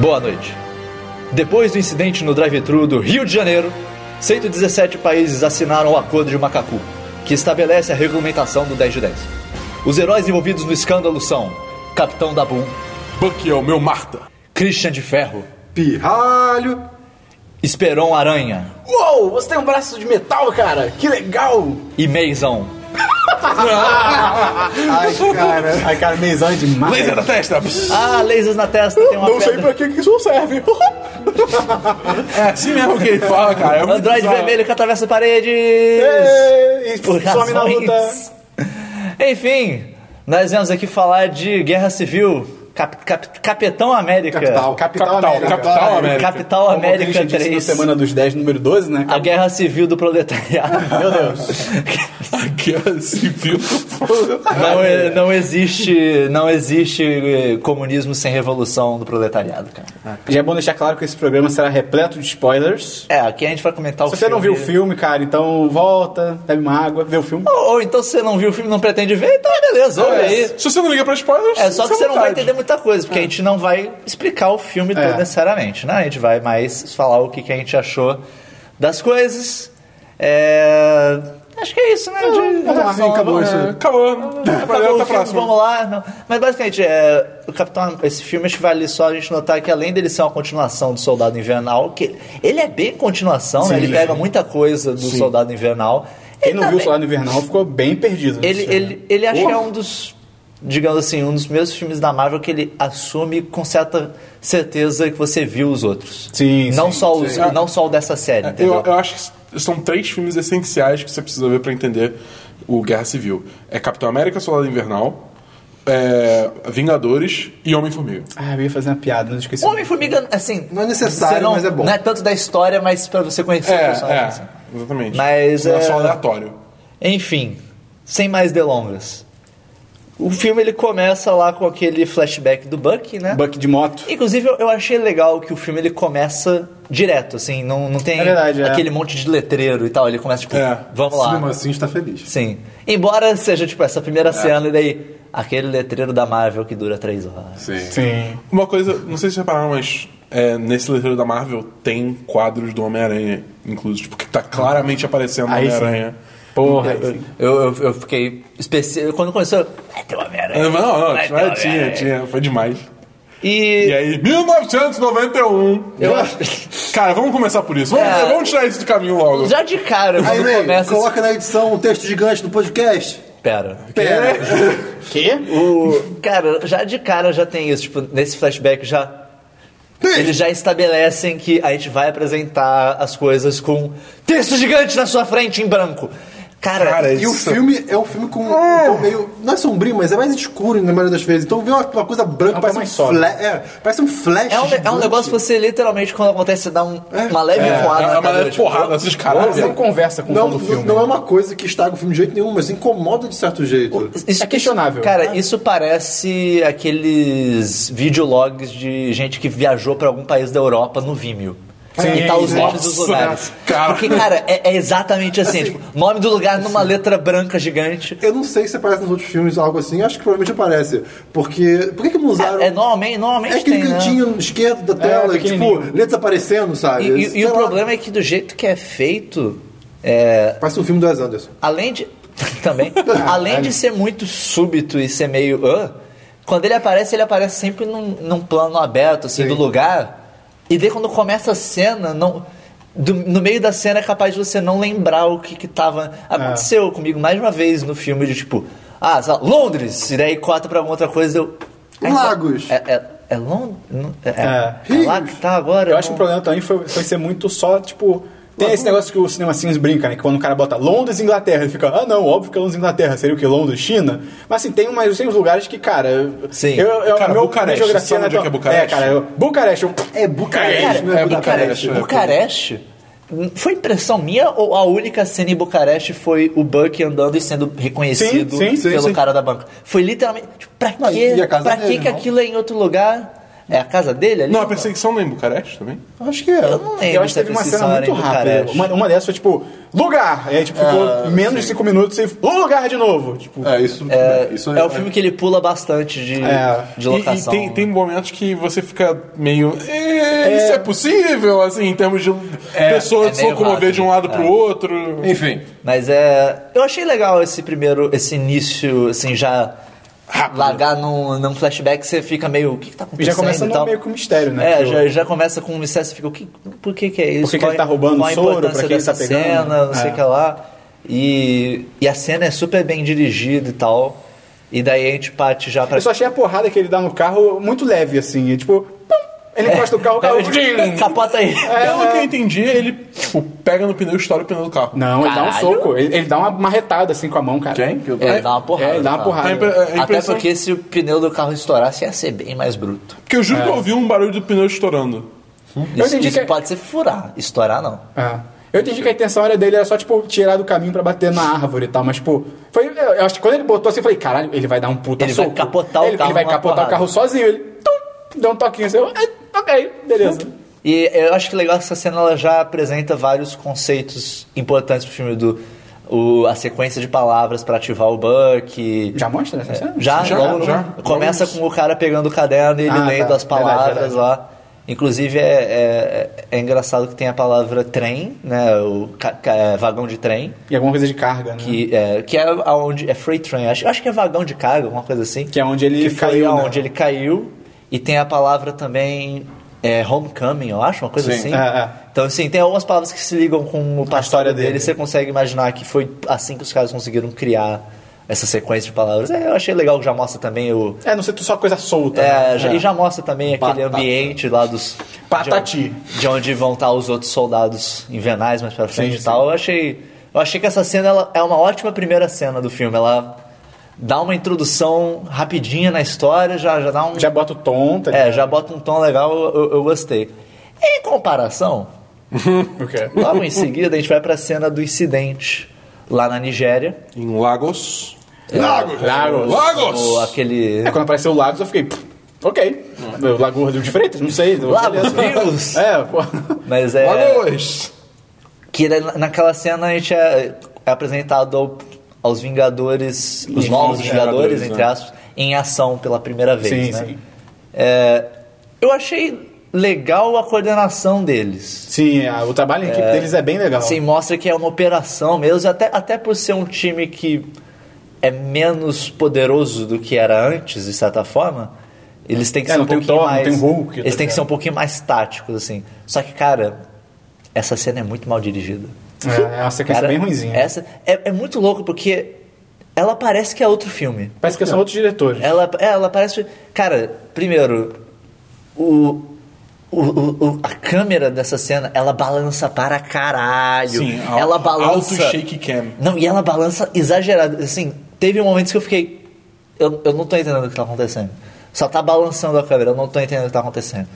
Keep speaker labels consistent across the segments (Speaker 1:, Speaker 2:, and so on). Speaker 1: pela noite. Depois do incidente no drive-thru do Rio de Janeiro, 117 países assinaram o Acordo de Macacu, que estabelece a regulamentação do 10 de 10. Os heróis envolvidos no escândalo são Capitão Dabum,
Speaker 2: Bucky é o meu Marta.
Speaker 1: Christian de Ferro,
Speaker 2: Pirralho.
Speaker 1: Esperon Aranha
Speaker 3: Uou, você tem um braço de metal, cara! Que legal!
Speaker 1: e Meizão.
Speaker 4: Ai, cara. Ai, cara, meizão é demais.
Speaker 2: Laser da testa.
Speaker 1: Ah, lasers na testa, tem uma
Speaker 2: Não sei
Speaker 1: pedra.
Speaker 2: pra que que isso serve. é assim mesmo que ele fala, cara. É muito
Speaker 1: Android
Speaker 2: bizarro.
Speaker 1: vermelho que atravessa paredes!
Speaker 4: Ei, É, e
Speaker 1: Por
Speaker 4: some na
Speaker 1: razões.
Speaker 4: luta.
Speaker 1: Enfim, nós viemos aqui falar de Guerra Civil, Cap- Cap- Capitão América.
Speaker 4: Capital, Capital,
Speaker 2: Capital,
Speaker 4: América.
Speaker 2: Capital América.
Speaker 1: Capital
Speaker 4: Como o
Speaker 1: América
Speaker 4: Christian disse
Speaker 1: 3.
Speaker 4: na Semana dos 10, número 12, né?
Speaker 1: A Guerra Civil do Proletariado.
Speaker 4: Meu Deus.
Speaker 2: Guerra civil.
Speaker 1: Não, é- não existe, não existe eh, comunismo sem revolução do proletariado, cara.
Speaker 4: Já é bom deixar claro que esse programa será repleto de spoilers.
Speaker 1: É, aqui a gente vai comentar o
Speaker 4: Se você não viu o filme, cara, então volta, bebe uma água, vê o filme.
Speaker 1: Ou, ou então se você não viu o filme e não pretende ver, então é beleza, olha aí.
Speaker 2: Se você não liga pra spoilers,
Speaker 1: É só que
Speaker 2: fica à
Speaker 1: você não vai
Speaker 2: vontade.
Speaker 1: entender muita coisa, porque a gente não vai explicar o filme
Speaker 4: É.
Speaker 1: todo necessariamente, né? A gente vai mais falar o que, que a gente achou das coisas. É... Acho que é isso, né? De-
Speaker 4: tá,
Speaker 1: só-
Speaker 4: acabou
Speaker 1: é,
Speaker 4: isso.
Speaker 2: É, Acabou.
Speaker 1: acabou o
Speaker 2: Valeu, até a
Speaker 1: filme,
Speaker 2: próxima.
Speaker 1: Vamos lá. Não. Mas basicamente, é, o Capitão, esse filme acho que vale só a gente notar que além dele ser uma continuação do Soldado Invernal, que ele é bem continuação, né? Ele pega muita coisa do Soldado Invernal.
Speaker 4: Quem
Speaker 1: Ele
Speaker 4: não viu
Speaker 1: também-
Speaker 4: o Soldado Invernal ficou bem perdido.
Speaker 1: tá ele,
Speaker 4: Isso, né?
Speaker 1: ele, ele acho que é um dos, digamos assim, um dos primeiros filmes da Marvel que ele assume com certa certeza que você viu os outros.
Speaker 4: Sim,
Speaker 1: Não,
Speaker 4: sim,
Speaker 1: só, os, não só o dessa série, entendeu?
Speaker 2: É, Eu, eu acho que são três filmes essenciais que você precisa ver pra entender o Guerra Civil. É Capitão América, Soldado Invernal, é Vingadores e Homem-Formiga.
Speaker 4: Ah, eu ia fazer uma piada, não esqueci.
Speaker 1: Homem-Formiga, assim...
Speaker 5: Não é necessário,
Speaker 1: você
Speaker 5: mas é bom.
Speaker 1: Não é tanto da história, mas pra você conhecer
Speaker 2: É,
Speaker 1: o personagem.
Speaker 2: é,
Speaker 1: assim.
Speaker 2: exatamente.
Speaker 1: Mas,
Speaker 2: Não é
Speaker 1: é-
Speaker 2: só aleatório.
Speaker 1: Enfim, sem mais delongas. O filme, ele começa lá com aquele flashback do Bucky, né?
Speaker 4: Buck de moto.
Speaker 1: Inclusive, eu- eu achei legal que o filme ele começa direto, assim, não, não tem
Speaker 4: É verdade, é.
Speaker 1: aquele monte de letreiro e tal. Ele começa, tipo,
Speaker 2: É.
Speaker 1: vamos lá.
Speaker 5: Cinema assim está feliz.
Speaker 1: Sim. Embora seja, tipo, essa primeira cena e daí aquele letreiro da Marvel que dura três horas.
Speaker 4: Sim.
Speaker 2: Uma coisa, não sei se vocês repararam, mas é, nesse letreiro da Marvel tem quadros do Homem-Aranha, incluso, tipo, que tá claramente aparecendo o
Speaker 4: Aí sim.
Speaker 2: Homem-Aranha.
Speaker 4: Porra.
Speaker 1: Eu, eu, eu fiquei... especi- Quando começou, vai ter Homem-Aranha.
Speaker 2: É, Não, não,
Speaker 1: vai ter
Speaker 2: tinha, tinha,
Speaker 1: Homem-Aranha."
Speaker 2: tinha, foi demais.
Speaker 1: E...
Speaker 2: E aí, 1991.
Speaker 1: Eu acho-
Speaker 2: Cara, vamos começar por isso. Vamos,
Speaker 1: É.
Speaker 2: vamos tirar isso do caminho logo.
Speaker 1: Já de cara,
Speaker 5: Aí,
Speaker 1: quando
Speaker 5: Ney,
Speaker 1: começa...
Speaker 5: coloca na edição um texto gigante do podcast.
Speaker 1: Pera.
Speaker 5: Pera.
Speaker 4: Que?
Speaker 1: O... Cara, já de cara já tem isso. Tipo, nesse flashback já... Eles já estabelecem que a gente vai apresentar as coisas com texto gigante na sua frente em branco. Cara,
Speaker 2: Cara,
Speaker 5: E o
Speaker 2: Isso.
Speaker 5: filme é um filme com um tom meio. Não é sombrio, mas é mais escuro na maioria das vezes. Então vê uma, uma coisa branca,
Speaker 4: É um
Speaker 5: parece,
Speaker 4: tom mais
Speaker 5: um
Speaker 4: sóbrio.
Speaker 5: fla- é, parece um flash.
Speaker 1: é um, é um
Speaker 5: gigante.
Speaker 1: negócio que você literalmente, quando acontece, você dá um- uma leve
Speaker 2: É,
Speaker 1: voada. na
Speaker 2: é uma
Speaker 1: cadeira,
Speaker 2: leve
Speaker 1: tipo,
Speaker 2: porrada, esses
Speaker 4: Você não
Speaker 2: caras.
Speaker 4: conversa com
Speaker 5: Não,
Speaker 4: todo o filme.
Speaker 5: não é uma coisa que estraga o filme de jeito nenhum, mas incomoda de certo jeito.
Speaker 1: Isso,
Speaker 4: É
Speaker 1: isso-
Speaker 4: questionável.
Speaker 1: cara, isso parece aqueles videologs de gente que viajou pra algum país da Europa no Vimeo.
Speaker 4: Sim,
Speaker 1: e tá os
Speaker 4: sim.
Speaker 1: nomes dos
Speaker 2: Nossa,
Speaker 1: lugares.
Speaker 2: cara. assim.
Speaker 1: Porque, cara, é, é exatamente assim, tipo, nome do lugar numa letra branca gigante.
Speaker 5: Eu não sei se aparece nos outros filmes ou algo assim, acho que provavelmente aparece. Porque. Por que, que não usaram.
Speaker 1: É, é normalmente, normalmente
Speaker 5: É aquele
Speaker 1: tem, né? É,
Speaker 5: cantinho esquerdo da tela, que, tipo,
Speaker 4: pequenininho.
Speaker 5: letras aparecendo, sabe?
Speaker 1: E, e- e
Speaker 5: Sei
Speaker 1: o
Speaker 5: lá.
Speaker 1: problema é que do jeito que é feito, é,
Speaker 5: Parece um filme do Wes Anderson.
Speaker 1: além de também, além de ser muito súbito e ser meio "Hã?", quando ele aparece, ele aparece sempre num, num plano aberto assim do lugar. E daí quando começa a cena, não do- no meio da cena é capaz de você não lembrar o que que tava
Speaker 5: É.
Speaker 1: aconteceu comigo mais uma vez no filme de tipo, ah, sei lá, Londres, e daí corta pra alguma outra coisa, eu
Speaker 5: Lagos.
Speaker 1: É, é, é Londres, é, é,
Speaker 4: É.
Speaker 1: lá que tá agora.
Speaker 4: Eu acho que o
Speaker 1: não-
Speaker 4: problema também foi, foi ser muito só, tipo. Tem esse negócio que o Cinema Sims brinca, né? Que quando o cara bota Londres, Inglaterra, ele fica, ah, não, óbvio que é Londres, Inglaterra, seria o que? Londres, China? Mas assim, tem, umas, tem uns lugares que, cara.
Speaker 1: Sim.
Speaker 4: Eu, eu,
Speaker 2: Cara,
Speaker 4: meu,
Speaker 2: Bucareste,
Speaker 4: minha
Speaker 2: sabe
Speaker 4: geografia não
Speaker 2: onde é que é
Speaker 4: tão-
Speaker 2: Bucareste?
Speaker 4: É, cara, eu, Bucareste. eu-
Speaker 5: É Bucareste,
Speaker 1: Cara,
Speaker 5: não é,
Speaker 2: é
Speaker 5: Budapeste.
Speaker 2: Bucareste.
Speaker 1: Bucareste. Foi impressão minha ou a única cena em Bucareste foi o Buck andando e sendo reconhecido
Speaker 4: Sim, sim, sim,
Speaker 1: pelo
Speaker 4: sim.
Speaker 1: cara da banca? Foi literalmente. Tipo, pra
Speaker 5: Não,
Speaker 1: quê?
Speaker 5: e a casa
Speaker 1: pra
Speaker 5: dele,
Speaker 1: quê que
Speaker 5: não?
Speaker 1: aquilo é em outro lugar? É a casa dele ali?
Speaker 2: Não, a perseguição não é em Bucareste também?
Speaker 5: Acho que é.
Speaker 1: Eu não lembro.
Speaker 4: Eu
Speaker 1: se
Speaker 4: acho que
Speaker 1: a
Speaker 4: teve uma cena
Speaker 1: perseguição era
Speaker 4: muito
Speaker 1: em
Speaker 4: rápida.
Speaker 1: Bucareste.
Speaker 4: Uma, uma dessas foi tipo, lugar! E aí tipo, ficou menos de cinco minutos e lugar de novo. Tipo,
Speaker 2: Ah.
Speaker 5: É, isso
Speaker 1: É,
Speaker 5: isso
Speaker 1: é o filme que ele pula bastante de,
Speaker 4: É.
Speaker 1: de
Speaker 2: E-
Speaker 1: locação. né?
Speaker 2: E, tem, tem momentos que você fica meio. "É, Isso é possível, assim, em termos de pessoas
Speaker 1: é
Speaker 2: se
Speaker 1: meio
Speaker 2: locomover de um lado
Speaker 1: rápido, é.
Speaker 2: pro outro.
Speaker 5: Enfim.
Speaker 1: Mas é. Eu achei legal esse primeiro, esse início, assim, já.
Speaker 2: Rápido.
Speaker 1: Largar num, num flashback, você fica meio. O que, que tá
Speaker 4: e
Speaker 1: acontecendo?
Speaker 4: já começa
Speaker 1: e
Speaker 4: no
Speaker 1: tal?
Speaker 4: meio com mistério, né?
Speaker 1: É,
Speaker 4: Que o-
Speaker 1: já, já começa com o mistério, você fica, o que, por que que é isso?
Speaker 4: Por que que
Speaker 1: Qual
Speaker 4: ele tá
Speaker 1: é-
Speaker 4: roubando
Speaker 1: qual a
Speaker 4: soro? Pra
Speaker 1: importância
Speaker 4: quem ele tá
Speaker 1: dessa
Speaker 4: pegando?
Speaker 1: Cena, não sei
Speaker 4: É.
Speaker 1: o que lá. E, e a cena é super bem dirigida e tal. E daí a gente parte já pra...
Speaker 4: Eu só achei a porrada que ele dá no carro muito leve, assim. E, tipo, pum, ele encosta o carro, o carro...
Speaker 1: Daí
Speaker 4: É.
Speaker 1: eu digo, Capota aí.
Speaker 2: Pelo que eu entendi, ele, tipo, pega no pneu e estoura o pneu do carro.
Speaker 4: Não, ele dá um
Speaker 1: Caralho.
Speaker 4: soco. Ele, ele dá uma marretada, assim, com a mão, cara.
Speaker 2: Quem? Que eu-
Speaker 1: É, ele dá uma porrada.
Speaker 4: É, ele dá uma
Speaker 1: tá?
Speaker 4: porrada.
Speaker 2: A impre- a
Speaker 1: Até
Speaker 2: impressão-
Speaker 1: porque se o pneu do carro estourasse, ia ser bem mais bruto.
Speaker 2: Porque eu juro que eu ouvi um barulho do pneu estourando.
Speaker 1: Isso,
Speaker 4: Hum. entendi
Speaker 1: isso
Speaker 4: que-
Speaker 1: pode ser furar, estourar não.
Speaker 4: É. Eu entendi que a intenção era dele era só, tipo, tirar do caminho pra bater na árvore e tal, mas, tipo, foi. Eu eu acho que quando ele botou assim, eu falei, caralho, ele vai dar um puta
Speaker 1: Ele vai
Speaker 4: soco.
Speaker 1: capotar o
Speaker 4: ele,
Speaker 1: carro
Speaker 4: Ele vai
Speaker 1: numa
Speaker 4: capotar o
Speaker 1: porrada.
Speaker 4: carro sozinho, ele tum, deu um toquinho assim, eu, "Ah, ok, beleza.
Speaker 1: E eu acho que é legal que essa cena ela já apresenta vários conceitos importantes pro filme do o- a sequência de palavras pra ativar o Buck.
Speaker 4: Já mostra essa cena?
Speaker 1: É, Já,
Speaker 2: Já,
Speaker 1: logo,
Speaker 2: já.
Speaker 1: começa com o cara pegando o caderno e ele
Speaker 4: Ah,
Speaker 1: lendo
Speaker 4: tá.
Speaker 1: as palavras
Speaker 4: Verdade, verdade.
Speaker 1: lá. Inclusive é, é, é engraçado que tem a palavra trem, né? O ca- ca- é, vagão de trem,
Speaker 4: E alguma coisa de carga, né?
Speaker 1: que é, que é aonde é freight train. Acho, acho que é vagão de carga, alguma coisa assim.
Speaker 4: Que é onde ele
Speaker 1: que foi
Speaker 4: caiu, né?
Speaker 1: aonde ele caiu. E tem a palavra também é, homecoming, eu acho, uma coisa
Speaker 5: Sim.
Speaker 1: assim.
Speaker 4: É, é.
Speaker 1: Então, assim, tem algumas palavras que se ligam com o passado
Speaker 4: história
Speaker 1: dele.
Speaker 4: dele.
Speaker 1: Você consegue imaginar que foi assim que os caras conseguiram criar essa sequência de palavras. É, eu achei legal que já mostra também o...
Speaker 4: É, não sei, tu só coisa solta.
Speaker 1: é,
Speaker 4: né?
Speaker 1: já- E já mostra também aquele
Speaker 4: Batata.
Speaker 1: ambiente lá dos...
Speaker 4: Patati.
Speaker 1: De onde, de onde vão estar os outros soldados em Venais mais pra frente
Speaker 4: Sim,
Speaker 1: e tal. Eu achei, eu achei que essa cena ela, é uma ótima primeira cena do filme. Ela dá uma introdução rapidinha na história, já, já dá um...
Speaker 4: É. Já bota o tom, tá
Speaker 1: É, já bota um tom legal, eu, eu gostei. Em comparação,
Speaker 4: O quê?
Speaker 1: logo em seguida a gente vai pra cena do incidente lá na Nigéria.
Speaker 2: Em Lagos.
Speaker 4: Lagos! Lagos!
Speaker 1: O,
Speaker 2: Lagos!
Speaker 1: aquele.
Speaker 4: É, quando apareceu o Lagos, eu fiquei, "Pff, ok. O Lago Rodrigo de Freitas, não sei.
Speaker 1: Lagos,
Speaker 4: beleza."
Speaker 1: Rios.
Speaker 4: É, pô.
Speaker 1: Mas é.
Speaker 2: Lagos!
Speaker 1: Que na- naquela cena a gente é, é apresentado ao- aos Vingadores, os novos Vingadores,
Speaker 2: Vingadores,
Speaker 1: entre
Speaker 2: né?
Speaker 1: aspas, em ação pela primeira vez.
Speaker 4: Sim,
Speaker 1: né?
Speaker 4: sim.
Speaker 1: É, eu achei legal a coordenação deles.
Speaker 4: Sim, a- o trabalho em equipe deles é bem legal.
Speaker 1: Assim, mostra que é uma operação mesmo, até, até por ser um time que é menos poderoso do que era antes, de certa forma, eles têm que
Speaker 4: É,
Speaker 1: ser
Speaker 4: não
Speaker 1: um
Speaker 4: tem o
Speaker 1: pouquinho
Speaker 4: Thor, não
Speaker 1: mais.
Speaker 4: tem o Hulk,
Speaker 1: eles
Speaker 4: tá
Speaker 1: têm que ser um
Speaker 4: ligado?
Speaker 1: pouquinho mais táticos, assim. Só que, cara, essa cena é muito mal dirigida.
Speaker 4: É, é uma sequência
Speaker 1: Cara,
Speaker 4: bem ruimzinha.
Speaker 2: né?
Speaker 1: Essa é, é muito louco porque ela parece que é outro filme.
Speaker 4: Parece que são outros diretores.
Speaker 1: Ela, é, ela parece. Cara, primeiro, o, o, o- o- a câmera dessa cena, ela balança para caralho.
Speaker 2: Sim, al-
Speaker 1: ela
Speaker 2: alto
Speaker 1: balança.
Speaker 2: shake cam.
Speaker 1: Não, e ela balança exagerada. Assim, teve momentos que eu fiquei. Eu, eu não tô entendendo o que tá acontecendo. Só tá balançando a câmera, eu não tô entendendo o que tá acontecendo.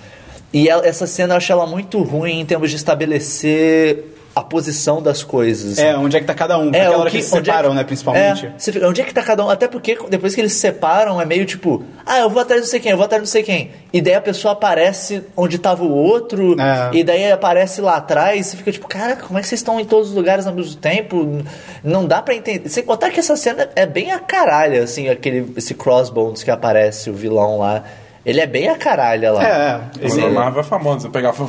Speaker 1: E ela- essa cena eu acho ela muito ruim em termos de estabelecer a posição das coisas.
Speaker 4: É, onde é que tá cada um.
Speaker 1: É,
Speaker 4: Aquela
Speaker 1: o
Speaker 4: hora que eles se
Speaker 1: onde é
Speaker 4: separam,
Speaker 1: que-
Speaker 4: né, principalmente.
Speaker 1: É, você fica, onde é que tá cada um? Até porque depois que eles se separam, é meio tipo, ah, eu vou atrás de não sei quem, eu vou atrás de não sei quem. E daí a pessoa aparece onde tava o outro,
Speaker 4: É.
Speaker 1: e daí aparece lá atrás, e você fica tipo, caraca, como é que vocês estão em todos os lugares ao mesmo tempo? Não dá pra entender. Sem contar que essa cena é bem a caralho, assim, aquele, esse crossbones que aparece, o vilão lá. Ele é bem a caralho lá.
Speaker 4: É, é.
Speaker 2: Esse
Speaker 4: Esse-
Speaker 2: é Marvel é famoso. Você pegava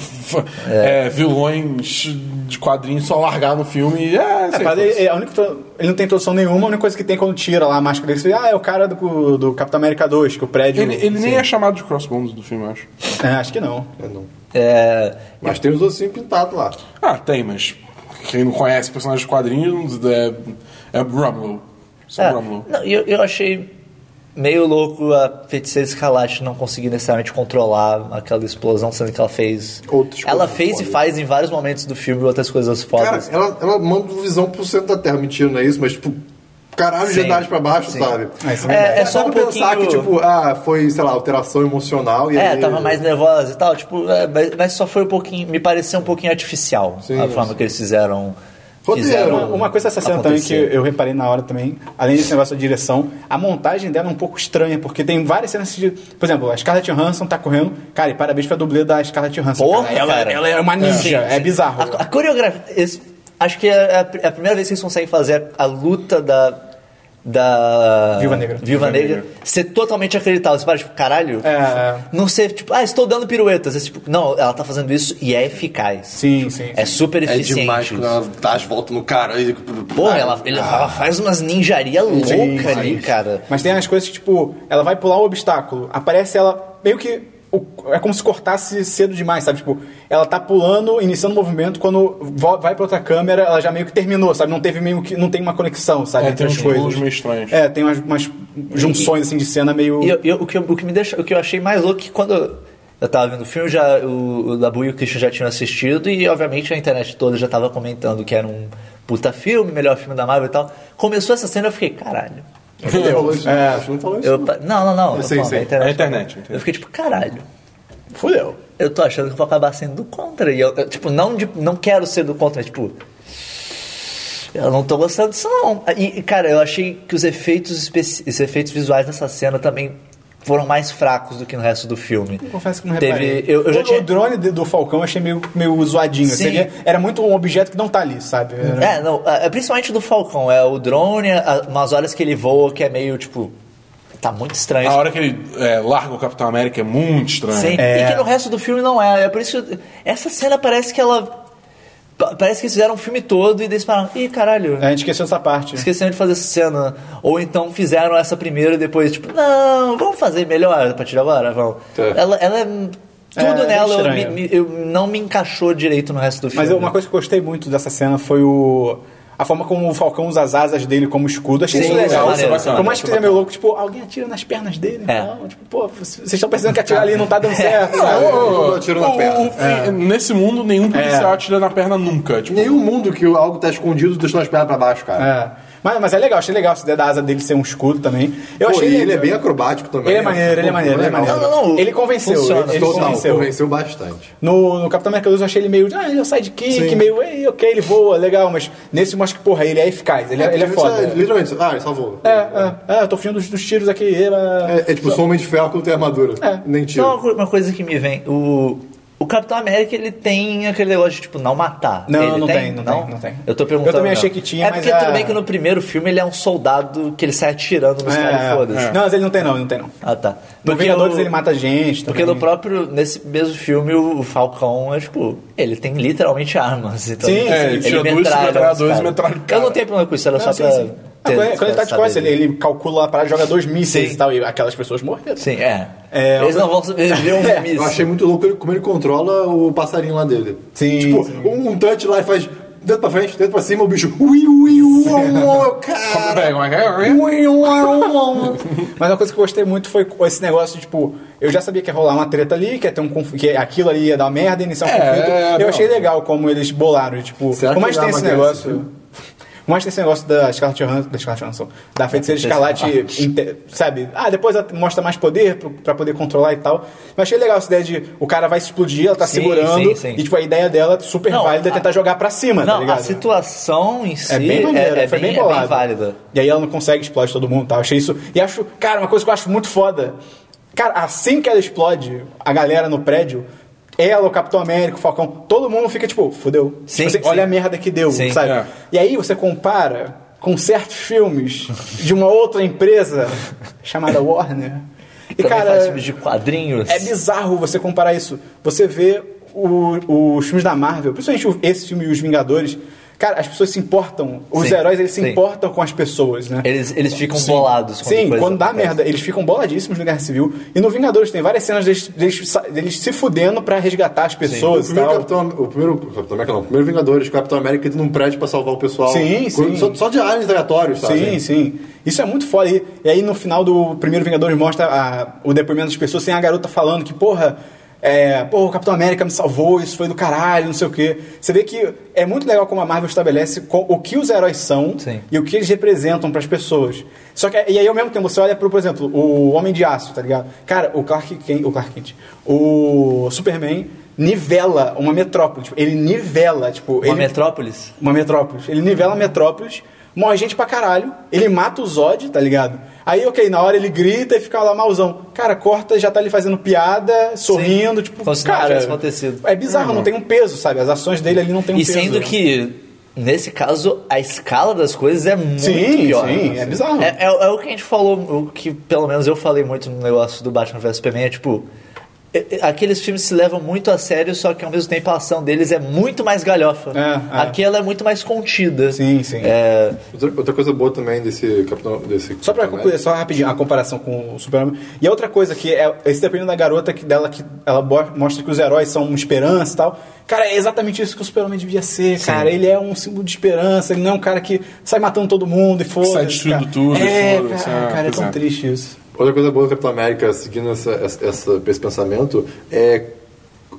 Speaker 2: é, vilões de quadrinhos, só largar no filme e. É,
Speaker 4: É,
Speaker 2: sei
Speaker 4: parada-
Speaker 2: lá.
Speaker 4: ele, a única tro- ele não tem introdução nenhuma, a única coisa que tem é quando tira lá a máscara dele, você, ah, é o cara do, do Capitão América 2, que o prédio.
Speaker 2: Ele, ele nem
Speaker 4: Sim.
Speaker 2: é chamado de Crossbones do filme, eu acho.
Speaker 4: é. Acho que não.
Speaker 5: É, não.
Speaker 1: É,
Speaker 5: Mas tem os ossinhos pintados lá.
Speaker 2: Ah, tem, mas quem não conhece personagens de quadrinhos é, é Brumlow. Só
Speaker 1: É,
Speaker 2: Brumlow.
Speaker 1: não, eu, eu achei meio louco a feiticeira Escalate não conseguir necessariamente controlar aquela explosão, sendo que ela fez.
Speaker 5: Outras
Speaker 1: ela
Speaker 5: coisas
Speaker 1: fez
Speaker 5: fodas.
Speaker 1: e faz em vários momentos do filme outras coisas
Speaker 5: Cara, é
Speaker 1: fodas.
Speaker 5: ela, ela manda o visão pro centro da Terra. Mentira, não é isso? Mas, tipo, caralho,
Speaker 1: Sim.
Speaker 5: Jedi pra baixo,
Speaker 1: Sim.
Speaker 5: sabe?
Speaker 4: É, isso é
Speaker 1: É, é só
Speaker 5: Dá
Speaker 1: um
Speaker 5: pra
Speaker 1: pouquinho.
Speaker 5: pensar que, tipo, ah, foi, sei lá, alteração emocional e
Speaker 1: é,
Speaker 5: aí...
Speaker 1: tava mais nervosa e tal, tipo, é, mas, mas só foi um pouquinho. Me pareceu um pouquinho artificial
Speaker 5: Sim,
Speaker 1: a forma
Speaker 5: sim.
Speaker 1: que eles fizeram
Speaker 5: Roteiro.
Speaker 4: Uma, uma coisa dessa cena também que
Speaker 1: acontecer.
Speaker 4: eu reparei na hora também, além desse negócio da direção, a montagem dela é um pouco estranha, porque tem várias cenas de. Por exemplo, a Scarlett Johansson tá correndo. Cara, e parabéns pra dublê da Scarlett Johansson.
Speaker 1: Porra,
Speaker 4: cara. Ela,
Speaker 1: cara.
Speaker 4: ela é uma ninja,
Speaker 1: Sim,
Speaker 4: é
Speaker 1: sim.
Speaker 4: bizarro.
Speaker 1: A, a coreografia. esse- Acho que é a, é a primeira vez que eles conseguem fazer a, a luta da. Da.
Speaker 4: Viúva Negra.
Speaker 1: Viúva Negra, ser totalmente acreditável. Você para, tipo, caralho.
Speaker 4: É.
Speaker 1: Não ser, tipo, ah, estou dando piruetas. Esse, tipo, não, ela tá fazendo isso e é eficaz.
Speaker 4: Sim, sim.
Speaker 1: É super
Speaker 6: É
Speaker 1: eficiente.
Speaker 6: demais quando
Speaker 1: isso.
Speaker 6: ela Ah. dá as voltas no cara. e- tipo,
Speaker 1: Porra, ela, ele- ela faz umas ninjaria louca ali, cara.
Speaker 4: Mas tem as coisas que, tipo, ela vai pular um obstáculo, aparece ela meio que. o- É como se cortasse cedo demais, sabe? Tipo, ela tá pulando, iniciando o movimento, quando vo- vai pra outra câmera, ela já meio que terminou, sabe? Não teve meio que. Não tem uma conexão, sabe?
Speaker 2: É,
Speaker 4: entre
Speaker 2: tem
Speaker 4: as
Speaker 2: uns
Speaker 4: coisas.
Speaker 2: pulos meio estranhos.
Speaker 4: É, tem umas, umas junções assim de cena meio.
Speaker 1: E eu- eu- o, que, eu- o que me deixa, o que eu achei mais louco é que quando eu- eu tava vendo o filme, já, o, o Dabu e o Christian já tinham assistido e, obviamente, a internet toda já tava comentando que era um puta filme, melhor filme da Marvel e tal. Começou essa cena eu fiquei, caralho.
Speaker 5: Falou isso,
Speaker 4: É.
Speaker 5: acho que não falou isso.
Speaker 1: Eu, pa- não, não, não.
Speaker 5: Eu
Speaker 1: eu
Speaker 5: sei,
Speaker 1: falando,
Speaker 5: sei.
Speaker 1: a internet,
Speaker 2: É a internet,
Speaker 1: falando.
Speaker 2: entendo.
Speaker 1: Eu fiquei tipo, caralho.
Speaker 5: Fudeu.
Speaker 1: Eu tô achando que eu vou acabar sendo do contra. E eu, eu, tipo, não, de- não quero ser do contra, mas, tipo. Eu não tô gostando disso, não. E, e, cara, eu achei que os efeitos, especi- os efeitos visuais dessa cena também foram mais fracos do que no resto do filme.
Speaker 4: Confesso que não
Speaker 1: Teve-
Speaker 4: reparei.
Speaker 1: eu- eu já
Speaker 4: o,
Speaker 1: tinha-
Speaker 4: o drone de- do Falcão eu achei meio, meio zoadinho.
Speaker 1: Sim.
Speaker 4: Seria- era muito um objeto que não tá ali, sabe? Era-
Speaker 1: É, não, é, é principalmente do Falcão. É o drone, a- umas horas que ele voa, que é meio, tipo. Tá muito estranho.
Speaker 2: A hora que ele é, larga o Capitão América é muito estranho.
Speaker 1: Sim,
Speaker 4: É.
Speaker 1: e que no resto do filme não é. É por isso que. eu- Essa cena parece que ela. pa- Parece que eles fizeram o filme todo e daí eles falaram, ih, caralho.
Speaker 4: A gente esqueceu essa parte.
Speaker 1: Esqueceram de fazer essa cena. Ou então fizeram essa primeiro e depois, tipo, não, vamos fazer melhor a partir de agora, vamos. Ela, ela é. Tudo
Speaker 4: É,
Speaker 1: nela eu
Speaker 4: estranho.
Speaker 1: me- me- eu não me encaixou direito no resto do filme.
Speaker 4: Mas eu- uma coisa que eu gostei muito dessa cena foi o. A forma como o Falcão usa as asas dele como escudo. Achei
Speaker 1: Sim,
Speaker 4: isso legal.
Speaker 1: isso é maneiro,
Speaker 4: Por
Speaker 1: isso é
Speaker 4: mais que seja meio louco, tipo, alguém atira nas pernas dele.
Speaker 1: É.
Speaker 4: Não, tipo, pô, vocês estão pensando que atirar ali não tá dando certo. sabe?
Speaker 5: Eu tô atirando na
Speaker 2: O-
Speaker 5: perna.
Speaker 2: o- É. Nesse mundo, nenhum policial atira na perna nunca. Tipo,
Speaker 5: É. Nenhum mundo que algo tá escondido deixou as pernas pra baixo, cara.
Speaker 4: É. Mas, mas é legal, achei legal essa ideia da asa dele ser um escudo também. Eu
Speaker 5: Pô,
Speaker 4: achei
Speaker 5: e ele é bem acrobático também. né?
Speaker 4: Ele é maneiro, ele é maneiro, ele é
Speaker 5: Legal.
Speaker 4: maneiro.
Speaker 1: Não, não, não.
Speaker 4: Ele convenceu,
Speaker 1: Funciona.
Speaker 4: ele, ele
Speaker 5: Total,
Speaker 4: convenceu.
Speaker 5: convenceu bastante.
Speaker 4: No, no Capitão América 2 eu achei ele meio, ah, ele é o sidekick, meio, ei, ok, ele voa, legal, mas nesse mostra que, porra, ele é eficaz, ele é, ele é
Speaker 5: Isso
Speaker 4: foda.
Speaker 5: Literalmente, ah, ele salvou.
Speaker 4: É, é, é, eu tô fugindo dos, dos tiros aqui. É,
Speaker 5: É, é tipo, sou homem de ferro quando tem armadura.
Speaker 4: É.
Speaker 5: Nem tiro.
Speaker 1: Só uma co- uma coisa que me vem. O, o Capitão América, ele tem aquele negócio de, tipo, não matar.
Speaker 4: Não,
Speaker 1: Ele
Speaker 4: não tem, não tem, não tem.
Speaker 1: Eu tô perguntando.
Speaker 4: Eu também
Speaker 1: mesmo.
Speaker 4: achei que tinha,
Speaker 1: É
Speaker 4: mas
Speaker 1: porque
Speaker 4: é-
Speaker 1: tudo bem que no primeiro filme ele é um soldado que ele sai atirando nos caras e
Speaker 4: é,
Speaker 1: foda-se.
Speaker 4: Não, mas ele não tem não, ele não tem não.
Speaker 1: Ah, tá.
Speaker 4: No Vingadores ele mata gente
Speaker 1: Porque no
Speaker 4: também.
Speaker 1: próprio, nesse mesmo filme, o o Falcão é tipo, ele tem literalmente armas. Então
Speaker 4: Sim,
Speaker 1: ele,
Speaker 4: é,
Speaker 2: ele tira duas metralhadoras e
Speaker 1: os
Speaker 2: metralha o
Speaker 1: Eu
Speaker 2: cara.
Speaker 1: não tenho problema com isso, era
Speaker 4: Não,
Speaker 1: só
Speaker 4: sim,
Speaker 1: pra.
Speaker 4: sim. Ah,
Speaker 1: ter-
Speaker 4: quando, quando ele tá de
Speaker 1: saber.
Speaker 4: costas, ele, ele calcula a parada, joga dois mísseis
Speaker 1: Sim.
Speaker 4: e tal, e aquelas pessoas morreram.
Speaker 1: Sim, é.
Speaker 4: É,
Speaker 1: Eles não vão ver um
Speaker 4: É,
Speaker 1: míssil.
Speaker 5: Eu achei muito louco ele- como ele controla o passarinho lá dele.
Speaker 4: Sim,
Speaker 5: Tipo,
Speaker 4: sim.
Speaker 5: um touch lá e faz dedo pra frente, dedo pra cima, o bicho. Ui, ui, uau, uau, cara.
Speaker 2: Peraí, como é que é?
Speaker 5: Ui, uau, uau.
Speaker 4: Mas uma coisa que eu gostei muito foi esse negócio, de, tipo, eu já sabia que ia rolar uma treta ali, que ia ter um conf... que aquilo ali ia dar merda, iniciar um
Speaker 2: É,
Speaker 4: conflito.
Speaker 2: é,
Speaker 4: eu
Speaker 2: não.
Speaker 4: achei legal como eles bolaram, tipo,
Speaker 5: Será
Speaker 4: por mais
Speaker 5: que
Speaker 4: que tem
Speaker 5: dá
Speaker 4: esse
Speaker 5: uma guerra
Speaker 4: negócio. Por mais que tem esse negócio da Scarlett Johansson, da Scarlett Johansson, da feiticeira escarlate, inte- sabe? Ah, depois ela mostra mais poder pro- pra poder controlar e tal. Mas achei legal essa ideia de o cara vai se explodir, ela tá
Speaker 1: Sim,
Speaker 4: segurando,
Speaker 1: sim, sim.
Speaker 4: e tipo, a ideia dela é super
Speaker 1: Não,
Speaker 4: válida é
Speaker 1: a-
Speaker 4: tentar jogar pra cima, tá
Speaker 1: Não, a
Speaker 4: ligado?
Speaker 1: situação em si
Speaker 4: É bem maneiro,
Speaker 1: é, é
Speaker 4: foi
Speaker 1: bem,
Speaker 4: bem,
Speaker 1: é
Speaker 4: bolado.
Speaker 1: bem válida.
Speaker 4: E aí ela não consegue explode todo mundo, tá? Eu achei isso. E acho, cara, uma coisa que eu acho muito foda. Cara, assim que ela explode, a galera no prédio, ela, o Capitão América, o Falcão, todo mundo fica tipo, fudeu.
Speaker 1: Sim,
Speaker 4: Tipo assim,
Speaker 1: sim.
Speaker 4: Olha a merda que deu,
Speaker 1: Sim.
Speaker 4: sabe?
Speaker 2: É.
Speaker 4: E aí você compara com certos filmes de uma outra empresa chamada Warner. E
Speaker 1: Também
Speaker 4: cara,
Speaker 1: faz filmes de quadrinhos.
Speaker 4: é bizarro você comparar isso. Você vê o- os filmes da Marvel, principalmente o- esse filme e os Vingadores. Cara, as pessoas se importam. Os
Speaker 1: Sim,
Speaker 4: heróis, eles se
Speaker 1: sim.
Speaker 4: importam com as pessoas, né?
Speaker 1: Eles, eles ficam bolados.
Speaker 4: Sim,
Speaker 1: coisa
Speaker 4: quando dá
Speaker 1: acontece.
Speaker 4: merda, eles ficam boladíssimos no Guerra Civil. E no Vingadores tem várias cenas deles, deles sa- deles se fudendo pra resgatar as
Speaker 5: O
Speaker 4: pessoas e
Speaker 5: primeiro,
Speaker 4: tal.
Speaker 5: Capitão, o primeiro Capitão América não, o primeiro Vingadores, o Capitão América entra num prédio pra salvar o pessoal.
Speaker 4: Sim,
Speaker 5: Quando-
Speaker 4: sim.
Speaker 5: Só, só de aliens aleatórios, sabe?
Speaker 4: Sim, sim. Isso é muito foda. E, e aí no final do primeiro Vingadores mostra a- o depoimento das pessoas sem a garota falando que, porra, é, porra, o Capitão América me salvou, isso foi do caralho, não sei o quê. Você vê que é muito legal como a Marvel estabelece co- o que os heróis são
Speaker 1: Sim.
Speaker 4: e o que eles representam pras pessoas. Só que, e aí ao mesmo tempo, você olha pro, por exemplo, o Homem de Aço, tá ligado? Cara, o Clark Kent, o Clark Kent, o Superman nivela uma metrópole. Tipo, ele nivela, tipo.
Speaker 1: Uma
Speaker 4: ele,
Speaker 1: metrópolis?
Speaker 4: Uma metrópolis. Ele nivela a metrópolis, morre gente pra caralho, ele mata o Zod, tá ligado? Aí, ok, na hora ele grita e fica lá malzão. Cara, corta já tá ele fazendo piada, sorrindo, tipo,
Speaker 1: Como se nada
Speaker 4: cara.
Speaker 1: tivesse acontecido. Uhum.
Speaker 4: É bizarro, não tem um peso, sabe? As ações dele ali não tem um
Speaker 1: e
Speaker 4: peso.
Speaker 1: sendo que, nesse caso, a escala das coisas é muito
Speaker 4: Sim,
Speaker 1: pior.
Speaker 4: sim, é bizarro.
Speaker 1: É, é- é o que a gente falou, o que pelo menos eu falei muito no negócio do Batman vs Superman, é tipo. é- é- Aqueles filmes se levam muito a sério, só que ao mesmo tempo a ação deles é muito mais galhofa.
Speaker 4: É, é.
Speaker 1: Aqui ela é muito mais contida.
Speaker 4: Sim, sim.
Speaker 1: É,
Speaker 5: Outra, outra coisa boa também desse Capitão. Desse
Speaker 4: Só pra
Speaker 2: Tá
Speaker 5: Capitão
Speaker 4: concluir, só rapidinho, a comparação com o Superman. E a outra coisa que é esse dependendo da garota que dela que ela bo- mostra que os heróis são uma esperança e tal. Cara, é exatamente isso que o Superman devia ser, cara. Ele é um símbolo de esperança, ele não é um cara que sai matando todo mundo e foda-se.
Speaker 2: destruindo
Speaker 4: cara.
Speaker 2: tudo e
Speaker 4: É,
Speaker 2: foda-se,
Speaker 4: cara,
Speaker 2: é,
Speaker 4: cara, é
Speaker 2: pois
Speaker 4: tão
Speaker 2: é.
Speaker 4: triste isso.
Speaker 5: Outra coisa boa do Capitão América, seguindo essa, essa, essa- esse pensamento, é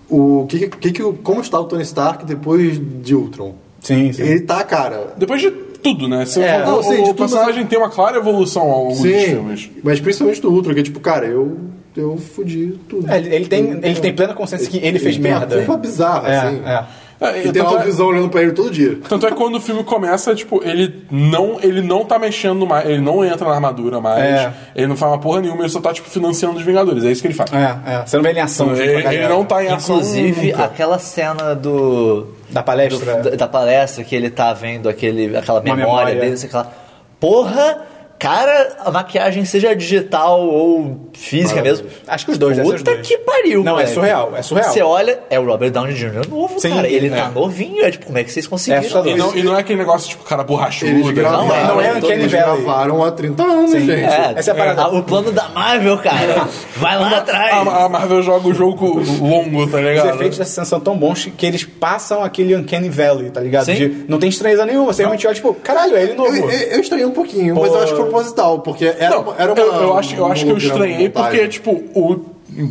Speaker 5: o que, que, que o- como está o Tony Stark depois de Ultron.
Speaker 4: Sim, sim.
Speaker 5: Ele tá, cara.
Speaker 2: Depois de tudo, né? Você
Speaker 5: É,
Speaker 2: falou,
Speaker 5: não, sim, de
Speaker 2: o,
Speaker 5: tudo,
Speaker 2: personagem tem uma clara evolução ao longo dos filmes.
Speaker 5: mas principalmente do Ultron, que é tipo, cara, eu, eu fudi tudo.
Speaker 4: É, ele, ele tem, ele tem plena consciência que ele fez
Speaker 5: tem
Speaker 4: merda.
Speaker 5: Uma culpa bizarra,
Speaker 4: É,
Speaker 5: assim.
Speaker 4: é.
Speaker 2: É,
Speaker 5: E tem
Speaker 2: tanto
Speaker 5: uma
Speaker 2: é-
Speaker 5: visão olhando pra ele todo dia.
Speaker 2: Tanto é que quando o filme começa, tipo, ele não, ele não tá mexendo mais, ele não entra na armadura mais,
Speaker 4: É.
Speaker 2: ele não faz uma porra nenhuma, ele só tá, tipo, financiando os Vingadores, é isso que ele faz.
Speaker 4: É, é. Você não vê ele em ação. junto com a
Speaker 2: Ele, ele
Speaker 4: galera.
Speaker 2: não tá em ação.
Speaker 1: inclusive,
Speaker 2: nunca.
Speaker 1: aquela cena do.
Speaker 4: Da palestra.
Speaker 1: do- da, da palestra que ele tá vendo aquele, aquela
Speaker 4: Uma
Speaker 1: memória,
Speaker 4: memória.
Speaker 1: dele, sei lá. Porra, cara, a maquiagem seja digital ou física mesmo.
Speaker 4: Acho que os dois, deve ser os
Speaker 1: Puta
Speaker 4: dois.
Speaker 1: que pariu,
Speaker 4: Não, é
Speaker 1: moleque.
Speaker 4: surreal, é surreal.
Speaker 1: Você olha, é o Robert Downey Jr. novo,
Speaker 4: Sim,
Speaker 1: cara. Ele
Speaker 4: é.
Speaker 1: tá novinho, é tipo, como é que vocês conseguiram?
Speaker 4: assustador.
Speaker 2: E não, e não é aquele negócio, tipo, cara
Speaker 5: Eles
Speaker 2: borrachudo.
Speaker 5: gravaram,
Speaker 1: Não é, não é
Speaker 4: Uncanny
Speaker 5: eles
Speaker 4: Valley.
Speaker 5: gravaram há 30 anos, gente.
Speaker 1: É,
Speaker 4: Essa é a parada. Ah,
Speaker 1: ah, O plano da Marvel, cara. Vai lá atrás.
Speaker 2: A, a Marvel joga o jogo longo, tá
Speaker 4: Os
Speaker 2: ligado?
Speaker 4: efeitos dessa sensação são tão bons que eles passam aquele Uncanny Valley, tá ligado?
Speaker 1: Sim.
Speaker 4: De, não tem estranheza nenhuma, você realmente olha, tipo, caralho, é ele novo.
Speaker 5: Eu, eu, eu estranhei um pouquinho, mas eu acho proposital, porque era,
Speaker 2: Não,
Speaker 5: era uma.
Speaker 2: eu, eu acho, eu acho que eu estranhei porque,
Speaker 5: tipo.
Speaker 2: tipo, o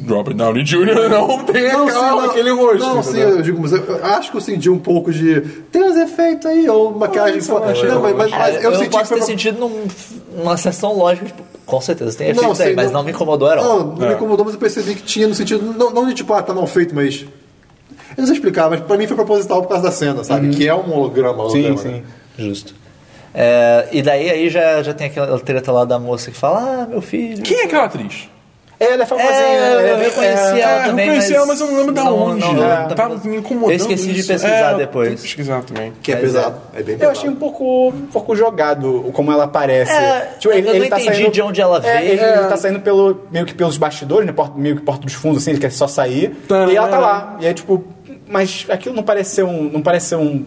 Speaker 2: Robert Downey Jr. não tem É aquela- aquele rosto.
Speaker 5: Não, sim,
Speaker 2: entendeu?
Speaker 5: eu digo, mas eu, eu acho que eu senti um pouco de. Tem uns efeitos aí, ou maquiagem. fo- não, mas, mas- mas
Speaker 1: Cara,
Speaker 5: eu,
Speaker 1: é eu,
Speaker 5: senti que
Speaker 1: posso
Speaker 5: foi
Speaker 1: ter
Speaker 5: pra-
Speaker 1: sentido num- numa sessão lógica, tipo, com certeza tem efeitos
Speaker 5: sei,
Speaker 1: aí, mas não me incomodou era
Speaker 5: Não, não me incomodou, mas eu percebi que tinha no sentido. Não, não de tipo, ah, tá mal feito, mas. Eu não sei explicar, mas pra mim foi proposital por causa da cena, sabe? Que é um holograma.
Speaker 4: Sim,
Speaker 5: holograma,
Speaker 4: sim.
Speaker 5: né?
Speaker 1: Justo. É, e daí aí já, já tem aquela treta lá da moça que fala, ah, meu filho.
Speaker 2: Quem é aquela atriz?
Speaker 4: É, Ela é famosinha,
Speaker 1: É,
Speaker 4: né?
Speaker 1: eu
Speaker 4: Ela é-
Speaker 1: reconheci
Speaker 4: é-
Speaker 1: ela
Speaker 2: É,
Speaker 1: também.
Speaker 2: eu conheci ela, mas eu não lembro da onde.
Speaker 1: Não,
Speaker 2: né?
Speaker 1: não,
Speaker 2: Tava me incomodando.
Speaker 1: Eu esqueci de
Speaker 2: isso.
Speaker 1: pesquisar
Speaker 2: É, Tem que
Speaker 1: depois.
Speaker 2: pesquisar também.
Speaker 5: Que é
Speaker 1: Mas
Speaker 5: pesado. É, bem pesado.
Speaker 4: Eu achei um pouco, um pouco jogado o- como ela aparece. Tipo,
Speaker 1: É, eu não entendi de onde ela
Speaker 4: tá É,
Speaker 1: veio.
Speaker 4: Ele, ele tá saindo pelo, meio que pelos bastidores, né? Porta- meio que porta dos fundos, assim, ele quer só sair.
Speaker 2: Tá,
Speaker 4: e ela tá
Speaker 2: né?
Speaker 4: lá. E aí, tipo, mas aquilo não parece ser um. Não parece ser um.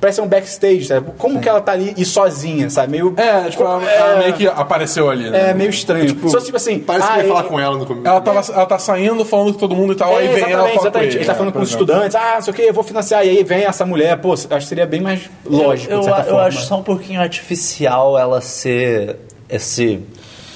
Speaker 4: Parece ser um backstage, sabe? Como que ela tá ali e sozinha, sabe? Meio.
Speaker 2: É, tipo, ela, ela meio que apareceu ali, né?
Speaker 4: É meio estranho. Só tipo assim.
Speaker 5: Parece que eu
Speaker 4: ah,
Speaker 5: ia falar
Speaker 4: é-
Speaker 5: com ela no começo.
Speaker 2: Ela, tava, ela tá saindo, falando com todo mundo e tal, aí
Speaker 4: É,
Speaker 2: vem ela
Speaker 4: exatamente,
Speaker 2: falar com
Speaker 4: exatamente. Ele tá
Speaker 2: é,
Speaker 4: falando com
Speaker 2: por
Speaker 4: os
Speaker 2: exemplo.
Speaker 4: estudantes, ah, não sei o que, eu vou financiar. E aí vem essa mulher, pô, acho que seria bem mais lógico,
Speaker 1: eu,
Speaker 4: de
Speaker 1: eu, eu
Speaker 4: certa forma.
Speaker 1: acho só um pouquinho artificial ela ser esse,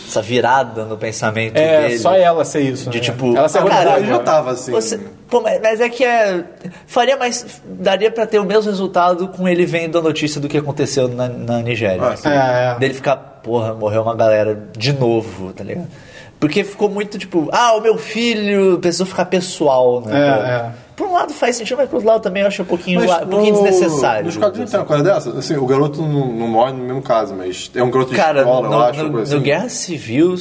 Speaker 1: essa virada no pensamento
Speaker 4: é,
Speaker 1: dele.
Speaker 4: só ela ser isso.
Speaker 1: De
Speaker 4: né?
Speaker 1: tipo,
Speaker 4: Ela ser
Speaker 1: ah, cara,
Speaker 5: ele já tava assim.
Speaker 1: Você- pô, mas mas é que é. Faria mais. Daria pra ter o mesmo resultado com ele vendo a notícia do que aconteceu na, na Nigéria.
Speaker 5: Ah, sim.
Speaker 4: É, é.
Speaker 1: Dele ficar, porra, morreu uma galera de novo, tá ligado? Porque ficou muito tipo, ah, o meu filho precisou ficar pessoal, né?
Speaker 4: É,
Speaker 1: pô?
Speaker 4: é.
Speaker 1: Por um lado faz sentido, mas por outro lado também eu acho um pouquinho,
Speaker 5: Mas
Speaker 1: um pouquinho
Speaker 5: no-
Speaker 1: desnecessário.
Speaker 5: Nos quadrinhos tem uma coisa dessa? Assim, o garoto não, não morre no mesmo caso, mas é um garoto de
Speaker 1: Cara,
Speaker 5: escola, eu
Speaker 1: no,
Speaker 5: acho.
Speaker 1: no-
Speaker 5: coisa
Speaker 1: no
Speaker 5: assim.
Speaker 1: Guerra Civil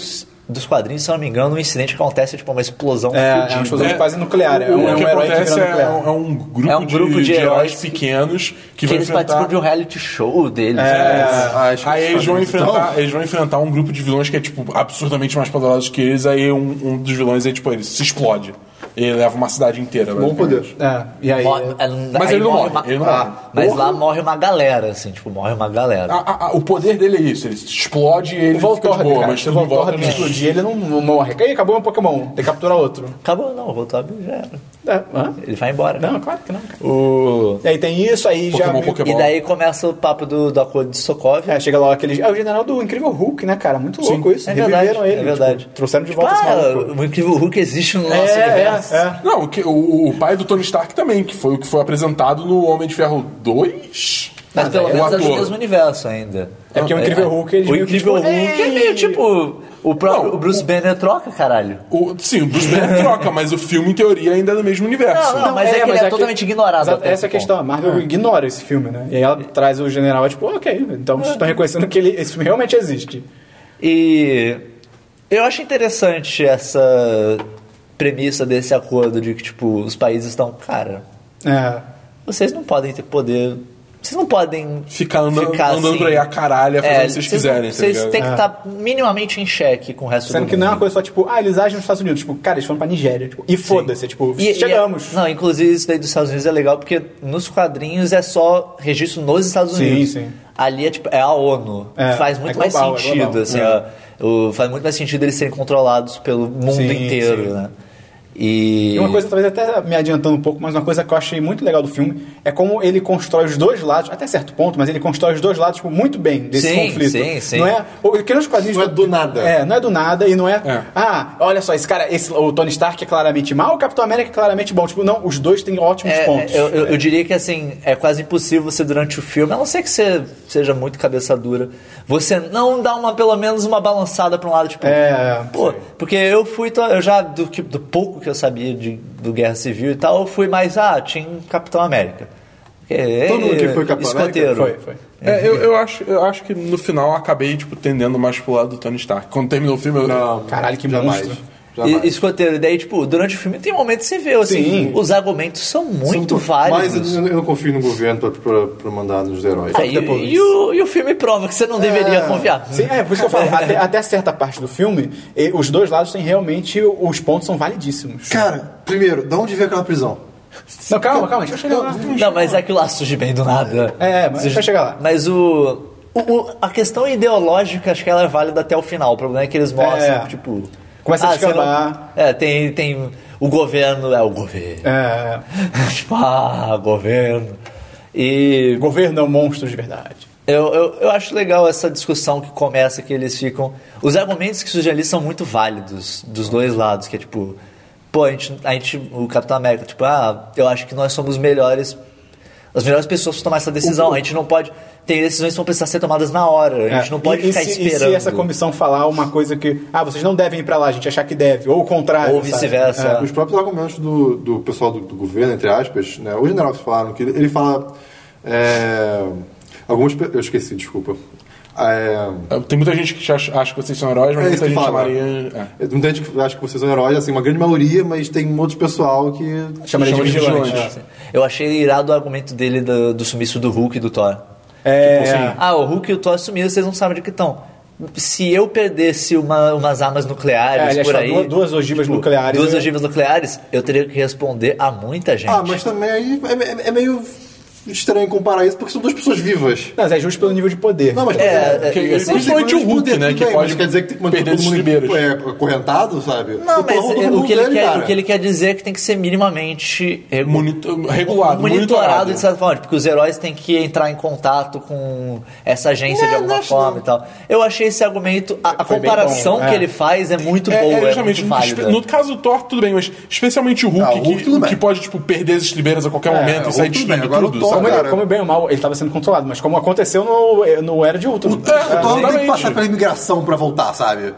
Speaker 1: dos quadrinhos, se eu não me engano, um incidente que acontece, tipo, uma explosão
Speaker 4: É, é uma
Speaker 1: fudida.
Speaker 5: um
Speaker 4: explosão de quase nuclear. É um,
Speaker 2: o
Speaker 4: é um
Speaker 2: que
Speaker 4: herói que
Speaker 2: acontece
Speaker 4: vira
Speaker 2: é,
Speaker 4: nuclear.
Speaker 2: um, é um grupo,
Speaker 1: É um grupo
Speaker 2: de,
Speaker 1: de
Speaker 2: heróis
Speaker 1: heróis
Speaker 2: pequenos que,
Speaker 1: Que,
Speaker 2: vão
Speaker 1: eles participam
Speaker 2: enfrentar...
Speaker 1: de um reality show deles.
Speaker 5: É,
Speaker 1: né?
Speaker 5: acho que
Speaker 2: Aí eles vão,
Speaker 5: Então,
Speaker 2: enfrentar, eles vão enfrentar um grupo de vilões que é, tipo, absurdamente mais poderoso que eles. Aí um, um dos vilões, é, tipo, ele se explode. Ele leva uma cidade inteira.
Speaker 5: Bom poder.
Speaker 4: É, e aí...
Speaker 1: Morre- é,
Speaker 2: Mas
Speaker 1: aí
Speaker 2: ele não morre,
Speaker 1: uma-
Speaker 2: ele não
Speaker 1: Ah,
Speaker 2: morre.
Speaker 1: Mas
Speaker 5: Porra.
Speaker 1: lá morre uma galera, assim, tipo, morre uma galera.
Speaker 2: A- a- a- o poder dele é isso. Ele se explode e ele fica
Speaker 4: O
Speaker 2: de
Speaker 4: Voltorb,
Speaker 2: boa.
Speaker 4: cara,
Speaker 2: mas
Speaker 4: se o
Speaker 2: tudo em volta...
Speaker 4: Voltorb
Speaker 2: ele-
Speaker 4: explodir, ele não, não morre. Aí acabou um Pokémon, tem que capturar outro.
Speaker 1: Acabou, não, o Voltob já era.
Speaker 4: É, hã?
Speaker 1: Ele vai embora. né?
Speaker 4: Não, claro que não, cara.
Speaker 1: O-
Speaker 4: E aí tem isso, aí já...
Speaker 2: Pokémon, Pokémon.
Speaker 1: E daí começa o papo do, do acordo de Sokovia.
Speaker 4: É, chega lá aquele... É o general do Incrível Hulk, né, cara? Muito louco isso.
Speaker 1: É verdade,
Speaker 4: Reviveram ele.
Speaker 1: é verdade.
Speaker 4: tipo, trouxeram de
Speaker 1: Tipo,
Speaker 4: volta esse
Speaker 1: ah,
Speaker 4: maluco.
Speaker 1: o incrível Hulk existe no nosso
Speaker 4: é, é,
Speaker 1: universo.
Speaker 4: é.
Speaker 2: Não, o, que- o- o pai do Tony Stark também, que foi o que foi apresentado no Homem de Ferro 2.
Speaker 1: Mas pelo
Speaker 2: o
Speaker 1: menos é do
Speaker 2: ator.
Speaker 1: mesmo universo ainda.
Speaker 4: É porque o Incrível Hulk, eles
Speaker 1: O
Speaker 4: meio que,
Speaker 1: Incrível
Speaker 4: tipo,
Speaker 1: Hulk é meio tipo. O próprio
Speaker 2: Não,
Speaker 1: o Bruce Banner troca, caralho.
Speaker 2: O- sim, o Bruce Banner troca, mas o filme, em teoria, ainda é do mesmo universo.
Speaker 1: Não, não. mas é que ele é totalmente ignorado
Speaker 4: Exato,
Speaker 1: até
Speaker 4: essa é a
Speaker 1: esse
Speaker 4: questão. A Marvel ignora esse filme, né? E aí ela traz o general, tipo, ok, então vocês estão reconhecendo que ele- esse filme realmente existe.
Speaker 1: E eu acho interessante essa premissa desse acordo de que, tipo, os países estão, cara,
Speaker 4: É.
Speaker 1: vocês não podem ter poder. Vocês não podem
Speaker 2: Ficar andando- andando
Speaker 1: assim.
Speaker 2: por aí a caralho, fazendo o que vocês
Speaker 1: não-
Speaker 2: quiserem, tá
Speaker 1: Vocês
Speaker 2: ligado?
Speaker 1: têm que
Speaker 4: É.
Speaker 1: estar minimamente em xeque com o resto
Speaker 4: Sendo
Speaker 1: do
Speaker 4: que não é uma
Speaker 1: mundo.
Speaker 4: coisa só, tipo, ah, eles agem nos Estados Unidos. Tipo, cara, eles foram pra Nigéria. Tipo, e foda-se, tipo,
Speaker 1: E- é e-
Speaker 4: chegamos.
Speaker 1: não, inclusive isso daí dos Estados Unidos é legal porque nos quadrinhos é só registro nos Estados
Speaker 4: Sim,
Speaker 1: Unidos.
Speaker 4: sim.
Speaker 1: Ali é tipo, é a ONU.
Speaker 4: É,
Speaker 1: faz muito
Speaker 4: é
Speaker 1: mais
Speaker 4: global, é
Speaker 1: sentido,
Speaker 4: global.
Speaker 1: assim,
Speaker 4: É.
Speaker 1: ó, o- faz muito mais sentido eles serem controlados pelo mundo
Speaker 4: Sim,
Speaker 1: inteiro,
Speaker 4: sim.
Speaker 1: né? E.
Speaker 4: E uma coisa, talvez até me adiantando um pouco, mas uma coisa que eu achei muito legal do filme é como ele constrói os dois lados, até certo ponto, mas ele constrói os dois lados tipo, muito bem desse
Speaker 1: Sim,
Speaker 4: conflito.
Speaker 1: sim, sim.
Speaker 4: Não é, o que nos quadrinhos
Speaker 5: Não é do nada.
Speaker 4: É, não é do nada e não é,
Speaker 2: É.
Speaker 4: ah, olha só, esse cara, esse, o Tony Stark é claramente mal, o Capitão América é claramente bom. Tipo, não, os dois têm ótimos
Speaker 1: É,
Speaker 4: pontos.
Speaker 1: Eu, eu- eu diria que assim, é quase impossível você durante o filme, a não ser que você seja muito cabeça dura, você não dá uma, pelo menos, uma balançada pra um lado, tipo.
Speaker 4: É,
Speaker 1: Pô, porque eu fui, to- eu já, do, que- do pouco que eu sabia de, do Guerra Civil e tal, eu fui mais, ah, tinha um Capitão América. Porque
Speaker 5: Todo mundo que
Speaker 1: ele-
Speaker 5: foi Capitão
Speaker 1: escoteiro.
Speaker 4: Foi, foi.
Speaker 2: É, eu, eu acho, eu acho que no final eu acabei, tipo, tendendo mais pro lado do Tony Stark. Quando terminou o filme, eu.
Speaker 4: Caralho, que
Speaker 5: jamais.
Speaker 4: monstro.
Speaker 5: Jamais.
Speaker 1: E, escoteiro. E daí, tipo, durante o filme tem um momento que você vê, assim,
Speaker 4: Sim.
Speaker 1: os argumentos são muito
Speaker 5: São-
Speaker 1: válidos.
Speaker 5: Mas eu, eu não confio no governo pra, pra, pra mandar nos heróis.
Speaker 1: Ah, e, e o, e o filme prova que você não deveria confiar.
Speaker 4: Sim, é, por isso que eu falo, até, até certa parte do filme, e- os dois lados têm realmente, os pontos são validíssimos.
Speaker 5: Cara, primeiro, da onde veio aquela prisão?
Speaker 4: Não, calma, calma, deixa eu chegar lá.
Speaker 1: Não, mas aquilo lá surge bem do nada.
Speaker 4: É, mas
Speaker 1: Surge-
Speaker 4: vai chegar lá.
Speaker 1: Mas o, o- o- A questão ideológica, acho que ela é válida até o final. O problema é que eles mostram,
Speaker 4: É.
Speaker 1: tipo.
Speaker 4: Começa a
Speaker 1: você não-
Speaker 4: descambar.
Speaker 1: É, tem, tem. O governo é o governo.
Speaker 4: É,
Speaker 1: tipo, ah, governo. E
Speaker 4: governo é um monstro de verdade.
Speaker 1: eu, eu, eu acho legal essa discussão que começa, que eles ficam. Os argumentos que surgem ali são muito válidos dos dois lados, que é tipo, pô, a gente, a gente- o Capitão América, tipo, ah, eu acho que nós somos melhores, as melhores pessoas para tomar essa decisão. A gente não pode. Tem decisões que vão precisar ser tomadas na hora, a gente
Speaker 4: É,
Speaker 1: não pode
Speaker 4: e- e
Speaker 1: ficar
Speaker 4: se-
Speaker 1: esperando.
Speaker 4: E se essa comissão falar uma coisa que, ah, vocês não devem ir pra lá, a gente achar que deve, ou o contrário.
Speaker 1: Ou
Speaker 4: sabe?
Speaker 1: vice-versa.
Speaker 5: é, Os próprios argumentos do, do pessoal do, do governo, entre aspas, né? O general falaram que ele, ele fala. É, algumas. pe- Eu esqueci, desculpa. É,
Speaker 2: Tem muita gente que acha, acha que vocês são heróis, mas
Speaker 5: É isso
Speaker 2: muita
Speaker 5: que
Speaker 2: gente
Speaker 5: fala.
Speaker 2: chamaria. é.
Speaker 5: Muita gente que acha que vocês são heróis, assim, uma grande maioria, mas tem um outro pessoal que.
Speaker 4: Chamaria
Speaker 2: Chama
Speaker 4: de
Speaker 2: de
Speaker 4: vigilante. né?
Speaker 2: vigilante.
Speaker 1: Eu achei irado o argumento dele do, do sumiço do Hulk e do Thor.
Speaker 4: É,
Speaker 1: Tipo
Speaker 4: é.
Speaker 1: assim, ah, o Hulk e o Thor sumiram, vocês não sabem de que estão. Se eu perdesse uma- umas armas
Speaker 4: É,
Speaker 1: nucleares
Speaker 4: ele
Speaker 1: por
Speaker 4: achou
Speaker 1: aí.
Speaker 4: duas- duas ogivas nucleares,
Speaker 1: Tipo, Duas
Speaker 4: né?
Speaker 1: ogivas nucleares, eu teria que responder a muita gente.
Speaker 5: Ah, mas também aí é, é- é meio estranho comparar isso, porque são duas pessoas vivas.
Speaker 4: Não, mas é justo pelo nível de poder.
Speaker 5: Não, mas.
Speaker 1: É, é,
Speaker 5: porque-
Speaker 1: é,
Speaker 5: porque-
Speaker 2: principalmente o Hulk,
Speaker 5: tudo
Speaker 2: né,
Speaker 5: bem,
Speaker 2: que
Speaker 5: mas
Speaker 2: pode
Speaker 5: quer dizer que tem que manter
Speaker 2: perder
Speaker 5: todo mundo
Speaker 2: esses
Speaker 5: é, acorrentado, sabe?
Speaker 1: Não,
Speaker 5: Então,
Speaker 1: mas
Speaker 5: todo
Speaker 1: é, o,
Speaker 5: mundo
Speaker 1: que ele
Speaker 5: dele,
Speaker 1: quer,
Speaker 5: cara.
Speaker 1: o que ele quer dizer é que tem que ser minimamente regu-
Speaker 2: Monitor- regulado, monitorado.
Speaker 1: de certa forma, porque os heróis têm que entrar em contato com essa agência
Speaker 5: Não,
Speaker 1: de alguma
Speaker 5: não acho
Speaker 1: forma e tal. Eu achei esse argumento, a, a
Speaker 4: Foi bem
Speaker 1: comparação
Speaker 4: bom,
Speaker 1: que
Speaker 4: é.
Speaker 1: ele faz é muito
Speaker 2: É,
Speaker 1: boa,
Speaker 2: é,
Speaker 1: é,
Speaker 2: justamente,
Speaker 1: muito válida.
Speaker 2: espe- no caso do Thor, tudo bem, mas especialmente o Hulk,
Speaker 5: Ah, o Hulk,
Speaker 2: que-
Speaker 5: tudo
Speaker 2: que,
Speaker 5: bem. É,
Speaker 2: pode, tipo, perder as estribeiras a qualquer momento
Speaker 5: o
Speaker 2: e sair
Speaker 5: Hulk, tudo bem.
Speaker 2: destruindo
Speaker 5: Agora o
Speaker 2: tudo, sabe?
Speaker 5: Thor, é
Speaker 4: como, ele-
Speaker 5: cara.
Speaker 4: como bem ou mal, ele estava sendo controlado, mas como aconteceu no, no Era de Ultron.
Speaker 5: O Thor não tem que
Speaker 2: Exatamente.
Speaker 5: passar pela imigração pra voltar, sabe?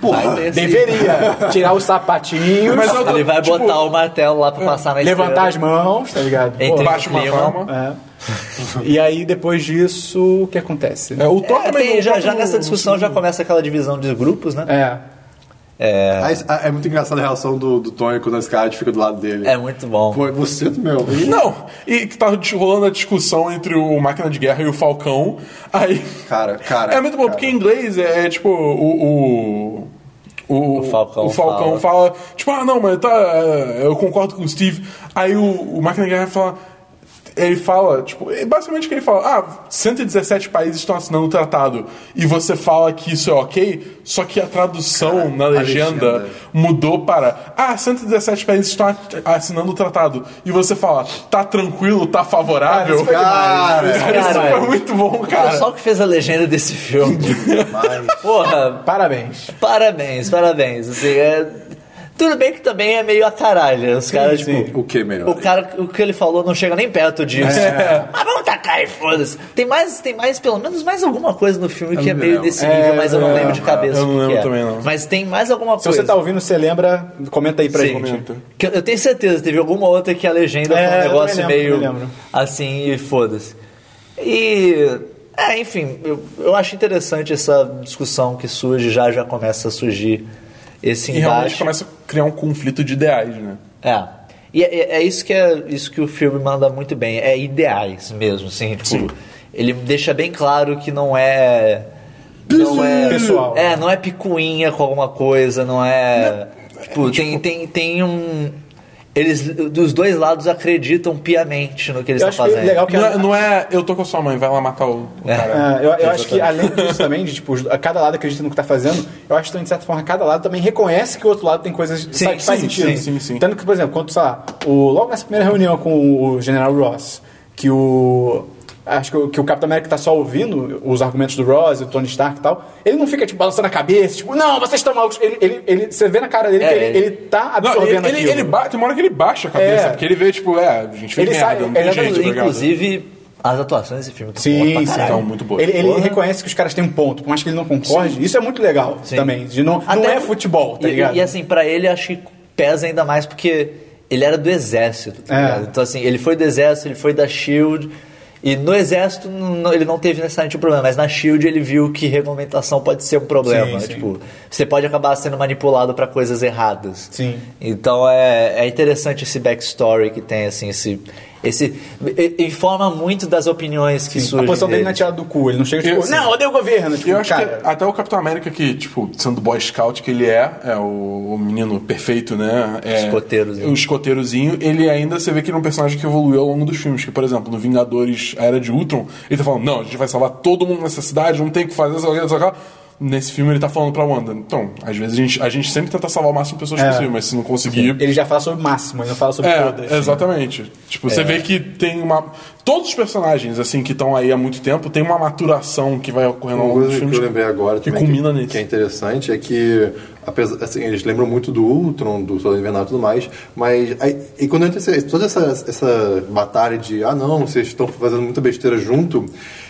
Speaker 5: Porra.
Speaker 1: Aí tem-
Speaker 4: Deveria tirar os sapatinhos,
Speaker 2: Mas eu tô-
Speaker 1: Ele vai
Speaker 2: tipo,
Speaker 1: botar o martelo lá pra passar na estrela.
Speaker 4: levantar as mãos, tá ligado?
Speaker 1: Entre-
Speaker 4: Pô,
Speaker 2: Baixa uma
Speaker 1: clima.
Speaker 2: palma.
Speaker 5: né?
Speaker 4: é. E aí, depois disso, o que acontece?
Speaker 2: É, o Thor
Speaker 1: É,
Speaker 2: também.
Speaker 1: tem-
Speaker 2: o
Speaker 1: já,
Speaker 2: Thor
Speaker 1: já
Speaker 2: não-
Speaker 1: nessa discussão já começa aquela divisão de grupos, né?
Speaker 4: É.
Speaker 5: Ah, isso- ah, É muito engraçada a relação do, do Tony quando a Scarlet fica do lado dele.
Speaker 1: É, muito bom.
Speaker 5: Pô, é você do meu.
Speaker 2: Não, e que tá rolando a discussão entre o Máquina de Guerra e o Falcão. Aí.
Speaker 5: Cara, cara.
Speaker 2: É muito bom,
Speaker 5: cara.
Speaker 2: porque em inglês é, é, tipo o. o... O,
Speaker 1: O Falcão
Speaker 2: o Falcão fala. tipo, ah, não, mas tá, é, eu concordo com o Steve. Aí o, o Máquina de Guerra fala, ele fala, tipo, é basicamente o que ele fala, ah, 117 países estão assinando o tratado, e você fala que isso é ok, só que a tradução na legenda,
Speaker 5: legenda.
Speaker 2: mudou para, ah, 117 países estão at- assinando o tratado, e você fala, tá tranquilo, tá favorável.
Speaker 1: é
Speaker 5: Cara,
Speaker 2: Cara, isso
Speaker 1: Caralho.
Speaker 2: foi muito bom,
Speaker 1: O
Speaker 2: cara.
Speaker 1: pessoal que fez a legenda desse filme. Porra,
Speaker 4: Parabéns.
Speaker 1: parabéns, parabéns. Assim, é- Tudo bem que também é meio a caralho. Os caras, tipo.
Speaker 5: o que é melhor?
Speaker 2: É.
Speaker 1: O cara, o que ele falou não chega nem perto disso. Mas Ah, vamos tacar cara e foda-se. Tem mais, tem mais, pelo menos mais alguma coisa no filme que é
Speaker 2: não
Speaker 1: meio
Speaker 2: lembro.
Speaker 1: desse nível, mas eu não
Speaker 2: é,
Speaker 1: lembro de cabeça.
Speaker 2: eu
Speaker 1: o
Speaker 2: não
Speaker 1: que
Speaker 2: lembro
Speaker 1: que é.
Speaker 2: também, não.
Speaker 1: Mas tem mais alguma
Speaker 4: Se
Speaker 1: coisa.
Speaker 4: você tá ouvindo, você lembra, comenta aí pra
Speaker 1: Sim.
Speaker 4: gente.
Speaker 2: Comenta.
Speaker 1: Que eu- eu tenho certeza, teve alguma outra que a legenda
Speaker 4: É,
Speaker 1: foi um
Speaker 4: eu
Speaker 1: negócio
Speaker 4: também lembro, também
Speaker 1: meio
Speaker 4: lembro.
Speaker 1: assim e foda-se. E. É, enfim, eu, eu acho interessante essa discussão que surge, já já começa a surgir esse
Speaker 2: E realmente
Speaker 1: embate.
Speaker 2: começa a criar um conflito de ideais, né?
Speaker 1: É. E é, é- é isso que é isso que o filme manda muito bem, é ideais mesmo, assim, tipo, ele deixa bem claro que não é não é
Speaker 4: Pessoal.
Speaker 1: É, não é picuinha com alguma coisa, não é, tipo, tem tem tem um eles dos dois lados acreditam piamente no que eles
Speaker 4: Eu
Speaker 1: estão
Speaker 4: acho que
Speaker 1: tá fazendo.
Speaker 4: legal que
Speaker 2: Não
Speaker 4: a-
Speaker 2: é, não é eu tô com a sua mãe, vai lá matar o, o
Speaker 1: É.
Speaker 2: cara.
Speaker 4: É, eu, eu acho que além disso também, de tipo, os- cada lado acredita no que tá fazendo, eu acho que de certa forma cada lado também reconhece que o outro lado tem coisas sabe, que faz
Speaker 2: sim,
Speaker 4: sentido.
Speaker 2: sim, sim, sim.
Speaker 4: Tanto que, por exemplo, quando, sei lá, o, logo nessa primeira reunião com o General Ross, que o. Acho que o, que o Capitão América tá só ouvindo os argumentos do Ross, do Tony Stark e tal. Ele não fica, tipo, balançando a cabeça, tipo, não, vocês estão malucos. Ele, ele, ele- você vê na cara dele
Speaker 1: É,
Speaker 4: que ele,
Speaker 1: ele-
Speaker 4: ele tá
Speaker 2: Não,
Speaker 4: absorvendo
Speaker 2: ele, ele,
Speaker 4: aquilo.
Speaker 2: ele ba- tem uma hora que ele baixa a cabeça,
Speaker 4: É.
Speaker 2: porque ele vê, tipo, é, a gente fez
Speaker 4: Ele
Speaker 2: merda,
Speaker 4: sabe,
Speaker 2: não tem
Speaker 4: ele-
Speaker 2: jeito, tá ligado?
Speaker 1: Inclusive as atuações desse filme estão boas pra
Speaker 4: Sim, sim.
Speaker 1: caralho.
Speaker 2: Então, muito boa.
Speaker 4: Ele, ele
Speaker 1: Porra.
Speaker 4: reconhece que os caras têm um ponto, por mais que ele não concorde. Isso é muito legal
Speaker 1: Sim.
Speaker 4: também. De não, não
Speaker 1: Até-
Speaker 4: é futebol, tá
Speaker 1: e,
Speaker 4: ligado?
Speaker 1: E assim, pra ele acho que pesa ainda mais porque ele era do exército, tá
Speaker 4: É.
Speaker 1: ligado? Então assim, ele foi do exército, ele foi da SHIELD e no exército não- ele não teve necessariamente um problema, mas na SHIELD ele viu que regulamentação pode ser um problema,
Speaker 4: Sim, sim.
Speaker 1: tipo, você pode acabar sendo manipulado pra coisas erradas.
Speaker 4: Sim.
Speaker 1: Então é, é interessante esse backstory que tem assim, esse esse e- e- informa muito das opiniões que
Speaker 4: A
Speaker 1: surgem.
Speaker 4: posição dele não é
Speaker 1: deles.
Speaker 4: tirada do cu, ele não chega tipo,
Speaker 2: Eu-
Speaker 4: não, odeio o governo. Tipo,
Speaker 2: E eu acho
Speaker 4: cara,
Speaker 2: que até o Capitão América, que, tipo, sendo boy scout que ele é, é o, o menino perfeito, né? É,
Speaker 1: Escoteirozinho.
Speaker 2: O escoteirozinho, ele ainda, você vê que ele é um personagem que evoluiu ao longo dos filmes. Que, por exemplo, no Vingadores, a Era de Ultron, ele tá falando, não, a gente vai salvar todo mundo nessa cidade, não tem o que fazer, essa aquela, aquela. Nesse filme ele tá falando pra Wanda. Então, às vezes a gente, a gente sempre tenta salvar o máximo de pessoas
Speaker 4: É.
Speaker 2: possível, mas se não conseguir,
Speaker 4: ele já fala sobre o máximo, ele não fala sobre todas.
Speaker 2: é, exatamente. Tipo,
Speaker 4: É.
Speaker 2: você vê que tem uma. Todos os personagens, assim, que estão aí há muito tempo, tem uma maturação que vai ocorrendo ao
Speaker 5: Uma
Speaker 2: longo dos
Speaker 5: coisa que
Speaker 2: filmes.
Speaker 5: eu lembrei agora
Speaker 2: um que
Speaker 5: também,
Speaker 2: culmina
Speaker 5: que,
Speaker 2: nisso.
Speaker 5: que é interessante, é que apesar, assim, eles lembram muito do Ultron, do Soldado Invernal e tudo mais, mas aí, e quando entra esse- toda essa, essa batalha de ah não, vocês estão fazendo muita besteira junto,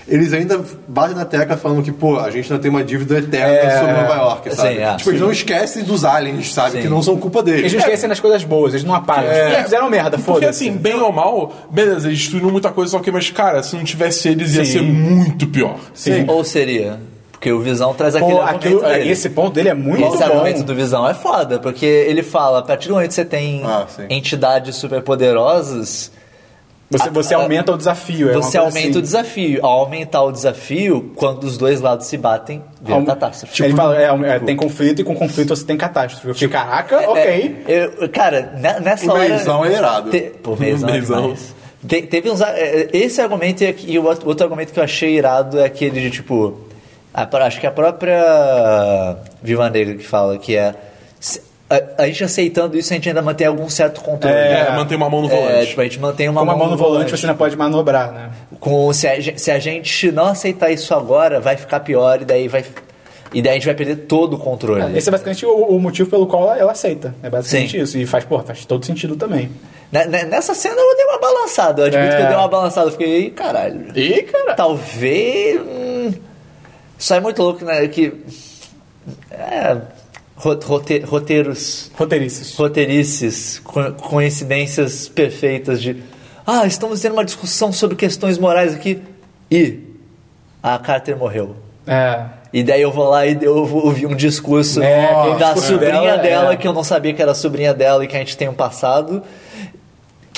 Speaker 5: eles ainda batem na tecla falando que, pô, a gente ainda tem uma dívida eterna sobre Nova York, sabe?
Speaker 1: Sim, é.
Speaker 5: tipo, eles não esquecem dos aliens, sabe?
Speaker 1: Sim.
Speaker 5: Que não são culpa deles. É,
Speaker 4: Eles não esquecem das coisas boas, eles não apagam. Eles fizeram
Speaker 5: tá
Speaker 4: merda,
Speaker 2: É. Porque
Speaker 4: foda-se.
Speaker 5: né?
Speaker 2: assim, bem ou mal, beleza, eles destruíram muita coisa, só que, mas, cara, se não tivesse eles, ia ser muito pior.
Speaker 4: Sim.
Speaker 1: Ou seria? Porque o Visão traz aquele
Speaker 4: Pô,
Speaker 1: argumento
Speaker 4: aquilo-
Speaker 1: dele.
Speaker 4: esse ponto dele é muito
Speaker 1: Esse
Speaker 4: bom.
Speaker 1: argumento do Visão é foda, porque ele fala, a partir do momento que você tem
Speaker 5: Ah, sim.
Speaker 1: entidades superpoderosas,
Speaker 4: Você, você
Speaker 1: a-
Speaker 4: aumenta o desafio. é uma
Speaker 1: Ah, você
Speaker 4: coisa
Speaker 1: aumenta
Speaker 4: assim.
Speaker 1: o desafio. Ao aumentar o desafio, quando os dois lados se batem, vira
Speaker 4: Aum-
Speaker 1: é catástrofe. Tipo,
Speaker 4: ele fala, é, é, tem conflito e com conflito você tem catástrofe. Eu fiquei, caraca,
Speaker 1: É,
Speaker 4: ok.
Speaker 1: eu- cara, ne- nessa
Speaker 5: O
Speaker 1: hora...
Speaker 5: Meizão é irado.
Speaker 1: Te, pô, Meizão é
Speaker 2: Meizão.
Speaker 1: demais. Te- teve uns... a- é, Esse argumento e, aqui- e o outro outro argumento que eu achei irado é aquele de, tipo... a pró- acho que a própria Viva Negra que fala que é... se- A, a gente aceitando isso, a gente ainda mantém algum certo controle.
Speaker 2: É,
Speaker 4: É.
Speaker 2: mantém uma mão no
Speaker 1: É,
Speaker 2: volante.
Speaker 1: tipo, a gente mantém uma
Speaker 4: Com uma
Speaker 1: mão,
Speaker 4: mão no volante você não pode manobrar, né?
Speaker 1: Com, se, a, gen- se a gente não aceitar isso agora, vai ficar pior e daí vai... E daí a gente vai perder todo o controle.
Speaker 4: Esse é basicamente o, o motivo pelo qual ela, ela aceita. É basicamente
Speaker 1: Sim.
Speaker 4: isso. E faz, porra, faz todo sentido também.
Speaker 1: Ne- ne- Né, Nessa cena eu dei uma balançada. Eu admito
Speaker 4: É.
Speaker 1: que eu dei uma balançada. Eu fiquei, "Ih, caralho.
Speaker 4: Ih, cara.
Speaker 1: Talvez. hum, Isso é muito louco, né? Que. É. ro- rote- Roteiros.
Speaker 4: Roteirices.
Speaker 1: Roteirices. co- Coincidências perfeitas de. Ah, estamos tendo uma discussão sobre questões morais aqui. E. A Carter morreu.
Speaker 4: É.
Speaker 1: E daí eu vou lá e eu vou ouvir um discurso
Speaker 4: É, aquele
Speaker 1: da
Speaker 4: discurso
Speaker 1: sobrinha dela,
Speaker 4: dela, é.
Speaker 1: que eu não sabia que era sobrinha dela e que a gente tem um passado.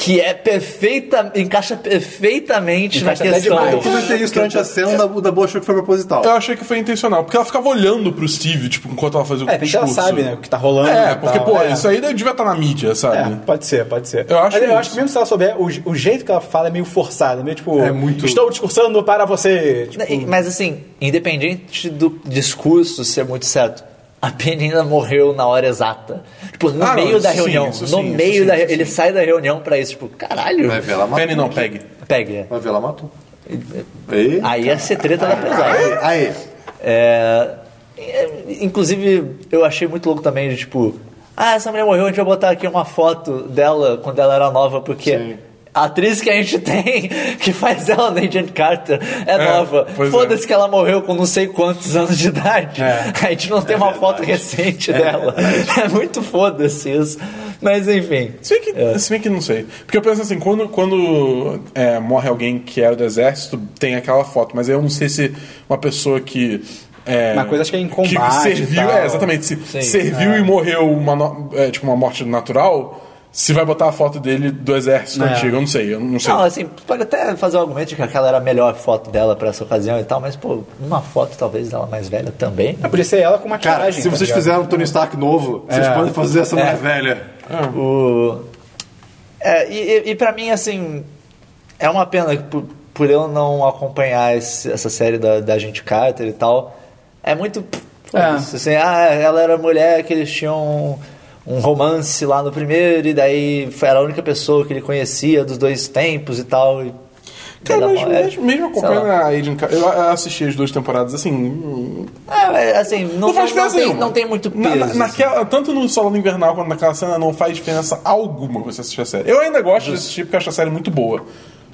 Speaker 1: Que é perfeita. encaixa perfeitamente
Speaker 4: Encaixa
Speaker 1: na
Speaker 4: até
Speaker 1: questão.
Speaker 4: demais.
Speaker 5: Eu comentei isso durante a cena da, da boa, achou que foi proposital.
Speaker 2: Eu achei que foi intencional, porque ela ficava olhando pro Steve, tipo, enquanto ela fazia o
Speaker 4: É, tem que
Speaker 2: discurso.
Speaker 4: ela sabe, né? O que tá rolando.
Speaker 2: É,
Speaker 4: e
Speaker 2: porque,
Speaker 4: tal.
Speaker 2: pô,
Speaker 4: É.
Speaker 2: isso aí devia estar na mídia,
Speaker 4: É,
Speaker 2: sabe?
Speaker 4: pode ser, pode ser.
Speaker 2: Eu acho
Speaker 4: Mas eu
Speaker 2: isso.
Speaker 4: acho que mesmo se ela souber, o, je- o jeito que ela fala é meio forçado, é meio tipo,
Speaker 5: É muito-
Speaker 4: estou discursando para você. Tipo,
Speaker 1: E- Mas assim, independente do discurso ser muito certo, a menina morreu na hora exata. Tipo, no
Speaker 2: Ah, não,
Speaker 1: meio
Speaker 2: isso
Speaker 1: da
Speaker 2: sim,
Speaker 1: reunião.
Speaker 2: isso
Speaker 1: no
Speaker 2: sim, isso
Speaker 1: meio
Speaker 2: sim,
Speaker 1: da.
Speaker 2: isso
Speaker 1: ele
Speaker 2: sim.
Speaker 1: sai da reunião pra isso, tipo, caralho.
Speaker 5: Vai ver ela
Speaker 2: Penny
Speaker 5: matou.
Speaker 2: não, pegue.
Speaker 1: Pega.
Speaker 5: Vai ver ela matou. Aí,
Speaker 1: Aí ia ser treta da pesada.
Speaker 5: aí.
Speaker 1: É, é, inclusive, eu achei muito louco também, de, tipo, ah, essa mulher morreu, a gente vai botar aqui uma foto dela quando ela era nova, porque A atriz que a gente tem, que faz ela na Agent Carter, é,
Speaker 2: É,
Speaker 1: nova.
Speaker 2: pois é.
Speaker 1: Foda-se que ela morreu com não sei quantos anos de idade.
Speaker 4: É.
Speaker 1: A gente não tem uma foto recente dela. É muito foda-se isso. Mas enfim.
Speaker 2: Se bem, que,
Speaker 4: É.
Speaker 2: se bem que não sei. Porque eu penso assim, quando, quando é, morre alguém que era do exército, tem aquela foto, mas eu não sei se uma pessoa que. É,
Speaker 4: Uma coisa acho que é em combate e
Speaker 2: serviu,
Speaker 4: tal. É.
Speaker 2: é, exatamente. Se
Speaker 1: Sim.
Speaker 2: serviu e morreu uma, no- é, tipo, uma morte natural, se vai botar a foto dele do exército
Speaker 4: É.
Speaker 2: antigo, eu não sei, eu não sei.
Speaker 1: Não, assim, pode até fazer o argumento de que aquela era a melhor foto dela pra essa ocasião e tal, mas, pô, uma foto talvez dela mais velha também. né?
Speaker 4: Ah, podia ser ela com uma
Speaker 5: Cara,
Speaker 4: maquiagem,
Speaker 5: se
Speaker 4: tá
Speaker 5: vocês
Speaker 4: ligado?
Speaker 5: fizeram um Tony Stark novo, vocês
Speaker 4: É.
Speaker 5: podem fazer essa mulher velha.
Speaker 2: Ah.
Speaker 1: O... É, e, e, e pra mim, assim, é uma pena que por, por eu não acompanhar esse- essa série da, da gente Carter e tal, é muito.
Speaker 4: É.
Speaker 1: isso, Assim, ah, ela era mulher que eles tinham um, um romance lá no primeiro, e daí foi- era a única pessoa que ele conhecia dos dois tempos e tal. E,
Speaker 2: Cara,
Speaker 1: Ela-
Speaker 2: Então, mas
Speaker 1: é,
Speaker 2: mesmo, mesmo
Speaker 1: sei lá.
Speaker 2: acompanhando né? a Agent Car- eu eu assisti as duas temporadas assim. hum,
Speaker 1: É, mas, assim, não,
Speaker 2: Não, faz
Speaker 1: não
Speaker 2: diferença
Speaker 1: tem,
Speaker 2: nenhuma.
Speaker 1: não tem muito peso.
Speaker 2: Na- na-
Speaker 1: assim.
Speaker 2: naquela, tanto no solo invernal quanto naquela cena, não faz diferença alguma você assistir a série. Eu ainda gosto de assistir porque eu acho a série muito boa.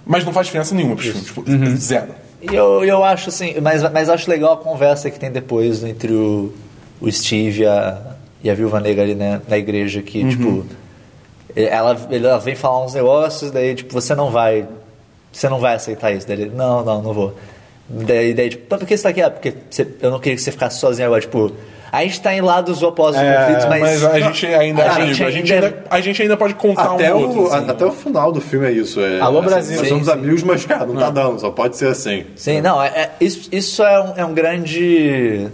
Speaker 2: Mas não faz diferença nenhuma pros filmes. Tipo,
Speaker 1: Uhum.
Speaker 2: zero.
Speaker 1: E eu, eu acho assim, mas, mas acho legal a conversa que tem depois entre o, o Steve e a, e a Viúva Negra ali né, na igreja, que,
Speaker 2: Uhum.
Speaker 1: tipo, ela, ela vem falar uns negócios, daí, tipo, você não vai, você não vai aceitar isso. Daí ele, não, não, não vou. Daí, daí tipo, "Mas por que você tá aqui? Ah, porque você- eu não queria que você ficasse sozinho agora, tipo... A gente tá em lados opostos do
Speaker 4: É,
Speaker 1: conflito, mas...
Speaker 2: Mas a gente ainda
Speaker 1: a
Speaker 2: é amigo.
Speaker 1: gente
Speaker 2: a, gente
Speaker 1: ainda-
Speaker 2: ainda, a gente ainda pode contar
Speaker 5: Até,
Speaker 2: um
Speaker 5: o,
Speaker 2: outro. assim.
Speaker 5: a- até o final do filme é isso. É,
Speaker 4: Alô,
Speaker 5: assim,
Speaker 4: Brasil.
Speaker 5: Nós
Speaker 4: Sim,
Speaker 5: somos amigos, mas, cara, não tá dando. Só pode ser assim.
Speaker 2: Né?
Speaker 1: Sim, não, é, é- isso, isso é, um, é um grande.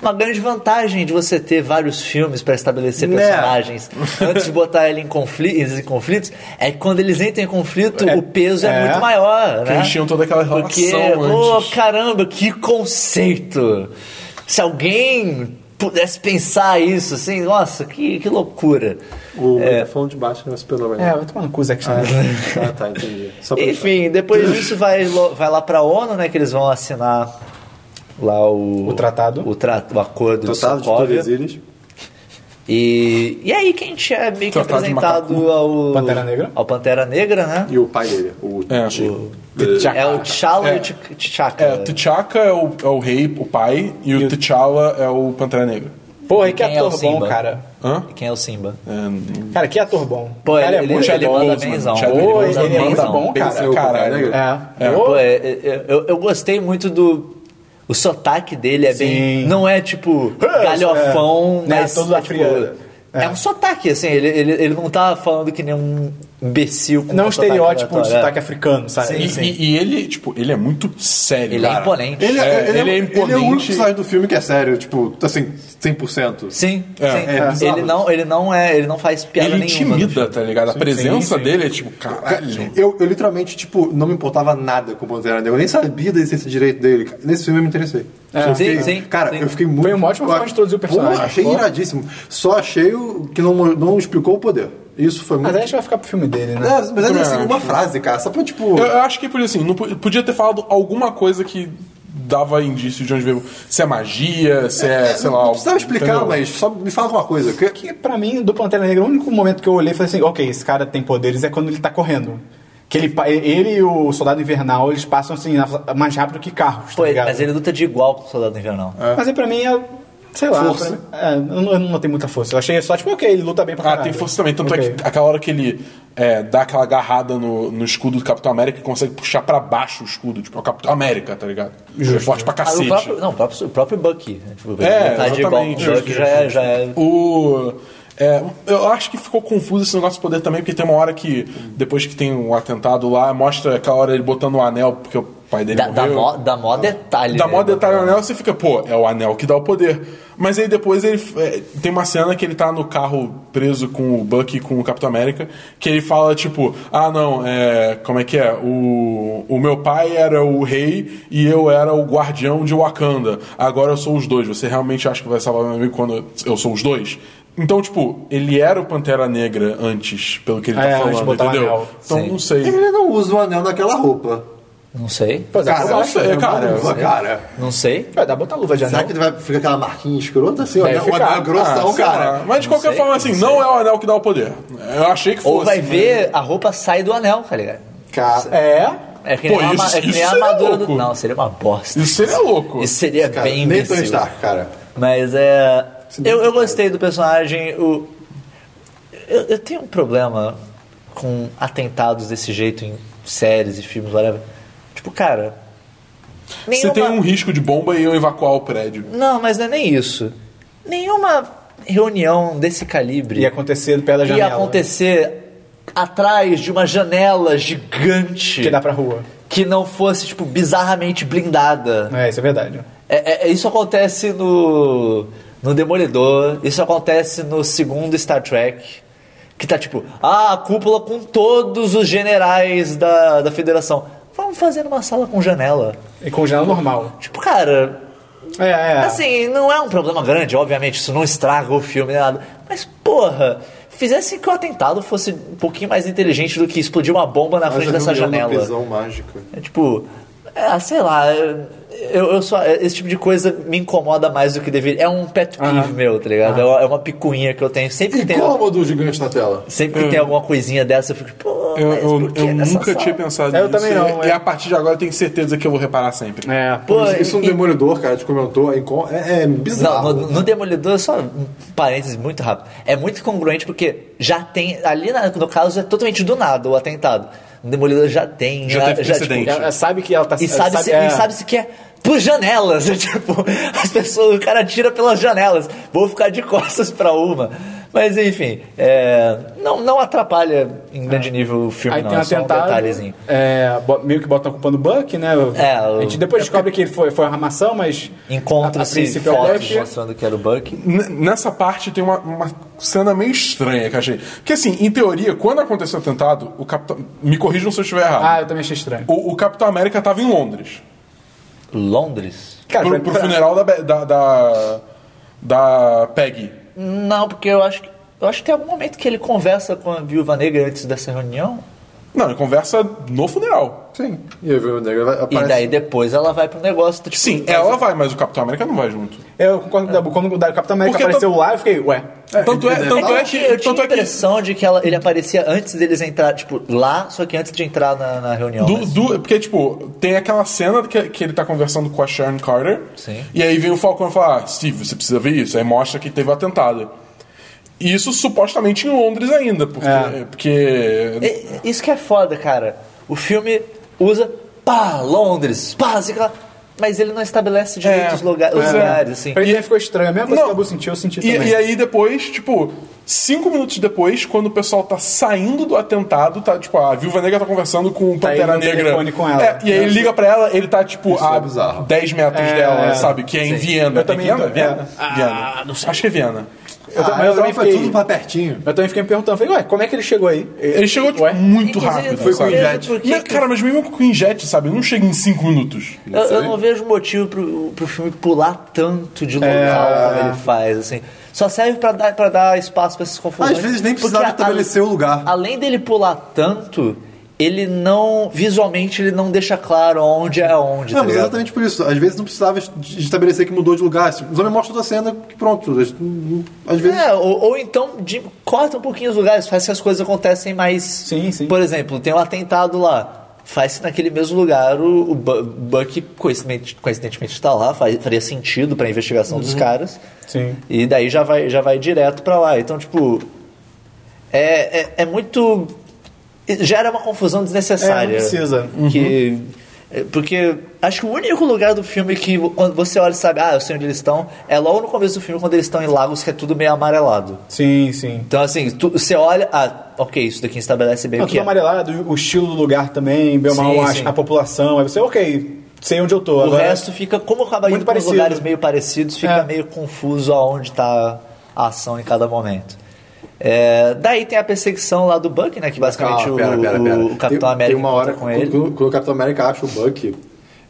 Speaker 1: Uma grande vantagem de você ter vários filmes para estabelecer
Speaker 5: Né?
Speaker 1: personagens antes de botar ele em conflitos, em conflitos é que quando eles entram em conflito, o peso é,
Speaker 4: é.
Speaker 1: muito maior. Né?
Speaker 2: eles tinham toda aquela relação
Speaker 1: Porque, oh,
Speaker 2: antes.
Speaker 1: caramba, que conceito! Se alguém pudesse pensar isso, assim, nossa, que, que loucura.
Speaker 6: O é. tá falando de baixo, né? Super-Homem.
Speaker 4: É, vai tomar no cu, Zack Snyder.
Speaker 6: Ah, tá, entendi. Só pra
Speaker 1: Enfim, depois disso vai, lo- vai lá pra ONU, né? Que eles vão assinar lá o...
Speaker 4: O tratado.
Speaker 1: O, tra o acordo
Speaker 6: Tratado
Speaker 1: de
Speaker 6: de
Speaker 1: Sokovia.
Speaker 6: Tordesilhas.
Speaker 1: E, e aí que a gente é meio que
Speaker 2: Tratado de
Speaker 1: apresentado
Speaker 2: Macacu.
Speaker 1: ao...
Speaker 4: Pantera Negra.
Speaker 1: Ao Pantera Negra, né?
Speaker 6: E o pai dele, o
Speaker 2: É.
Speaker 6: Ti-
Speaker 2: O-
Speaker 6: eh,
Speaker 4: T'Chaka.
Speaker 1: É o T'Challa
Speaker 2: É.
Speaker 1: e o T'Ch- T'Chaka.
Speaker 2: É, T'Chaka é o, é o rei, o pai, e o T'Challa é o Pantera Negra.
Speaker 4: Porra, e que
Speaker 1: Quem é o
Speaker 4: ator bom,
Speaker 1: Simba?
Speaker 4: cara.
Speaker 2: Hã?
Speaker 1: E Quem é o Simba?
Speaker 2: É,
Speaker 4: Cara, que ator bom.
Speaker 1: Pô,
Speaker 4: cara,
Speaker 1: ele-
Speaker 4: é muito
Speaker 1: ele-
Speaker 2: Chadwick
Speaker 4: bom.
Speaker 1: manda
Speaker 2: Boseman,
Speaker 1: benzão.
Speaker 2: Chadwick
Speaker 1: Oi,
Speaker 2: Boseman
Speaker 1: ele é
Speaker 2: manda
Speaker 4: bom,
Speaker 2: bem
Speaker 4: cara.
Speaker 2: seu Pantera
Speaker 6: Caralho.
Speaker 2: Negra.
Speaker 4: É.
Speaker 2: É.
Speaker 4: Ô,
Speaker 1: Pô, é- é- eu, eu gostei muito do... O sotaque dele é bem...
Speaker 4: Sim.
Speaker 1: Não é, tipo, galhofão,
Speaker 4: Né,
Speaker 1: mas...
Speaker 4: todo
Speaker 1: é,
Speaker 4: afriano.
Speaker 1: é um sotaque, assim. Ele, ele, ele não tá falando que nem um imbecil. Com
Speaker 4: Não
Speaker 1: um
Speaker 4: um estereótipo de
Speaker 1: aleatório, é.
Speaker 4: sotaque africano, sabe?
Speaker 1: Sim,
Speaker 2: E,
Speaker 1: sim.
Speaker 2: e- e ele, tipo, ele é muito sério.
Speaker 1: Ele é
Speaker 2: cara.
Speaker 1: imponente.
Speaker 5: Ele
Speaker 2: É,
Speaker 5: é, ele,
Speaker 2: ele é
Speaker 5: é, ele é o único
Speaker 2: imponente.
Speaker 5: personagem do filme que é sério. Tipo, assim, 100%.
Speaker 1: Sim,
Speaker 2: É,
Speaker 1: sim.
Speaker 5: é bizarro.
Speaker 1: ele não, ele não é, ele não faz piada
Speaker 2: Ele
Speaker 1: nenhuma. né? tipo.
Speaker 2: intimida, tá ligado? A presença
Speaker 4: sim, sim.
Speaker 2: dele é tipo, caralho.
Speaker 5: Eu, eu literalmente, tipo, não me importava nada com o Pantera Negra. Eu nem sabia da existência direito dele. cara. Nesse filme eu me interessei.
Speaker 4: É,
Speaker 5: Eu
Speaker 1: Sim,
Speaker 5: fiquei-
Speaker 1: sim,
Speaker 5: Cara,
Speaker 1: sim.
Speaker 5: eu fiquei muito...
Speaker 4: uma ótima forma de introduzir o personagem.
Speaker 5: Pô, achei
Speaker 4: Pô.
Speaker 5: iradíssimo. Só achei o que não, não explicou o poder. Isso foi
Speaker 4: Mas
Speaker 5: muito...
Speaker 4: aí acho que vai ficar pro filme dele, né?
Speaker 5: É, mas ainda assim, uma frase, cara. Só pra, tipo...
Speaker 2: Eu, eu acho que por assim, não po- podia ter falado alguma coisa que dava indício de onde veio. Se é magia, se é, sei lá.
Speaker 5: não precisava explicar,
Speaker 2: entendeu?
Speaker 5: mas só me fala alguma coisa. Que,
Speaker 4: Que pra mim, do Pantera Negra, o único momento que eu olhei e falei assim, ok, esse cara tem poderes é quando ele tá correndo. Que ele, pa- ele e o Soldado Invernal, eles passam assim, na- mais rápido que carros, tá
Speaker 1: Pô,
Speaker 4: ligado?
Speaker 1: mas ele luta de igual com o Soldado Invernal.
Speaker 4: Mas aí pra mim é. Sei lá.
Speaker 5: Força.
Speaker 4: pra- é, eu, não, eu não notei muita força. Eu achei só, tipo, ok, ele luta bem pra
Speaker 2: Ah,
Speaker 4: caralho.
Speaker 2: tem força também. Tanto é
Speaker 4: Ok.
Speaker 2: que aquela hora que ele é, dá aquela agarrada no, no escudo do Capitão América e consegue puxar pra baixo o escudo. Tipo, é o Capitão América, tá ligado? Ele é forte pra
Speaker 1: Ah, o
Speaker 2: cacete.
Speaker 1: próprio, não, o próprio, o próprio Bucky. né? Tipo,
Speaker 2: É,
Speaker 1: lutar de igual com o
Speaker 2: exatamente.
Speaker 1: Bucky já é. Já é...
Speaker 2: O. é, eu acho que ficou confuso esse negócio do poder também, porque tem uma hora que, depois que tem um atentado lá, mostra aquela hora ele botando o anel, porque o pai dele
Speaker 1: Dá, dá,
Speaker 2: morreu. é
Speaker 1: mó, dá mó detalhe.
Speaker 2: Dá
Speaker 1: né?
Speaker 2: mó detalhe no anel, você fica, pô, é o anel que dá o poder. Mas aí depois ele. é, tem uma cena que ele tá no carro preso com o Bucky e com o Capitão América, que ele fala, tipo, ah não, é. Como é que é? O, o meu pai era o rei e eu era o guardião de Wakanda. Agora eu sou os dois. Você realmente acha que vai salvar meu amigo quando eu sou os dois? Então, tipo, ele era o Pantera Negra antes, pelo que ele tá
Speaker 4: É, antes de
Speaker 2: falando,
Speaker 4: botar o
Speaker 2: entendeu?
Speaker 4: anel.
Speaker 2: Então
Speaker 1: Sim.
Speaker 2: não sei.
Speaker 5: Ele não usa o anel naquela roupa.
Speaker 1: Não sei.
Speaker 4: Pois é,
Speaker 5: Cara,
Speaker 4: eu
Speaker 2: Não
Speaker 4: acho.
Speaker 2: sei, cara.
Speaker 5: Caramba, cara.
Speaker 1: Não sei.
Speaker 4: Vai dar botar luva já, né?
Speaker 5: Será
Speaker 4: não?
Speaker 5: que ele vai ficar aquela marquinha escrota assim?
Speaker 4: Deve
Speaker 5: Olha,
Speaker 1: Um
Speaker 5: o
Speaker 4: ficar.
Speaker 5: anel grossão,
Speaker 2: Ah, sei lá.
Speaker 5: cara.
Speaker 2: Mas de qualquer
Speaker 1: sei,
Speaker 2: forma, assim, não, é o anel que dá o poder. Eu achei que fosse.
Speaker 1: Ou vai
Speaker 2: né?
Speaker 1: ver, a roupa sai do anel, tá ligado?
Speaker 5: Cara,
Speaker 4: É.
Speaker 1: É que
Speaker 2: Pô,
Speaker 1: nem, a,
Speaker 2: isso-
Speaker 1: ma- é que nem
Speaker 2: isso
Speaker 1: a
Speaker 2: seria
Speaker 1: armadura do.
Speaker 2: louco.
Speaker 1: Não, seria uma bosta.
Speaker 2: Isso seria louco.
Speaker 1: Isso seria
Speaker 5: cara
Speaker 1: bem
Speaker 5: nem Tony
Speaker 1: imbecil.
Speaker 5: Stark, cara.
Speaker 1: Mas é. Eu, eu gostei do personagem. O, eu, eu tenho um problema com atentados desse jeito em séries e filmes, whatever. Tipo, cara.
Speaker 2: Você
Speaker 1: nenhuma-
Speaker 2: tem um risco de bomba e eu evacuar o prédio.
Speaker 1: Não, mas não é nem isso. Nenhuma reunião desse calibre
Speaker 4: Ia acontecer do pé da
Speaker 1: ia
Speaker 4: janela. né?
Speaker 1: acontecer atrás de uma janela gigante
Speaker 4: Que dá pra rua.
Speaker 1: que não fosse, tipo, bizarramente blindada.
Speaker 4: É, isso é verdade.
Speaker 1: É, é- é- isso acontece no, no Demolidor, isso acontece no segundo Star Trek, que tá tipo, ah, a cúpula com todos os generais da, da federação. Vamos fazer numa sala com janela.
Speaker 4: E com janela normal.
Speaker 1: Tipo, cara,
Speaker 4: É, é.
Speaker 1: assim, não é um problema grande, obviamente, isso não estraga o filme, nem nada. Mas, porra, fizesse que o atentado fosse um pouquinho mais inteligente do que explodir uma bomba na frente
Speaker 5: Mas a
Speaker 1: dessa
Speaker 5: reunião na
Speaker 1: janela.
Speaker 5: prisão mágica.
Speaker 1: É tipo, ah, sei lá, eu, eu só. Esse tipo de coisa me incomoda mais do que deveria. É um pet peeve meu, tá ligado? É uma- É uma picuinha que eu tenho. Sempre que tem,
Speaker 5: Incômodo gigante na tela.
Speaker 1: sempre que tem alguma coisinha dessa, eu fico, tipo, pô,
Speaker 2: Eu,
Speaker 1: mas
Speaker 2: eu-
Speaker 1: por que
Speaker 2: eu
Speaker 1: nessa
Speaker 2: nunca
Speaker 1: sala?
Speaker 2: tinha pensado
Speaker 4: Eu
Speaker 2: nisso.
Speaker 4: também não,
Speaker 2: E,
Speaker 4: é.
Speaker 2: e a partir de agora eu tenho certeza que eu vou reparar sempre.
Speaker 4: É.
Speaker 1: Pô,
Speaker 5: Isso, isso no
Speaker 1: e-
Speaker 5: Demolidor, cara, te comentou, é, inco- é, é
Speaker 1: Não,
Speaker 5: bizarro.
Speaker 4: né?
Speaker 1: no, no Demolidor, só um parênteses muito rápido. É muito congruente porque já tem. Ali na- no caso é totalmente do nada o atentado. No Demolidor já tem.
Speaker 2: Já teve precedente.
Speaker 4: Ela- ela sabe que ela tá
Speaker 1: E sabe, se,
Speaker 4: é.
Speaker 1: e sabe se que é por janelas. É tipo, as pessoas, o cara tira pelas janelas. Vou ficar de costas pra uma. Mas enfim, é, não, não atrapalha em grande nível o filme,
Speaker 4: Aí
Speaker 1: não.
Speaker 4: tem um
Speaker 1: é só um
Speaker 4: atentado.
Speaker 1: detalhezinho.
Speaker 4: é, bo- meio que botam a culpa no Buck, né?
Speaker 1: É,
Speaker 4: a
Speaker 1: o-
Speaker 4: gente depois descobre que ele foi, foi armação, mas. a- a
Speaker 1: Encontra-se
Speaker 4: princípio é o
Speaker 1: fotos
Speaker 4: Buck.
Speaker 1: mostrando que era o Buck.
Speaker 2: N- Nessa parte tem uma, uma cena meio estranha que eu achei. Porque assim, em teoria, quando aconteceu o atentado, o Capitão. Me corrijam se eu estiver errado.
Speaker 4: Ah, eu também achei estranho.
Speaker 2: O, o Capitão América tava em Londres.
Speaker 1: Londres?
Speaker 4: Cara, tá.
Speaker 2: pro, pro
Speaker 4: pra- pra-
Speaker 2: funeral da, Be- da, da. da Peggy.
Speaker 1: Não, porque eu acho que. Eu acho que tem algum momento que ele conversa com a viúva negra antes dessa reunião.
Speaker 2: Não, ele conversa no funeral.
Speaker 5: Sim. E eu vi o negro, vai-
Speaker 1: E
Speaker 5: aparece-
Speaker 1: daí depois ela vai pro negócio. Tipo,
Speaker 2: um- Sim, é, ela vai, mas o Capitão América não vai junto.
Speaker 4: Eu concordo com o Dabu. Quando o Capitão América
Speaker 2: Porque
Speaker 4: apareceu lá, eu fiquei, ué.
Speaker 2: Tanto é, tanto é
Speaker 1: Eu
Speaker 2: que.
Speaker 1: tinha, eu tinha
Speaker 2: tanto
Speaker 1: a
Speaker 2: é que
Speaker 1: impressão de que ela- ele aparecia antes deles entrar, tipo, lá, só que antes de entrar na, na reunião.
Speaker 2: Do-
Speaker 1: mas-
Speaker 2: do- porque, tipo, tem aquela cena que, que ele tá conversando com a Sharon Carter.
Speaker 1: Sim.
Speaker 2: E aí vem o Falcão e fala: ah, Steve, você precisa ver isso. Aí mostra que teve o atentado. E isso supostamente em Londres ainda, porque.
Speaker 4: É.
Speaker 2: porque
Speaker 1: E- Isso que é foda, cara. O filme usa pá, Londres, pá, assim, aquela- mas ele não estabelece direito
Speaker 2: É,
Speaker 1: os, lugar- os
Speaker 2: pois é.
Speaker 1: lugares, assim.
Speaker 4: Pra mim
Speaker 2: E-
Speaker 4: também ficou estranho. A mesma coisa
Speaker 2: Não.
Speaker 4: que o Dabu sentiu, eu senti
Speaker 2: E,
Speaker 4: também.
Speaker 2: e aí depois, tipo, cinco minutos depois, quando o pessoal tá saindo do atentado, tá, tipo, a Viúva Negra tá conversando com o Pantera
Speaker 4: indo no
Speaker 2: Negra.
Speaker 4: telefone com ela.
Speaker 2: É, e aí ele liga pra ela, ele tá, tipo,
Speaker 5: Isso é
Speaker 2: a
Speaker 5: bizarro.
Speaker 2: 10 metros
Speaker 4: É,
Speaker 2: dela,
Speaker 4: é.
Speaker 2: sabe? Que é em Viena.
Speaker 4: Eu
Speaker 2: É
Speaker 4: também-
Speaker 2: Viena?
Speaker 4: é.
Speaker 2: Viena.
Speaker 4: Ah,
Speaker 2: Viena. Acho que é Viena.
Speaker 4: Eu
Speaker 5: Ah,
Speaker 4: também-
Speaker 5: a
Speaker 4: eu também
Speaker 5: Europa é
Speaker 4: fiquei-
Speaker 5: tudo pra pertinho.
Speaker 4: Eu também fiquei me perguntando, falei, ué, como é que ele chegou aí?
Speaker 2: Ele chegou, tipo,
Speaker 4: Ué?
Speaker 2: muito
Speaker 1: Inclusive,
Speaker 2: rápido,
Speaker 1: foi com
Speaker 2: sabe?
Speaker 1: jet. Por que
Speaker 2: Mas,
Speaker 1: que-
Speaker 2: Cara, mas mesmo com o Injet, sabe? Não chega em cinco minutos.
Speaker 1: Eu, eu não vejo motivo pro, pro filme pular tanto de local
Speaker 5: É.
Speaker 1: como ele faz, assim. Só serve pra dar, pra dar espaço pra essas confusões.
Speaker 5: Às vezes nem
Speaker 1: porque
Speaker 5: precisava
Speaker 1: a-
Speaker 5: estabelecer o lugar.
Speaker 1: Além dele pular tanto, ele não... Visualmente, ele não deixa claro onde é onde,
Speaker 5: Não,
Speaker 1: tá
Speaker 5: mas
Speaker 1: ligado?
Speaker 5: exatamente por isso. Às vezes não precisava de estabelecer que mudou de lugar. Os homens mostram da cena que pronto. Às às vezes.
Speaker 1: É, ou, ou então de- corta um pouquinho os lugares, faz que as coisas acontecem mais.
Speaker 4: Sim, sim.
Speaker 1: Por exemplo, tem um atentado lá. Faz que naquele mesmo lugar o, o Bu- Buck coincidentemente, coincidentemente está lá, faz- faria sentido pra investigação dos caras.
Speaker 4: Uhum. Sim.
Speaker 1: E daí já vai, já vai direto pra lá. Então, tipo. É, é, é muito. Gera uma confusão desnecessária.
Speaker 4: É, não precisa. Uhum.
Speaker 1: Que, é, Porque acho que o único lugar do filme que vo- quando você olha e sabe, ah, eu sei onde eles estão, é logo no começo do filme, quando eles estão em lagos, que é tudo meio amarelado.
Speaker 4: Sim, sim.
Speaker 1: Então, assim, tu- você olha, ah, ok, isso daqui estabelece bem
Speaker 4: Não,
Speaker 1: o que
Speaker 4: tudo
Speaker 1: é.
Speaker 4: amarelado, o estilo do lugar também, bem ou mal,
Speaker 1: Sim,
Speaker 4: a-
Speaker 1: sim.
Speaker 4: a, população. Aí você, ok, sei onde eu tô.
Speaker 1: O
Speaker 4: agora-
Speaker 5: né?
Speaker 1: resto fica, como eu acaba
Speaker 4: Muito
Speaker 1: indo para
Speaker 4: parecido.
Speaker 1: lugares meio parecidos, fica
Speaker 4: É.
Speaker 1: meio confuso aonde está a ação em cada momento. É, daí tem a perseguição lá do Buck, né? Que basicamente
Speaker 5: Calma,
Speaker 1: o,
Speaker 5: Ah, pera, pera, pera.
Speaker 1: o Capitão
Speaker 5: tem,
Speaker 1: América
Speaker 5: Tem uma
Speaker 1: encontra
Speaker 5: hora com
Speaker 1: com ele.
Speaker 5: Quando, quando o Capitão América acha o Buck,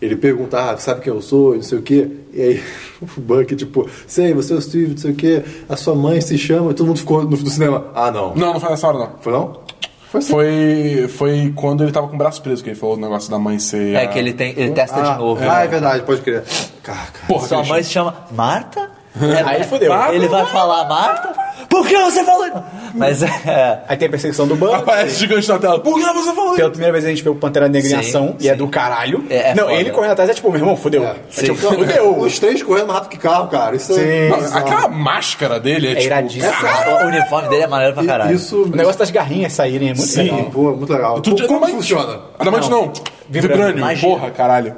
Speaker 5: ele pergunta, ah, sabe quem eu sou, e não sei o quê. E aí o Buck, tipo, sei, você é o Steve, não sei o quê, a sua mãe se chama, e todo mundo ficou no, no cinema. Ah, não.
Speaker 2: Não, não foi nessa hora, não.
Speaker 5: Foi não? Foi assim.
Speaker 2: Foi, foi quando ele tava com o braço preso que ele falou o negócio da mãe ser.
Speaker 1: É
Speaker 2: a-
Speaker 1: que ele, tem, ele testa de novo.
Speaker 5: né?
Speaker 1: né?
Speaker 5: Ah, é verdade, pode crer. Caraca.
Speaker 2: Porra,
Speaker 1: Sua
Speaker 2: Christian.
Speaker 1: mãe se chama Marta? É,
Speaker 4: Aí fodeu.
Speaker 1: Ele vai falar Marta? Por que você falou? Mas é.
Speaker 4: Aí tem a perseguição do banco.
Speaker 2: Aparece gigante na tela. Por que você falou
Speaker 4: Pela primeira vez a gente vê o Pantera Negra em
Speaker 1: Sim,
Speaker 4: ação, e é do caralho.
Speaker 1: É, é
Speaker 4: não,
Speaker 1: foda.
Speaker 4: ele correndo atrás é tipo, meu irmão, fodeu. É,
Speaker 5: É.
Speaker 4: tipo,
Speaker 5: Não,
Speaker 4: fodeu.
Speaker 5: Os três correndo mais rápido que carro, cara. Isso é.
Speaker 4: Sim.
Speaker 5: bizarro.
Speaker 2: Aquela máscara dele é,
Speaker 4: É
Speaker 2: tipo.
Speaker 4: iradíssimo.
Speaker 1: O uniforme dele é maneiro pra caralho.
Speaker 5: Isso.
Speaker 4: O negócio das garrinhas saírem é muito
Speaker 5: Sim,
Speaker 4: legal.
Speaker 5: pô, muito legal.
Speaker 2: Tudo é
Speaker 5: Como, como funciona?
Speaker 2: Adamante não. Vibranium.
Speaker 1: Imagina.
Speaker 2: Porra, caralho.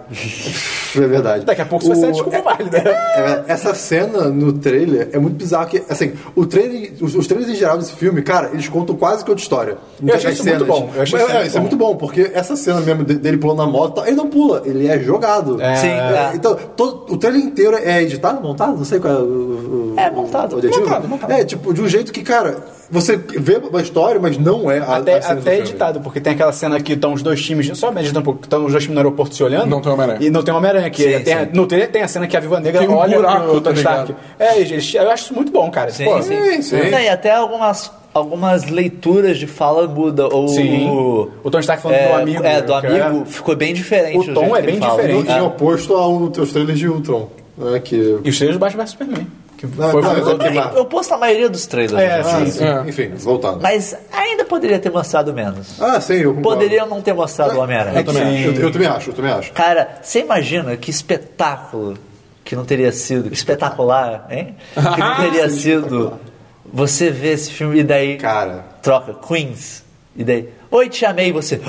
Speaker 5: É verdade.
Speaker 4: Daqui a pouco isso vai ser a desculpa
Speaker 5: é,
Speaker 4: válida.
Speaker 5: é, Essa cena no trailer é muito bizarro que, assim, o trailer, os, os trailers em geral desse filme, cara, eles contam quase que outra história. Muitas
Speaker 4: achei
Speaker 5: das
Speaker 4: isso muito bom, eu achei
Speaker 5: Mas,
Speaker 4: isso
Speaker 5: é, isso é muito bom, porque essa cena mesmo de- dele pulando na moto, ele não pula, ele é jogado.
Speaker 1: Sim, é.
Speaker 5: Então, todo- o trailer inteiro é editado, montado, não sei qual é o, o-
Speaker 1: É,
Speaker 5: o-
Speaker 1: montado.
Speaker 5: o adjetivo.
Speaker 1: Montado, montado.
Speaker 5: É, tipo, de um jeito que, cara, você vê a história, mas não é a,
Speaker 4: Até,
Speaker 5: a cena do
Speaker 4: até
Speaker 5: filme.
Speaker 4: editado, porque tem aquela cena que estão os dois times, só me editando um pouco, estão os dois times no aeroporto se olhando.
Speaker 2: Não tem Homem-Aranha.
Speaker 4: E não tem Homem-Aranha aqui.
Speaker 1: Sim,
Speaker 4: Tem a-
Speaker 1: sim.
Speaker 4: No trailer tem a cena que a Viva Negra
Speaker 2: Tem um
Speaker 4: olha
Speaker 2: buraco,
Speaker 4: pro
Speaker 2: tá
Speaker 4: Tony Stark.
Speaker 2: ligado?
Speaker 4: É, eles- eu acho isso muito bom, cara.
Speaker 1: Sim,
Speaker 4: Pô,
Speaker 1: sim.
Speaker 5: sim.
Speaker 1: Não, e até algumas, algumas leituras de fala muda. Ou
Speaker 4: Sim.
Speaker 1: o-
Speaker 4: O Tony Stark falando
Speaker 1: é,
Speaker 4: do amigo,
Speaker 1: É, do
Speaker 4: que é-
Speaker 1: amigo ficou bem diferente.
Speaker 4: O
Speaker 1: jeito
Speaker 4: tom
Speaker 1: que
Speaker 4: é
Speaker 1: ele
Speaker 4: bem
Speaker 1: fala.
Speaker 5: Em,
Speaker 4: diferente.
Speaker 5: em oposto ao- aos trailers de Ultron, né, que...
Speaker 4: E os trailers do Batman vs Superman. Que
Speaker 5: Não,
Speaker 4: foi o
Speaker 5: não,
Speaker 4: filme
Speaker 5: não,
Speaker 4: todo
Speaker 5: não,
Speaker 4: que-
Speaker 5: não.
Speaker 1: Eu posto a maioria dos trailers.
Speaker 4: É,
Speaker 1: né?
Speaker 4: sim.
Speaker 5: Ah, sim.
Speaker 2: É.
Speaker 5: Enfim, voltando.
Speaker 1: Mas ainda poderia ter mostrado menos.
Speaker 5: Ah, sim, eu concordo.
Speaker 1: Poderiam não ter
Speaker 4: É,
Speaker 1: mostrado o Homem-Aranha.
Speaker 5: Eu também, acho, eu, eu também acho, eu também acho.
Speaker 1: Cara, você imagina que espetáculo que não teria sido, espetacular, hein? Que não teria sido você ver esse filme e daí
Speaker 5: Cara.
Speaker 1: troca Queens e daí Oi, te amei e você.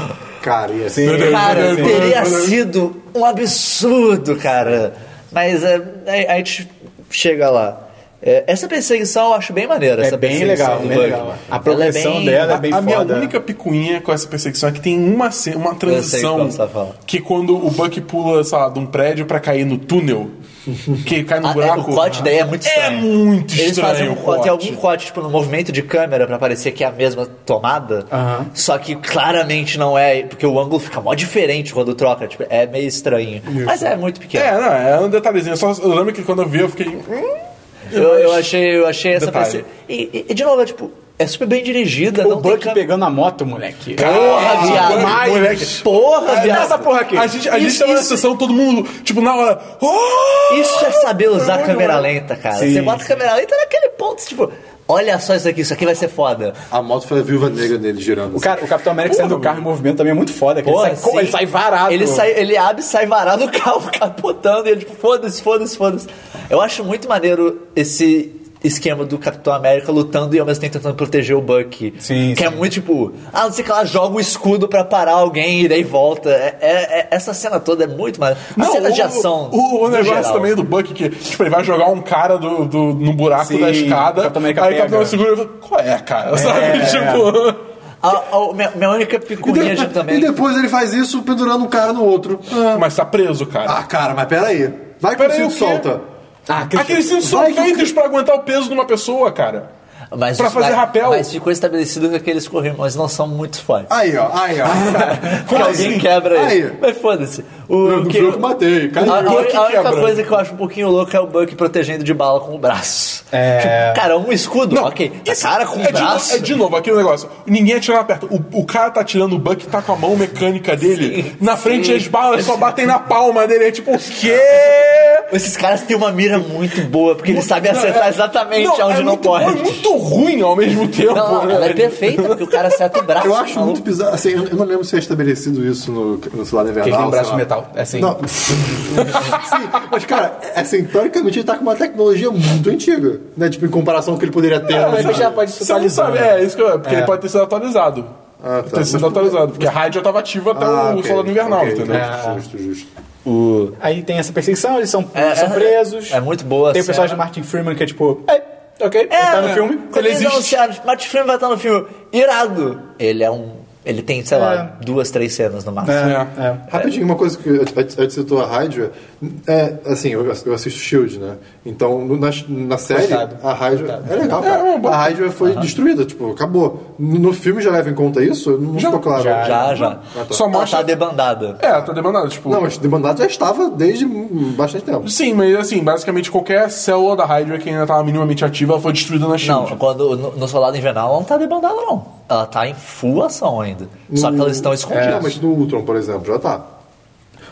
Speaker 5: Cara, assim, ia ser.
Speaker 2: Meu Deus,
Speaker 1: Cara,
Speaker 2: meu Deus, meu
Speaker 1: teria
Speaker 2: Deus, meu Deus.
Speaker 1: sido um absurdo, cara. Mas é, a, a gente chega lá. É, essa perseguição eu acho bem maneira.
Speaker 4: É
Speaker 1: essa
Speaker 4: bem
Speaker 1: perseguição
Speaker 4: legal,
Speaker 1: do
Speaker 4: bem
Speaker 1: Bug.
Speaker 4: legal. A
Speaker 1: Ela
Speaker 4: progressão
Speaker 1: é bem-
Speaker 4: dela é
Speaker 2: A,
Speaker 4: bem
Speaker 2: a minha
Speaker 4: foda.
Speaker 2: única picuinha com essa perseguição é que tem uma, ce- uma transição
Speaker 1: qual você tá falando.
Speaker 2: que quando o Buck pula, sei lá, de um prédio pra cair no túnel, que cai
Speaker 4: um
Speaker 2: no
Speaker 1: Ah, é,
Speaker 2: buraco.
Speaker 1: o corte daí é muito
Speaker 2: É
Speaker 1: estranho.
Speaker 2: muito
Speaker 1: Eles fazem
Speaker 2: estranho
Speaker 1: um
Speaker 2: o
Speaker 1: corte, tem algum
Speaker 2: corte.
Speaker 1: corte, tipo, no movimento de câmera pra parecer que é a mesma tomada.
Speaker 4: Aham.
Speaker 1: Só que claramente não é, porque o ângulo fica mó diferente quando troca. Tipo, é meio estranho. Mas é muito pequeno.
Speaker 2: É, não, é um detalhezinho. Eu, só, eu lembro que quando eu vi, eu fiquei. "Hum,
Speaker 1: eu, eu achei, eu achei essa
Speaker 2: Detalhe.
Speaker 1: perce- e, e- e, de novo, é tipo, é super bem dirigida.
Speaker 4: O
Speaker 1: não tem
Speaker 4: Buck
Speaker 1: câmera-
Speaker 4: pegando a moto, moleque. É,
Speaker 1: Porra, viado.
Speaker 2: Buck, moleque.
Speaker 1: Porra,
Speaker 4: Dá
Speaker 1: viado.
Speaker 4: essa É, porra aqui.
Speaker 2: A gente, a gente
Speaker 1: Isso-
Speaker 2: tava na
Speaker 1: isso-
Speaker 2: sessão, todo mundo, tipo, na hora. "Oh!"
Speaker 1: Isso é saber usar
Speaker 2: Olha,
Speaker 1: câmera
Speaker 2: olha.
Speaker 1: lenta, cara.
Speaker 4: Sim.
Speaker 1: Você bota a câmera lenta naquele ponto, tipo, olha só isso aqui, isso aqui vai ser foda.
Speaker 5: A moto foi a viúva negra dele girando. assim.
Speaker 4: O, cara, o Capitão América saindo do carro em movimento também é muito foda. que
Speaker 1: Pô,
Speaker 4: ele, sai,
Speaker 1: sim.
Speaker 4: ele sai varado.
Speaker 1: Ele, sai, ele abre e sai varado o carro capotando. E ele, tipo, foda-se, foda-se, foda-se. Eu acho muito maneiro esse esquema do Capitão América lutando e ao mesmo tempo tentando proteger o Buck.
Speaker 4: Sim,
Speaker 1: Que é muito tipo, ah, não sei o que lá, joga o escudo pra parar alguém e daí volta. É- é- é- essa cena toda é muito maneira. A cena de
Speaker 2: o-
Speaker 1: ação.
Speaker 2: O,
Speaker 1: no
Speaker 2: o negócio
Speaker 1: geral.
Speaker 2: também do Buck que, tipo, ele vai jogar um cara do, do, no buraco
Speaker 4: Sim,
Speaker 2: da escada.
Speaker 4: o Capitão
Speaker 2: aí
Speaker 4: América
Speaker 2: o Capitão
Speaker 4: pega.
Speaker 2: segura e fala, qual é, cara? Sabe? Tipo.
Speaker 1: A- a- minha, minha única picuinha de- também.
Speaker 5: E depois ele faz isso pendurando um cara no outro.
Speaker 2: Mas tá preso, cara.
Speaker 5: Ah, cara, mas peraí. Vai que
Speaker 2: Peraí,
Speaker 5: o cinto
Speaker 2: o quê?
Speaker 5: solta.
Speaker 4: Ah, Christian,
Speaker 2: Aqueles cintos são
Speaker 5: Vai que-
Speaker 2: feitos pra aguentar o peso de uma pessoa, cara.
Speaker 1: Mas,
Speaker 2: pra fazer
Speaker 1: mas-
Speaker 2: rapel. Ah,
Speaker 1: Mas ficou estabelecido que aqueles corrimões não são muito fortes.
Speaker 5: Aí, ó, aí, ó.
Speaker 1: Porque alguém
Speaker 2: assim.
Speaker 1: quebra
Speaker 5: Aí.
Speaker 1: ele. Mas foda-se. O
Speaker 5: Eu não
Speaker 1: que-
Speaker 5: fui eu que matei.
Speaker 1: A, a-
Speaker 5: Cara,
Speaker 1: a única
Speaker 2: quebra.
Speaker 1: coisa que eu acho um pouquinho louco é o Buck protegendo de bala com o braço.
Speaker 4: É.
Speaker 1: Tipo, cara, um escudo, ok.
Speaker 2: Esse-
Speaker 1: cara com
Speaker 2: é
Speaker 1: o
Speaker 2: de, novo,
Speaker 1: braço.
Speaker 2: é de novo aquele negócio. Ninguém atirando perto. O, o cara tá atirando o Buck, tá com a mão mecânica dele.
Speaker 1: Sim,
Speaker 2: na frente
Speaker 1: sim.
Speaker 2: as balas só batem na palma dele. É tipo, o quê?
Speaker 1: Esses caras têm uma mira muito boa, porque eles sabem acertar
Speaker 2: é-
Speaker 1: exatamente onde
Speaker 2: é
Speaker 1: não
Speaker 2: muito
Speaker 1: pode.
Speaker 2: bom, É muito ruim ao mesmo tempo.
Speaker 1: Não, não, ela
Speaker 2: né?
Speaker 1: é perfeita, porque o cara acerta o braço.
Speaker 5: eu acho
Speaker 1: maluco.
Speaker 5: muito bizarro. Assim, eu eu não lembro se é estabelecido isso no, no Soldado Invernal.
Speaker 4: Ele tem um braço de
Speaker 5: sei lá.
Speaker 4: metal. É assim.
Speaker 5: Não. Sim, mas cara, é assim, teoricamente ele tá com uma tecnologia muito antiga, né? Tipo, em comparação com o que ele poderia ter.
Speaker 4: Ah, mas
Speaker 5: né?
Speaker 4: ele já pode se
Speaker 2: Você não
Speaker 4: atualizar.
Speaker 2: sabe,
Speaker 4: né?
Speaker 2: é isso que eu, porque ele pode ter sido atualizado.
Speaker 5: Ah, tá.
Speaker 2: Ter sido
Speaker 5: Mas-
Speaker 2: atualizado, porque a rádio tava ativa até
Speaker 4: tá
Speaker 5: Ah,
Speaker 2: o
Speaker 5: ok,
Speaker 2: Soldado Invernal,
Speaker 5: ok,
Speaker 2: entendeu?
Speaker 5: Justo, justo.
Speaker 4: Aí tem essa perseguição, eles são,
Speaker 1: É,
Speaker 4: são
Speaker 1: é-
Speaker 4: presos.
Speaker 1: é muito boa a
Speaker 4: Tem o personagem de
Speaker 1: cena.
Speaker 4: Martin Freeman que é tipo... É, ok, ele tá no
Speaker 1: né?
Speaker 4: filme.
Speaker 1: Quando
Speaker 2: Ele
Speaker 1: eles
Speaker 2: existe.
Speaker 1: anunciaram, tipo, Martin Freeman vai estar no filme. Irado! Ele é um... Ele tem, sei lá, duas, três cenas no máximo.
Speaker 4: É, é.
Speaker 5: Rapidinho, uma coisa que a gente citou a rádio é, assim, eu, eu assisto Shield, né? Então, no- na, na série,
Speaker 4: Coitado.
Speaker 5: a rádio é legal,
Speaker 2: É, é uma
Speaker 5: cara.
Speaker 2: boa-
Speaker 5: A rádio foi destruída, tipo, acabou. No, no filme já leva em conta isso? Eu É. Não ficou claro. Ah,
Speaker 1: Já, já.
Speaker 2: Só
Speaker 1: Ela
Speaker 2: mostra-
Speaker 1: tá debandada.
Speaker 2: É, tá demandado, tipo.
Speaker 5: Não, mas demandado já estava desde hum, bastante tempo.
Speaker 2: Sim, mas assim, basicamente qualquer célula é da Hydra que ainda tava minimamente ativa, ela tá foi destruída na Shield.
Speaker 1: Não, quando, no, no Soldado Invernal ela não tá debandada, não. ela tá em full ação ainda. Só que elas estão escondidas.
Speaker 5: É, mas no Ultron, por exemplo, já tá.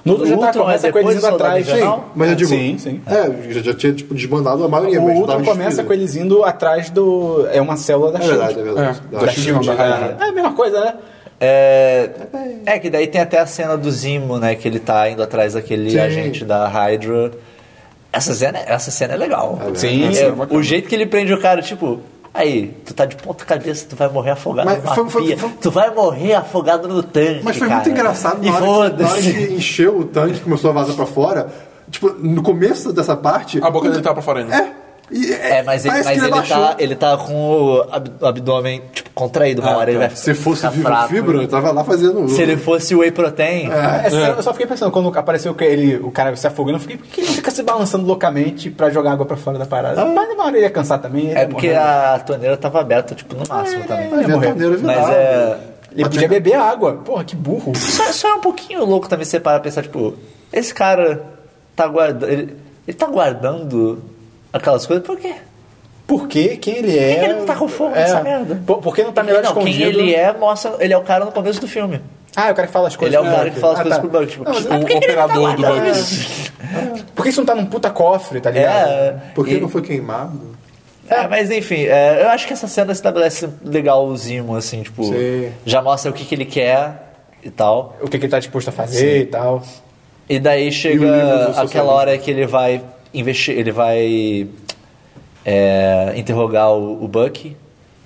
Speaker 4: No outro já tá
Speaker 1: Ultron é
Speaker 4: começa com
Speaker 1: depois
Speaker 4: eles
Speaker 1: do
Speaker 4: indo
Speaker 1: Soldado
Speaker 4: atrás.
Speaker 1: Invernal?
Speaker 4: Sim.
Speaker 1: Não?
Speaker 5: Mas eu digo.
Speaker 4: Sim, sim.
Speaker 5: É, já, já tinha tipo, desbandado a maioria.
Speaker 4: O
Speaker 5: mas
Speaker 4: outro
Speaker 5: tava
Speaker 4: começa
Speaker 5: destruída.
Speaker 4: com eles indo atrás do. É uma célula da
Speaker 5: É verdade, é
Speaker 4: Shield.
Speaker 5: verdade.
Speaker 2: É,
Speaker 5: Da
Speaker 2: da
Speaker 5: Shield.
Speaker 2: Shield, é.
Speaker 4: É a mesma coisa, né?
Speaker 1: É, é que daí tem até a cena do Zimo, né? Que ele tá indo atrás daquele
Speaker 5: Sim.
Speaker 1: agente da Hydra. Essa cena, essa cena é legal.
Speaker 5: É,
Speaker 4: Sim,
Speaker 1: É,
Speaker 4: sim,
Speaker 2: é bacana.
Speaker 1: o jeito que ele prende o cara, tipo... Aí, tu tá de ponta cabeça, tu vai morrer afogado
Speaker 5: Mas
Speaker 1: numa
Speaker 5: foi- foi-
Speaker 1: pia,
Speaker 5: foi-
Speaker 1: Tu vai morrer afogado no tanque,
Speaker 5: Mas foi
Speaker 1: cara.
Speaker 5: muito engraçado
Speaker 1: E
Speaker 5: na hora, que, na hora
Speaker 1: foda-se.
Speaker 5: que encheu o tanque, começou a vazar pra fora. Tipo, no começo dessa parte.
Speaker 2: A boca dele tá pra fora ainda.
Speaker 5: É. E,
Speaker 1: É, mas ele,
Speaker 5: parece
Speaker 1: mas
Speaker 5: que
Speaker 1: ele,
Speaker 5: abaixou.
Speaker 1: tá, ele tá com o ab- o abdômen, tipo, contraído. Uma
Speaker 2: Ah,
Speaker 1: hora ele
Speaker 2: tá.
Speaker 1: vai
Speaker 5: Se fosse
Speaker 1: ficar
Speaker 5: vivo
Speaker 1: fraco. né?
Speaker 5: fibra, tá eu tava lá fazendo. um
Speaker 1: Se ele fosse whey protein...
Speaker 4: É, sério, Eu só fiquei pensando, quando apareceu que ele, o cara se afogando, eu fiquei, por que ele fica se balançando loucamente pra jogar água pra fora da parada? Mas uma hora ele ia cansar também. né, ele
Speaker 1: Ah. É
Speaker 4: ia
Speaker 1: porque
Speaker 4: morrer.
Speaker 1: a torneira tava aberta, tipo, no máximo também.
Speaker 5: Ah,
Speaker 4: morreu.
Speaker 5: ventaneiro,
Speaker 1: Mas
Speaker 5: ventado.
Speaker 1: é.
Speaker 4: Ele podia beber água. Porra, que burro.
Speaker 1: Só, só é um pouquinho louco também você parar e pensar, tipo, esse cara tá guardando. Ele, ele tá guardando aquelas coisas por quê?
Speaker 4: Por quê? Quem ele é?
Speaker 1: que ele não tá com fogo
Speaker 4: É.
Speaker 1: nessa merda?
Speaker 4: Por, por que não tá melhor
Speaker 1: não,
Speaker 4: escondido?
Speaker 1: quem ele é, mostra. Ele é o cara no começo do filme.
Speaker 4: Ah, é o cara que fala as coisas.
Speaker 1: Ele é o
Speaker 4: né?
Speaker 1: cara que fala as
Speaker 4: Ah,
Speaker 1: coisas
Speaker 4: tá.
Speaker 1: pro Buck, tipo,
Speaker 4: mas
Speaker 1: "Ah,
Speaker 4: é
Speaker 1: por que que ele tá
Speaker 2: operador do
Speaker 1: guardando
Speaker 2: Buck."
Speaker 1: isso?"
Speaker 4: Por que isso não tá num puta cofre, tá ligado?
Speaker 1: É.
Speaker 5: Por que
Speaker 1: e-
Speaker 5: não foi queimado?
Speaker 1: É, mas enfim, é, eu acho que essa cena estabelece legal o Zimo, assim, tipo,
Speaker 5: Sim.
Speaker 1: já mostra o que, que ele quer e tal.
Speaker 4: O que, que ele tá disposto a fazer e tal.
Speaker 1: E daí chega
Speaker 5: E o livro do
Speaker 1: aquela
Speaker 5: socialista.
Speaker 1: hora que ele vai investir, ele vai é, interrogar o, o Bucky,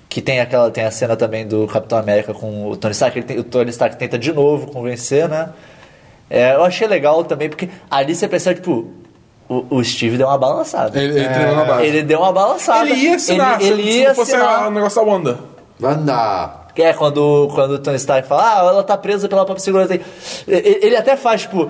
Speaker 1: que tem aquela tem a cena também do Capitão América com o Tony Stark, ele tem- o Tony Stark tenta de novo convencer, né? É, eu achei legal também porque ali você percebe tipo o, o Steve deu uma balançada.
Speaker 2: Ele, ele treinou
Speaker 1: É,
Speaker 2: na base.
Speaker 1: Ele deu uma balançada.
Speaker 2: Ele ia assinar,
Speaker 1: Ele, ele
Speaker 2: se, se
Speaker 1: ia
Speaker 2: não fosse
Speaker 1: assinar.
Speaker 2: a- o negócio da Wanda.
Speaker 5: Vanda!
Speaker 1: Que É, quando, quando o Tony Stark fala, ah, ela tá presa pela própria segurança. E- e- Ele até faz, tipo,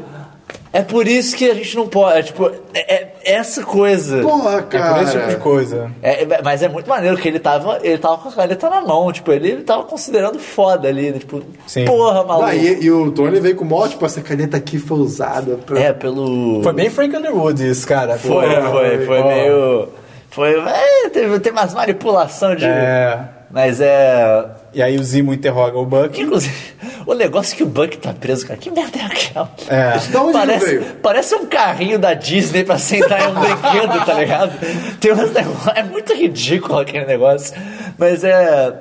Speaker 1: é por isso que a gente não pode. É, tipo, é, é essa coisa.
Speaker 5: Porra,
Speaker 4: É
Speaker 5: cara!
Speaker 4: por esse tipo de coisa.
Speaker 1: É, é, mas é muito maneiro que ele tava, ele tava com a caneta na mão, tipo, ele, ele tava considerando foda ali, né? tipo,
Speaker 4: Sim.
Speaker 1: porra, maluco.
Speaker 5: Ah, e, e o Tony veio com o mó, tipo, essa caneta aqui foi usada pra.
Speaker 1: É, pelo.
Speaker 4: Foi bem Frank Underwood isso, cara.
Speaker 1: foi,
Speaker 4: Pô,
Speaker 1: foi, foi,
Speaker 4: pô.
Speaker 1: meio. Foi. É, teve, teve umas manipulação de.
Speaker 4: É.
Speaker 1: Mas é.
Speaker 4: E aí o Zimo interroga o Buck.
Speaker 1: Inclusive, o negócio que o Buck tá preso, cara, que merda é aquela?
Speaker 4: É.
Speaker 5: Da onde ele
Speaker 1: Parece,
Speaker 5: veio?
Speaker 1: parece um carrinho da Disney pra sentar em um brinquedo, tá ligado? Tem uns negócios. É muito ridículo aquele negócio. Mas é.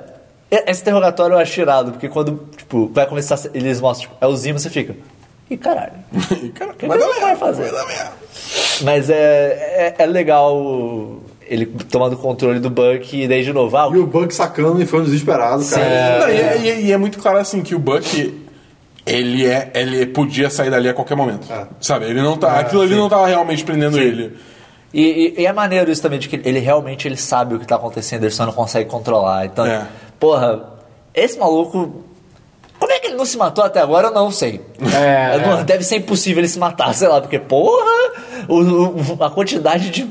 Speaker 1: é- Esse interrogatório eu acho irado, porque quando, tipo, vai começar. Eles mostram, tipo, é o Zimo, você fica. Ih, caralho.
Speaker 2: Cara,
Speaker 1: O que ele
Speaker 2: é.
Speaker 1: vai fazer? Mas é, é, é legal ele tomando controle do Buck e daí de novo. Ah,
Speaker 5: E o Buck sacando e foi um desesperado, cara.
Speaker 2: Não, e, é- e é- e é muito claro assim que o Buck ele é ele podia sair dali a qualquer momento.
Speaker 5: É.
Speaker 2: Sabe? Ele não tá, aquilo ali não tava realmente prendendo ele.
Speaker 1: E, e- e é maneiro isso também, de que ele realmente ele sabe o que tá acontecendo, ele só não consegue controlar. Então,
Speaker 2: É.
Speaker 1: porra, esse maluco. Como é que ele não se matou até agora? Eu não sei.
Speaker 4: É,
Speaker 1: Eu não- Deve ser impossível ele se matar, sei lá, porque, porra, o- o- a quantidade de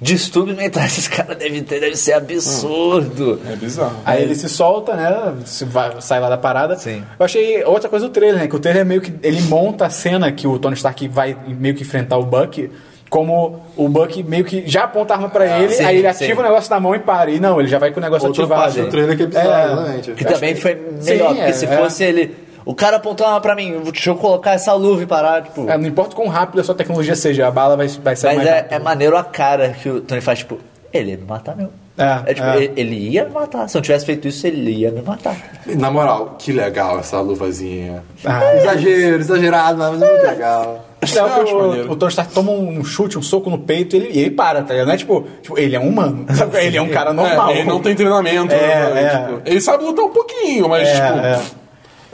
Speaker 1: distúrbio mental que esses caras devem ter deve ser absurdo.
Speaker 2: É bizarro.
Speaker 4: Aí ele se solta, né? Se vai- sai lá da parada.
Speaker 1: Sim.
Speaker 4: Eu achei outra coisa do trailer, né? Que o trailer é meio que. Ele monta a cena que o Tony Stark vai meio que enfrentar o Buck. Como o Buck meio que já aponta a arma pra ele,
Speaker 1: sim,
Speaker 4: aí ele
Speaker 1: sim.
Speaker 4: ativa o negócio na mão e para. E não, ele já vai com o negócio
Speaker 5: Outra
Speaker 4: ativado.
Speaker 5: parte do trailer que é bizarro,
Speaker 4: É.
Speaker 5: exatamente.
Speaker 1: Que também foi
Speaker 4: sim,
Speaker 1: melhor, porque
Speaker 4: é,
Speaker 1: se
Speaker 4: é.
Speaker 1: fosse ele. O cara apontou uma arma pra mim, deixa eu colocar essa luva e parar, tipo.
Speaker 4: É, não importa quão rápido a sua tecnologia seja, a bala vai, vai sair
Speaker 1: Mas
Speaker 4: Tá mais
Speaker 1: é,
Speaker 4: rápido.
Speaker 1: é maneiro a cara que o Tony faz, tipo, ele ia me matar mesmo.
Speaker 4: É,
Speaker 1: É, tipo,
Speaker 4: é.
Speaker 1: Ele, ele ia me matar. Se eu não tivesse feito isso, ele ia me matar.
Speaker 5: Na moral, que legal essa luvazinha.
Speaker 4: Ah.
Speaker 5: Exagero, exagerado, mas muito legal.
Speaker 4: Não,
Speaker 2: Eu acho
Speaker 4: o-
Speaker 2: maneiro.
Speaker 4: Então, o Tony Stark toma um chute, um soco no peito e ele, e ele para, tá ligado? Não é tipo, tipo, ele é um humano. sabe? Ele é um cara normal.
Speaker 2: É, ele não tem treinamento.
Speaker 4: É,
Speaker 2: né,
Speaker 4: é.
Speaker 2: tipo, ele sabe lutar um pouquinho, mas
Speaker 4: É,
Speaker 2: tipo.
Speaker 4: é.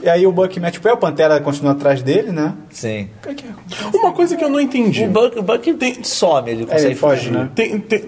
Speaker 4: E aí o Buck mete o pé, o Pantera continua atrás dele, né?
Speaker 1: Sim.
Speaker 2: Uma coisa é que eu não entendi.
Speaker 1: O Buck, o Buck tem, some, ele
Speaker 4: É,
Speaker 1: consegue
Speaker 4: ele foge,
Speaker 1: fugir.
Speaker 4: né?
Speaker 2: Tem. tem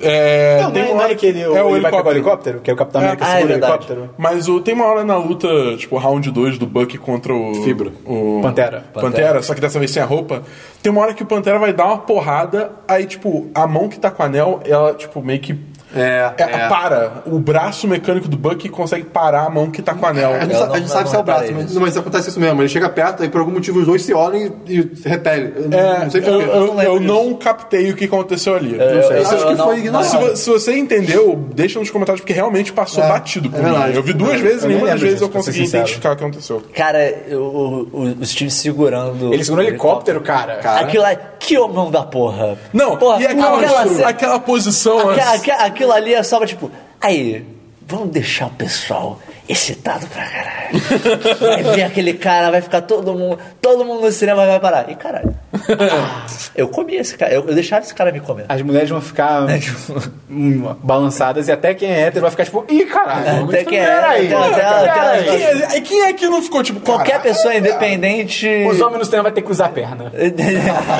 Speaker 2: é,
Speaker 4: Não,
Speaker 2: tem
Speaker 4: não é,
Speaker 2: uma
Speaker 4: não
Speaker 2: hora
Speaker 4: é que ele,
Speaker 2: é o
Speaker 4: ele vai pegar o
Speaker 2: helicóptero.
Speaker 4: helicóptero, que é o Capitão América
Speaker 1: Ah, é
Speaker 4: segura o
Speaker 1: verdade.
Speaker 4: helicóptero.
Speaker 2: Mas o, tem uma hora na luta, tipo, round 2 do Buck contra o.
Speaker 5: Fibra.
Speaker 2: O
Speaker 4: Pantera.
Speaker 2: Pantera, só que dessa vez sem a roupa. Tem uma hora que o Pantera vai dar uma porrada, aí, tipo, a mão que tá com o anel, ela, tipo, meio que
Speaker 5: É,
Speaker 2: É, Para. O braço mecânico do Bucky consegue parar a mão que tá com o anel.
Speaker 5: A gente,
Speaker 1: Eu
Speaker 5: sa- a
Speaker 1: não-
Speaker 5: gente sabe
Speaker 1: não
Speaker 5: se é o braço,
Speaker 1: reparei
Speaker 5: mas,
Speaker 1: nisso.
Speaker 5: mas acontece isso mesmo. Ele chega perto, aí por algum motivo os dois se olham e, e se repelem. Eu
Speaker 2: É,
Speaker 5: não sei
Speaker 2: eu,
Speaker 5: porquê.
Speaker 2: eu,
Speaker 1: não
Speaker 2: eu não,
Speaker 1: lembro
Speaker 2: captei o que aconteceu ali.
Speaker 1: Eu- eu-
Speaker 5: Acho
Speaker 1: eu
Speaker 5: que
Speaker 1: não-
Speaker 5: foi ignorado.
Speaker 2: se, vo- se você entendeu, deixa nos comentários, porque realmente passou batido por
Speaker 5: é
Speaker 2: mim.
Speaker 5: verdade.
Speaker 2: Eu vi duas
Speaker 5: É,
Speaker 2: vezes e
Speaker 4: eu nem
Speaker 2: nenhuma das
Speaker 4: lembro
Speaker 2: vezes
Speaker 4: disso,
Speaker 2: eu
Speaker 4: pra ser
Speaker 2: consegui
Speaker 4: sincero.
Speaker 2: identificar o que aconteceu.
Speaker 1: Cara, eu- o, o, o Steve segurando.
Speaker 4: Ele segurou o helicóptero, cara. é
Speaker 5: Cara.
Speaker 1: Aquilo lá, é que homem da porra.
Speaker 2: Não,
Speaker 1: porra,
Speaker 2: e aquela,
Speaker 1: cena-
Speaker 2: aquela posição.
Speaker 1: Aquela-
Speaker 2: assim,
Speaker 1: aque- aquilo ali é só tipo, aí, vamos deixar o pessoal excitado pra caralho. Vai ver aquele cara, vai ficar todo mundo, todo mundo no cinema vai parar. E caralho, eu comi esse cara, eu, eu deixava esse cara me comer.
Speaker 4: As mulheres vão ficar hum, balançadas e até quem é hétero vai ficar tipo, ih, caralho.
Speaker 1: Até que é,
Speaker 4: peraí, então,
Speaker 1: até- até- até-
Speaker 4: peraí.
Speaker 2: Quem é, quem é que não ficou tipo,
Speaker 1: Qualquer
Speaker 2: qualquer.
Speaker 1: pessoa independente.
Speaker 4: Os homens no cinema vai ter que usar a perna.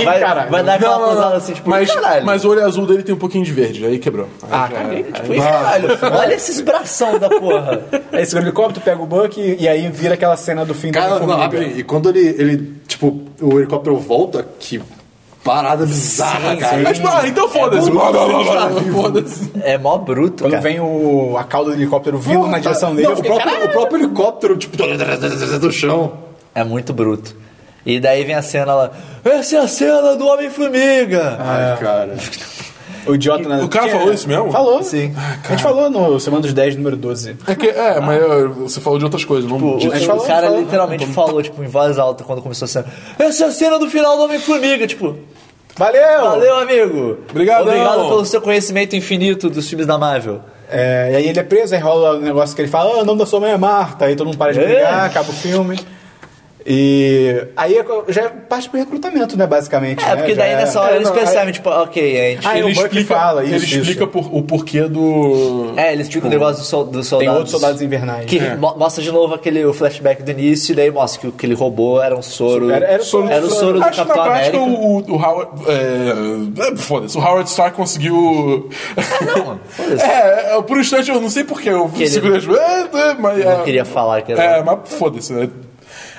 Speaker 1: vai,
Speaker 4: caralho.
Speaker 1: vai dar aquela
Speaker 2: Não, não,
Speaker 1: posada
Speaker 2: não.
Speaker 1: assim, tipo,
Speaker 2: mas,
Speaker 1: caralho.
Speaker 2: mas o olho azul dele tem um pouquinho de verde, aí quebrou.
Speaker 4: Ah, caguei.
Speaker 1: Tipo, "Ih, caralho, olha esses bração da porra.
Speaker 4: Aí segura o helicóptero, pega o Buck e, e aí vira aquela cena do fim
Speaker 5: Cara,
Speaker 4: do
Speaker 5: não, rapidinho. E quando ele, ele, tipo, o helicóptero volta, que parada bizarra, cara.
Speaker 2: Mas, tipo, ah, então foda-se. Blá, blá, blá, blá, foda-se.
Speaker 1: É mó bruto,
Speaker 4: Quando
Speaker 1: cara.
Speaker 4: vem o, a cauda do helicóptero vindo na direção dele,
Speaker 5: Não,
Speaker 4: eu
Speaker 5: o,
Speaker 4: fiquei,
Speaker 5: próprio, o próprio helicóptero, tipo, do chão.
Speaker 1: É muito bruto. E daí vem a cena lá. Essa é a cena do Homem-Formiga!
Speaker 5: Ai, cara.
Speaker 4: "Caralho, o idiota na...
Speaker 2: O cara falou isso mesmo? Ah,
Speaker 4: Falou.
Speaker 1: Sim.
Speaker 4: a gente falou no Semana dos 10, número 12.
Speaker 2: É, que, é mas eu- você falou de outras coisas, não
Speaker 1: Tipo, O,
Speaker 2: disso.
Speaker 1: o
Speaker 4: falou,
Speaker 1: cara
Speaker 4: falou.
Speaker 1: literalmente falou, tipo, em voz alta quando começou a cena. Essa é a cena do final do Homem-Formiga, tipo,
Speaker 4: Valeu!
Speaker 1: valeu, amigo!
Speaker 2: Obrigadão.
Speaker 1: Obrigado pelo seu conhecimento infinito dos filmes da Marvel.
Speaker 4: É, e aí ele é preso, aí rola o negócio que ele fala, ah, o nome da sua mãe é Marta, aí todo mundo para de
Speaker 1: É.
Speaker 4: brigar, acaba o filme. E aí é co- já parte pro recrutamento, né, basicamente.
Speaker 1: É,
Speaker 4: né?
Speaker 1: porque
Speaker 4: Já
Speaker 1: daí nessa hora
Speaker 2: É,
Speaker 1: eles
Speaker 2: não,
Speaker 1: percebem, tipo, ok, a gente.
Speaker 4: Ah, é o
Speaker 2: ele
Speaker 4: Buck que
Speaker 2: explica,
Speaker 4: fala,
Speaker 2: ele
Speaker 4: isso, isso.
Speaker 2: explica por- o porquê do.
Speaker 1: É, eles tipo o negócio do sol- dos soldados.
Speaker 4: Tem outros soldados invernais.
Speaker 1: Que mo- mostra de novo aquele o flashback do início, e daí mostra que o que ele roubou era um soro.
Speaker 4: Era- era o soro-
Speaker 1: era o soro do
Speaker 2: Acho que na
Speaker 1: Capitão
Speaker 2: prática
Speaker 1: América.
Speaker 2: o, o- o Howard. É, é, Foda-se, o Howard Stark conseguiu.
Speaker 1: foda-se.
Speaker 2: é, é, por um instante eu não sei porquê, eu
Speaker 1: ele-
Speaker 2: segurei as. É, é, mas.
Speaker 1: Eu não
Speaker 2: é,
Speaker 1: queria falar que era.
Speaker 2: É, mas foda-se, né?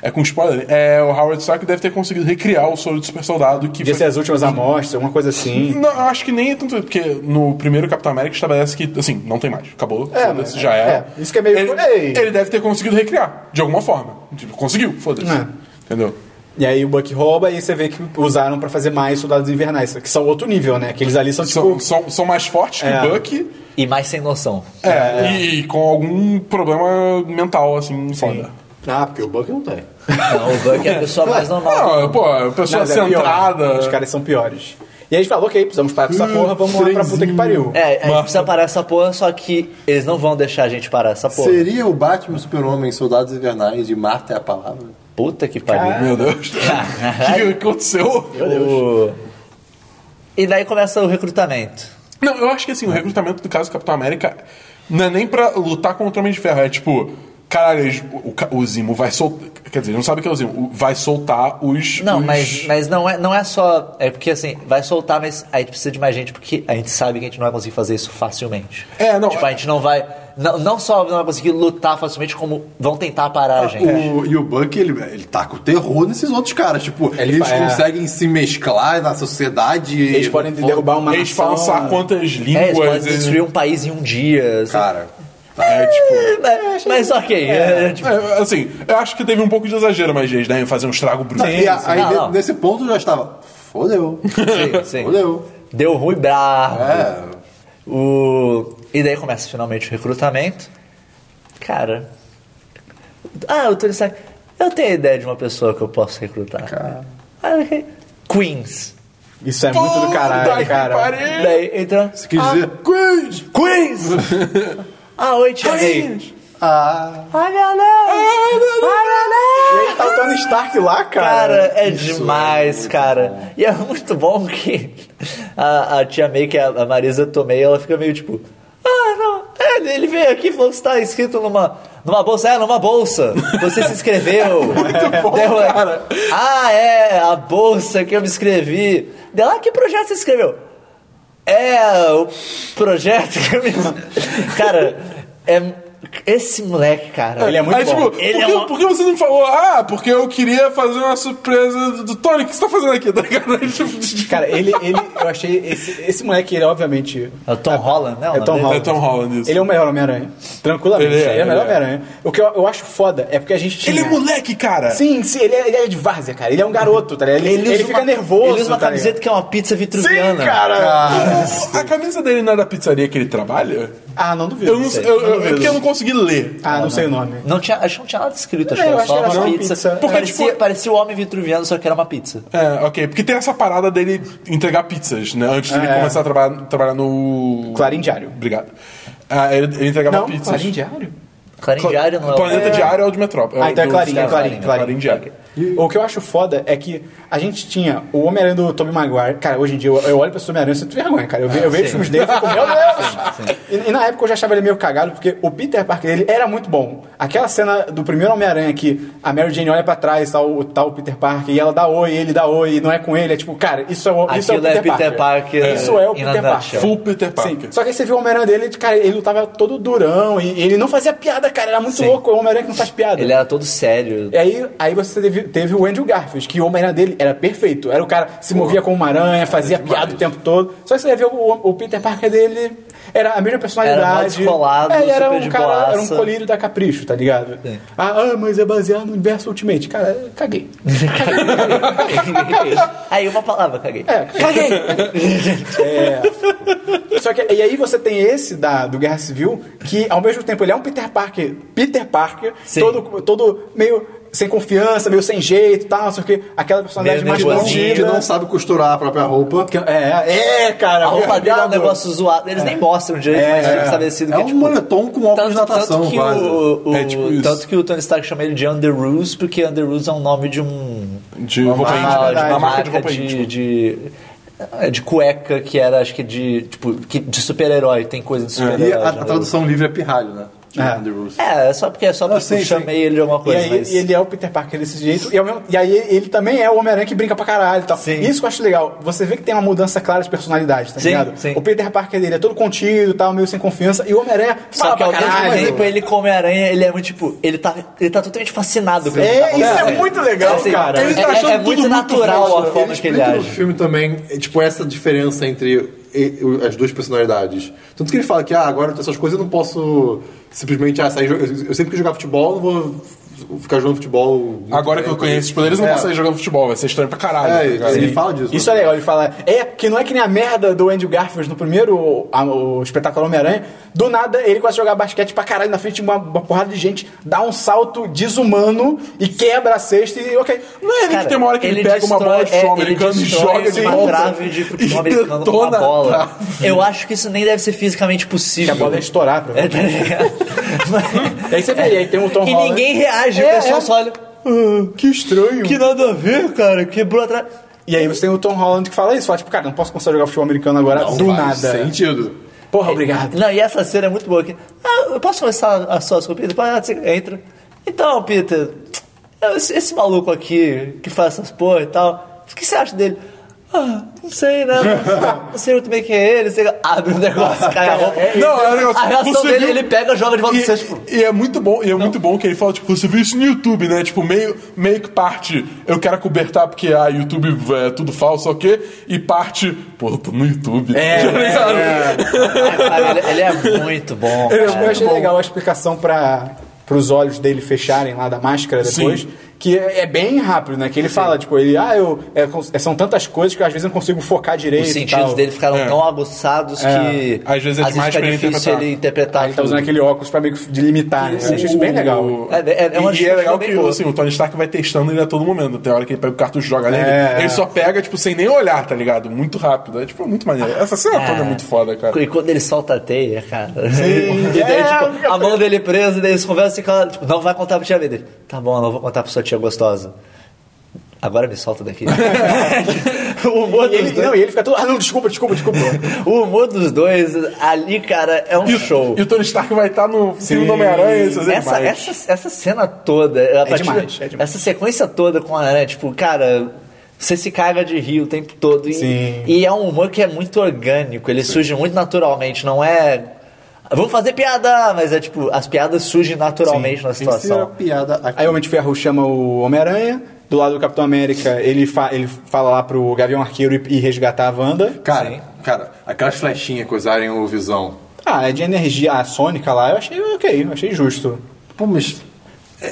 Speaker 2: É com spoiler. É, o Howard Stark deve ter conseguido recriar o soro do super soldado que foi
Speaker 4: Podia ser as últimas amostras, alguma coisa assim.
Speaker 2: Não, eu acho que nem é tanto, porque no primeiro Capitão América estabelece que, assim, não tem mais, acabou,
Speaker 4: É,
Speaker 2: foda-se,
Speaker 4: mas-
Speaker 2: já
Speaker 4: é,
Speaker 2: era.
Speaker 4: isso que é meio-
Speaker 2: Ele,
Speaker 4: Ei!
Speaker 2: ele deve ter conseguido recriar, de alguma forma. Tipo, conseguiu, foda-se.
Speaker 4: É.
Speaker 2: Entendeu?
Speaker 4: E aí o Buck rouba e você vê que usaram pra fazer mais soldados invernais, que são outro nível, né? Aqueles ali são tipo.
Speaker 2: São, são, são mais fortes
Speaker 4: É.
Speaker 2: que o Buck
Speaker 1: E mais sem noção.
Speaker 2: é, e, e com algum problema mental, assim, foda.
Speaker 5: Ah, porque o Buck não tem.
Speaker 1: Não, o Buck é a pessoa mais normal.
Speaker 2: Não, Ah, pô, a
Speaker 4: Não,
Speaker 2: pessoa
Speaker 4: mas é pior.
Speaker 2: centrada.
Speaker 4: Os caras são piores. E aí a gente falou, ok, precisamos parar com essa porra, vamos lá pra puta que pariu.
Speaker 1: É, a gente
Speaker 2: Marta.
Speaker 1: precisa parar essa porra, só que eles não vão deixar a gente parar essa porra.
Speaker 5: Seria o Batman, Super-Homem, Soldados Invernais de Marta é a palavra?
Speaker 1: Puta que pariu.
Speaker 2: Meu Deus. O que, que aconteceu?
Speaker 1: O- E daí começa o recrutamento.
Speaker 2: Não, eu acho que assim, o recrutamento do caso do Capitão América não é nem pra lutar contra o Homem de Ferro, é tipo, caralho, eles- o, ca- o Zimo vai soltar. Quer dizer, ele não sabe o que é o Zimo, o- vai soltar os.
Speaker 1: Não,
Speaker 2: os-
Speaker 1: mas, mas não, é, não é só. É porque assim, vai soltar, mas aí precisa de mais gente, porque a gente sabe que a gente não vai conseguir fazer isso facilmente.
Speaker 2: É, não,
Speaker 1: Tipo, a gente não vai. Não, não só não vai conseguir lutar facilmente, como vão tentar parar a gente.
Speaker 5: Ah, O, e o Buck, ele, ele taca o terror nesses outros caras. Tipo,
Speaker 4: Ele
Speaker 5: eles
Speaker 4: fa- é.
Speaker 5: conseguem se mesclar na sociedade.
Speaker 4: Eles podem derrubar uma
Speaker 2: Eles falam
Speaker 4: nação.
Speaker 2: sabe quantas
Speaker 1: É, eles podem
Speaker 2: línguas. eles-
Speaker 1: destruir um país em um dia. assim.
Speaker 5: Cara,
Speaker 2: é, tipo.
Speaker 1: Mas, mas ok. é, tipo,
Speaker 2: é, assim, eu acho que teve um pouco de exagero, mas eles devem fazer um estrago bruto.
Speaker 5: e a- aí,
Speaker 1: Não,
Speaker 5: ne-
Speaker 1: não.
Speaker 5: nesse ponto, já estava... Fodeu.
Speaker 1: sim, sim.
Speaker 5: Fodeu.
Speaker 1: Deu ruim bravo.
Speaker 5: É...
Speaker 1: O... E daí começa finalmente o recrutamento. Cara. Ah, o Tony Stark. Eu tenho a ideia de uma pessoa que eu posso recrutar. Ah, ok. Queens.
Speaker 4: Isso é muito do
Speaker 2: Puta
Speaker 4: caralho,
Speaker 2: que
Speaker 4: cara.
Speaker 2: pariu. Ah,
Speaker 1: Daí entra.
Speaker 5: Você quis dizer... Queens!
Speaker 1: Queens! ah, oi, Tia May.
Speaker 5: Ah...
Speaker 1: Ai, meu Deus! Ai, meu Deus!
Speaker 4: Tá o Tony Stark lá, cara.
Speaker 1: Cara, é demais, cara. E é muito bom que a, a tia May, que é a Marisa Tomei, ela fica meio tipo. Ah, não. É, ele veio aqui e falou que está inscrito numa, numa bolsa. É, numa bolsa. Você se inscreveu. muito bom, cara. Ah, é, a bolsa que eu me inscrevi. De lá, que projeto você escreveu? É, o projeto que eu me. cara, é. Esse moleque, cara.
Speaker 4: Ele é muito
Speaker 2: Aí,
Speaker 4: bom.
Speaker 2: tipo,
Speaker 1: Ele
Speaker 2: por,
Speaker 1: é
Speaker 2: que,
Speaker 1: uma-
Speaker 2: por que você não falou, ah, porque eu queria fazer uma surpresa do- do Tony, o que você tá fazendo aqui? Tá ligado? Aí, tipo,
Speaker 4: Cara, ele, ele, eu achei esse, esse moleque, ele obviamente.
Speaker 1: É o Tom Holland, não?
Speaker 4: É Tom Holland.
Speaker 2: É Tom Holland isso.
Speaker 4: Ele é o melhor Homem-Aranha. Tranquilamente.
Speaker 2: Ele
Speaker 4: Ele
Speaker 2: é,
Speaker 4: é,
Speaker 2: ele
Speaker 4: o melhor
Speaker 2: é.
Speaker 4: Homem-Aranha. O que eu, eu acho foda é porque a gente tinha.
Speaker 2: Ele é moleque, cara!
Speaker 4: Sim, sim, ele é, ele é de várzea, cara. Ele é um garoto, tá ligado? Ele, ele,
Speaker 1: usa
Speaker 4: fica
Speaker 1: uma-
Speaker 4: nervoso.
Speaker 1: Ele usa uma
Speaker 4: tá ligado?
Speaker 1: camiseta que é uma pizza vitruviana.
Speaker 4: Sim, cara!
Speaker 2: O- A camisa dele não é da pizzaria que ele trabalha?
Speaker 4: Ah, não duvido.
Speaker 2: Eu não sei. Eu, eu- é porque eu não consegui ler.
Speaker 4: Ah, não, sei o nome.
Speaker 1: Não tinha, acho que não tinha nada escrito, acho
Speaker 4: É,
Speaker 1: que
Speaker 4: eu
Speaker 1: era
Speaker 4: acho que
Speaker 1: só
Speaker 4: era só
Speaker 1: uma
Speaker 4: uma
Speaker 1: pizza.
Speaker 4: pizza.
Speaker 2: Porque,
Speaker 1: parecia,
Speaker 2: tipo-
Speaker 1: parecia o homem vitruviano, só que era uma pizza.
Speaker 2: É, ok. Porque tem essa parada dele entregar pizzas, né? Antes dele
Speaker 4: É.
Speaker 2: começar a trabalhar, trabalhar no.
Speaker 4: Clarim Diário.
Speaker 2: Obrigado. Ah, ele, ele entregava
Speaker 4: Não,
Speaker 2: pizzas.
Speaker 4: Clarim Diário?
Speaker 1: Clarim Diário não é o-
Speaker 2: Planeta Diário é o de Metrópole.
Speaker 4: Ah, então é
Speaker 2: do-
Speaker 4: Clarim, é
Speaker 1: Clarim,
Speaker 4: Clarim,
Speaker 1: é
Speaker 2: Clarim
Speaker 4: Clarim.
Speaker 2: Diário.
Speaker 4: O que eu acho foda é que a gente tinha o Homem-Aranha do Tobey Maguire. Cara, hoje em dia eu, eu olho pra esse Homem-Aranha e sinto vergonha, cara. Eu,
Speaker 1: Ah,
Speaker 4: ve- eu vejo os filmes dele e fico, meu Deus! E, e na época eu já achava ele meio cagado, porque o Peter Parker dele era muito bom. Aquela cena do primeiro Homem-Aranha que a Mary Jane olha pra trás, tá o, tá o Peter Parker, e ela dá oi, ele dá oi, e não é com ele. É tipo, cara, isso é o, isso é o
Speaker 1: Aquilo é
Speaker 4: Peter,
Speaker 1: Peter Parker.
Speaker 4: Isso é o
Speaker 1: in a
Speaker 4: Peter Parker.
Speaker 1: nutshell.
Speaker 2: Full Peter
Speaker 4: Sim.
Speaker 2: Parker.
Speaker 4: Só que aí você viu o Homem-Aranha dele, ele, cara, ele lutava todo durão e ele não fazia piada, cara, era muito louco. É o Homem-Aranha que não faz piada.
Speaker 1: Ele era todo sério.
Speaker 4: E aí, aí você teve, teve o Andrew Garfield, que o Homem-Aranha dele era perfeito. Era o cara que se movia como uma aranha, fazia piada o tempo todo. Só que você ia ver o, o Peter Parker dele, era a mesma personalidade.
Speaker 1: Era mó descolado,
Speaker 4: É, ele era
Speaker 1: super
Speaker 4: um
Speaker 1: de
Speaker 4: cara,
Speaker 1: boaça.
Speaker 4: era um colírio da Capricho, tá ligado?
Speaker 1: Sim.
Speaker 4: Ah, ah, mas é baseado no universo Ultimate. Cara, caguei.
Speaker 1: Aí uma palavra, caguei.
Speaker 4: É, caguei. É. Só que e aí você tem esse da do Guerra Civil que ao mesmo tempo ele é um Peter Parker, Peter Parker,
Speaker 1: Sim.
Speaker 4: todo todo meio sem confiança, meio sem jeito, e tal, não sei o que, aquela personalidade
Speaker 1: Meio
Speaker 4: mais
Speaker 1: nervosinho,
Speaker 5: Que
Speaker 4: bandida.
Speaker 5: não sabe costurar a própria roupa.
Speaker 4: que- É, é, cara.
Speaker 1: A roupa dele é um
Speaker 4: obrigado.
Speaker 1: negócio zoado. Eles nem mostram direito, mas fica estabelecido
Speaker 5: É
Speaker 1: que é
Speaker 5: um
Speaker 1: tipo...
Speaker 5: moletom com óculos de natação,
Speaker 1: que
Speaker 5: quase.
Speaker 1: o, o-
Speaker 2: É tipo isso.
Speaker 1: tanto que o Tony Stark chama ele de Underoos, porque Underoos é um nome de um
Speaker 2: De roupa
Speaker 1: uma,
Speaker 2: íntima.
Speaker 1: de
Speaker 2: Uma
Speaker 1: uma
Speaker 2: marca de roupa
Speaker 1: de,
Speaker 2: íntima.
Speaker 1: de, é, de cueca que era, acho que de tipo que- de super-herói, tem coisa
Speaker 2: É.
Speaker 1: de super-herói.
Speaker 5: E a, a
Speaker 1: né?
Speaker 5: tradução livre é pirralho, né? De
Speaker 4: É.
Speaker 5: Under Rules.
Speaker 1: É, é só porque é só porque
Speaker 2: Ah,
Speaker 5: sim,
Speaker 1: eu
Speaker 5: sim.
Speaker 1: chamei ele de alguma
Speaker 4: E
Speaker 1: coisa,
Speaker 4: aí
Speaker 1: mas
Speaker 4: ele é o Peter Parker desse jeito, e, ao mesmo- e aí ele também é o Homem-Aranha que brinca pra caralho e tal.
Speaker 1: Sim.
Speaker 4: Isso que eu acho legal. Você vê que tem uma mudança clara de personalidade, tá
Speaker 1: Sim,
Speaker 4: ligado?
Speaker 1: sim.
Speaker 4: O Peter Parker dele é todo contido e tal, meio sem confiança, e o Homem-Aranha
Speaker 1: só que
Speaker 4: fala pra
Speaker 1: ao mesmo
Speaker 4: caralho.
Speaker 1: tempo tipo, ele come aranha, ele é muito tipo, ele tá, ele tá totalmente fascinado pelo que tá
Speaker 4: É, isso é
Speaker 1: acontecendo.
Speaker 4: muito legal,
Speaker 1: Assim,
Speaker 4: cara.
Speaker 1: É,
Speaker 2: Ele tá
Speaker 1: é-
Speaker 2: achando
Speaker 1: é
Speaker 2: tudo
Speaker 1: muito
Speaker 2: muito
Speaker 1: natural
Speaker 2: fofo,
Speaker 1: a forma que ele
Speaker 5: explica assim, no
Speaker 1: age.
Speaker 5: filme também, é, tipo, essa diferença entre e- o- as duas personalidades. Tanto que ele fala que, ah, agora eu tenho essas coisas eu não posso simplesmente ah, sair. jo- Eu, eu sempre que jogar futebol, eu não vou ficar jogando futebol.
Speaker 2: Agora que eu conheço os poderes, eu não
Speaker 5: É.
Speaker 2: posso sair jogando futebol, vai ser estranho pra caralho.
Speaker 5: É,
Speaker 2: tá ligado?
Speaker 5: ele fala disso.
Speaker 4: Isso é
Speaker 5: né?
Speaker 4: legal, ele fala. É, porque não é que nem a merda do Andrew Garfield no primeiro a- o espetáculo Homem-Aranha. Do nada, ele começa a jogar basquete pra caralho na frente de uma, uma porrada de gente, dá um salto desumano e quebra a cesta e ok.
Speaker 2: Não é nem que
Speaker 1: Cara,
Speaker 2: tem uma hora que ele,
Speaker 1: ele
Speaker 2: pega uma bola de
Speaker 1: destrói-
Speaker 2: futebol
Speaker 1: é, ele
Speaker 2: americano e
Speaker 1: destrói
Speaker 2: joga de
Speaker 1: uma
Speaker 2: volta.
Speaker 1: trave de
Speaker 2: e
Speaker 1: futebol americano com uma
Speaker 2: detona a
Speaker 1: bola.
Speaker 2: trave.
Speaker 1: Eu acho que isso nem deve ser é fisicamente
Speaker 4: Que
Speaker 1: possível.
Speaker 4: a bola ia estourar,
Speaker 1: É,
Speaker 4: provavelmente.
Speaker 1: tá ligado? Mas-
Speaker 2: É.
Speaker 4: E aí você vê, e aí tem o Tom
Speaker 1: E
Speaker 4: Holland.
Speaker 1: ninguém reage,
Speaker 4: É,
Speaker 1: o pessoal
Speaker 4: é.
Speaker 1: só olha. "Ah,
Speaker 4: Que estranho.
Speaker 1: Que nada a ver, cara. Quebrou atrás.
Speaker 4: E aí você tem o Tom Holland que fala isso, fala tipo, cara, não posso começar a jogar futebol americano agora do
Speaker 5: Faz
Speaker 4: nada.
Speaker 5: Sentido.
Speaker 4: Porra, obrigado.
Speaker 1: Não, e essa cena é muito boa aqui. Ah, eu posso começar a sua Peter? Pode, você entra. Então, Peter, eu- esse, esse maluco aqui que faz essas porra e tal, o que você acha dele? Ah, não sei, né? Não, sei muito bem quem é ele. Sei... lá. Abre o negócio, cai a roupa.
Speaker 2: Não, é um negócio-
Speaker 1: A reação
Speaker 2: você
Speaker 1: dele,
Speaker 2: viu-
Speaker 1: ele pega, joga de volta no cesto. tipo,
Speaker 2: E, e é muito bom, e é muito bom que ele fala, tipo, você viu isso no YouTube, né? Tipo, meio, meio que parte, eu quero cobertar porque a YouTube é tudo falso, ok? E parte, pô, eu tô no YouTube.
Speaker 4: É,
Speaker 2: Tá ligado?
Speaker 1: Cara, ele, ele é muito bom.
Speaker 4: Eu,
Speaker 1: cara.
Speaker 4: achei legal a explicação para os olhos dele fecharem lá da máscara depois.
Speaker 2: Sim.
Speaker 4: Que é é bem rápido, né? Que ele fala, tipo, ele, ah, eu. é, con- é, são tantas coisas que às vezes eu não consigo focar direito.
Speaker 1: Os
Speaker 4: e
Speaker 1: sentidos
Speaker 4: tal.
Speaker 1: dele ficaram
Speaker 2: É.
Speaker 1: tão aguçados que.
Speaker 2: Às vezes é demais
Speaker 1: fica
Speaker 2: pra ele
Speaker 1: difícil
Speaker 2: interpretar.
Speaker 1: ele interpretar.
Speaker 4: Ele tá
Speaker 1: tudo.
Speaker 4: usando aquele óculos pra meio que delimitar, né? Eu achei isso bem legal.
Speaker 1: É, é- é uma
Speaker 2: e, e é legal
Speaker 1: bem
Speaker 2: que
Speaker 1: boa.
Speaker 2: assim, o Tony Stark vai testando ele a todo momento. Tem hora que ele pega o cartucho e joga nele.
Speaker 4: É.
Speaker 2: Ele só pega, tipo, sem nem olhar, tá ligado? Muito rápido. É tipo, muito maneiro. Essa cena toda é muito foda, cara.
Speaker 1: E quando ele solta a teia, cara.
Speaker 4: Sim.
Speaker 1: e daí,
Speaker 4: É,
Speaker 1: tipo,
Speaker 4: eu-
Speaker 1: a mão dele presa, e daí eles conversam e falam, tipo, não vai contar pra tia dele. Tá bom, eu não vou contar pra sua tia gostosa. Agora me solta daqui. o humor
Speaker 4: E
Speaker 1: dos
Speaker 4: ele,
Speaker 1: dois.
Speaker 4: não, e ele fica todo. Ah, não, desculpa, desculpa, desculpa.
Speaker 1: O humor dos dois, ali, cara, é um
Speaker 2: E, o-
Speaker 1: show.
Speaker 2: e o Tony Stark vai estar no filme do Homem-Aranha. essas
Speaker 1: Essa,
Speaker 2: imagens.
Speaker 1: essa, essa cena toda, a partir-
Speaker 4: demais, é demais.
Speaker 1: essa sequência toda com a aranha, tipo, cara, você se caga de rir o tempo todo. E,
Speaker 4: Sim.
Speaker 1: e é um humor que é muito orgânico, ele surge muito naturalmente, não é. Vamos fazer piada! Mas é tipo, as piadas surgem naturalmente na
Speaker 5: Insira é a
Speaker 4: é
Speaker 1: situação.
Speaker 5: piada aqui.
Speaker 4: Aí o Homem de Ferro chama o Homem-Aranha, do lado do Capitão América ele, fa- ele fala lá pro Gavião Arqueiro ir ir resgatar a Wanda.
Speaker 5: Cara, cara, aquelas flechinhas que usarem o Visão.
Speaker 4: Ah, é de energia a sônica lá, eu achei ok, eu achei justo.
Speaker 5: Pô, mas...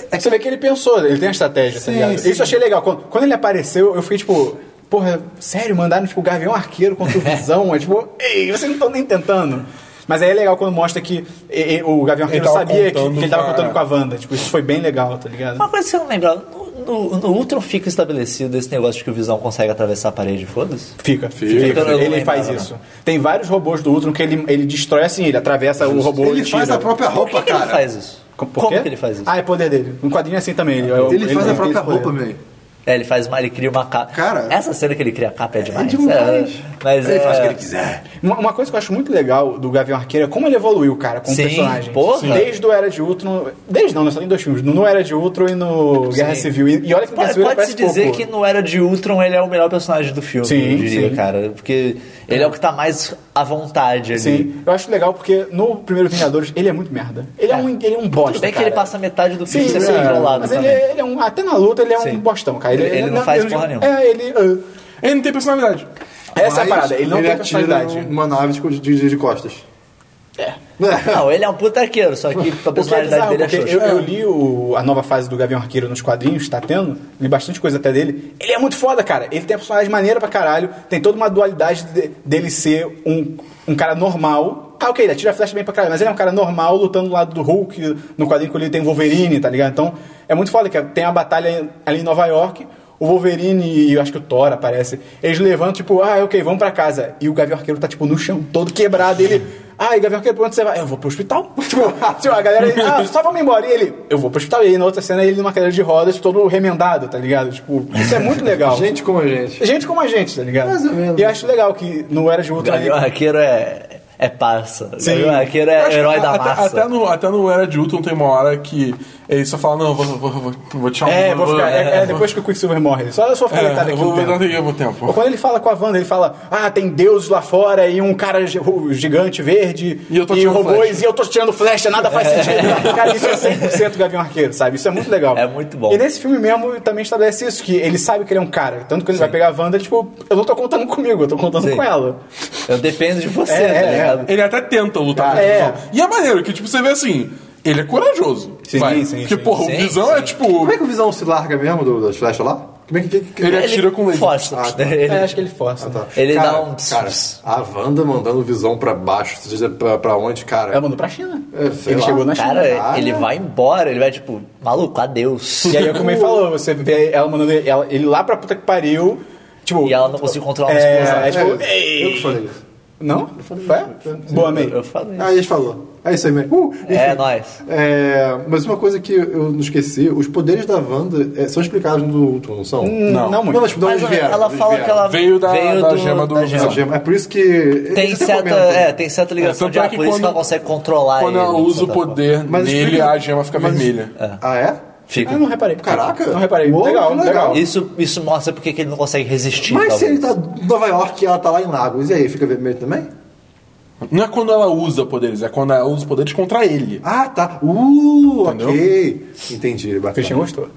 Speaker 4: É que você vê que ele pensou, ele tem a estratégia, tá
Speaker 5: Sim,
Speaker 4: ligado?
Speaker 5: sim.
Speaker 4: Isso eu achei legal. Quando, quando ele apareceu, eu fiquei tipo, porra, sério, mandaram tipo o Gavião Arqueiro contra o Visão? é tipo, ei, vocês não estão nem tentando. Mas aí é legal quando mostra que e- e- o Gavião
Speaker 2: Ele
Speaker 4: Arqueiro
Speaker 2: tava
Speaker 4: sabia que, que
Speaker 2: contando
Speaker 4: ele tava
Speaker 2: pra-
Speaker 4: contando com a Wanda. Tipo, isso foi bem legal, tá ligado?
Speaker 1: Uma coisa que eu não lembrava, no, no, no Ultron fica estabelecido esse negócio de que o Visão consegue atravessar a parede, foda-se?
Speaker 4: Fica, fica.
Speaker 1: Então eu não
Speaker 4: Ele faz
Speaker 1: lembrava,
Speaker 4: isso. Tem vários robôs do Ultron que ele, ele destrói assim, ele atravessa o robô
Speaker 5: Ele
Speaker 4: e tira.
Speaker 5: faz a própria
Speaker 1: Por que,
Speaker 5: roupa,
Speaker 1: que
Speaker 5: cara.
Speaker 1: ele faz isso?
Speaker 4: Com- por
Speaker 1: Como
Speaker 4: quê?
Speaker 1: que ele faz isso?
Speaker 4: Ah, é poder dele. Um quadrinho é assim também. Ele,
Speaker 5: Ele faz a
Speaker 4: tem
Speaker 5: própria
Speaker 4: esse poder.
Speaker 5: roupa, meu.
Speaker 1: É, ele faz uma, ele cria uma capa.
Speaker 5: Cara-
Speaker 1: essa cena que ele cria a capa é demais.
Speaker 5: demais.
Speaker 1: É, mas
Speaker 5: Ele
Speaker 1: é...
Speaker 5: faz o que ele quiser.
Speaker 4: Uma, uma coisa que eu acho muito legal do Gavião Arqueiro é como ele evoluiu, cara, como
Speaker 1: Sim,
Speaker 4: personagem.
Speaker 1: porra.
Speaker 4: Sim. Desde o Era de Ultron. Desde não, né, só tem dois filmes. No, no Era de Ultron e no Guerra
Speaker 1: Sim.
Speaker 4: Civil. E, e olha que no
Speaker 1: Pode,
Speaker 4: Guerra Civil ele
Speaker 1: pode se
Speaker 4: aparece
Speaker 1: dizer
Speaker 4: pouco.
Speaker 1: que no Era de Ultron ele é o melhor personagem do filme,
Speaker 4: Sim,
Speaker 1: eu diria,
Speaker 4: sim.
Speaker 1: cara. Porque ele é o que tá mais à vontade ali.
Speaker 4: Sim, eu acho legal porque no primeiro Vingadores ele é muito merda. Ele é, um, ele é um bosta.
Speaker 1: Tudo bem que
Speaker 4: cara.
Speaker 1: ele passa metade do filme
Speaker 4: Sim,
Speaker 1: sendo
Speaker 4: é,
Speaker 1: controlado
Speaker 4: mas ele,
Speaker 1: também.
Speaker 4: é- ele é um. Até na luta ele é
Speaker 1: Sim.
Speaker 4: um bostão, cara.
Speaker 1: Ele- ele não faz porra nenhuma.
Speaker 4: É, ele. ah,
Speaker 2: Ele não tem personalidade.
Speaker 4: essa é a
Speaker 5: Mas
Speaker 4: parada, ele não tem
Speaker 5: atira
Speaker 4: personalidade.
Speaker 5: uma nave de, de, de costas.
Speaker 1: Não, ele é um puta arqueiro, só que a
Speaker 4: O que é
Speaker 1: personalidade
Speaker 4: bizarro,
Speaker 1: dele é
Speaker 4: porque
Speaker 1: xoxa.
Speaker 4: eu, eu li o- a nova fase do Gavião Arqueiro nos quadrinhos, tá tendo, li bastante coisa até dele. Ele é muito foda, cara. Ele tem a personagem maneira pra caralho, tem toda uma dualidade de- dele ser um, um cara normal. Ah, ok, ele atira a flecha bem pra caralho, mas ele é um cara normal lutando do lado do Hulk, no quadrinho que ele tem Wolverine, tá ligado? Então, é muito foda, que tem a batalha ali em Nova York, o Wolverine e eu acho que o Thor aparece. Eles levantam, tipo, ah, ok, vamos pra casa. E o Gavião Arqueiro tá, tipo, no chão, todo quebrado. Ele, ah, e Gavião Arqueiro, pra onde você vai? Eu vou pro hospital. tipo, tipo, a galera, ah, só vamos embora. E ele, eu vou pro hospital. E aí, na outra cena, ele numa cadeira de rodas, todo remendado, tá ligado? Tipo, isso é muito legal.
Speaker 5: Gente como a gente.
Speaker 4: Gente como a gente, tá ligado?
Speaker 5: Mais ou menos.
Speaker 4: E eu acho legal que no Era de
Speaker 1: O
Speaker 4: Ultron...
Speaker 1: Gavião
Speaker 4: ele-
Speaker 1: Arqueiro é, é parça. O
Speaker 4: Sim.
Speaker 1: Gavião Arqueiro
Speaker 2: Eu
Speaker 1: é
Speaker 2: acho que
Speaker 1: herói da
Speaker 2: até-
Speaker 1: massa.
Speaker 2: Até no, até no Era de Ultron tem uma hora que ele só fala, não, vou, vou, vou, vou te chamar.
Speaker 4: É, vou ficar... É, é, depois que o Quicksilver morre. ele Só, só ficar
Speaker 2: É,
Speaker 4: deitado aqui
Speaker 2: eu
Speaker 4: um
Speaker 2: vou
Speaker 4: tempo.
Speaker 2: dar aqui o
Speaker 4: Ou
Speaker 2: tempo.
Speaker 4: quando ele fala com a Wanda, ele fala: Ah, tem deuses lá fora e um cara gi- o gigante verde
Speaker 2: E eu tô tirando
Speaker 4: robôs
Speaker 2: flecha."
Speaker 4: e eu tô tirando flecha, nada faz sentido. Cara, isso é 100% Gavião Arqueiro, sabe? Isso é muito legal.
Speaker 1: É muito bom.
Speaker 4: E nesse filme mesmo também estabelece isso, que ele sabe que ele é um cara. Tanto que ele vai pegar a Wanda, ele, tipo, eu não tô contando comigo, eu tô contando
Speaker 1: Sim.
Speaker 4: com ela.
Speaker 1: Eu dependo de você,
Speaker 4: É,
Speaker 1: tá
Speaker 4: é,
Speaker 1: ligado?
Speaker 2: Ele até tenta lutar com o
Speaker 4: É.
Speaker 2: Visão. E é maneiro, que tipo, você vê assim, ele é corajoso.
Speaker 4: Sim,
Speaker 2: vai.
Speaker 4: sim,
Speaker 2: Porque,
Speaker 4: sim.
Speaker 2: porra,
Speaker 1: Sim,
Speaker 2: o Visão é tipo...
Speaker 5: Como é que o Visão se larga mesmo do, das flechas lá? Como é que... que, que-
Speaker 2: Ele atira com laser.
Speaker 1: Força. né?
Speaker 5: Ah, tá.
Speaker 1: Ele-
Speaker 4: É, acho que ele força.
Speaker 5: Tá.
Speaker 1: Ele
Speaker 5: Cara,
Speaker 1: dá um-
Speaker 5: Cara, a Wanda mandando o Visão pra baixo, você diz pra, pra onde, cara?
Speaker 4: Ela mandou pra China.
Speaker 5: É, sei
Speaker 4: ele
Speaker 5: lá.
Speaker 4: chegou na China.
Speaker 1: Cara, é.
Speaker 5: Cara.
Speaker 1: ele vai embora, ele vai tipo, maluco, adeus.
Speaker 4: E aí,
Speaker 1: Uh!
Speaker 4: como ele falou, você vê ela mandando ele, ela- ele lá pra puta que pariu. Tipo,
Speaker 1: E ela não conseguiu controlar uma explosão.
Speaker 4: é, é,
Speaker 5: É,
Speaker 4: tipo,
Speaker 5: eu que falei isso.
Speaker 4: não? Foi? Boa, amei.
Speaker 1: Eu falei.
Speaker 5: Ah, a gente falou. É isso aí mesmo. Uh,
Speaker 1: É,
Speaker 5: enfim.
Speaker 1: nóis.
Speaker 5: É, mas uma coisa que eu não esqueci, os poderes da Wanda é, são explicados no Ultron, não são?
Speaker 4: Não, não muito.
Speaker 5: Não, mas tipo, de
Speaker 1: Mas
Speaker 5: onde vieram?
Speaker 1: ela
Speaker 5: Eles
Speaker 1: fala
Speaker 5: vieram.
Speaker 1: que ela
Speaker 2: Veio da- da gema do
Speaker 1: da
Speaker 5: Essa gema. É por isso que...
Speaker 1: Tem
Speaker 5: eles até
Speaker 1: certa,
Speaker 5: comentam.
Speaker 1: é, tem certa ligação
Speaker 2: É, tanto
Speaker 1: de ah,
Speaker 2: é que
Speaker 1: por isso que
Speaker 2: quando-
Speaker 1: ela consegue controlar
Speaker 2: Quando
Speaker 1: ele. tá
Speaker 2: ela
Speaker 1: de
Speaker 2: usa o
Speaker 1: certa forma.
Speaker 2: poder
Speaker 5: Mas
Speaker 2: nele,
Speaker 5: explica-
Speaker 2: a gema fica
Speaker 5: mas-
Speaker 2: vermelha.
Speaker 5: Ah, é?
Speaker 1: Fica.
Speaker 4: Ah, não reparei.
Speaker 5: Caraca.
Speaker 4: Não reparei.
Speaker 5: Pô,
Speaker 4: legal,
Speaker 5: que
Speaker 4: legal.
Speaker 5: legal.
Speaker 1: Isso, isso mostra porque que ele não consegue resistir.
Speaker 5: Mas se ele
Speaker 1: talvez.
Speaker 5: tá em Nova York e ela tá lá em Lagos, e aí, fica vermelho também?
Speaker 2: Não é quando ela usa poderes, é quando ela usa poderes contra ele.
Speaker 5: Ah, tá. Uh,
Speaker 2: Entendeu?
Speaker 5: ok. Entendi, bacana.
Speaker 4: Christian gostou.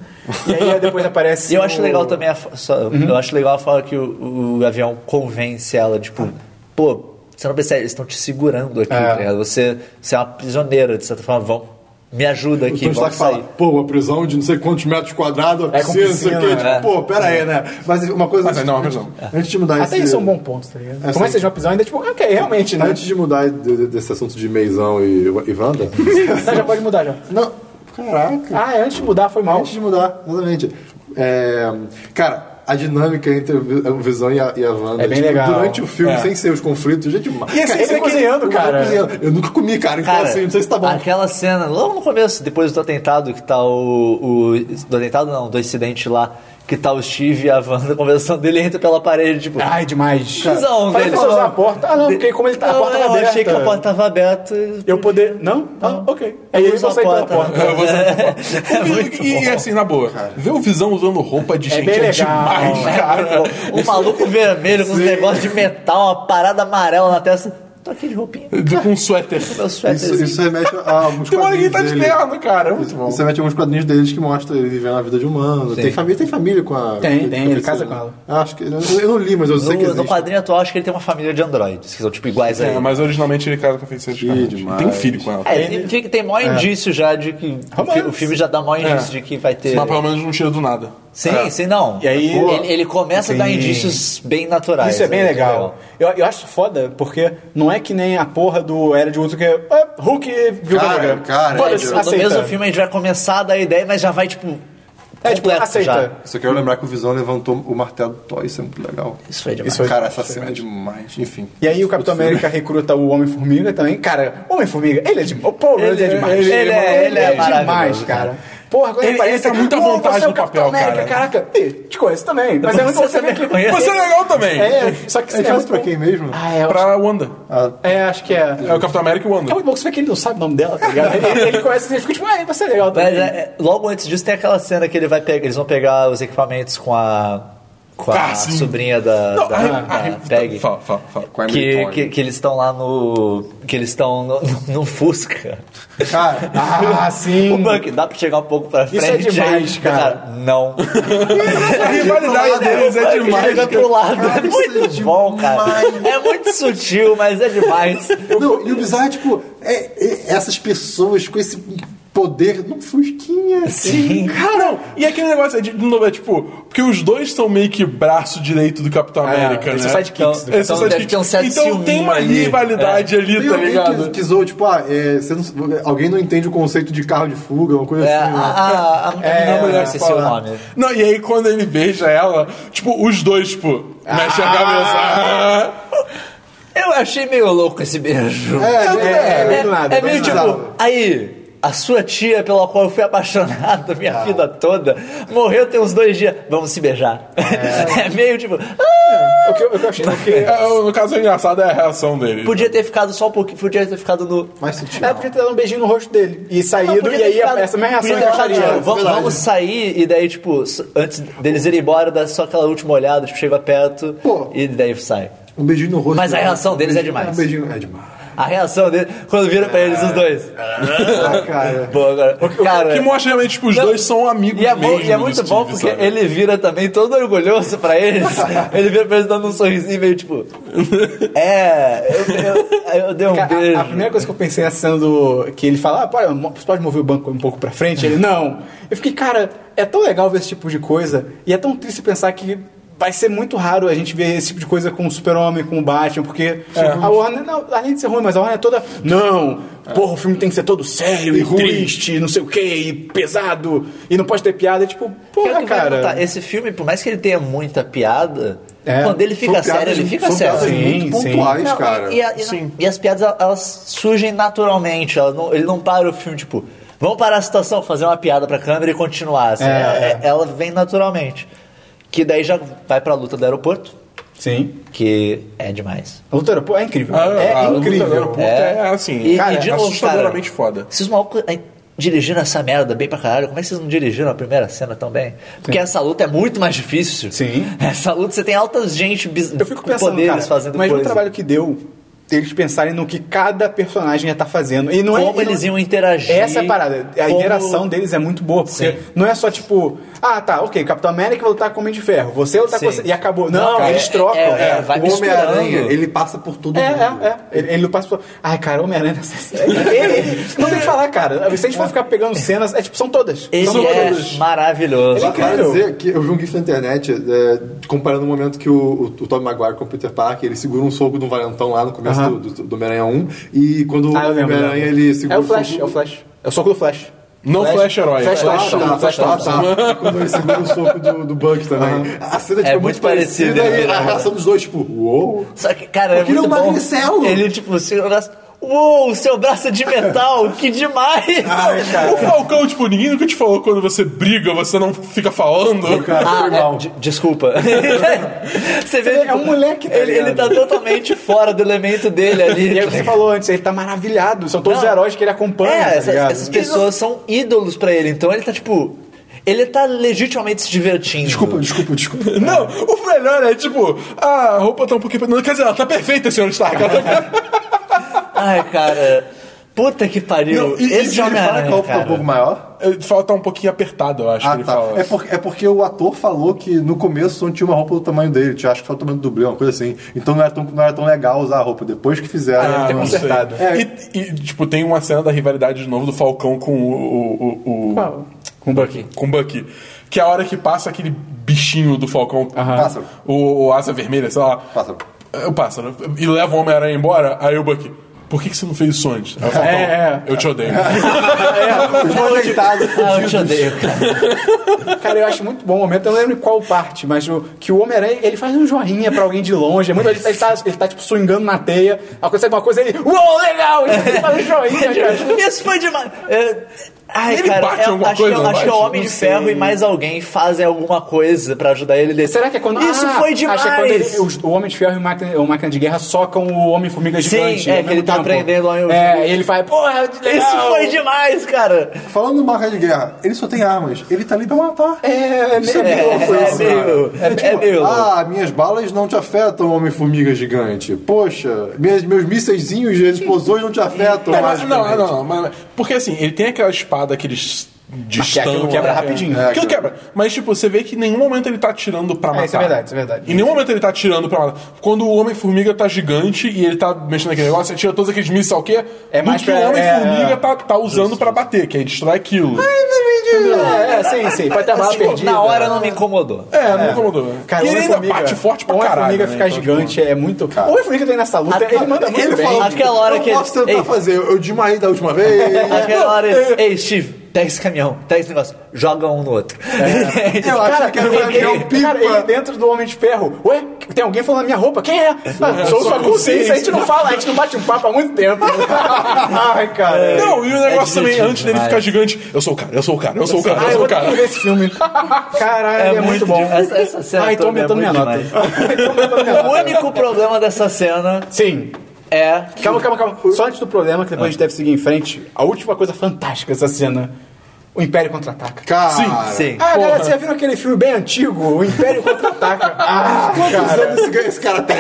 Speaker 4: E aí depois
Speaker 5: tá
Speaker 4: aparece.
Speaker 1: E eu acho
Speaker 4: o-
Speaker 1: legal também a, fo- só-
Speaker 5: Uhum.
Speaker 1: Eu acho legal a forma que o, o avião convence ela, tipo, pô, você não percebe, eles estão te segurando aqui,
Speaker 4: É.
Speaker 1: tá ligado? Você, você é uma prisioneira, de certa forma, vão, me ajuda
Speaker 2: um
Speaker 1: aqui,
Speaker 5: Tom
Speaker 1: vamos
Speaker 5: Stark fala,
Speaker 1: sair.
Speaker 5: pô, uma prisão de não sei quantos metros quadrados, uma
Speaker 4: É, com
Speaker 5: piscina, não sei o quê.
Speaker 4: piscina,
Speaker 5: Tipo,
Speaker 1: é.
Speaker 5: pô, pera aí, né? Mas uma coisa...
Speaker 2: Mas não é uma prisão.
Speaker 5: Antes de mudar
Speaker 4: Até
Speaker 5: esse-
Speaker 4: isso é um bom ponto, tá ligado?
Speaker 5: É,
Speaker 4: Como é
Speaker 5: sim.
Speaker 4: que seja uma prisão ainda, tipo, ok, realmente, né?
Speaker 5: Antes de mudar de- de- desse assunto de Meizão e, e Wanda...
Speaker 4: Ah, já pode mudar já.
Speaker 5: não, caraca.
Speaker 4: Ah, é, antes de mudar foi mal.
Speaker 5: Antes de mudar, exatamente. É, cara, a dinâmica entre o Vi- o Visão e a, e a Wanda. tipo,
Speaker 4: É bem legal.
Speaker 5: Durante o filme,
Speaker 2: É.
Speaker 5: sem ser os conflitos, gente... ma-
Speaker 4: E assim,
Speaker 5: Cara,
Speaker 4: você
Speaker 5: eu-
Speaker 4: cozinhando,
Speaker 5: eu-
Speaker 4: cara.
Speaker 5: eu cozinhando. Eu nunca comi, cara, então
Speaker 1: Cara,
Speaker 5: assim, não sei se tá bom.
Speaker 1: aquela cena, logo no começo, depois do atentado, que tá o, o- Do atentado não, do acidente lá, que tá o Steve e a Wanda conversando, ele entra pela parede, tipo.
Speaker 4: Ai, demais.
Speaker 1: Visão,
Speaker 4: Fala
Speaker 1: velho.
Speaker 4: pra você usar a porta. Ah, não, porque como ele tá, a porta
Speaker 1: eu
Speaker 4: tá aberta.
Speaker 1: achei que a porta tava aberta.
Speaker 4: Eu poder. Não? Ah, ok. Aí ele só
Speaker 1: usou
Speaker 4: sai pela
Speaker 1: né?
Speaker 4: porta.
Speaker 2: É, Eu vou sair pela porta.
Speaker 1: É muito
Speaker 2: e, e
Speaker 1: bom.
Speaker 2: assim, na boa, ver o Visão usando roupa de gente
Speaker 4: bem
Speaker 2: é
Speaker 4: legal.
Speaker 2: demais, cara.
Speaker 1: Um maluco vermelho com uns negócios de metal, uma parada amarela na testa. Tô tô aqui de roupinha.
Speaker 2: Do- Com um suéter.
Speaker 1: Meu
Speaker 5: Isso,
Speaker 1: suéterzinho.
Speaker 5: isso remete a alguns
Speaker 2: Tem uma hora que ele tá de
Speaker 5: quadrinhos dele.
Speaker 2: terno, cara. É muito bom.
Speaker 5: Isso remete a alguns quadrinhos deles que mostra ele vivendo a vida de humano. Tem família, tem família com a.
Speaker 4: Tem,
Speaker 5: com a
Speaker 4: tem, ele
Speaker 5: Priscila,
Speaker 4: casa
Speaker 5: né?
Speaker 4: com ela.
Speaker 5: Acho que. Eu, eu não li, mas eu sei que
Speaker 1: No, no
Speaker 5: existe.
Speaker 1: quadrinho atual, acho que ele tem uma família de androides, que são tipo iguais a
Speaker 2: É,
Speaker 1: ele.
Speaker 2: mas originalmente ele casa com a feiticeira de
Speaker 5: Ih,
Speaker 2: Escarlate.
Speaker 5: demais.
Speaker 2: Tem um filho com ela.
Speaker 1: É, tem, fica- tem maior indício já de que. o fi- O filme já dá maior
Speaker 4: É.
Speaker 1: indício de que vai ter.
Speaker 2: Mas pelo menos não tira do nada.
Speaker 1: Sim, sim, não.
Speaker 4: E aí-
Speaker 1: ele, ele começa a dar
Speaker 4: Sim.
Speaker 1: indícios bem naturais.
Speaker 4: Isso é bem
Speaker 1: né?
Speaker 4: legal. Eu, eu acho isso foda, porque não é que nem a porra do Era de Ultron que é "Ah, Hulk viúva
Speaker 5: Cara,
Speaker 4: negra.
Speaker 5: cara,
Speaker 4: Foda-se,
Speaker 5: é,
Speaker 1: No
Speaker 4: aceita.
Speaker 1: mesmo filme a gente vai começar a dar ideia, mas já vai, tipo.
Speaker 4: É, tipo,
Speaker 1: completo
Speaker 4: aceita.
Speaker 1: já.
Speaker 5: Só quero lembrar que o Visão levantou o martelo do Thor, isso é muito legal.
Speaker 1: Isso foi demais.
Speaker 4: Isso foi-
Speaker 5: Cara, essa cena é demais. Enfim.
Speaker 4: E aí o Capitão América recruta o Homem-Formiga também. Cara, Homem-Formiga, ele é demais. O Paul Rudd é demais.
Speaker 1: ele- ele é- ele é
Speaker 4: demais,
Speaker 1: maravilhoso,
Speaker 4: cara. Porra, quando
Speaker 2: Ele-
Speaker 4: aparece,
Speaker 2: ele tá
Speaker 4: você-
Speaker 2: muito à
Speaker 4: "Pô,
Speaker 2: vontade
Speaker 4: você é o
Speaker 2: no
Speaker 4: Capitão
Speaker 2: papel,
Speaker 4: América,
Speaker 2: cara.
Speaker 4: Caraca, Ih, te conheço também. Mas é muito bom você ver que...
Speaker 1: conhece.
Speaker 2: Você é legal também.
Speaker 4: É, só que
Speaker 5: Ele
Speaker 4: é
Speaker 5: faz
Speaker 4: muito
Speaker 5: pra
Speaker 4: bom.
Speaker 5: quem mesmo?
Speaker 4: Ah, é,
Speaker 2: Pra Wanda.
Speaker 4: é, acho que é...
Speaker 2: É o Capitão América e o
Speaker 4: É
Speaker 2: Wanda.
Speaker 4: muito bom que você vê que ele não sabe o nome dela, tá ligado? Ele, ele conhece e fica tipo, ah, você é legal
Speaker 1: Mas
Speaker 4: também.
Speaker 1: é, é, logo antes disso tem aquela cena que ele vai pegar, eles vão pegar os equipamentos com a. Com a
Speaker 2: Ah, sim.
Speaker 1: sobrinha da,
Speaker 2: Não,
Speaker 1: da,
Speaker 2: a-
Speaker 1: da
Speaker 2: a-
Speaker 1: Peggy.
Speaker 2: Fala, fala, fala.
Speaker 5: Com a Emily
Speaker 1: Que,
Speaker 5: Pond.
Speaker 1: que, que eles estão lá no. Que eles estão no, no, no Fusca.
Speaker 5: Cara,
Speaker 4: Ah, sim.
Speaker 1: O Buck, dá pra chegar um pouco pra
Speaker 4: é
Speaker 1: frente?
Speaker 4: demais,
Speaker 1: aí?
Speaker 4: cara.
Speaker 1: Não.
Speaker 2: A rivalidade deles é demais.
Speaker 1: Chega pro lado. é
Speaker 5: Cara, isso
Speaker 1: muito
Speaker 5: é
Speaker 1: bom, cara.
Speaker 5: demais.
Speaker 1: É muito sutil, mas é demais.
Speaker 5: Não, e o bizarro é, tipo, é- é- essas pessoas com esse poder num fusquinha. assim.
Speaker 1: Sim.
Speaker 2: Cara, não. E aquele negócio é de, de novo, é tipo, porque os dois são meio que braço direito do Capitão
Speaker 1: É,
Speaker 4: Ah,
Speaker 2: América,
Speaker 4: eles
Speaker 2: né?
Speaker 4: são sidekicks do
Speaker 2: Eles
Speaker 1: Capitão.
Speaker 2: são
Speaker 1: Deve
Speaker 2: sidekicks.
Speaker 1: ter um certo
Speaker 2: Então tem
Speaker 1: ciúminho
Speaker 2: uma
Speaker 1: ali. É.
Speaker 2: rivalidade ali,
Speaker 5: Tem
Speaker 2: tá
Speaker 5: alguém
Speaker 2: ligado?
Speaker 5: que, que zoou, tipo, ah, é, você não- alguém não entende o conceito de carro de fuga, uma coisa
Speaker 1: É, a,
Speaker 5: assim. né?
Speaker 1: a, a,
Speaker 4: É,
Speaker 1: não,
Speaker 4: a mulher
Speaker 1: não sei se é o nome.
Speaker 2: Não, e aí quando ele beija ela, tipo, os dois, tipo, mexem a cabeça.
Speaker 1: Ah! Eu achei meio louco esse beijo.
Speaker 5: É, é,
Speaker 4: é,
Speaker 5: é,
Speaker 4: bem do nada,
Speaker 1: é
Speaker 4: bem
Speaker 1: meio
Speaker 4: do
Speaker 1: tipo,
Speaker 5: nada.
Speaker 1: aí. A sua tia, pela qual eu fui apaixonado minha vida toda, morreu tem uns dois dias. Vamos se beijar. É, meio tipo. ah,
Speaker 4: O que eu, o que eu achei... o que-
Speaker 2: É, no caso, o engraçado é a reação dele.
Speaker 1: podia ter ficado só um pouquinho. Podia ter ficado no.
Speaker 5: mais sutil.
Speaker 4: É, podia ter dado um beijinho no rosto dele. E saído,
Speaker 1: podia
Speaker 4: e
Speaker 1: ter
Speaker 4: aí
Speaker 1: ficado-
Speaker 4: essa minha reação
Speaker 1: Podia
Speaker 4: eu
Speaker 1: ter ficado,
Speaker 4: acharia.
Speaker 1: tipo, vamos, vamos sair e daí, tipo, s- antes deles irem embora, dá só aquela última olhada, tipo, chega perto
Speaker 5: Pô.
Speaker 1: e daí sai.
Speaker 5: Um beijinho no rosto.
Speaker 1: Mas a
Speaker 5: dela.
Speaker 1: reação deles é
Speaker 5: Um beijinho-
Speaker 1: demais.
Speaker 5: Um beijinho é demais.
Speaker 1: A reação dele, quando vira pra eles os dois.
Speaker 5: Ah, cara.
Speaker 1: Bom, agora. Cara,
Speaker 2: Que mostra realmente, tipo, os
Speaker 1: Não.
Speaker 2: dois são amigos
Speaker 1: E é,
Speaker 2: mesmo.
Speaker 1: bom, e é
Speaker 2: do
Speaker 1: muito
Speaker 2: Steve,
Speaker 1: bom porque
Speaker 2: sabe?
Speaker 1: ele vira também todo orgulhoso pra eles. ele vira pra eles dando um sorrisinho meio tipo. É, eu, eu, eu dei um
Speaker 4: Cara,
Speaker 1: beijo.
Speaker 4: a, a primeira coisa que eu pensei nessa cena do. Que ele fala, ah, pô, você pode mover o banco um pouco pra frente? Ele, não. Eu fiquei, cara, é tão legal ver esse tipo de coisa. E é tão triste pensar que vai ser muito raro a gente ver esse tipo de coisa com o Super-Homem, com o Batman, porque a Warner, não, além de ser ruim, mas a Warner é toda. Não! Porra, o filme tem que ser todo sério e, triste, não sei o que, e pesado, e não pode ter piada. É tipo,
Speaker 1: Pior
Speaker 4: porra,
Speaker 1: que vai contar,
Speaker 4: cara.
Speaker 1: Esse filme, por mais que ele tenha muita piada,
Speaker 4: É,
Speaker 1: quando ele fica
Speaker 5: São piadas-
Speaker 1: sério, ele fica
Speaker 4: um
Speaker 5: são
Speaker 1: sério.
Speaker 5: piadas
Speaker 4: Sim,
Speaker 5: muito
Speaker 4: sim.
Speaker 5: pontuais,
Speaker 1: Não,
Speaker 5: cara.
Speaker 1: E, e a- e não- e as piadas elas- elas surgem naturalmente. elas não- ele não para o filme, tipo, vamos parar a situação, fazer uma piada pra câmera e continuar. assim.
Speaker 4: É,
Speaker 1: Ela-
Speaker 4: é.
Speaker 1: Ela vem naturalmente. Que daí já vai pra luta do aeroporto,
Speaker 4: Sim.
Speaker 1: que é demais.
Speaker 4: A luta do aeroporto é incrível.
Speaker 2: Ah,
Speaker 4: é
Speaker 2: ah, a luta do
Speaker 4: incrível.
Speaker 2: aeroporto é, assim,
Speaker 1: E-
Speaker 4: cara,
Speaker 1: e de novo,
Speaker 2: assustadoramente
Speaker 1: cara,
Speaker 2: foda.
Speaker 1: Se os malucos aí, dirigiram essa merda bem pra caralho, como é que vocês não dirigiram a primeira cena tão bem? Porque essa luta é muito mais difícil.
Speaker 4: Sim.
Speaker 1: Essa luta você tem altas gente bis-
Speaker 4: Eu fico
Speaker 1: com
Speaker 4: pensando,
Speaker 1: poderes
Speaker 4: cara,
Speaker 1: fazendo
Speaker 4: mas o
Speaker 1: coisa.
Speaker 4: trabalho que deu eles pensarem no que cada personagem ia estar fazendo. E não é, e
Speaker 1: como
Speaker 4: não-
Speaker 1: eles iam interagir.
Speaker 4: Essa é a parada. A
Speaker 1: como-
Speaker 4: interação deles é muito boa, porque
Speaker 1: Sim.
Speaker 4: não é só tipo, ah, tá, ok, Capitão América vai lutar com o Homem de Ferro, você vai lutar com
Speaker 1: Sim.
Speaker 4: você, e acabou. Não,
Speaker 1: Não, cara,
Speaker 4: eles
Speaker 1: é-
Speaker 4: trocam.
Speaker 1: é- é, vai
Speaker 5: o Homem-Aranha,
Speaker 1: misturando.
Speaker 5: ele passa por todo
Speaker 4: Tá É,
Speaker 5: mundo.
Speaker 4: é, é. Ele, ele passa por. Ai, cara, Homem-Aranha nessa série. Ele- ele- Não tem o que falar, cara. Se a gente for ficar pegando cenas, é tipo, são todas. são
Speaker 1: Ele é
Speaker 4: todas.
Speaker 1: maravilhoso.
Speaker 5: Vai- vai
Speaker 4: incrível.
Speaker 5: dizer que eu vi um gif na internet é, comparando o momento que o, o, o Tobey Maguire com o Peter Parker, ele segura um soco de um valentão lá no
Speaker 4: Aham.
Speaker 5: começo do, do, do Homem-Aranha 1 e quando
Speaker 4: Ah, eu
Speaker 5: o
Speaker 4: lembro.
Speaker 5: Homem-Aranha
Speaker 4: lembro.
Speaker 5: ele segura
Speaker 4: é o Flash,
Speaker 5: soco...
Speaker 4: é o Flash. É o soco do Flash.
Speaker 2: Não Flash, herói. é.
Speaker 4: Flash,
Speaker 5: Ah,
Speaker 4: Thompson,
Speaker 5: tá,
Speaker 4: Flash né?
Speaker 5: tá,
Speaker 4: Thompson.
Speaker 5: tá. E Quando ele segura o soco do, do Buck também. A cena tipo,
Speaker 1: É
Speaker 5: é
Speaker 1: muito
Speaker 5: muito
Speaker 1: parecido,
Speaker 5: parecida,
Speaker 1: né?
Speaker 5: e a reação dos dois, tipo, uou.
Speaker 1: Só que, cara, é
Speaker 5: Porque ele é
Speaker 1: muito
Speaker 5: um
Speaker 1: bom.
Speaker 5: magricelo.
Speaker 1: Ele, tipo, se braço. Uou, seu braço é de metal, que demais!
Speaker 4: Ah,
Speaker 2: O Falcão, tipo, ninguém nunca te falou quando você briga, você não fica falando.
Speaker 5: Cara,
Speaker 1: Ah,
Speaker 5: foi mal.
Speaker 1: é, de- desculpa. Você vê,
Speaker 4: vê, é um moleque, tá
Speaker 1: ele, ele tá
Speaker 4: ligado?
Speaker 1: totalmente fora do elemento dele ali. tipo,
Speaker 4: E é o que você falou antes, ele tá maravilhado. São todos
Speaker 1: Não.
Speaker 4: os heróis que ele acompanha.
Speaker 1: É,
Speaker 4: tá
Speaker 1: essas,
Speaker 4: ligado?
Speaker 1: essas pessoas são ídolos pra ele, então ele tá, tipo... Ele tá legitimamente se divertindo.
Speaker 5: Desculpa, desculpa, desculpa.
Speaker 2: Não, o melhor é tipo, a roupa tá um pouquinho. Não, quer dizer, ela tá perfeita, senhor Stark. Ela tá...
Speaker 1: Ai, cara. Puta que pariu.
Speaker 2: Não, e- e
Speaker 1: Esse
Speaker 2: de
Speaker 5: Ele fala que
Speaker 1: Homem-Aranha,
Speaker 5: o
Speaker 4: é
Speaker 5: fica um pouco
Speaker 1: cara.
Speaker 5: maior.
Speaker 2: Ele fala que tá um pouquinho apertado, eu acho
Speaker 5: Ah,
Speaker 2: que Tipo, ele
Speaker 5: tá.
Speaker 2: fala.
Speaker 5: É, por- é porque o ator falou que no começo não tinha uma roupa do tamanho dele, tinha acho que só o tamanho do dublê, uma coisa assim. Então não era tão, não era tão legal usar a roupa. Depois que fizeram,
Speaker 2: Ah,
Speaker 5: então-
Speaker 2: não sei.
Speaker 4: consertado.
Speaker 2: E, e, tipo, tem uma cena da rivalidade de novo do Falcão com o. o, o, o
Speaker 4: Qual?
Speaker 2: Com o Bucky. Com o Bucky. Que é a hora que passa aquele bichinho do Falcão.
Speaker 5: Pássaro.
Speaker 2: O, o asa vermelha, sei lá.
Speaker 5: Pássaro.
Speaker 2: É, O pássaro. E leva o Homem-Aranha embora, aí o Bucky. Por que, que você não fez isso antes? Aí o Falcão,
Speaker 4: É,
Speaker 2: Eu te odeio.
Speaker 5: Os dois deitados,
Speaker 1: Ah, eu
Speaker 5: fudidos.
Speaker 1: te odeio, cara.
Speaker 4: Cara, eu acho muito bom o momento, eu não lembro em qual parte, mas o, que o Homem-Aranha, ele faz um joinha pra alguém de longe, é muito, ele, ele tá, ele tá, tipo, swingando na teia, acontece alguma coisa, ele, uou, legal, e ele faz um joinha, cara.
Speaker 1: Isso foi demais. É, Ai,
Speaker 2: Ele
Speaker 1: cara,
Speaker 2: bate
Speaker 1: é-
Speaker 2: alguma
Speaker 1: acho,
Speaker 2: coisa,
Speaker 1: que,
Speaker 2: não
Speaker 1: acho que
Speaker 2: bate?
Speaker 1: o Homem de
Speaker 2: Não
Speaker 1: Ferro e mais alguém fazem alguma coisa pra ajudar ele. desse-
Speaker 4: Será que é quando...
Speaker 1: Isso
Speaker 4: ah,
Speaker 1: foi
Speaker 4: Acho que é quando
Speaker 1: demais!
Speaker 4: ele- os- o Homem de Ferro e o Máquina, o Máquina de Guerra socam o Homem-Formiga
Speaker 1: Sim, é,
Speaker 4: gigante. ao
Speaker 1: que
Speaker 4: mesmo
Speaker 1: ele tá
Speaker 4: tempo.
Speaker 1: aprendendo lá, eu-
Speaker 4: É, e ele faz, porra, legal.
Speaker 1: Isso foi demais, cara.
Speaker 5: Falando do marca de guerra, ele só tem armas. Ele tá ali pra matar.
Speaker 4: É, é,
Speaker 5: Isso é,
Speaker 1: É,
Speaker 5: bem louco,
Speaker 1: é
Speaker 5: isso, cara.
Speaker 1: meio- é- é meio louco.
Speaker 5: Ah, minhas balas não te afetam, Homem-Formiga Gigante. Poxa, minhas, meus mísseizinhos de explosões não te afetam.
Speaker 2: Não, mas-
Speaker 5: mágica,
Speaker 2: não,
Speaker 5: gente.
Speaker 2: não, não, mas- porque assim, ele tem aquela espada, aqueles de
Speaker 4: Mas que aquilo
Speaker 2: estanco,
Speaker 4: quebra
Speaker 2: né?
Speaker 4: rapidinho.
Speaker 2: É, aquilo
Speaker 5: aquilo-
Speaker 2: quebra. Mas, tipo, você vê que em nenhum momento ele tá atirando pra matar.
Speaker 4: isso é verdade, isso é verdade.
Speaker 2: Em nenhum momento ele tá atirando pra matar. Quando o Homem-Formiga tá gigante e ele tá mexendo naquele negócio, ele tira todos aqueles mísseis, o quê?
Speaker 4: É mais
Speaker 2: do que o
Speaker 4: pra-
Speaker 2: Homem-Formiga
Speaker 4: é, é.
Speaker 2: tá, tá usando pra bater, que aí destrói aquilo.
Speaker 4: É, é, sim, sim, pode ter né? a bala perdida.
Speaker 1: Assim, Tipo, Na hora não me incomodou.
Speaker 2: É, não incomodou.
Speaker 4: Cara,
Speaker 2: e ele ainda
Speaker 4: Homem-Formiga-
Speaker 2: bate forte pra
Speaker 4: Homem-Formiga
Speaker 2: caralho. né?
Speaker 4: ficar
Speaker 2: Então,
Speaker 4: gigante é muito caro. O Homem-Formiga tem nessa luta,
Speaker 1: Até-
Speaker 4: ele manda muito
Speaker 5: Ele
Speaker 4: bem.
Speaker 5: fala,
Speaker 1: Aquela hora
Speaker 5: eu
Speaker 1: que ele-
Speaker 5: posso tentar
Speaker 1: Ei.
Speaker 5: fazer, eu, eu desmaiei da última vez.
Speaker 1: Aquela hora, ei, Steve, pega esse caminhão, pega esse negócio, joga um no outro. Então,
Speaker 5: Eu acho que
Speaker 4: um
Speaker 5: era o
Speaker 1: um
Speaker 5: caminhão pipa.
Speaker 4: Cara, ele dentro do Homem de Ferro. Ué, tem alguém falando na minha roupa? Quem é? Ah, sou sua consciência. A gente não fala, a gente não bate um papo há muito tempo. Ai, cara.
Speaker 2: Não, e o negócio também,
Speaker 1: divertido
Speaker 2: antes dele
Speaker 1: demais.
Speaker 2: ficar gigigante, eu sou o cara, eu sou o cara, eu sou o cara,
Speaker 4: Ah,
Speaker 2: eu
Speaker 4: eu
Speaker 2: sou
Speaker 4: vou
Speaker 2: o
Speaker 4: ter que
Speaker 2: cara.
Speaker 4: ver esse filme. Caralho, ele é, muito, bom.
Speaker 1: difícil. Essa, essa cena
Speaker 4: Ai, tô
Speaker 1: toda é
Speaker 4: aumentando minha
Speaker 1: muito
Speaker 4: nota.
Speaker 1: demais.
Speaker 4: Tô aumentando minha
Speaker 1: O
Speaker 4: nota.
Speaker 1: único problema dessa cena
Speaker 4: Sim.
Speaker 1: é que
Speaker 4: Calma, calma, calma. Só antes do problema, que depois a gente deve seguir em frente. A última coisa fantástica dessa cena. O Império Contra-Ataca.
Speaker 5: Cara,
Speaker 1: Sim.
Speaker 4: Ah, galera, vocês já viram aquele filme bem antigo? O Império Contra-Ataca. Ah,
Speaker 5: quantos
Speaker 4: cara.
Speaker 5: anos esse, esse cara tem?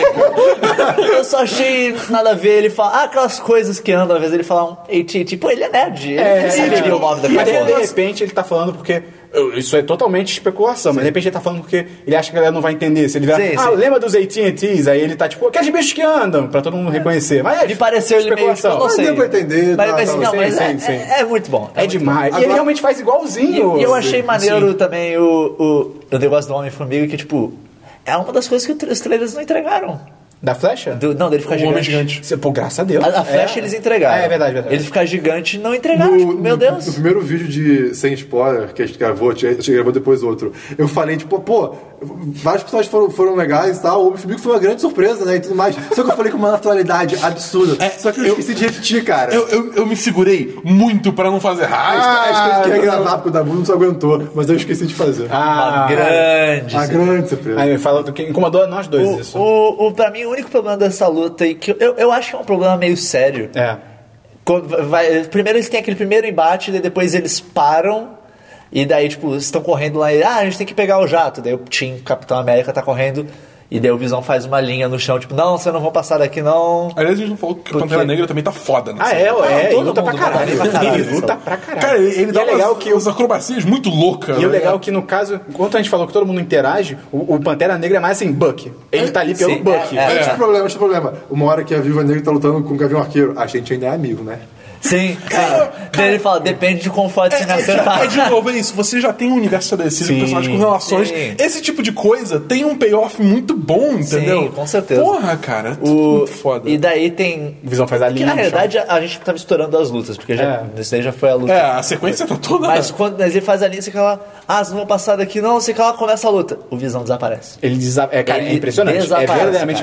Speaker 1: eu só achei nada a ver. Ele fala ah, aquelas coisas que andam, às vezes ele fala um eiti, tipo, ele é nerd. Ele
Speaker 4: É,
Speaker 1: não sabe
Speaker 4: tipo,
Speaker 1: o nome da
Speaker 4: mas ele, de
Speaker 1: pessoa.
Speaker 4: repente ele tá falando porque. eu- Isso é totalmente especulação, mas de repente ele tá falando porque ele acha que a galera não vai entender. Se ele vier,
Speaker 1: Sim,
Speaker 4: ah,
Speaker 1: sim.
Speaker 4: lembra dos ATTs? Aí ele tá tipo, aqueles bichos que andam, pra todo mundo reconhecer. Mas é
Speaker 1: Me pareceu ele meio tipo, eu
Speaker 4: especulação.
Speaker 1: não sei.
Speaker 5: deu pra entender,
Speaker 1: Mas,
Speaker 5: tá,
Speaker 1: mas,
Speaker 5: tá,
Speaker 1: não,
Speaker 4: sim,
Speaker 1: mas é,
Speaker 4: sim, sim.
Speaker 1: é- é muito bom.
Speaker 4: É
Speaker 1: muito
Speaker 4: demais. E ele
Speaker 5: Agora-
Speaker 4: realmente faz igualzinho.
Speaker 1: E eu achei
Speaker 4: Sim.
Speaker 1: maneiro também o, o, o negócio do Homem-Formiga, que, tipo, é uma das coisas que o tra- os trailers não entregaram.
Speaker 4: Da flecha?
Speaker 1: Do- não, dele ficar
Speaker 2: O
Speaker 1: gigante.
Speaker 4: é
Speaker 2: homem gigante.
Speaker 4: Cê- Pô, graças a Deus.
Speaker 1: A, a flecha
Speaker 4: É.
Speaker 1: eles entregaram.
Speaker 4: É, é verdade, verdade.
Speaker 1: Ele ficar gigante não entregaram. tipo, meu Deus.
Speaker 5: No primeiro vídeo de Sem Spoiler que a gente gravou, a gente gravou depois outro, eu falei, tipo, pô, vários personagens foram, foram legais e tal, o Homem-Formiga foi uma grande surpresa, né, e tudo mais. Só que eu falei com uma naturalidade absurda.
Speaker 2: É,
Speaker 5: só que eu,
Speaker 2: eu-
Speaker 5: esqueci de repetir, cara.
Speaker 2: Eu, eu, eu me segurei muito pra não fazer
Speaker 5: a
Speaker 2: raiva.
Speaker 5: gente, a gente teve que
Speaker 2: é
Speaker 4: Ah,
Speaker 5: regravar porque o Dabu não se aguentou, mas eu esqueci de fazer.
Speaker 1: Uma
Speaker 4: Ah,
Speaker 1: grande.
Speaker 5: a grande surpresa.
Speaker 4: aí fala do que incomodou a nós dois
Speaker 1: O,
Speaker 4: isso.
Speaker 1: o, o, pra mim, o único problema dessa luta, e que eu, eu acho que é um problema meio sério.
Speaker 4: É.
Speaker 1: Quando vai- primeiro eles têm aquele primeiro embate, daí depois eles param. E daí, tipo, estão correndo lá e, ah, a gente tem que pegar o jato. Daí o Tim, Capitão América, tá correndo. E daí o Visão faz uma linha no chão, tipo, não, vocês não vão passar daqui, não.
Speaker 2: Aliás, a gente não falou que o
Speaker 1: Por
Speaker 2: Pantera
Speaker 1: quê?
Speaker 2: Negra também tá foda, né?
Speaker 4: Ah, é, é, ele
Speaker 1: todo
Speaker 4: luta pra
Speaker 1: mundo luta pra
Speaker 4: caralho.
Speaker 1: caralho,
Speaker 4: Ele luta
Speaker 1: sabe?
Speaker 4: pra caralho.
Speaker 2: Cara, ele, ele
Speaker 4: E
Speaker 2: dá
Speaker 4: é legal
Speaker 2: umas,
Speaker 4: que o
Speaker 2: umas acrobacias muito loucas.
Speaker 4: E
Speaker 2: né?
Speaker 4: o legal é que, no caso, enquanto a gente falou que todo mundo interage, o, o Pantera Negra é mais assim, Buck. Ele tá ali pelo
Speaker 1: Sim,
Speaker 4: Buck.
Speaker 1: é,
Speaker 5: Antes do um problema, antes do problema. Uma hora que a Viva Negra tá lutando com o Gavião Arqueiro, a gente ainda é amigo, né?
Speaker 1: Sim, cara. Daí ele fala, depende de quão forte você nasceu.
Speaker 2: É de novo, é isso. Você já tem um universo estabelecido,
Speaker 4: Sim.
Speaker 2: personagem com relações.
Speaker 1: Sim.
Speaker 2: Esse tipo de coisa tem um payoff muito bom, entendeu?
Speaker 1: com certeza.
Speaker 2: Porra, cara. é
Speaker 5: é
Speaker 2: tudo
Speaker 1: O-
Speaker 2: muito foda.
Speaker 5: né?
Speaker 1: E daí tem.
Speaker 4: O Visão faz a
Speaker 1: Que
Speaker 4: linha.
Speaker 1: na
Speaker 4: no
Speaker 1: realidade a, a gente tá misturando as lutas, porque já,
Speaker 4: É.
Speaker 1: isso daí já foi a luta.
Speaker 2: É, a sequência tá toda.
Speaker 1: Mas quando mas ele faz a linha, você fica lá, ah, vocês não vão passar daqui, não, você fica lá, começa a luta. O Visão desaparece.
Speaker 4: chão. Ele desa... é, cara, é
Speaker 1: Ele
Speaker 4: impressionante. É
Speaker 1: desaparece,
Speaker 4: verdadeiramente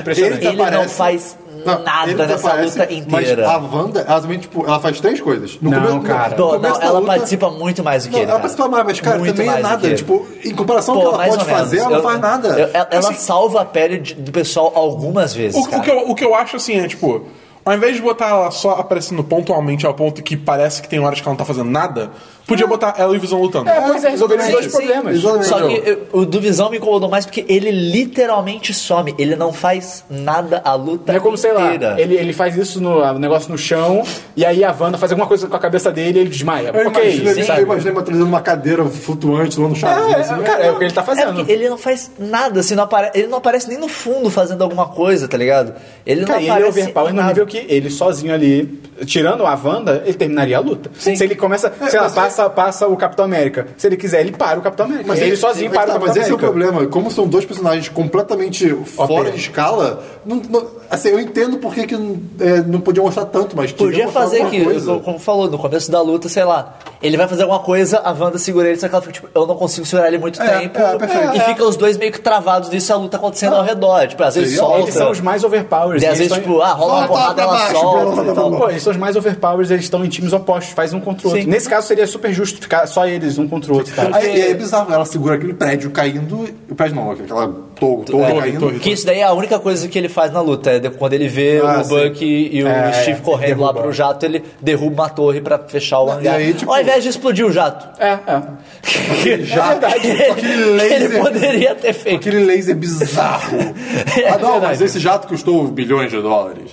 Speaker 1: cara.
Speaker 4: impressionante.
Speaker 1: Ele não faz
Speaker 5: Não,
Speaker 1: nada
Speaker 5: ele
Speaker 1: nessa
Speaker 5: desaparece,
Speaker 1: luta inteira.
Speaker 5: Mas a Wanda, ela também, tipo, ela faz três coisas. No
Speaker 4: Não,
Speaker 5: começo, no-
Speaker 4: cara.
Speaker 5: no
Speaker 1: Não,
Speaker 5: começo
Speaker 1: não,
Speaker 5: da
Speaker 1: ela
Speaker 5: É. luta-
Speaker 1: participa muito mais do que
Speaker 5: Não,
Speaker 1: ele. cara.
Speaker 5: ela participa mais, mas, cara,
Speaker 1: Muito
Speaker 5: também é
Speaker 1: mais do que
Speaker 5: nada.
Speaker 1: ele.
Speaker 5: Tipo, em comparação
Speaker 1: Pô,
Speaker 5: ao que ela
Speaker 1: mais
Speaker 5: pode
Speaker 1: ou menos.
Speaker 5: fazer, ela não
Speaker 1: Eu-
Speaker 5: faz nada.
Speaker 1: eu- Ela, ela
Speaker 2: Assim-
Speaker 1: salva a pele de- do pessoal algumas vezes.
Speaker 2: O, o
Speaker 1: cara.
Speaker 2: que eu, o que eu acho assim é, tipo, ao invés de botar ela só aparecendo pontualmente ao ponto que parece que tem horas que ela não tá fazendo nada, Podia botar ela e Visão lutando.
Speaker 4: É, pois é, resolveram os
Speaker 1: Sim,
Speaker 4: dois
Speaker 1: sim.
Speaker 4: problemas.
Speaker 5: Exatamente.
Speaker 1: Só que eu- o do Visão me incomodou mais porque ele literalmente some. Ele não faz nada a luta
Speaker 4: Não é como, sei lá,
Speaker 1: tá inteira.
Speaker 4: ele, ele faz isso no ah, o negócio no chão, e aí a Wanda faz alguma coisa com a cabeça dele e ele desmaia.
Speaker 5: Eu
Speaker 4: ok,
Speaker 5: imaginei,
Speaker 4: sim,
Speaker 5: eu
Speaker 4: sabe?
Speaker 5: imaginei materializando uma cadeira flutuante lá no chão.
Speaker 4: É, é, cara, é o que ele tá
Speaker 1: É
Speaker 4: fazendo.
Speaker 1: porque ele não faz nada, assim, não apare... ele não aparece nem no fundo fazendo alguma coisa, tá ligado? Ele
Speaker 4: Cara,
Speaker 1: não
Speaker 4: ele é
Speaker 1: aparece.
Speaker 4: overpower
Speaker 1: em
Speaker 4: no
Speaker 1: nada.
Speaker 4: nível que ele sozinho ali, tirando a Wanda, ele terminaria a luta. Se ele começa,
Speaker 5: É,
Speaker 4: sei lá, passa, passa o Capitão América. Se ele quiser, ele para o Capitão América. Mas ele, sozinho para o
Speaker 5: tá,
Speaker 4: Capitão
Speaker 5: Mas esse é o
Speaker 4: América.
Speaker 5: problema. Como são dois personagens completamente fora de escala, não- não- assim, eu entendo por que que, é, não podia mostrar tanto, mas
Speaker 1: Podia
Speaker 5: mostrar
Speaker 1: fazer
Speaker 5: alguma
Speaker 1: que,
Speaker 5: coisa.
Speaker 1: como falou, no começo da luta, sei lá, ele vai fazer alguma coisa, a Wanda segura ele, só que ela fica, tipo, eu não consigo segurar ele muito
Speaker 5: É,
Speaker 1: tempo.
Speaker 5: é, perfeito.
Speaker 1: e fica os dois meio que travados nisso e a luta acontecendo ao redor. Tipo, às vezes
Speaker 5: Seria
Speaker 1: solta.
Speaker 4: Eles são os mais overpowers.
Speaker 1: e às
Speaker 4: eles
Speaker 1: vezes,
Speaker 4: estão em-
Speaker 1: tipo, ah, rola uma
Speaker 5: Volta lá
Speaker 1: porrada,
Speaker 5: pra
Speaker 1: ela
Speaker 5: baixo,
Speaker 1: solta.
Speaker 5: volta
Speaker 1: e tal.
Speaker 4: Pô, eles são os mais overpowers, eles estão em times opostos, faz um contra o outro.
Speaker 1: Sim.
Speaker 4: Nesse caso seria super justo ficar só eles, um contra o outro. Tá?
Speaker 5: Aí, e aí é bizarro, ela segura aquele prédio caindo, o prédio não, aquela torre, torre
Speaker 1: É,
Speaker 5: caindo.
Speaker 1: Que isso daí é a única coisa que ele faz na luta. É de- quando ele vê
Speaker 5: Ah,
Speaker 1: o
Speaker 5: sim.
Speaker 1: Buck e o
Speaker 4: É,
Speaker 1: Steve
Speaker 4: é,
Speaker 1: correndo lá
Speaker 4: derruba.
Speaker 1: pro jato, ele derruba uma torre pra fechar o hangar.
Speaker 5: aí, tipo-
Speaker 1: Ao invés de explodir o jato.
Speaker 4: É, é.
Speaker 5: jato, aquele
Speaker 1: ele,
Speaker 5: laser.
Speaker 1: ele poderia ter feito.
Speaker 5: Aquele laser bizarro. ah, não, mas esse jato custou bilhões de dólares.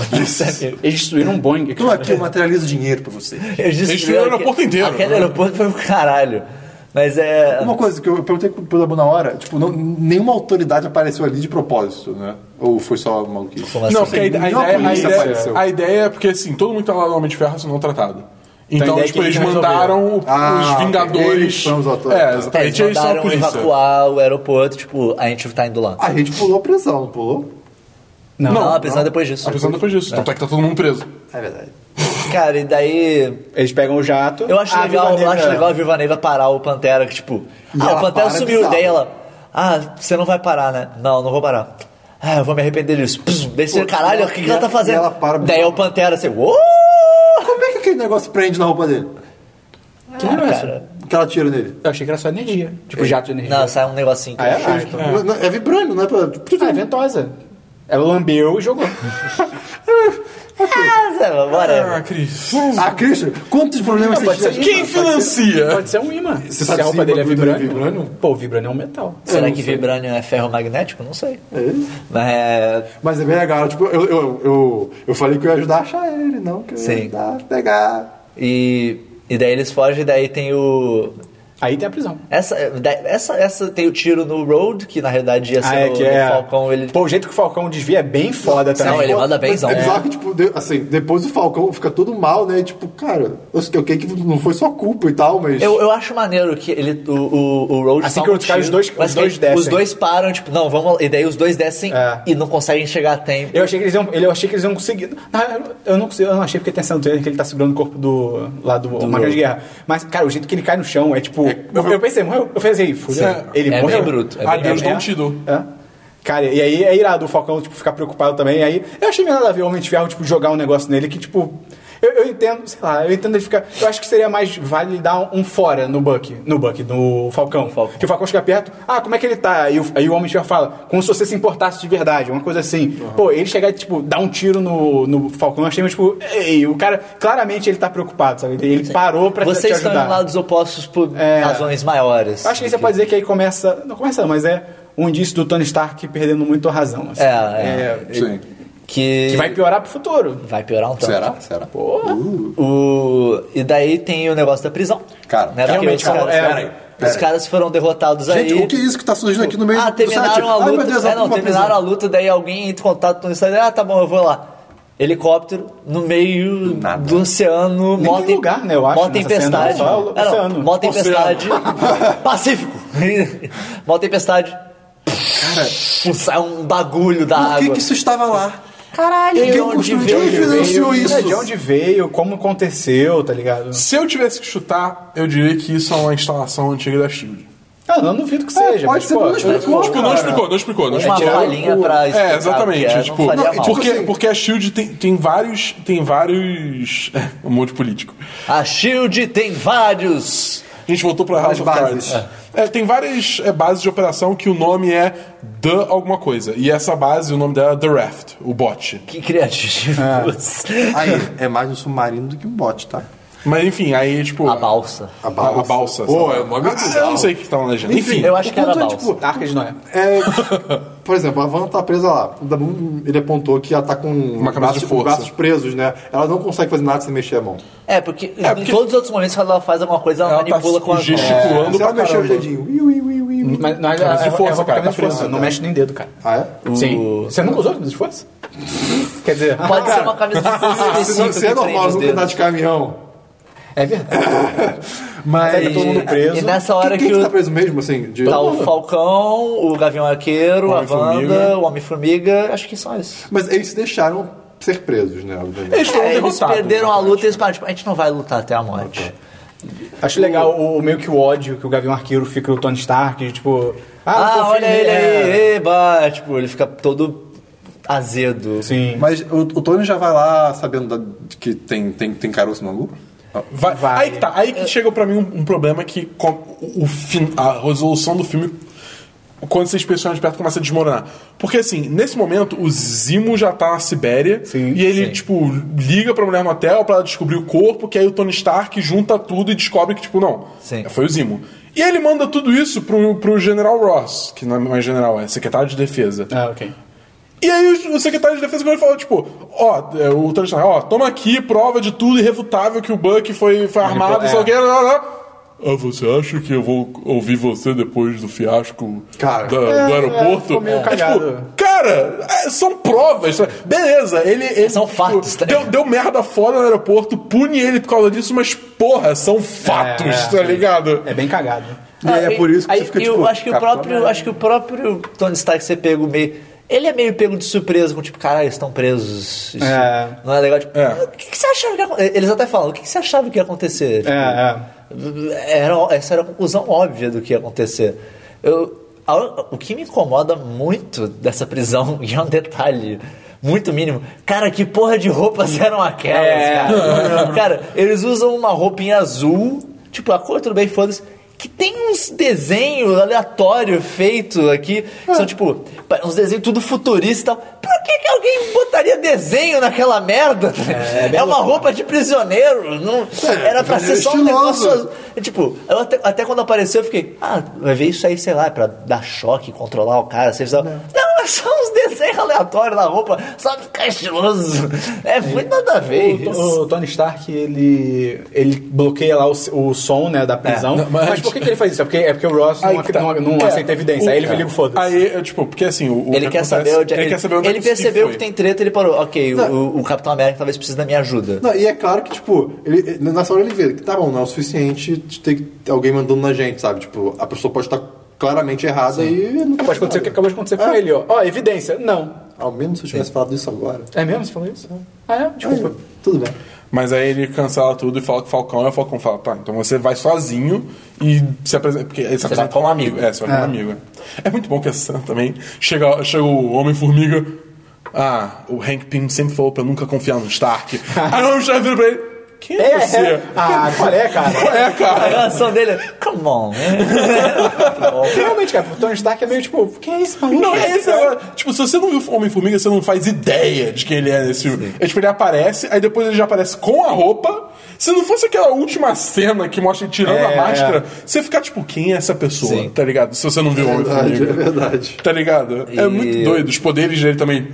Speaker 5: Foda-se.
Speaker 4: Eles destruíram um Boeing.
Speaker 5: Então aqui eu materializo dinheiro pra você.
Speaker 1: Eles
Speaker 2: destruíram o
Speaker 1: aque-
Speaker 2: aeroporto inteiro.
Speaker 1: Aquele aeroporto foi pro caralho. Mas é.
Speaker 5: Uma coisa que eu perguntei pro Dabu na hora, tipo, não- nenhuma autoridade apareceu ali de propósito, né? Ou foi só maluquice?
Speaker 1: Como assim?
Speaker 2: Não, porque a, ide- a
Speaker 5: nenhuma
Speaker 2: ideia, a,
Speaker 5: polícia
Speaker 2: ideia,
Speaker 5: apareceu.
Speaker 2: a ideia é porque, assim, todo mundo tá lá no Homem de Ferro sendo tratado. Então,
Speaker 4: a ideia é
Speaker 2: tipo,
Speaker 4: que
Speaker 2: eles
Speaker 4: eles
Speaker 2: mandaram o-
Speaker 5: Ah,
Speaker 2: os
Speaker 5: ok.
Speaker 2: Vingadores...
Speaker 5: Eles são os atores.
Speaker 2: é,
Speaker 1: É,
Speaker 2: exatamente,
Speaker 1: eles
Speaker 2: eles são a
Speaker 1: mandaram
Speaker 2: polícia.
Speaker 1: evacuar o aeroporto, tipo, a gente tá indo lá.
Speaker 5: A gente pulou a prisão, não pulou?
Speaker 1: Não,
Speaker 2: não,
Speaker 1: apesar depois disso.
Speaker 2: Apesar depois disso. Tanto é que tá todo mundo preso.
Speaker 5: É verdade.
Speaker 1: Cara, e daí
Speaker 4: Eles pegam o jato.
Speaker 1: Eu
Speaker 5: Ah,
Speaker 1: acho
Speaker 4: a
Speaker 1: legal,
Speaker 4: Viva
Speaker 1: eu
Speaker 4: Negra-
Speaker 1: acho legal a Viva Neiva parar o Pantera, que tipo, ah,
Speaker 5: ela
Speaker 1: o Pantera
Speaker 5: para,
Speaker 1: sumiu,
Speaker 5: bizarro.
Speaker 1: daí ela, ah, você não vai parar, né? Não, não vou parar. Ah, eu vou me arrepender disso. Pss, Daí você,
Speaker 5: Pô,
Speaker 1: caralho,
Speaker 5: e
Speaker 1: o que, que
Speaker 5: ela-
Speaker 1: ela tá fazendo?
Speaker 5: e ela para,
Speaker 1: daí é o Pantera assim, uou!
Speaker 5: Como é que aquele negócio prende na roupa dele?
Speaker 4: Que negócio?
Speaker 1: Cara.
Speaker 5: Que ela tira nele?
Speaker 4: Eu achei que era só energia. Tipo, jato de energia.
Speaker 1: Não, sai um negocinho.
Speaker 4: Ah, é? Ah, então.
Speaker 5: Não, não, É, vibrando, não é pra...
Speaker 4: Ah, é ventosa. Ela lambeu e jogou.
Speaker 1: Ah, Zé, whatever.
Speaker 2: Ah, Cris.
Speaker 5: é Ah, Christian, quantos problemas
Speaker 4: Não, pode
Speaker 5: você
Speaker 4: ser
Speaker 5: tinha?
Speaker 2: Quem financia?
Speaker 4: Pode ser um imã. Se
Speaker 5: sabe
Speaker 4: a roupa
Speaker 5: se
Speaker 4: dele é
Speaker 5: imã dele é
Speaker 4: vibrânio.
Speaker 5: vibrânio?
Speaker 4: Pô, o vibrânio é um metal.
Speaker 1: Será
Speaker 5: não
Speaker 1: que
Speaker 5: sei.
Speaker 1: Vibranium é ferro magnético? Não sei. Mas é.
Speaker 5: Mas é bem legal, tipo, eu, eu, eu, eu falei que eu ia ajudar a achar ele, não que eu ia
Speaker 1: Sim.
Speaker 5: ajudar a pegar.
Speaker 1: E, e daí eles fogem, daí tem o.
Speaker 4: Aí tem a prisão.
Speaker 1: Essa, da- essa, essa tem o tiro no Road, que na realidade
Speaker 5: Ah,
Speaker 1: ia
Speaker 4: Ah,
Speaker 1: ser
Speaker 5: é
Speaker 1: no, no é Falcão. Ele...
Speaker 4: é Pô, o jeito que o Falcão desvia é bem foda também.
Speaker 1: não, ele
Speaker 4: Pô,
Speaker 1: manda benzão. né?
Speaker 5: É bizarro que, tipo, de- assim, depois o Falcão fica todo mal, né? E, tipo, cara, eu sei que não foi só culpa e tal, mas...
Speaker 1: Eu, eu acho maneiro que ele, o, o, o Road
Speaker 4: Assim
Speaker 1: toma
Speaker 4: que
Speaker 1: um
Speaker 4: os caras,
Speaker 1: tiro,
Speaker 4: os dois-
Speaker 1: mas
Speaker 4: os
Speaker 1: que
Speaker 4: dois
Speaker 1: aí
Speaker 4: descem.
Speaker 1: Os dois param, tipo, não, vamos. E daí os dois descem
Speaker 4: É.
Speaker 1: e não conseguem chegar a tempo.
Speaker 4: Eu achei que eles iam, eu achei que eles iam conseguir. Na real, eu não consegui, eu não achei porque tem cena do trailer que ele tá segurando o corpo do lá do, Máquina de Guerra. Mas cara, o jeito que ele cai no chão é tipo, eu, eu pensei, morreu. Eu pensei, fudeu.
Speaker 2: Sim.
Speaker 4: Ele
Speaker 1: É bem
Speaker 4: morreu.
Speaker 1: bruto, é bem
Speaker 2: Adeus, bruto. Don Tiddle.
Speaker 4: É. Cara, e aí é irado o Falcão tipo ficar preocupado também. E aí eu achei meio nada a ver o Homem de Ferro tipo jogar um negócio nele que tipo eu, eu entendo, sei lá, eu entendo ele ficar. Eu acho que seria mais vale dar um fora no Buck, no Buck, no Falcão.
Speaker 1: Falcão.
Speaker 4: Que o Falcão chega perto, ah, como é que ele tá? Aí o, aí o Homem de Ferro fala, como se você se importasse de verdade, uma coisa assim.
Speaker 1: Uhum.
Speaker 4: Pô, ele chegar e, tipo, dar um tiro no, no Falcão, eu achei, tipo, ei, o cara, claramente ele tá preocupado, sabe? Ele parou pra te
Speaker 1: Vocês estão
Speaker 4: ajudar.
Speaker 1: em lados opostos por
Speaker 4: É.
Speaker 1: razões maiores.
Speaker 4: Eu acho que é você pode dizer que aí começa, não começa não, mas é um indício do Tony Stark perdendo muito a razão. assim.
Speaker 1: É, é.
Speaker 5: Sim.
Speaker 1: Que,
Speaker 4: Que vai piorar pro futuro.
Speaker 1: vai piorar um tanto.
Speaker 5: Será? Será?
Speaker 4: Porra.
Speaker 1: O... E daí tem o negócio da prisão.
Speaker 5: Cara,
Speaker 1: né? Porque
Speaker 4: realmente,
Speaker 1: os caras,
Speaker 4: é,
Speaker 1: os
Speaker 4: peraí,
Speaker 5: peraí.
Speaker 1: caras foram derrotados
Speaker 5: Gente,
Speaker 1: aí.
Speaker 5: o que é isso que tá surgindo aqui no meio
Speaker 1: Ah,
Speaker 5: do chat?
Speaker 1: terminaram a
Speaker 5: Ai,
Speaker 1: luta.
Speaker 5: meu Deus,
Speaker 1: é, não,
Speaker 5: uma
Speaker 1: terminaram a
Speaker 5: prisão.
Speaker 1: luta, daí alguém entra em contato com o Instagram. Ah, tá bom, eu vou lá. Helicóptero no meio do, oceano,
Speaker 4: Nem
Speaker 1: mó
Speaker 4: tem lugar, né, eu acho,
Speaker 1: Mó
Speaker 4: nessa
Speaker 1: tempestade.
Speaker 4: cena, só o
Speaker 1: É, não,
Speaker 4: oceano.
Speaker 1: mó tempestade. Pacífico. mó tempestade. Cara, sai um bagulho da
Speaker 5: Por
Speaker 1: água.
Speaker 5: que, que isso estava lá?
Speaker 1: Caralho,
Speaker 5: Quem
Speaker 1: de onde
Speaker 5: construiu?
Speaker 1: veio?
Speaker 5: Quem financiou
Speaker 4: Veio,
Speaker 5: isso?
Speaker 4: é, De onde veio, como aconteceu, tá ligado?
Speaker 2: Se eu tivesse que chutar, eu diria que isso é uma instalação antiga da SHIELD.
Speaker 4: Ah, não, duvido que seja.
Speaker 5: É, pode
Speaker 4: mas,
Speaker 5: ser,
Speaker 4: pô,
Speaker 5: mas não explicou.
Speaker 2: Tipo, não explicou, não explicou, não
Speaker 1: É Uma
Speaker 2: explicou.
Speaker 1: falinha pra explicar
Speaker 2: É,
Speaker 1: o
Speaker 2: exatamente.
Speaker 1: que é, não
Speaker 2: tipo,
Speaker 1: faria
Speaker 5: Não, e
Speaker 1: mal.
Speaker 5: tipo
Speaker 2: porque,
Speaker 5: assim-
Speaker 2: porque a Shield tem, tem vários. Tem vários. um monte de político.
Speaker 1: A Shield tem vários.
Speaker 2: A gente voltou pra House of
Speaker 5: Várias
Speaker 2: Cards. É, tem várias é, bases de operação que o nome é The alguma coisa. E essa base, o nome dela é The Raft, o bot.
Speaker 1: Que criativos.
Speaker 5: É. Aí, é mais um submarino do que um bote, tá?
Speaker 2: Mas enfim, aí, tipo.
Speaker 1: A balsa.
Speaker 2: A balsa. A balsa
Speaker 5: Pô,
Speaker 2: sei lá.
Speaker 5: é mó legal.
Speaker 2: Ah, eu não sei o que tava na legenda. Enfim,
Speaker 1: Eu acho
Speaker 5: o
Speaker 1: que era
Speaker 5: ponto é,
Speaker 1: balsa.
Speaker 5: tipo,
Speaker 4: Arca de Noé.
Speaker 5: É, por exemplo, a Van tá presa lá. O Dabu, ele apontou que ela tá com
Speaker 2: Uma camisa de
Speaker 5: braços,
Speaker 2: força.
Speaker 5: braços presos, né? Ela não consegue fazer nada sem mexer a mão.
Speaker 1: É, porque
Speaker 2: porque-
Speaker 1: em todos os outros momentos, quando ela faz alguma coisa, ela,
Speaker 2: Ela tá
Speaker 1: manipula com a É. mão.
Speaker 2: gesticulando
Speaker 5: Se
Speaker 2: pra
Speaker 5: ela mexer o
Speaker 2: caramba.
Speaker 5: dedinho. Ui, ui, ui, ui, ui.
Speaker 4: Mas, mas
Speaker 2: Camisa de
Speaker 4: é, é,
Speaker 2: força,
Speaker 4: é,
Speaker 2: cara,
Speaker 4: camisa de
Speaker 2: tá
Speaker 4: força.
Speaker 2: preso,
Speaker 4: Não mexe nem dedo, cara.
Speaker 5: Ah, é?
Speaker 4: Sim. Você nunca usou camisa de força? Quer dizer,
Speaker 1: Pode ser uma camisa de força
Speaker 5: Se
Speaker 1: específica
Speaker 5: você é
Speaker 1: que
Speaker 5: normal,
Speaker 1: prende os
Speaker 5: nunca andar
Speaker 1: dedos.
Speaker 5: de caminhão.
Speaker 4: é verdade.
Speaker 5: Mas.
Speaker 4: Aí todo mundo preso.
Speaker 1: E nessa hora
Speaker 5: quem
Speaker 1: que,
Speaker 5: que tá
Speaker 1: o,
Speaker 5: preso mesmo, assim? De...
Speaker 1: tá o Falcão, o Gavião Arqueiro,
Speaker 2: O
Speaker 1: a
Speaker 2: Homem-Formiga.
Speaker 1: Wanda, o Homem-Formiga, acho que só isso.
Speaker 5: Mas eles se deixaram ser presos, né? obviamente.
Speaker 2: Eles foram
Speaker 1: É, eles
Speaker 2: derrotados.
Speaker 1: perderam a luta e eles falaram, tipo, a gente não vai lutar até a morte.
Speaker 4: Acho legal o, meio que o ódio que o Gavião Arqueiro fica o Tony Stark, tipo.
Speaker 1: Ah,
Speaker 4: não confio
Speaker 1: olha ele
Speaker 4: nele, é.
Speaker 1: aí, eba! Tipo, ele fica todo azedo.
Speaker 4: Sim.
Speaker 5: Mas o, o Tony já vai lá sabendo da- de que tem, tem, tem caroço no angu?
Speaker 2: Vai-
Speaker 4: Vai.
Speaker 2: Aí que tá. Aí que chega pra mim um, um problema que com- o, o fin- a resolução do filme, quando esses personagens perto começa a desmoronar. Porque assim, nesse momento, o Zimo já tá na Sibéria
Speaker 4: Sim,
Speaker 2: e ele, tipo, liga pra mulher no hotel pra ela descobrir o corpo, que aí o Tony Stark junta tudo e descobre que, tipo, não,
Speaker 1: Sim.
Speaker 2: foi o Zimo. E ele manda tudo isso pro, pro General Ross, que não é mais general, é secretário de defesa.
Speaker 4: Ah, ok.
Speaker 2: E aí o- o secretário de defesa quando ele falou, tipo, ó, é, o Tony Stark, ó, toma aqui prova de tudo irrefutável que o Buck foi, foi armado,
Speaker 4: é.
Speaker 2: é. sei o que, lá, lá, lá. Ah, você acha que eu vou ouvir você depois do fiasco
Speaker 5: Cara,
Speaker 2: da- do aeroporto?
Speaker 4: ficou meio
Speaker 2: É, tipo,
Speaker 4: cagado.
Speaker 2: cara, é, são provas. sabe? Beleza, ele. ele,
Speaker 1: São
Speaker 2: tipo,
Speaker 1: fatos, tá
Speaker 2: deu, deu merda fora no aeroporto, pune ele por causa disso, mas porra, são fatos,
Speaker 4: É,
Speaker 2: tá ligado?
Speaker 4: É bem cagado.
Speaker 5: E aí é por isso que
Speaker 1: aí,
Speaker 5: você fica
Speaker 1: eu
Speaker 5: tipo.
Speaker 1: acho que o
Speaker 5: Capitão
Speaker 1: próprio, acho que o próprio Tony Stark ser pego meio ele é meio pego de surpresa, com tipo, caralho, eles estão presos. Isso
Speaker 4: É.
Speaker 1: Não é legal, tipo,
Speaker 2: É.
Speaker 1: o que, que você achava que ia acontecer? Eles até falam, o que, que você achava que ia acontecer? Tipo,
Speaker 4: É, é.
Speaker 1: era, essa era a conclusão óbvia do que ia acontecer. Eu, a- o que me incomoda muito dessa prisão, e é um detalhe muito mínimo, cara, que porra de roupas eram aquelas,
Speaker 4: É.
Speaker 1: cara? cara, eles usam uma roupinha azul, tipo, a cor tudo bem, foda-se, que tem uns desenhos aleatórios feito aqui, que são tipo, pa- uns desenhos tudo futurista. e tal. Pra que, que alguém botaria desenho naquela merda? É, uma roupa de prisioneiro, não, era pra
Speaker 5: mas
Speaker 1: ser
Speaker 5: é
Speaker 1: só um
Speaker 5: estiloso.
Speaker 1: negócio azul. É, Tipo, eu até, até quando apareceu eu fiquei, ah, vai ver isso aí, sei lá, é pra dar choque, controlar o cara, sei lá. Não, é só uns desenhos aleatórios na roupa, só pra ficar estiloso. É muito nada a ver
Speaker 4: O,
Speaker 1: isso.
Speaker 4: o Tony Stark, ele, ele bloqueia lá o, o som né, da prisão.
Speaker 2: É, não,
Speaker 4: mas...
Speaker 2: mas-
Speaker 4: por que, que ele faz isso? É porque, é porque o Ross
Speaker 2: Aí
Speaker 4: não,
Speaker 2: que tá.
Speaker 4: não, não
Speaker 2: É,
Speaker 4: aceita evidência. aí ele
Speaker 2: o-
Speaker 4: liga o foda-se.
Speaker 2: Aí, é, tipo, porque assim, o, o
Speaker 1: Ele
Speaker 2: que
Speaker 1: quer,
Speaker 2: acontece-
Speaker 1: saber onde,
Speaker 2: ele, quer saber onde é
Speaker 1: ele
Speaker 2: o Steve
Speaker 1: percebeu
Speaker 2: foi.
Speaker 1: que tem treta, ele parou. Ok, o- o, o Capitão América talvez precise da minha ajuda.
Speaker 5: Não, e é claro que, tipo, ele, nessa hora ele vê que tá bom, não é o suficiente de ter que- alguém mandando na gente, sabe? Tipo, a pessoa pode estar claramente errada e não
Speaker 4: Pode acontecer o que acabou de acontecer
Speaker 2: Ah.
Speaker 4: com
Speaker 5: É.
Speaker 4: ele, ó. Ó, evidência. Não.
Speaker 5: Ao menos se eu tivesse falado isso agora.
Speaker 4: É mesmo? Você falou isso? Ah, é? Desculpa.
Speaker 5: Aí, tudo bem.
Speaker 2: Mas aí ele cancela tudo e fala que o Falcão é o Falcão. Fala, tá, então você vai sozinho e se apresenta. Porque ele
Speaker 1: vai
Speaker 2: se apresenta
Speaker 1: com um
Speaker 2: como
Speaker 1: amigo.
Speaker 2: amigo. É, você vai com um amigo. É muito bom que essa cena também. Chega, chega o Homem-Formiga. Ah, o Hank Pym sempre falou pra nunca confiar no Stark. aí o Homem-Formiga vira pra ele: Quem é, você?
Speaker 4: Ah, qual é, cara?
Speaker 2: É,
Speaker 1: A
Speaker 2: cara.
Speaker 1: reação dele é, come on, né?
Speaker 4: Realmente, cara, o Tony Stark é meio tipo, quem é esse maluco?
Speaker 2: Não, é esse agora. Tipo, se você não viu o Homem-Formiga, você não faz ideia de quem ele é nesse filme. É, tipo, ele aparece, aí depois ele já aparece com a roupa. Se não fosse aquela última cena que mostra ele tirando
Speaker 4: É,
Speaker 2: a máscara, você fica tipo, quem é essa pessoa?
Speaker 1: Sim.
Speaker 2: Tá ligado? Se você não viu o
Speaker 5: Verdade, é
Speaker 2: Homem-Formiga.
Speaker 5: verdade.
Speaker 2: Tá ligado? É
Speaker 1: E-
Speaker 2: muito doido. Os poderes dele também.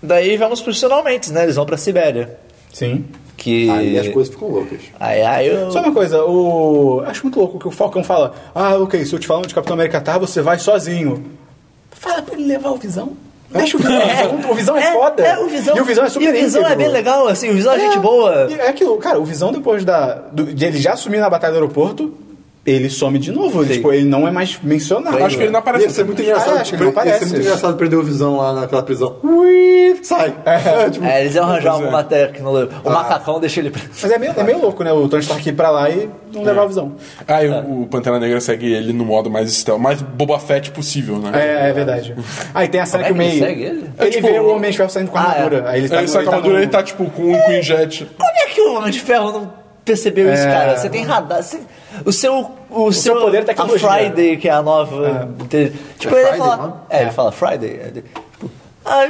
Speaker 1: Daí vamos pros finalmente, né? Eles vão pra Sibéria.
Speaker 4: Sim.
Speaker 1: Que.
Speaker 5: Aí as coisas ficam loucas.
Speaker 1: Aí, aí eu.
Speaker 4: Só uma coisa, o. Acho muito louco que o Falcão fala: Ah, ok, se eu te falar onde o Capitão América tá, você vai sozinho. Fala pra ele levar o visão. Deixa o visão. junto, O visão é, foda.
Speaker 1: É, o Visão.
Speaker 4: E o visão é super
Speaker 1: E o Visão é
Speaker 4: íntegro.
Speaker 1: bem legal, assim, o Visão é, gente boa.
Speaker 4: E É aquilo, cara, o visão depois da, do- de ele já assumir na batalha do aeroporto, ele some de novo. Ele,
Speaker 1: Sim.
Speaker 4: tipo, ele não é mais mencionado.
Speaker 2: Acho que ele não
Speaker 5: Ia
Speaker 2: aparece.
Speaker 5: ser muito engraçado.
Speaker 4: Ah, acho que não
Speaker 5: pre- Ia
Speaker 4: aparece.
Speaker 5: ser é muito engraçado prender o visão lá naquela prisão. Ui, sai! É, tipo,
Speaker 1: É, eles iam arranjar
Speaker 2: Pois é.
Speaker 1: alguma tecnologia.
Speaker 4: Ah.
Speaker 1: O macacão deixa ele preso.
Speaker 4: Mas é meio, é meio louco, né? O Tony Stark ir pra lá e não
Speaker 2: É.
Speaker 4: levar o visão.
Speaker 2: Ah, Aí o, o Pantera Negra segue ele no modo mais stealth, mais Boba Fett possível, né?
Speaker 4: É, é verdade. Aí tem a cena que o
Speaker 1: Como é que
Speaker 4: meio.
Speaker 1: ele segue ele?
Speaker 4: Ele
Speaker 2: É, tipo,
Speaker 4: vê o Homem de Ferro saindo com a
Speaker 1: Ah, é.
Speaker 4: armadura. Aí ele tá
Speaker 2: Ele sai com a armadura,
Speaker 4: no-
Speaker 2: ele tá tipo com um com jet.
Speaker 1: Como é que o Homem de Ferro não percebeu isso, cara? Você tem radar. você- O seu. O, seu,
Speaker 4: É. poder é tecnologia.
Speaker 1: A Friday, que é a nova. inte- Tipo, ele
Speaker 5: Friday,
Speaker 1: fala.
Speaker 5: mano?
Speaker 1: É, ele fala Friday. é, de- tipo, ah,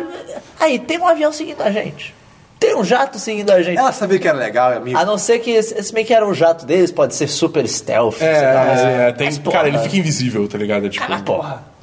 Speaker 1: aí, tem um avião seguindo a gente. Tem Seria um jato seguindo a
Speaker 4: É.
Speaker 1: gente.
Speaker 5: Ela sabia que era legal, é amigo.
Speaker 1: A não ser que esse, esse meio que era um jato deles, pode ser super stealth.
Speaker 2: É,
Speaker 1: sei lá, mas-
Speaker 2: é, tem,
Speaker 1: tá mas, porra,
Speaker 2: cara, ele fica invisível, tá ligado? É, tipo,
Speaker 1: Ah, porra.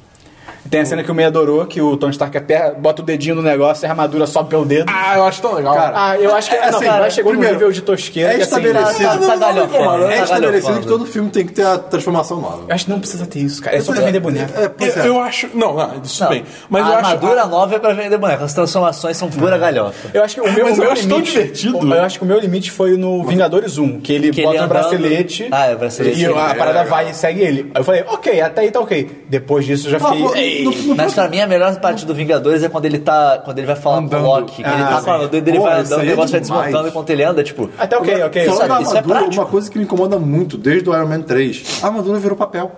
Speaker 4: Tem a cena que o meio adorou, que o Tony Stark aperta, bota o dedinho no negócio e a armadura sobe pelo dedo.
Speaker 2: ah, eu acho tão legal.
Speaker 5: Cara,
Speaker 4: Ah, eu acho que
Speaker 5: É,
Speaker 4: não,
Speaker 5: assim,
Speaker 4: cara,
Speaker 5: cara,
Speaker 4: chegou no
Speaker 5: primeiro,
Speaker 4: nível de tosqueira
Speaker 5: é
Speaker 4: que assim,
Speaker 5: estabelecido.
Speaker 1: tá- tá
Speaker 5: Não, não, não,
Speaker 1: galhofando,
Speaker 5: não, não,
Speaker 1: tá
Speaker 5: É estabelecido
Speaker 1: galhofando.
Speaker 5: que todo filme tem que ter a transformação nova.
Speaker 4: eu acho que não precisa ter isso, cara. É só pra vender boneco.
Speaker 5: É, pois
Speaker 2: eu,
Speaker 5: é.
Speaker 2: eu acho. Não, não isso
Speaker 1: tá Não,
Speaker 2: bem. Mas
Speaker 1: a
Speaker 2: eu acho.
Speaker 1: armadura nova é pra vender boneco. As transformações são pura galhofa.
Speaker 4: Eu acho que o meu,
Speaker 2: mas
Speaker 4: o
Speaker 2: eu
Speaker 4: meu
Speaker 2: acho tão
Speaker 4: limite,
Speaker 2: divertido.
Speaker 4: Eu acho que o meu limite foi no Vingadores 1, que ele
Speaker 1: Que ele
Speaker 4: bota um
Speaker 1: andando-
Speaker 4: bracelete.
Speaker 1: Ah, é, o bracelete.
Speaker 4: E eu- a
Speaker 1: É,
Speaker 4: parada vai e segue ele. Aí eu falei, ok, até aí tá ok. Depois disso eu já
Speaker 5: Ah, pô,
Speaker 4: fiquei. "Ei".
Speaker 5: no- no-
Speaker 1: Mas pra mim a melhor parte do Vingadores é quando ele tá. Quando ele vai falar com o
Speaker 5: Andando.
Speaker 1: Loki. Que ele
Speaker 4: Ah,
Speaker 1: tá com a armadura dele,
Speaker 5: Porra,
Speaker 1: vai
Speaker 5: isso
Speaker 1: andando, o
Speaker 5: aí é
Speaker 1: negócio vai
Speaker 5: demais.
Speaker 1: desmontando enquanto ele anda, tipo.
Speaker 4: Até ok, ok.
Speaker 5: Falando
Speaker 1: sabe,
Speaker 5: da
Speaker 1: isso é
Speaker 5: armadura,
Speaker 1: prático.
Speaker 5: uma coisa que me incomoda muito desde o Iron Man 3, a armadura virou papel.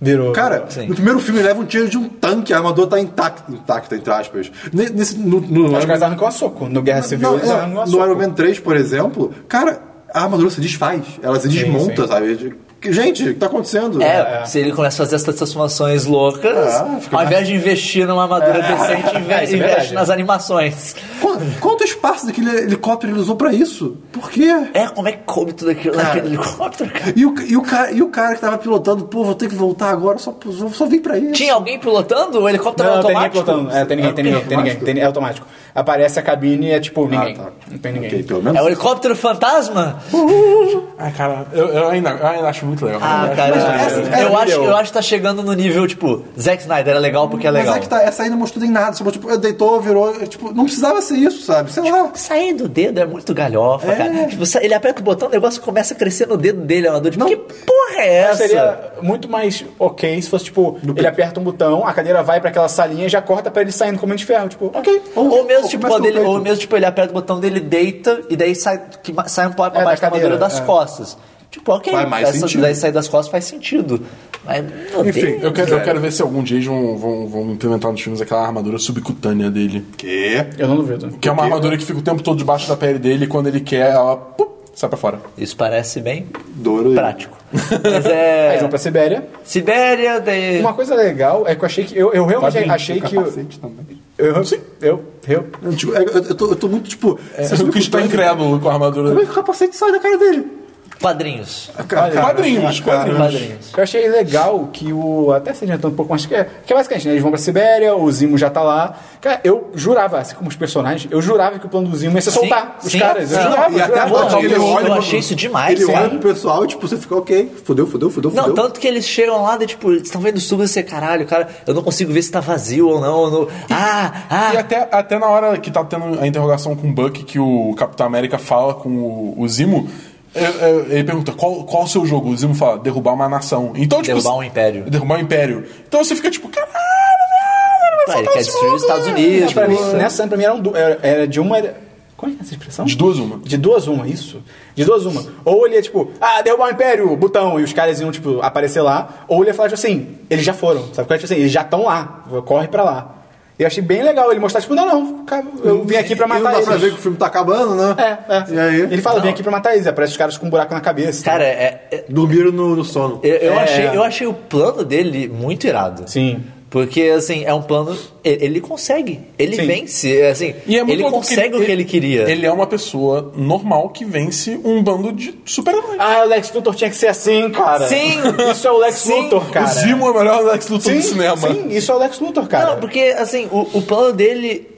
Speaker 4: Virou.
Speaker 5: Cara,
Speaker 1: Sim.
Speaker 5: no primeiro filme ele leva um tiro de um tanque, a armadura tá intacta, intacta entre aspas. Ne- Nesse, no, no,
Speaker 4: Acho que eles
Speaker 5: Iron-
Speaker 4: arrancam a soco. No Guerra Civil
Speaker 5: Não,
Speaker 4: eles
Speaker 5: é,
Speaker 4: arrancam a
Speaker 5: no Iron
Speaker 4: soco.
Speaker 5: Man 3, por exemplo, cara, a armadura se desfaz, ela se desmonta, sabe? Gente, o que tá acontecendo?
Speaker 1: É, se ele começa a fazer essas transformações loucas,
Speaker 5: Ah, fica
Speaker 1: ao invés de investir numa armadura decente, inve-
Speaker 4: É, isso
Speaker 1: investe
Speaker 4: é verdade.
Speaker 1: nas animações.
Speaker 5: Qu- Quanto espaço daquele helicóptero ele usou pra isso? Por quê?
Speaker 1: É, como é que coube tudo aquilo naquele helicóptero, cara?
Speaker 5: E o, e, o cara, e o cara que tava pilotando, pô, vou ter que voltar agora, só, só, só vim pra isso.
Speaker 1: Tinha alguém pilotando? O helicóptero
Speaker 4: Não, não, tem ninguém
Speaker 1: automático?
Speaker 4: pilotando. É, tem ninguém, tem ninguém, tem ninguém. tem- É automático. Aparece a cabine e é tipo, ninguém.
Speaker 5: tá.
Speaker 4: Não tem ninguém.
Speaker 5: Ok, pelo menos.
Speaker 1: É o helicóptero fantasma?
Speaker 2: Ah, cara, eu, eu ainda, eu ainda acho muito legal.
Speaker 1: Ah, cara,
Speaker 5: essa-
Speaker 1: eu,
Speaker 5: essa-
Speaker 1: acho, eu acho que tá chegando no nível, tipo, Zack Snyder é legal porque é legal.
Speaker 5: Mas é que tá, essa aí não mostrou em nada, só tipo, deitou, virou, é, tipo, não precisava ser isso, sabe? Sei lá.
Speaker 1: Sair do dedo é muito galhofa, cara. Tipo, sa- ele aperta o botão, o negócio começa a crescer no dedo dele, amador. Tipo,
Speaker 5: Não.
Speaker 1: que porra é essa?
Speaker 4: Seria muito mais ok se fosse tipo, ele aperta um botão, a cadeira vai pra aquela salinha e já corta pra ele saindo como de ferro. Tipo, ok.
Speaker 1: Ou, ou mesmo, tipo,
Speaker 5: começa
Speaker 1: quando
Speaker 5: no
Speaker 1: ele,
Speaker 5: peito.
Speaker 1: ou mesmo, tipo, ele aperta o botão dele, deita, e daí sai, que ma- sai um pouco pra
Speaker 4: É,
Speaker 1: baixo
Speaker 4: da
Speaker 1: da armadura
Speaker 4: cadeira,
Speaker 1: das
Speaker 4: é.
Speaker 1: costas. Tipo, ok,
Speaker 5: Faz mais
Speaker 1: essa,
Speaker 5: sentido.
Speaker 1: daí sair das costas faz sentido. Mas, meu
Speaker 5: Enfim,
Speaker 1: Deus.
Speaker 2: Eu quero, eu quero ver se algum dia eles vão, vão, vão implementar nos filmes aquela armadura subcutânea dele.
Speaker 5: Quê?
Speaker 4: Eu não duvido.
Speaker 2: Que é uma armadura que fica o tempo todo debaixo da pele dele e quando ele quer, ela pum, sai pra fora.
Speaker 1: Isso parece bem
Speaker 5: Douro aí.
Speaker 1: prático. Mas
Speaker 4: Aí eles
Speaker 1: é.
Speaker 4: vão pra Sibéria.
Speaker 1: Sibéria, daí.
Speaker 4: Uma coisa legal é que eu achei que. Eu, eu realmente
Speaker 2: Quadrinho,
Speaker 4: achei que. Eu,
Speaker 5: Capacete também.
Speaker 4: eu, eu, eu.
Speaker 5: Eu, tipo, é, eu, eu tô, eu tô muito, tipo...
Speaker 2: Você
Speaker 5: sabe
Speaker 2: que está incrédulo com a
Speaker 5: Como é
Speaker 2: armadura.
Speaker 5: que o capacete sai da cara dele?
Speaker 1: Quadrinhos.
Speaker 2: Quadrinhos, quadrinhos.
Speaker 1: Quadrinhos.
Speaker 4: Eu achei legal que o. Até se adiantando um pouco mais. Que é, que é basicamente, né? Eles vão pra Sibéria, o Zimo já tá lá. Cara, eu jurava, assim como os personagens, eu jurava que o plano do Zimo ia ser
Speaker 1: Sim,
Speaker 4: soltar os
Speaker 1: sim.
Speaker 4: caras. Eu
Speaker 1: Não,
Speaker 4: jurava,
Speaker 5: e
Speaker 4: eu
Speaker 5: até a
Speaker 4: jurava.
Speaker 5: parte que ele
Speaker 1: eu
Speaker 5: olha...
Speaker 1: achei
Speaker 5: mano,
Speaker 1: isso demais,
Speaker 5: Ele
Speaker 1: sim.
Speaker 5: olha pro pessoal, tipo, você fica, ok, fudeu, fudeu, fudeu,
Speaker 1: Não,
Speaker 5: fudeu.
Speaker 1: tanto que eles chegam lá, daí, tipo, eles estão vendo os tubos e você, caralho, cara, eu não consigo ver se tá vazio ou não. ou não. Ah, ah,
Speaker 2: E até, até na hora que tá tendo a interrogação com o Buck, que o Capitão América fala com o, o Zimo, é- é- ele pergunta qual, qual o seu jogo? O Zimo fala, derrubar uma nação. Então, tipo,
Speaker 1: Derrubar
Speaker 2: você-
Speaker 1: um império.
Speaker 2: Derrubar um império. Então você fica tipo, caralho, tá
Speaker 1: Ué, ele quer destruir os Estados Unidos.
Speaker 4: Ah, Pra mim,
Speaker 1: né?
Speaker 4: nessa cena, pra mim, eram du- era, era de uma. Qual é essa expressão?
Speaker 2: de duas uma.
Speaker 4: De duas uma, isso. De duas uma. Ou ele ia, tipo, ah, derrubar o Império, botão, e os caras iam, tipo, aparecer lá. Ou ele ia falar, tipo assim, eles já foram, sabe? Porque, tipo assim, eles já estão lá, corre pra lá. E eu achei bem legal ele mostrar, tipo, não, não, cara, eu vim aqui pra
Speaker 5: E não
Speaker 4: matar
Speaker 5: dá
Speaker 4: eles.
Speaker 5: pra ver que o filme tá acabando, né?
Speaker 4: É, é.
Speaker 5: E aí?
Speaker 4: Ele fala, vim aqui pra matar eles, aparece os caras com um buraco na cabeça. tá?
Speaker 1: Cara, é- é-
Speaker 5: Dormiram no, no sono.
Speaker 1: eu, eu
Speaker 4: É.
Speaker 1: achei, eu achei o plano dele muito irado.
Speaker 4: Sim.
Speaker 1: Porque, assim, é um plano. Ele, ele consegue. Ele
Speaker 4: Sim.
Speaker 1: vence. é Assim,
Speaker 2: E é muito
Speaker 1: ele
Speaker 2: louco
Speaker 1: consegue
Speaker 2: porque
Speaker 1: o que ele queria.
Speaker 2: Ele é uma pessoa normal que vence um bando de super-heróis.
Speaker 4: Ah, o Lex Luthor tinha que ser assim, cara.
Speaker 1: Sim.
Speaker 4: Isso é o Lex
Speaker 1: Sim.
Speaker 4: Luthor, cara.
Speaker 2: o Zimo é o melhor Lex Luthor
Speaker 4: sim,
Speaker 2: do cinema.
Speaker 4: Sim, isso é o Lex Luthor, cara.
Speaker 1: Não, porque, assim, o, o plano dele.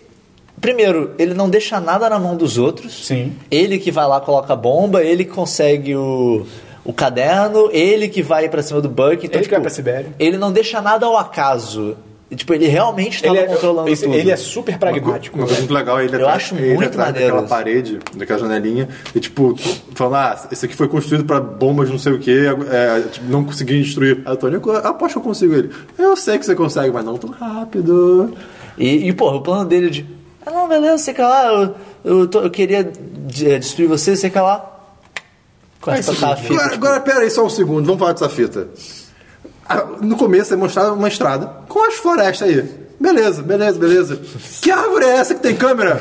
Speaker 1: Primeiro, ele não deixa nada na mão dos outros.
Speaker 4: Sim.
Speaker 1: Ele que vai lá, coloca a bomba, ele que consegue o, o caderno, ele que vai pra cima do Buck. Então,
Speaker 4: Ele que
Speaker 1: tipo,
Speaker 4: vai pra Sibéria.
Speaker 1: Ele não deixa nada ao acaso. E, Tipo, ele realmente tava
Speaker 4: ele, é,
Speaker 1: controlando
Speaker 4: esse-
Speaker 1: tudo.
Speaker 4: ele é super pragmático.
Speaker 5: Tipo,
Speaker 4: né?
Speaker 5: Uma coisa muito legal, ele
Speaker 1: Eu
Speaker 5: atrás,
Speaker 1: acho
Speaker 5: ele
Speaker 1: muito
Speaker 5: atrás
Speaker 1: maneiro
Speaker 5: daquela
Speaker 1: isso.
Speaker 5: parede, daquela janelinha, e tipo, falando, ah, esse aqui foi construído pra bombas não sei o que, tipo, não consegui destruir. Aí o Tony, eu aposto que eu consigo ele. Eu sei que você consegue, mas não tão rápido.
Speaker 1: E, e porra, o plano dele de. Ah, não, beleza, sei que lá, eu, eu, tô- eu queria de- eh, destruir você, sei que lá. Começa a
Speaker 4: tá
Speaker 1: tocar a fita.
Speaker 5: Agora,
Speaker 4: tipo-
Speaker 5: agora, pera aí só um segundo, vamos falar dessa fita. Ah, No começo é mostrada uma estrada
Speaker 1: né?
Speaker 5: com as florestas aí. Beleza, beleza, beleza. Que árvore é essa que tem câmera?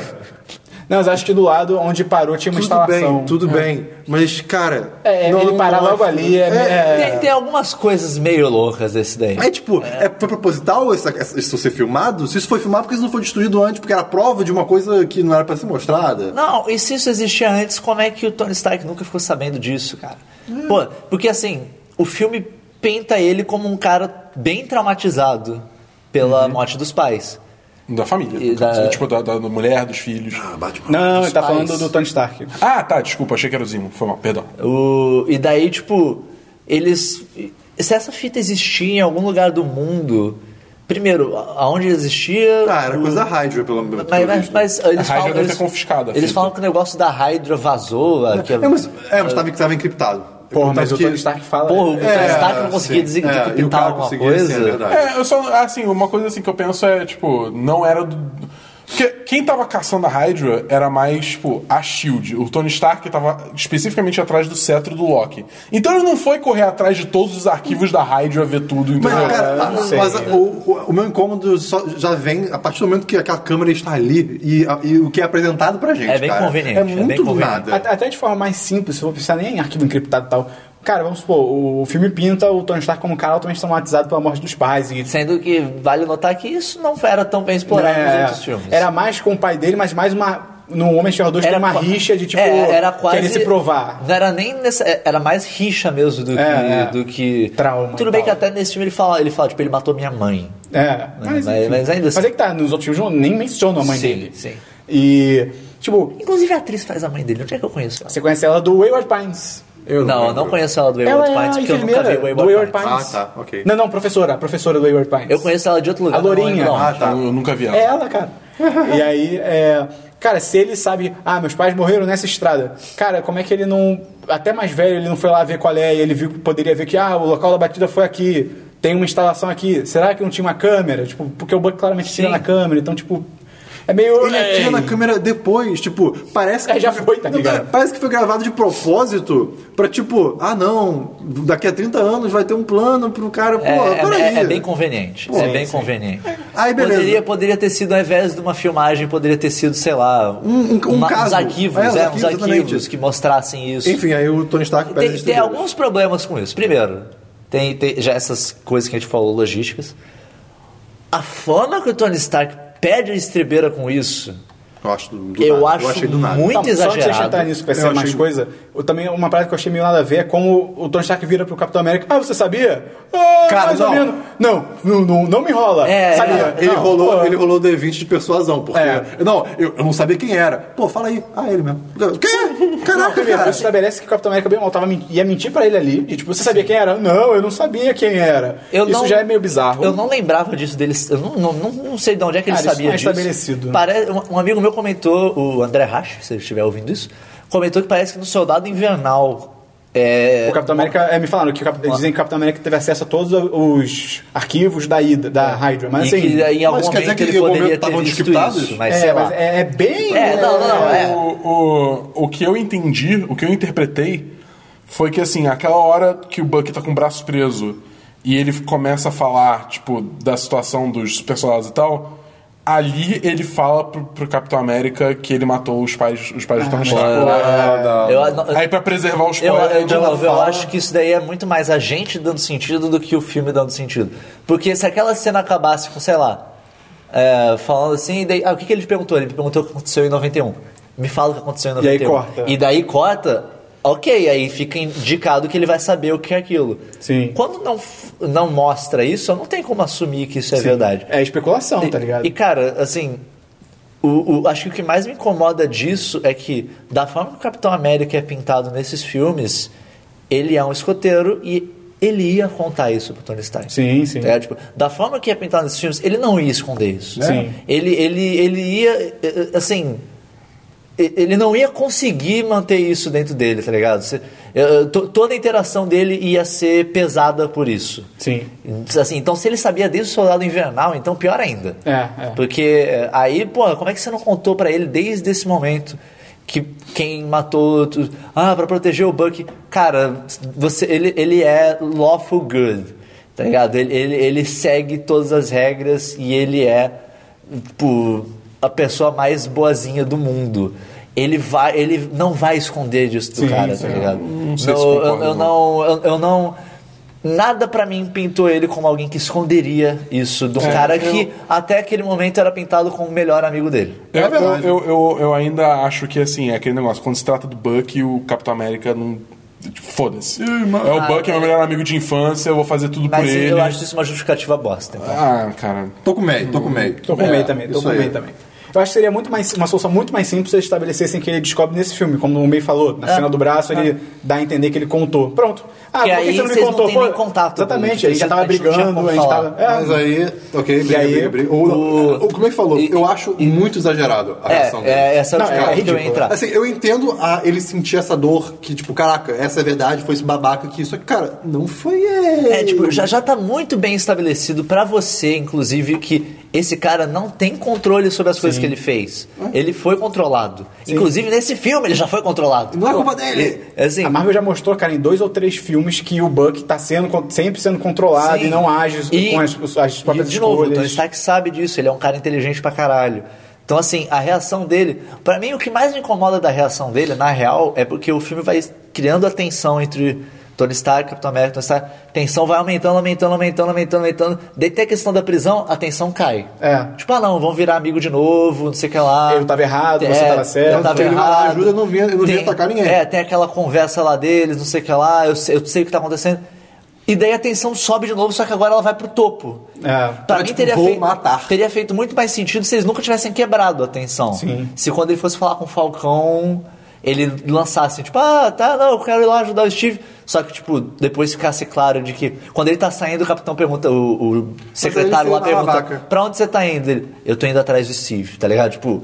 Speaker 4: Não, mas acho que do lado onde parou tinha uma
Speaker 5: Tudo
Speaker 4: instalação.
Speaker 5: bem, tudo bem. Mas, cara.
Speaker 4: É,
Speaker 5: não-
Speaker 4: ele parar
Speaker 5: não é-
Speaker 4: logo ali é- é-
Speaker 1: Tem, tem algumas coisas meio loucas desse daí.
Speaker 5: É tipo, é, foi proposital essa- essa- isso ser filmado? Se isso foi filmado, por que isso não foi destruído antes? Porque era prova de uma coisa que não era pra ser mostrada?
Speaker 1: Não, e se isso existia antes, como é que o Tony Stark nunca ficou sabendo disso, cara?
Speaker 5: Hum.
Speaker 1: Pô, porque assim, o filme pinta ele como um cara bem traumatizado
Speaker 2: Uhum.
Speaker 1: pela morte dos pais.
Speaker 2: Da família.
Speaker 1: E
Speaker 2: no caso,
Speaker 1: da- Ah,
Speaker 2: né? Tipo, da, da mulher, dos filhos.
Speaker 4: Não, não, não, ele tá
Speaker 1: Pais.
Speaker 4: falando do Tony Stark.
Speaker 2: Ah, tá, desculpa, achei que era o Zimo. Foi mal, perdão.
Speaker 1: O, e daí, tipo, eles. Se essa fita existia em algum lugar do mundo, primeiro, a- aonde existia.
Speaker 5: Ah, era
Speaker 1: o-
Speaker 5: coisa da rádio, pelo menos.
Speaker 1: Mas, mas, mas eles
Speaker 2: A Hydra
Speaker 1: falam,
Speaker 2: deve
Speaker 1: eles,
Speaker 2: ter confiscado a
Speaker 1: eles
Speaker 2: fita.
Speaker 1: falam que o negócio da Hydra vazou. que a-
Speaker 5: É, mas, é, mas tava, tava encriptado.
Speaker 4: Porra, mas o
Speaker 5: que-
Speaker 4: Tony Stark fala.
Speaker 1: Porra, o
Speaker 5: É,
Speaker 1: Tony Stark não conseguia
Speaker 5: sim.
Speaker 1: dizer
Speaker 5: É, e o
Speaker 1: pintar
Speaker 5: cara
Speaker 1: alguma
Speaker 5: conseguia,
Speaker 1: coisa.
Speaker 5: Sim, é verdade.
Speaker 2: É, eu só. Assim, uma coisa assim que eu penso é, tipo, não era do. Porque quem tava caçando a Hydra era mais, tipo, a Shield. O Tony Stark tava especificamente atrás do cetro do Loki. Então ele não foi correr atrás de todos os arquivos da Hydra ver tudo,
Speaker 5: Mas,
Speaker 2: entendeu?
Speaker 5: cara,
Speaker 4: não
Speaker 5: a-
Speaker 4: sei.
Speaker 5: mas a- o, o- o meu incômodo só- já vem a partir do momento que aquela câmera está ali e, a- e o que é apresentado pra gente.
Speaker 1: É bem
Speaker 5: cara.
Speaker 1: conveniente,
Speaker 5: É
Speaker 1: é bem
Speaker 5: muito
Speaker 1: conveniente.
Speaker 5: nada.
Speaker 4: Até, até de forma mais simples, se eu precisar nem em arquivo encriptado e tal. Cara, vamos supor, o filme pinta o Tony Stark como um cara altamente traumatizado pela morte dos pais e
Speaker 1: Sendo que vale notar que isso não era tão bem explorado nos
Speaker 4: É,
Speaker 1: outros filmes.
Speaker 4: Era mais com o pai dele, mas mais uma. No Homem de Ferro 2 tem uma
Speaker 1: qua-
Speaker 4: rixa de tipo.
Speaker 1: É, era quase.
Speaker 4: Querer se provar.
Speaker 1: Não era nem. nessa- é, era mais rixa mesmo do que.
Speaker 4: É, é.
Speaker 1: do que
Speaker 4: Trauma e
Speaker 1: Tudo bem que
Speaker 4: tal.
Speaker 1: até nesse filme ele fala, ele fala, tipo, ele matou minha mãe.
Speaker 4: É,
Speaker 1: mas-
Speaker 4: mas, enfim.
Speaker 1: mas ainda assim.
Speaker 4: Mas é que tá, nos outros filmes não- nem mencionam a mãe
Speaker 1: Sim,
Speaker 4: dele.
Speaker 1: sim.
Speaker 4: E. Tipo,
Speaker 1: Inclusive a atriz faz a mãe dele. Onde é que eu conheço ela?
Speaker 4: você conhece ela do Wayward Pines.
Speaker 1: Eu não, eu não conheço ela do
Speaker 4: Ela
Speaker 1: Wayward
Speaker 4: é
Speaker 1: Pines,
Speaker 4: a
Speaker 1: porque eu nunca
Speaker 4: enfermeira
Speaker 1: vi o
Speaker 4: do
Speaker 1: Wayward
Speaker 4: Wayward
Speaker 1: Pines.
Speaker 4: Pines.
Speaker 5: Ah, tá, ok.
Speaker 4: Não, não, professora, a professora do Wayward Pines.
Speaker 1: Eu conheço ela de outro lugar.
Speaker 4: A
Speaker 1: não lembro
Speaker 4: lourinha.
Speaker 1: onde.
Speaker 5: Ah, tá.
Speaker 2: Eu nunca vi ela.
Speaker 4: É ela, cara. e aí, é, cara, se ele sabe, ah, meus pais morreram nessa estrada, cara, como é que ele não. Até mais velho, ele não foi lá ver qual é, e ele viu, poderia ver que, ah, o local da batida foi aqui, tem uma instalação aqui, será que não tinha uma câmera? Tipo, porque o Buck claramente tira
Speaker 1: Sim.
Speaker 4: na câmera, então, tipo, é meio.
Speaker 5: Ele atira na câmera depois, tipo, parece que.
Speaker 4: É, já foi, tá
Speaker 5: Não,
Speaker 4: ligado?
Speaker 5: cara, Parece que foi gravado de propósito pra, tipo, ah não, daqui a 30 anos vai ter um plano pro cara. Pô,
Speaker 1: É,
Speaker 5: peraí.
Speaker 1: é- é bem conveniente. é
Speaker 4: sim,
Speaker 1: bem
Speaker 4: sim.
Speaker 1: conveniente.
Speaker 5: Aí, beleza.
Speaker 1: Poderia, poderia ter sido, ao invés de uma filmagem, poderia ter sido, sei lá,
Speaker 5: Um- um- um
Speaker 1: uns
Speaker 5: caso.
Speaker 1: arquivos,
Speaker 5: É, uns
Speaker 1: é, uns
Speaker 5: arquivos,
Speaker 1: arquivos
Speaker 5: exatamente.
Speaker 1: que mostrassem isso.
Speaker 5: Enfim, aí o Tony Stark perde
Speaker 1: tem,
Speaker 5: as
Speaker 1: tem
Speaker 5: estrelas.
Speaker 1: alguns problemas com isso. Primeiro, tem, tem já essas coisas que a gente falou, logísticas. A forma que o Tony Stark perde a estrebeira com isso,
Speaker 5: Eu acho, do- do
Speaker 1: eu
Speaker 5: nada.
Speaker 1: acho
Speaker 5: achei do nada.
Speaker 1: muito
Speaker 4: Tá, Só antes de
Speaker 1: exagerado.
Speaker 4: entrar nisso, pra
Speaker 5: Eu
Speaker 4: ser mais
Speaker 5: achei-
Speaker 4: coisa, eu, também uma parada que eu achei meio nada a ver é como o Tony Stark vira pro Capitão América. Ah, você sabia? Ah,
Speaker 5: Cara,
Speaker 4: mais ou
Speaker 5: não.
Speaker 4: menos. Não, não, não, não me enrola.
Speaker 1: É,
Speaker 4: sabia?
Speaker 5: Ele,
Speaker 4: Não,
Speaker 5: rolou,
Speaker 4: pô.
Speaker 5: ele rolou o D20 de persuasão, porque.
Speaker 4: É.
Speaker 5: Não, eu, eu não sabia quem era. Pô, fala aí. Ah, ele mesmo. Quê?
Speaker 4: Não,
Speaker 5: Caraca,
Speaker 4: primeiro,
Speaker 5: cara.
Speaker 4: você estabelece que o Capitão América é bem mal tava, men- ia mentir pra ele ali. E tipo, você sabia quem era? Não, eu não sabia quem era.
Speaker 1: Eu
Speaker 4: isso
Speaker 1: não-
Speaker 4: já é meio bizarro.
Speaker 1: Eu não lembrava disso dele. Eu não, não, não, não sei de onde é que ele
Speaker 4: Cara, isso
Speaker 1: sabia
Speaker 4: não é
Speaker 1: disso.
Speaker 4: estabelecido.
Speaker 1: Pare- um- um amigo meu comentou, o André Rasch, se ele estiver ouvindo isso, comentou que parece que no Soldado Invernal. É,
Speaker 4: O Capitão América, é, me falaram que o Cap- dizem que o Capitão América teve acesso a todos os arquivos da ida, da Hydra, mas
Speaker 1: É. e que
Speaker 4: assim.
Speaker 1: em algum
Speaker 5: quer dizer
Speaker 1: momento
Speaker 5: que
Speaker 1: ele
Speaker 5: em algum
Speaker 1: poderia
Speaker 5: momento
Speaker 1: ter
Speaker 5: estavam
Speaker 1: visto
Speaker 5: descriptados?
Speaker 1: isso, mas sei
Speaker 4: é, mas
Speaker 1: lá.
Speaker 4: é, é bem.
Speaker 1: É, não, não, não, é.
Speaker 2: O, o, o que eu entendi, o que eu interpretei, foi que assim, aquela hora que o Bucky tá com o braço preso e ele começa a falar, tipo, da situação dos super soldados e tal, ali ele fala pro, pro Capitão América que ele matou os pais, os pais do Tony Stark.
Speaker 1: Ah,
Speaker 4: Ah,
Speaker 1: Eu- não-
Speaker 2: Aí pra preservar os
Speaker 1: Eu,
Speaker 4: é
Speaker 2: spoiler,
Speaker 1: eu- de
Speaker 2: ela
Speaker 1: novo, eu
Speaker 2: fala-
Speaker 1: acho que isso daí é muito mais a gente dando sentido do que o filme dando sentido. Porque se aquela cena acabasse com, sei lá, é, falando assim, e daí, ah, o que, que ele te perguntou? Ele me perguntou o que aconteceu em 91. Me fala o que aconteceu em
Speaker 4: E
Speaker 1: 91.
Speaker 4: aí corta.
Speaker 1: E daí corta, ok, aí fica indicado que ele vai saber o que é aquilo.
Speaker 4: Sim.
Speaker 1: Quando não, f- não mostra isso, não tem como assumir que isso é verdade.
Speaker 4: É especulação, tá
Speaker 1: E-
Speaker 4: ligado?
Speaker 1: E, cara, assim, o, o- acho que o que mais me incomoda disso é que, da forma que o Capitão América é pintado nesses filmes, ele é um escoteiro e ele ia contar isso pro Tony Stark.
Speaker 4: Sim, sim.
Speaker 1: É, tipo, da forma que é pintado nesses filmes, ele não ia esconder isso.
Speaker 4: Sim.
Speaker 1: Ele, ele, ele ia, eh, eh, assim... e- Ele não ia conseguir manter isso dentro dele, tá ligado? Você- eh, to- Toda a interação dele ia ser pesada por isso.
Speaker 4: Sim.
Speaker 1: Assim, então se ele sabia desde o Soldado Invernal, então pior ainda.
Speaker 4: É, é.
Speaker 1: Porque é, aí, pô, como é que você não contou pra ele desde esse momento que quem matou, tu- ah, pra proteger o Buck, cara, você, ele, ele é lawful good, tá ligado? Ele, ele, ele segue todas as regras e ele é, tipo, a pessoa mais boazinha do mundo. Ele, vai, ele não vai esconder disso do
Speaker 4: Sim,
Speaker 1: cara,
Speaker 4: sim,
Speaker 1: tá ligado?
Speaker 2: não sei se
Speaker 1: eu,
Speaker 2: concordo,
Speaker 1: eu não. Eu, eu não. Nada pra mim pintou ele como alguém que esconderia isso de um
Speaker 2: É,
Speaker 1: cara
Speaker 2: eu-
Speaker 1: que até aquele momento era pintado como o melhor amigo dele.
Speaker 2: Eu, eu, É eu, eu- eu ainda acho que, assim, é aquele negócio. Quando se trata do Buck, o Capitão América não... tipo, Foda-se. É o Buck, é meu melhor amigo de infância, eu vou fazer tudo por
Speaker 1: Ah, Mas
Speaker 2: ele.
Speaker 1: eu acho isso uma justificativa bosta. então.
Speaker 2: Ah, cara.
Speaker 5: Tô com o May, tô com o May.
Speaker 4: Tô com
Speaker 5: É,
Speaker 4: meio também, tô
Speaker 5: isso
Speaker 4: com
Speaker 5: aí.
Speaker 4: meio também. Eu acho que seria muito mais, uma solução muito mais simples se eles estabelecessem que ele descobre nesse filme, como o May falou, na cena do braço ele dá a entender que ele contou. Pronto. Ah,
Speaker 1: É. Que
Speaker 4: por que
Speaker 1: aí
Speaker 4: você não me
Speaker 1: vocês não
Speaker 4: contou?
Speaker 1: têm nem contato,
Speaker 4: Exatamente,
Speaker 1: tipo,
Speaker 4: a gente já tava
Speaker 1: a gente não tinha
Speaker 4: brigando,
Speaker 1: como
Speaker 4: a gente
Speaker 1: falar.
Speaker 4: tava.
Speaker 5: Mas
Speaker 4: É,
Speaker 5: aí, ok, briga,
Speaker 4: aí,
Speaker 5: briga, briga. O, o, como é que falou?
Speaker 1: e-
Speaker 5: eu acho muito exagerado a
Speaker 1: É,
Speaker 5: reação dele.
Speaker 1: é essa
Speaker 4: Não,
Speaker 1: é,
Speaker 4: é
Speaker 1: é, que eu
Speaker 4: ridículo.
Speaker 1: ia entrar.
Speaker 5: Assim, eu entendo a- ele sentir essa dor que, tipo, caraca, essa é a verdade, foi esse babaca aqui. Só que, cara, não foi ele.
Speaker 1: É, tipo, já, já tá muito bem estabelecido pra você, inclusive, que esse cara não tem controle sobre as coisas que ele fez. Ele foi controlado. Inclusive, nesse filme, ele já foi controlado.
Speaker 5: Não é culpa dele.
Speaker 1: É Assim,
Speaker 4: A Marvel já mostrou, cara, em dois ou três filmes que o Buck tá sendo, con- sempre sendo controlado
Speaker 1: Sim.
Speaker 4: e não age
Speaker 1: E-
Speaker 4: com as, as
Speaker 1: e,
Speaker 4: próprias
Speaker 1: de novo, o Tony
Speaker 4: escolhas.
Speaker 1: Stark sabe disso, ele é um cara inteligente pra caralho. Então, assim, a reação dele... pra mim, o que mais me incomoda da reação dele, na real, é porque o filme vai criando a tensão entre Tony Stark, Capitão América, Tony Stark. A tensão vai aumentando, aumentando, aumentando, aumentando, aumentando. Daí tem a questão da prisão, a tensão cai.
Speaker 4: É.
Speaker 1: Tipo, ah, não, vamos virar amigo de novo, não sei o que lá. É,
Speaker 4: Eu tava errado, você tava certo.
Speaker 1: Eu tava
Speaker 5: Ele vai lá,
Speaker 1: errado.
Speaker 5: ajuda, eu não vim- eu não vim
Speaker 1: Tem-
Speaker 5: atacar ninguém.
Speaker 1: É, tem aquela conversa lá deles, não sei o que lá, eu sei, eu sei o que tá acontecendo. E daí a tensão sobe de novo, só que agora ela vai pro topo.
Speaker 4: É.
Speaker 1: Pra mim
Speaker 5: tipo,
Speaker 1: teria,
Speaker 5: vou
Speaker 1: feito,
Speaker 5: matar.
Speaker 1: teria feito muito mais sentido se eles nunca tivessem quebrado a tensão.
Speaker 4: Sim.
Speaker 1: Se quando ele fosse falar com o Falcão, ele lançasse, tipo, ah, tá, não, eu quero ir lá ajudar o Steve. Só que, tipo, depois ficasse claro de que. Quando ele tá saindo, o capitão pergunta, o, o secretário
Speaker 5: ele
Speaker 1: lá
Speaker 5: fez uma
Speaker 1: pergunta,
Speaker 5: babaca.
Speaker 1: pra onde você tá indo? Ele, eu tô indo atrás do Steve, tá ligado? Tipo.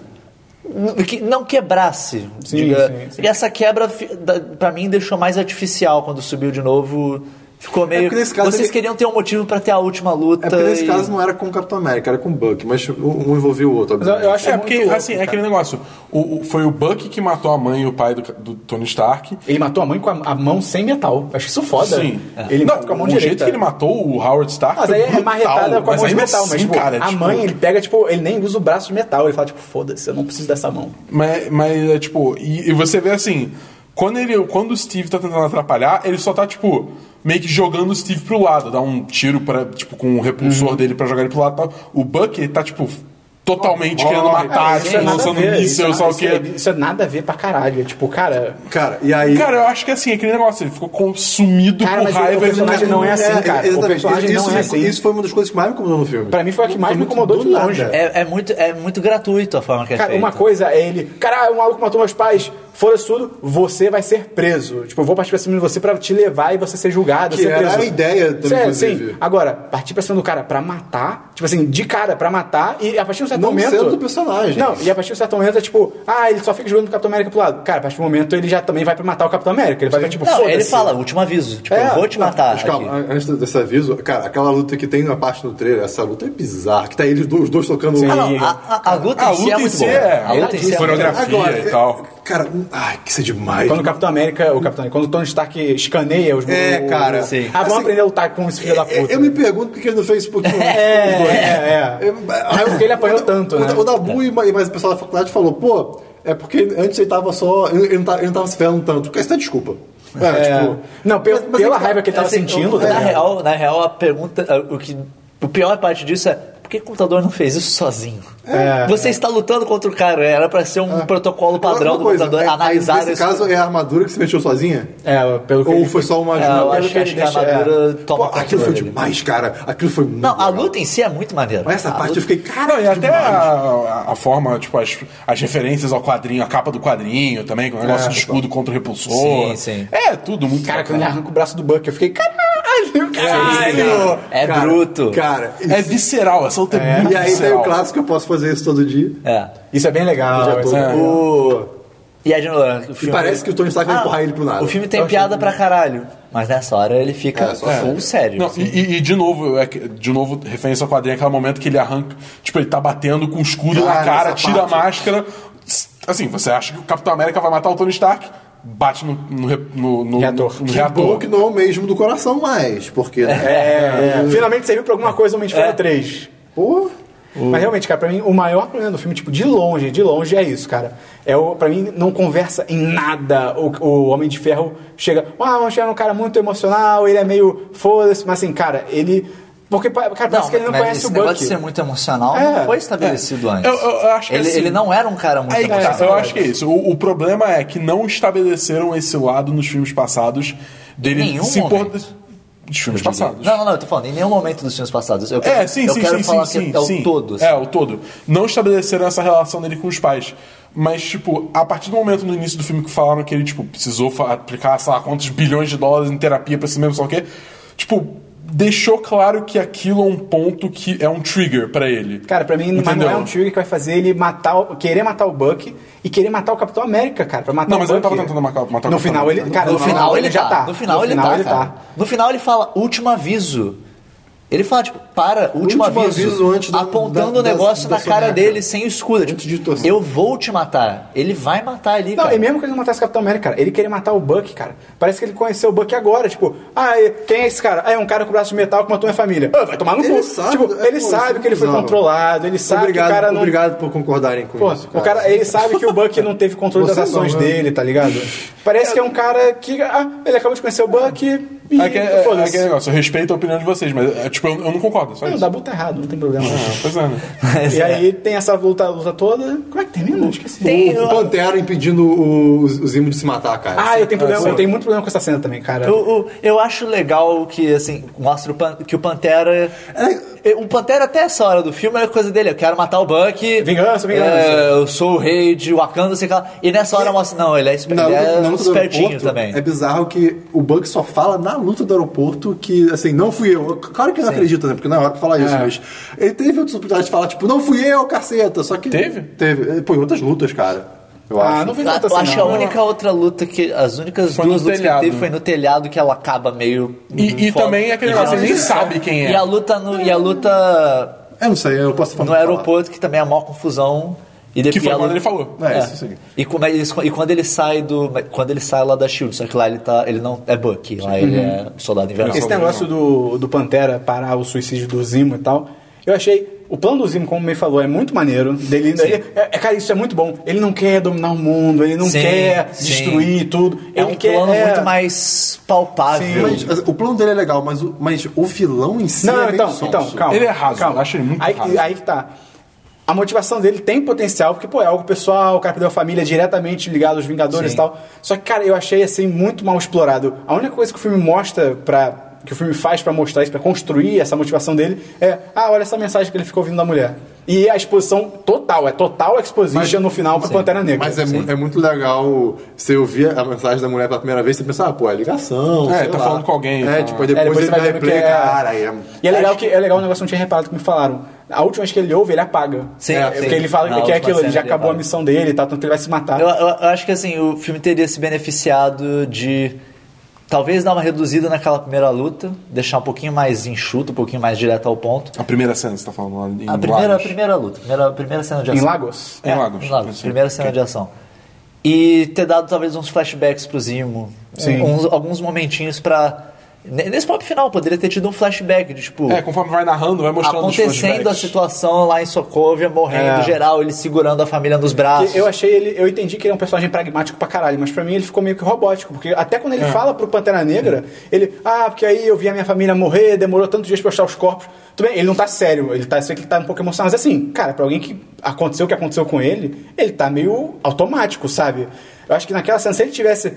Speaker 1: n- Que não quebrasse.
Speaker 4: Sim, sim, sim.
Speaker 1: E essa quebra, fi- da- pra mim, deixou mais artificial quando subiu de novo. Ficou meio.
Speaker 5: porque nesse caso
Speaker 1: Vocês
Speaker 5: ele-
Speaker 1: queriam ter um motivo pra ter a última luta.
Speaker 5: É porque nesse
Speaker 1: e-
Speaker 5: caso não era com o Capitão América, era com o Buck, mas um envolvia o outro.
Speaker 4: Mas eu, eu acho
Speaker 2: É,
Speaker 4: muito
Speaker 2: porque,
Speaker 4: louco,
Speaker 2: assim, é
Speaker 4: cara.
Speaker 2: aquele negócio. O, o- foi o Buck que matou a mãe e o pai do, do Tony Stark.
Speaker 4: Ele matou a mãe com a, a mão sem metal. Acho isso foda. É.
Speaker 2: Sim.
Speaker 4: Ele
Speaker 2: não,
Speaker 4: matou com a mão
Speaker 2: o
Speaker 4: direita.
Speaker 2: jeito que ele matou o Howard Stark.
Speaker 4: Mas aí é
Speaker 2: brutal,
Speaker 4: marretada com a mão de
Speaker 2: ainda
Speaker 4: metal, mas
Speaker 2: assim,
Speaker 4: tipo,
Speaker 2: cara,
Speaker 4: a
Speaker 2: tipo,
Speaker 4: mãe, ele pega, tipo, ele nem usa o braço de metal, ele fala, tipo, foda-se, eu não preciso dessa mão.
Speaker 2: Mas, mas é tipo, e, e você vê assim, quando, ele, quando o Steve tá tentando atrapalhar, ele só tá, tipo, meio que jogando o Steve pro lado, dá um tiro para tipo, com o repulsor
Speaker 4: Uhum.
Speaker 2: dele pra jogar ele pro lado e tal. O Buck, ele tá, tipo, totalmente querendo matar,
Speaker 4: Isso
Speaker 2: tipo,
Speaker 4: é nada
Speaker 2: lançando
Speaker 4: a ver,
Speaker 2: míssel,
Speaker 4: isso
Speaker 2: só
Speaker 4: é-
Speaker 2: o
Speaker 4: isso é-
Speaker 2: quê.
Speaker 4: Isso é nada a ver pra caralho. É tipo, cara.
Speaker 5: Cara, e aí.
Speaker 2: Cara, eu acho que assim, aquele negócio, ele ficou consumido
Speaker 4: Cara,
Speaker 2: por
Speaker 4: mas o-
Speaker 2: raiva.
Speaker 4: o
Speaker 2: ele
Speaker 4: personagem não é assim, cara. O
Speaker 5: exatamente.
Speaker 4: personagem
Speaker 5: isso,
Speaker 4: não é
Speaker 5: me-
Speaker 4: assim.
Speaker 5: Isso foi uma das coisas que mais me incomodou no filme.
Speaker 4: Pra mim foi a que mais me
Speaker 5: muito
Speaker 4: incomodou
Speaker 5: do
Speaker 4: de longe.
Speaker 5: nada.
Speaker 1: É, é muito, é muito gratuito a forma que é
Speaker 4: Cara,
Speaker 1: feita.
Speaker 4: uma coisa é ele, cara, o maluco matou meus pais, foda-se tudo, você vai ser preso. Tipo, eu vou partir pra cima de você pra te levar e você ser julgado,
Speaker 5: Que
Speaker 4: ser
Speaker 5: era
Speaker 4: preso.
Speaker 5: a ideia também,
Speaker 4: Sério,
Speaker 5: inclusive.
Speaker 4: sim. Agora, partir pra cima do cara pra matar, tipo assim, de cara pra matar, e a partir de um certo
Speaker 5: Não
Speaker 4: momento.
Speaker 5: sendo do personagem.
Speaker 4: Não, e a partir de um certo momento é tipo, ah, ele só fica jogando o Capitão América pro lado. Cara, a partir do momento ele já também vai pra matar o Capitão América. Ele vai pra tipo,
Speaker 1: Não,
Speaker 4: foda-se.
Speaker 1: ele fala, último aviso. Tipo,
Speaker 4: É,
Speaker 1: eu vou te
Speaker 4: não,
Speaker 1: matar.
Speaker 5: Então, Mas calma,
Speaker 1: aqui.
Speaker 5: an- antes desse aviso, cara, aquela luta que tem na parte do trailer, essa luta é bizarra, que tá eles dois, os dois tocando um-
Speaker 1: Ah, não, a, a- a luta
Speaker 2: A
Speaker 1: em si é
Speaker 2: luta em
Speaker 1: muito
Speaker 2: si
Speaker 1: boa.
Speaker 2: é-
Speaker 1: A luta em si é muito boa.
Speaker 2: coreografia e tal.
Speaker 5: Cara, ai, que isso é demais.
Speaker 4: Quando o Capitão América, o Capitão, quando o Tony Stark escaneia os
Speaker 5: É, cara.
Speaker 1: Sim.
Speaker 4: Ah, vamos
Speaker 5: Assim, é,
Speaker 4: aprender a lutar com esse filho da puta.
Speaker 5: Eu
Speaker 2: né?
Speaker 5: me pergunto por que ele não fez um pouquinho antes.
Speaker 4: É, é, é.
Speaker 1: Ah,
Speaker 5: É
Speaker 4: porque ele apanhou tanto,
Speaker 5: o,
Speaker 4: né?
Speaker 5: O Dabu e ma- e mais o pessoal da faculdade falou, pô, é porque antes ele tava só. Ele ele não tava, ele não tava se ferrando tanto. Cara, Isso tá desculpa. É,
Speaker 4: É.
Speaker 5: tipo.
Speaker 4: não, pelo-
Speaker 5: mas- mas
Speaker 4: pela
Speaker 5: é que-
Speaker 4: raiva que ele tava
Speaker 1: Assim,
Speaker 4: sentindo,
Speaker 1: o-
Speaker 4: tá
Speaker 1: na,
Speaker 4: ligado?
Speaker 1: real, na real, a pergunta. a- O, que, o pior parte disso é. Por que o computador não fez isso sozinho?
Speaker 4: É.
Speaker 1: Você está lutando contra o cara, era pra ser um protocolo padrão
Speaker 5: É. Agora,
Speaker 1: do
Speaker 5: uma coisa,
Speaker 1: computador
Speaker 5: é-
Speaker 1: analisar
Speaker 5: Nesse
Speaker 1: isso.
Speaker 5: caso, é a armadura que se mexeu sozinha?
Speaker 4: É, pelo que
Speaker 5: Ou
Speaker 4: ele-
Speaker 5: foi só uma
Speaker 1: É, eu
Speaker 5: ajuda?
Speaker 1: acho que,
Speaker 4: ele
Speaker 1: acho que a
Speaker 4: deixa-
Speaker 1: armadura
Speaker 5: é. Pô,
Speaker 1: toma
Speaker 5: aquilo foi
Speaker 1: controle.
Speaker 5: demais, cara. Aquilo foi muito.
Speaker 1: Não, a
Speaker 5: legal.
Speaker 1: luta em si é muito maneira.
Speaker 5: Mas essa
Speaker 1: A
Speaker 5: parte
Speaker 1: luta-
Speaker 5: eu fiquei, cara.
Speaker 2: Não, e até a, a forma, tipo, as, as referências ao quadrinho, a capa do quadrinho também, com o
Speaker 5: É,
Speaker 2: negócio de escudo contra o repulsor.
Speaker 1: Sim, sim.
Speaker 2: É, tudo muito
Speaker 4: Cara, quando ele
Speaker 2: bacana.
Speaker 4: arranca o braço do Buck, eu fiquei, caralho, caralho.
Speaker 1: É
Speaker 5: Cara,
Speaker 1: bruto.
Speaker 5: Cara,
Speaker 2: É visceral, essa luta é, muito
Speaker 5: e aí tem
Speaker 2: visceral.
Speaker 5: o clássico, eu posso fazer isso todo dia.
Speaker 1: É.
Speaker 4: Isso é bem legal.
Speaker 5: Já tô-
Speaker 4: isso é-
Speaker 1: O... E aí, de novo, o filme... Ah,
Speaker 5: parece que o Tony Stark vai empurrar ele pro nada.
Speaker 1: O filme tem piada pra caralho. Mas nessa hora ele fica
Speaker 5: É, só
Speaker 1: full sério.
Speaker 2: Não,
Speaker 1: assim.
Speaker 2: e, e- e de novo, é que- de novo, referência ao quadrinho, é aquele momento que ele arranca, tipo, ele tá batendo com o escudo
Speaker 5: Cara,
Speaker 2: na cara,
Speaker 5: essa
Speaker 2: tira
Speaker 5: parte.
Speaker 2: a máscara. Assim, você acha que o Capitão América vai matar o Tony Stark, bate no, no, re- no, no-
Speaker 4: Reator.
Speaker 2: no
Speaker 5: Que
Speaker 2: reator.
Speaker 5: bom que não é o mesmo do coração mais, porque. né?
Speaker 1: É.
Speaker 4: É, finalmente serviu pra alguma coisa o Homem de Ferro 3.
Speaker 5: Pô,
Speaker 4: Mas realmente, cara, pra mim, o maior problema do filme, tipo, de longe, de longe, é isso, cara. É o, pra mim, não conversa em nada. O, o Homem de Ferro chega, ah, o Homem de Ferro é um cara muito emocional, ele é meio foda-se, mas assim, cara, ele. Porque, pa- cara, parece que ele não
Speaker 1: mas
Speaker 4: conhece
Speaker 1: esse
Speaker 4: o
Speaker 1: negócio de
Speaker 4: Bucky.
Speaker 1: ser muito emocional
Speaker 4: É,
Speaker 1: não foi estabelecido antes.
Speaker 2: Eu- eu- eu acho que
Speaker 1: ele,
Speaker 2: assim-
Speaker 1: ele não era um cara muito
Speaker 2: Aí que tá,
Speaker 1: emocional.
Speaker 2: eu acho que é isso. O, o problema é que não estabeleceram esse lado nos filmes passados dele
Speaker 1: Nenhum
Speaker 2: se impor...
Speaker 1: momento.
Speaker 2: Dos filmes passados.
Speaker 1: Não, não, não, eu tô falando, em nenhum momento dos filmes passados. Eu quero,
Speaker 2: É, sim,
Speaker 1: eu
Speaker 2: sim,
Speaker 1: quero
Speaker 2: sim,
Speaker 1: falar
Speaker 2: sim,
Speaker 1: que é
Speaker 2: sim,
Speaker 1: o todo.
Speaker 2: É, o todo. Não estabeleceram essa relação dele com os pais. Mas, tipo, a partir do momento no início do filme que falaram que ele, tipo, precisou fa- aplicar, sei lá, quantos bilhões de dólares em terapia pra si mesmo, sei lá o quê. Tipo, deixou claro que aquilo é um ponto que é um trigger pra ele.
Speaker 4: Cara, pra mim, mas não é um trigger que vai fazer ele matar, o- querer matar o Buck e querer matar o Capitão América, cara. Pra matar
Speaker 2: Não,
Speaker 4: o
Speaker 2: mas ele
Speaker 4: Bucky.
Speaker 2: tava tentando matar- matar o Capitão
Speaker 4: No final,
Speaker 2: América.
Speaker 4: ele, cara,
Speaker 1: No final ele
Speaker 4: já tá.
Speaker 1: tá. No final ele tá. cara. No final ele fala último aviso. Ele fala, tipo, para, último,
Speaker 5: Último
Speaker 1: aviso,
Speaker 5: aviso antes da-
Speaker 1: apontando
Speaker 5: da-
Speaker 1: o negócio
Speaker 5: da-
Speaker 1: na
Speaker 5: da
Speaker 1: cara
Speaker 5: soneca.
Speaker 1: dele sem escudo. Tipo,
Speaker 5: Antes de torcer.
Speaker 1: eu vou te matar. Ele vai matar ali,
Speaker 4: Não,
Speaker 1: cara.
Speaker 4: e mesmo que ele não matasse o Capitão América, cara, ele queria matar o Buck, cara. Parece que ele conheceu o Buck agora, tipo, ah, e- quem é esse cara? Ah, é um cara com braço de metal que matou minha família. Ah, vai tomar no
Speaker 5: Ele
Speaker 4: cu.
Speaker 5: sabe,
Speaker 4: tipo,
Speaker 5: é,
Speaker 4: ele
Speaker 5: pô, isso
Speaker 4: sabe
Speaker 5: é
Speaker 4: que ele foi
Speaker 5: bizarro.
Speaker 4: controlado, ele sabe
Speaker 5: obrigado,
Speaker 4: que o cara não.
Speaker 5: obrigado por concordarem com
Speaker 4: Pô,
Speaker 5: isso.
Speaker 4: o cara, ele sabe que o Buck não teve controle
Speaker 5: Você
Speaker 4: das ações
Speaker 5: não, né?
Speaker 4: dele, tá ligado? Parece que é um cara que. Ah, ele acabou de conhecer o Buck e.
Speaker 2: É aquele, é, é
Speaker 4: foda-se.
Speaker 2: aquele negócio, eu respeito a opinião de vocês, mas, é, tipo, eu, eu não concordo, só
Speaker 4: Não,
Speaker 2: isso.
Speaker 4: dá tá errado, não tem problema.
Speaker 1: Ah,
Speaker 2: Pois é, né?
Speaker 1: Mas
Speaker 4: E
Speaker 1: é.
Speaker 4: aí tem essa luta, luta toda. Como é que termina? Eu esqueci.
Speaker 1: Tem-
Speaker 5: O Pantera impedindo o, o Zimo de se matar, cara.
Speaker 4: Ah, eu tenho, problema, eu tenho muito problema com essa cena também, cara.
Speaker 1: Eu, eu, eu acho legal que, assim, mostra o Pan- que o Pantera.
Speaker 2: É.
Speaker 1: eh, O Pantera, até essa hora do filme, é coisa dele. Eu quero matar o Buck.
Speaker 4: Vingança, vingança.
Speaker 1: eh, eu sou o rei de Wakanda, sei lá. E nessa hora mostra. Não, ele é, esper,
Speaker 5: Na
Speaker 1: ele
Speaker 5: luta-
Speaker 2: tá
Speaker 1: é
Speaker 4: um
Speaker 5: na luta do
Speaker 1: espertinho
Speaker 5: aeroporto,
Speaker 1: também.
Speaker 5: É bizarro que o Buck só fala na luta do aeroporto que, assim, não fui eu. Claro que ele não acredita, né? Porque não é hora pra falar isso, mas ele teve outras oportunidades de falar, tipo, não fui eu, caceta. Só que.
Speaker 2: Teve?
Speaker 5: Teve. Pô, em outras lutas, cara. Eu
Speaker 4: ah,
Speaker 5: acho.
Speaker 4: não vi
Speaker 1: Eu
Speaker 4: tanto
Speaker 1: acho
Speaker 4: assim.
Speaker 1: que a
Speaker 4: não.
Speaker 1: única outra luta que. As únicas
Speaker 2: Foi no
Speaker 1: duas lutas
Speaker 2: telhado.
Speaker 1: que ele teve foi no telhado que ela acaba meio.
Speaker 2: E, e
Speaker 1: foda.
Speaker 2: também é aquele
Speaker 1: E
Speaker 2: negócio,
Speaker 1: já-
Speaker 2: ele nem sabe quem
Speaker 1: E
Speaker 2: é.
Speaker 1: a luta no. E a luta
Speaker 5: Eu não sei, eu posso falar.
Speaker 1: no aeroporto, que também é a maior confusão. E depois
Speaker 2: Que foi
Speaker 1: a
Speaker 2: quando
Speaker 1: luta-
Speaker 2: ele falou.
Speaker 5: É, isso sim.
Speaker 1: E, como é isso- e quando ele sai do. Quando ele sai lá da Shield, só que lá ele tá. Ele não é Bucky, lá ele
Speaker 2: Uhum.
Speaker 1: é soldado invernal.
Speaker 4: Esse negócio do, do Pantera parar o suicídio do Zimo e tal, eu achei. O plano do Zimo, como o May falou, é muito maneiro. Dele, ele- é, é, cara, isso é muito bom. Ele não quer dominar o mundo, ele não
Speaker 1: Sim,
Speaker 4: quer
Speaker 1: sim.
Speaker 4: destruir tudo.
Speaker 1: É
Speaker 4: ele
Speaker 1: um
Speaker 4: quer,
Speaker 1: plano
Speaker 4: é-
Speaker 1: muito mais palpável.
Speaker 5: Mas, assim, o plano dele é legal, mas o, mas o vilão em si. é
Speaker 4: Não,
Speaker 5: meio
Speaker 4: então,
Speaker 5: sonso.
Speaker 4: então, calma.
Speaker 2: Ele é raso,
Speaker 4: calma.
Speaker 2: eu acho ele muito
Speaker 4: aí,
Speaker 2: raso.
Speaker 4: Aí que tá. A motivação dele tem potencial, porque, pô, é algo pessoal, o cara perdeu a família é diretamente ligado aos Vingadores
Speaker 1: Sim.
Speaker 4: e tal. Só que, cara, eu achei, assim, muito mal explorado. A única coisa que o filme mostra pra... Que o filme faz pra mostrar isso, pra construir essa motivação dele, é... Ah, olha essa mensagem que ele ficou ouvindo da mulher. E a exposição total, é total exposition no final pro Pantera Negra.
Speaker 5: Mas é, mu- é muito legal você ouvir a mensagem da mulher pela primeira vez e pensar, ah, pô, é ligação.
Speaker 2: É,
Speaker 5: sei
Speaker 2: tá
Speaker 5: lá.
Speaker 2: falando com alguém,
Speaker 5: É,
Speaker 2: tá.
Speaker 5: tipo, aí
Speaker 4: É,
Speaker 5: depois, ele vai
Speaker 4: vendo que
Speaker 5: replay,
Speaker 4: é-
Speaker 5: cara. aí É...
Speaker 4: E é legal que é legal um negócio que eu não tinha reparado que me falaram. A última vez que ele ouve, ele apaga.
Speaker 1: Sim,
Speaker 4: é,
Speaker 1: sim.
Speaker 4: Porque ele
Speaker 1: Na
Speaker 4: fala que
Speaker 1: última
Speaker 4: é aquilo, ele
Speaker 1: cena
Speaker 4: já
Speaker 1: ele
Speaker 4: acabou
Speaker 1: apaga.
Speaker 4: a missão dele e tal, tanto que ele vai se matar.
Speaker 1: Eu, eu- eu acho que assim, o filme teria se beneficiado de talvez dar uma reduzida naquela primeira luta, deixar um pouquinho mais enxuto, um pouquinho mais direto ao ponto.
Speaker 2: A primeira cena, você tá falando lá em
Speaker 1: A primeira, a
Speaker 2: Lagos.
Speaker 1: primeira luta, a primeira, a primeira cena de
Speaker 4: Em
Speaker 1: ação. É,
Speaker 4: Lagos?
Speaker 2: Em Lagos,
Speaker 1: Em Lagos,
Speaker 2: sim.
Speaker 1: primeira cena de ação. E ter dado talvez uns flashbacks pro Zimo.
Speaker 4: Sim.
Speaker 1: uns- alguns momentinhos pra. ne- Nesse próprio final, poderia ter tido um flashback de tipo.
Speaker 2: É, conforme vai narrando, vai mostrando os
Speaker 1: acontecendo a
Speaker 2: flashbacks.
Speaker 1: situação lá em Sokovia, morrendo
Speaker 4: É.
Speaker 1: geral, ele segurando a família nos braços.
Speaker 4: Porque eu achei ele. Eu entendi que ele é um personagem pragmático pra caralho, mas pra mim ele ficou meio que robótico. Porque até quando ele fala pro Pantera Negra, ele. Ah, porque aí eu vi a minha família morrer, demorou tantos dias pra eu achar os corpos. Tudo bem, ele não tá sério, ele tá. Eu sei que ele tá um pouco emocionado, mas assim, cara, pra alguém que aconteceu o que aconteceu com ele, ele tá meio automático, sabe? Eu acho que naquela cena, se ele tivesse.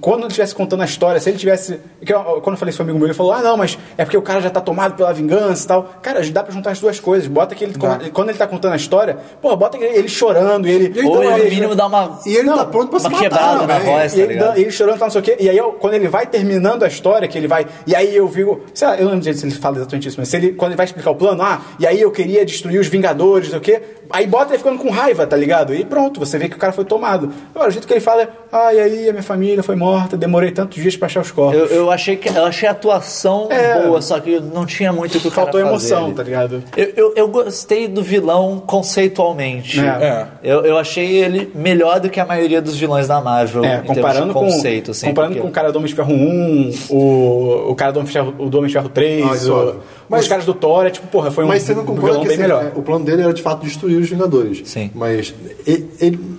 Speaker 4: Quando ele estivesse contando a história, se ele tivesse. que eu- Quando eu falei isso com um amigo meu, ele falou: Ah, não, mas é porque o cara já tá tomado pela vingança e tal. Cara, dá pra juntar as duas coisas. Bota que ele. Quando ele tá contando a história, pô, bota que ele chorando e ele.
Speaker 5: ele
Speaker 1: Ou
Speaker 5: Então,
Speaker 1: ele, no
Speaker 5: ele-
Speaker 1: mínimo, dá uma.
Speaker 5: E ele
Speaker 4: Não,
Speaker 5: tá pronto pra se
Speaker 1: uma
Speaker 5: matar.
Speaker 1: quebrada na
Speaker 5: velho.
Speaker 1: voz,
Speaker 4: E
Speaker 1: tá
Speaker 4: ele,
Speaker 1: ligado?
Speaker 4: dan- ele chorando, tal, não sei o quê. E aí, eu- quando ele vai terminando a história, que ele vai. E aí eu vi. o- Sei lá, eu não lembro direito se ele fala exatamente isso, mas se ele, quando ele vai explicar o plano, ah, e aí eu queria destruir os Vingadores, não sei o quê. Aí bota ele ficando com raiva, tá ligado? E pronto, você vê que o cara foi tomado. Agora, o jeito que ele fala é, ah, e aí a minha família foi morta, demorei tantos dias pra achar os corpos.
Speaker 1: Eu, eu achei que eu achei a atuação
Speaker 4: É.
Speaker 1: boa, só que não tinha muito o que o cara
Speaker 4: Faltou
Speaker 1: fazer
Speaker 4: emoção,
Speaker 1: ali.
Speaker 4: tá ligado?
Speaker 1: Eu, eu, eu gostei do vilão conceitualmente.
Speaker 4: É.
Speaker 2: É.
Speaker 1: Eu, eu achei ele melhor do que a maioria dos vilões da Marvel.
Speaker 4: É,
Speaker 1: Então, em termos
Speaker 4: comparando
Speaker 1: de
Speaker 4: com,
Speaker 1: conceito, assim,
Speaker 4: comparando
Speaker 1: porque-
Speaker 4: com o cara do Homem de Ferro 1, o, o cara do Homem de Ferro, o do Homem de Ferro 3,
Speaker 5: Ah, isso é
Speaker 4: o,
Speaker 5: óbvio.
Speaker 4: os caras do Thor, é tipo, porra, foi um,
Speaker 5: Mas você não
Speaker 4: um
Speaker 5: concorda
Speaker 4: vilão
Speaker 5: que
Speaker 4: bem
Speaker 5: assim,
Speaker 4: melhor.
Speaker 5: é, o plano dele era de fato destruir os Vingadores.
Speaker 1: Sim.
Speaker 5: Mas ele, ele-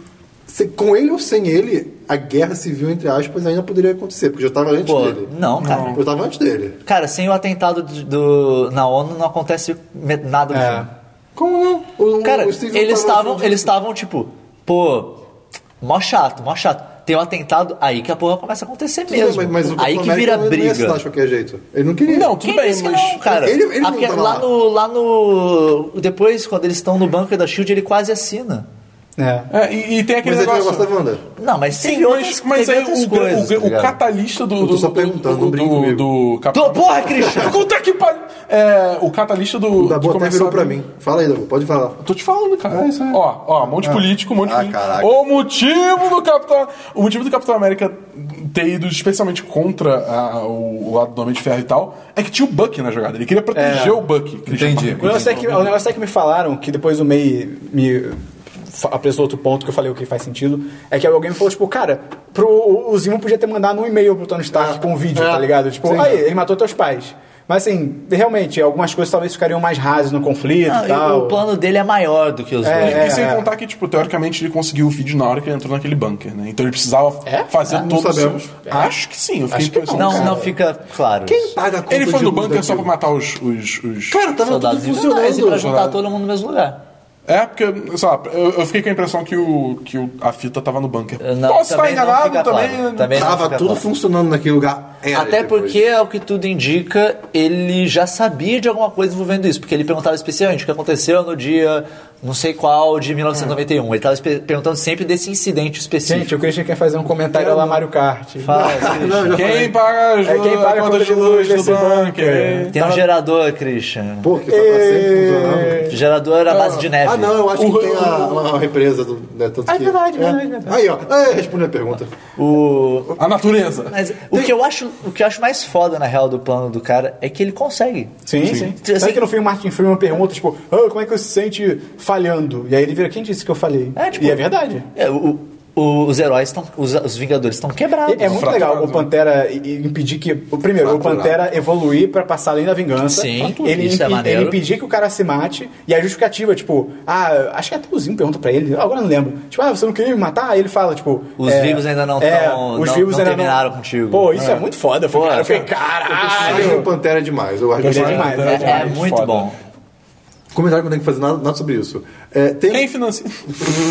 Speaker 5: se- com ele ou sem ele, a guerra civil, entre aspas, ainda poderia acontecer, porque já estava antes
Speaker 1: Pô,
Speaker 5: dele.
Speaker 1: não, cara.
Speaker 5: Eu estava antes dele.
Speaker 1: Cara, sem o atentado do, do- na ONU não acontece me- nada do filme.
Speaker 5: Como não? É. O- assim, o-
Speaker 1: Cara,
Speaker 5: o Steve
Speaker 1: eles
Speaker 5: não tava
Speaker 1: estavam,
Speaker 5: afim de-
Speaker 1: eles estavam tipo, pô, mó chato, mó chato. Tem um atentado, aí que a porra começa a acontecer
Speaker 5: Tudo bem,
Speaker 1: mesmo.
Speaker 5: mas- mas o
Speaker 1: aí
Speaker 5: Capitão
Speaker 1: que
Speaker 5: América
Speaker 1: vira
Speaker 5: é não ia- Não ia assinar de
Speaker 1: briga.
Speaker 5: qualquer jeito. Ele não queria.
Speaker 2: Não, tudo
Speaker 1: Quem
Speaker 2: bem,
Speaker 1: disse que
Speaker 2: mas.
Speaker 1: não, cara?
Speaker 5: Ele- ele não
Speaker 1: Aque-
Speaker 5: tava
Speaker 1: lá,
Speaker 5: lá.
Speaker 1: no, lá no. Depois, quando eles estão no banco da Shield, ele quase assina.
Speaker 4: É.
Speaker 2: É, e, e tem aquele
Speaker 5: Mas ele
Speaker 2: negócio.
Speaker 5: negócio da Wanda.
Speaker 1: Não, mas
Speaker 2: Sim,
Speaker 1: teve
Speaker 2: mas,
Speaker 1: outras,
Speaker 2: mas
Speaker 1: teve
Speaker 2: aí
Speaker 1: outras
Speaker 2: o, gra-
Speaker 1: coisas.
Speaker 2: o gra-
Speaker 1: tá
Speaker 2: o
Speaker 1: ligado?
Speaker 2: catalista do.
Speaker 5: Eu tô
Speaker 2: do-
Speaker 5: só
Speaker 2: do-
Speaker 5: perguntando,
Speaker 2: do,
Speaker 5: não brinca
Speaker 2: do-
Speaker 5: comigo.
Speaker 2: do Capitão.
Speaker 1: Tô- porra, Christian!
Speaker 2: Puta que pariu! É, o catalista do.
Speaker 5: O
Speaker 2: de
Speaker 5: Dabu até
Speaker 2: começar
Speaker 5: virou
Speaker 2: a-
Speaker 5: pra mim. Fala aí, Dabu, pode falar.
Speaker 2: Tô te falando, cara.
Speaker 5: É isso aí.
Speaker 2: Ó, ó, um monte de político, um monte de
Speaker 5: Ah,
Speaker 2: político.
Speaker 5: caraca.
Speaker 2: O motivo do Capitão. O motivo do Capitão América ter ido especialmente contra a- o, o lado do Homem de Ferro e tal é que tinha o Buck na jogada. Ele queria proteger o Buck. Christian
Speaker 5: É. Entendi.
Speaker 2: Parker.
Speaker 4: O negócio, é que, o negócio é que me falaram, que depois o MEI me fa- apresentou outro ponto que eu falei o que faz sentido, é que alguém me falou, tipo, cara, pro, o- o Zimo podia ter mandado um e-mail pro Tony Stark com um vídeo, tá ligado? Tipo,
Speaker 5: É. Sim.
Speaker 4: aí, ele matou teus pais. Mas assim, realmente, algumas coisas talvez ficariam mais rasas no conflito
Speaker 1: Não,
Speaker 4: e
Speaker 1: e
Speaker 4: tal.
Speaker 1: o plano dele é maior do que os
Speaker 4: É,
Speaker 1: dois.
Speaker 2: E sem contar que, tipo, teoricamente ele conseguiu o vídeo na hora que ele entrou naquele bunker, né? Então ele precisava
Speaker 1: É?
Speaker 2: fazer todos os
Speaker 5: sabemos.
Speaker 2: seus... Acho que sim, eu fiquei
Speaker 4: Acho que
Speaker 2: impressionado.
Speaker 1: não, não fica claro.
Speaker 5: Quem paga a conta
Speaker 2: Ele foi
Speaker 5: de
Speaker 2: no
Speaker 5: luz
Speaker 2: bunker só pra
Speaker 5: daquilo?
Speaker 2: matar os. os, os-
Speaker 5: Cara, tá- tava tudo
Speaker 1: Soldados invernais e
Speaker 5: funcionando.
Speaker 1: pra juntar todo mundo no mesmo lugar.
Speaker 2: É, porque, sei lá, eu, eu fiquei com a impressão que, o, que o- a fita tava no bunker.
Speaker 1: Eu Não,
Speaker 2: Posso estar
Speaker 1: também não
Speaker 2: enganado
Speaker 1: fica
Speaker 2: também.
Speaker 1: claro. também não
Speaker 5: Tava
Speaker 1: fica
Speaker 5: tudo
Speaker 1: claro.
Speaker 5: funcionando naquele lugar. Era
Speaker 1: Até
Speaker 5: É, depois.
Speaker 1: porque, ao que tudo indica, ele já sabia de alguma coisa envolvendo isso. Porque ele perguntava especialmente o que aconteceu no dia não sei qual de 1991. Ele estava perguntando sempre desse incidente específico.
Speaker 4: Gente, o Christian quer fazer um comentário lá Mario Kart.
Speaker 1: Fala, Christian.
Speaker 2: Quem paga, as
Speaker 4: É, quem
Speaker 2: lu-
Speaker 4: paga
Speaker 2: a conta de luz é. do
Speaker 4: desse
Speaker 2: bunker?
Speaker 1: Tem um gerador, Christian.
Speaker 5: Pô, que tava sempre
Speaker 4: É.
Speaker 5: funcionando.
Speaker 1: Gerador era base de neve.
Speaker 5: Ah, não, eu acho
Speaker 2: O-
Speaker 5: que tem a- uma, uma represa do. Né, tanto
Speaker 4: Ah, é
Speaker 5: que-
Speaker 4: verdade,
Speaker 5: é.
Speaker 4: verdade, verdade.
Speaker 5: Aí, ó, é, responde a pergunta.
Speaker 1: O,
Speaker 2: A natureza.
Speaker 1: Mas o que, eu acho, o que eu acho mais foda, na real, do plano do cara é que ele consegue.
Speaker 4: Sim, sim. Sabe
Speaker 1: Assim-
Speaker 4: que no filme o Martin Freeman pergunta, tipo, "Ah, como é que você se sente falhando? E aí ele vira, quem disse que eu falhei?
Speaker 1: É, tipo-
Speaker 4: e é verdade.
Speaker 1: É, o- o- os heróis estão. Os, os Vingadores estão quebrados.
Speaker 4: É, é muito
Speaker 2: Fraturado.
Speaker 4: legal o Pantera i- i- impedir que. o Primeiro,
Speaker 5: Fraturado.
Speaker 4: o Pantera evoluir pra passar além da vingança.
Speaker 1: Sim,
Speaker 4: ele,
Speaker 1: isso é
Speaker 4: impe-
Speaker 1: maneiro.
Speaker 4: ele impedir que o cara se mate. E a justificativa, tipo, ah, acho que até o Zinho pergunta pra ele, agora eu não lembro. Tipo, ah, você não queria me matar? Aí ele fala, tipo. é,
Speaker 1: Os vivos ainda não tão- não- não terminaram contigo.
Speaker 4: Pô, isso é,
Speaker 1: É.
Speaker 4: muito foda. Eu
Speaker 1: Pô,
Speaker 4: falei, cara, eu falei,
Speaker 1: é.
Speaker 5: Acho que o
Speaker 4: caralho.
Speaker 5: Pantera é demais. Eu acho
Speaker 4: Ele é
Speaker 5: que-
Speaker 4: demais,
Speaker 1: É, é
Speaker 2: demais,
Speaker 1: muito
Speaker 2: foda.
Speaker 1: bom.
Speaker 5: Comentário que eu não tenho que fazer nada, nada sobre isso. É, tem
Speaker 2: Quem financia?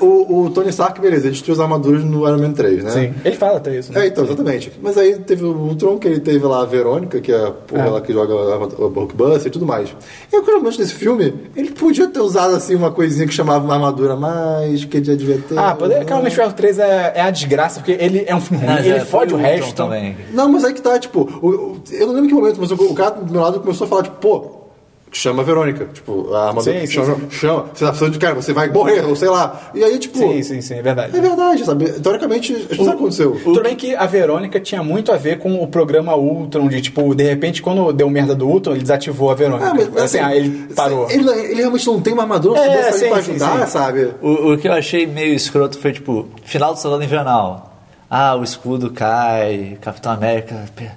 Speaker 5: o, o Tony Stark, beleza, ele destruiu as armaduras no Iron Man 3, né?
Speaker 4: Sim. Ele fala até isso, né?
Speaker 5: É, então, exatamente. Mas aí teve o Ultron, que ele teve lá a Verônica, que é a porra lá que joga a- a Hulkbuster e tudo mais. E o momento desse filme, ele podia ter usado assim uma coisinha que chamava uma armadura a mais, que ele já devia ter.
Speaker 4: Ah, poder, cara, o Homem de Ferro 3 é, é a desgraça, porque ele é um filme ruim,
Speaker 1: Mas
Speaker 4: ele
Speaker 1: é,
Speaker 4: fode o
Speaker 1: Fulton
Speaker 4: resto.
Speaker 1: também.
Speaker 5: Não, mas aí que tá, tipo, o- o- eu não lembro que momento, mas o, o cara do meu lado começou a falar, tipo, pô, chama a Verônica, tipo, a armadura,
Speaker 4: Sim, sim,
Speaker 5: chama,
Speaker 4: sim.
Speaker 5: chama, você tá precisando de cara, você vai morrer, ou sei lá. E aí, tipo,
Speaker 4: Sim, sim, sim, é verdade.
Speaker 5: é verdade, sabe? Teoricamente, isso não aconteceu.
Speaker 4: Tudo bem que a Verônica tinha muito a ver com o programa Ultron, de tipo, de repente, quando deu merda do Ultron, ele desativou a Verônica.
Speaker 5: Ah, mas
Speaker 4: assim, ah, ele parou.
Speaker 5: Ele, ele realmente não tem uma armadura
Speaker 4: É,
Speaker 5: é,
Speaker 4: sim,
Speaker 5: pra
Speaker 4: sim,
Speaker 5: ajudar,
Speaker 4: sim.
Speaker 5: sabe?
Speaker 1: O, o que eu achei meio escroto foi, tipo, final do Soldado Invernal. Ah, o escudo cai, Capitão América pe-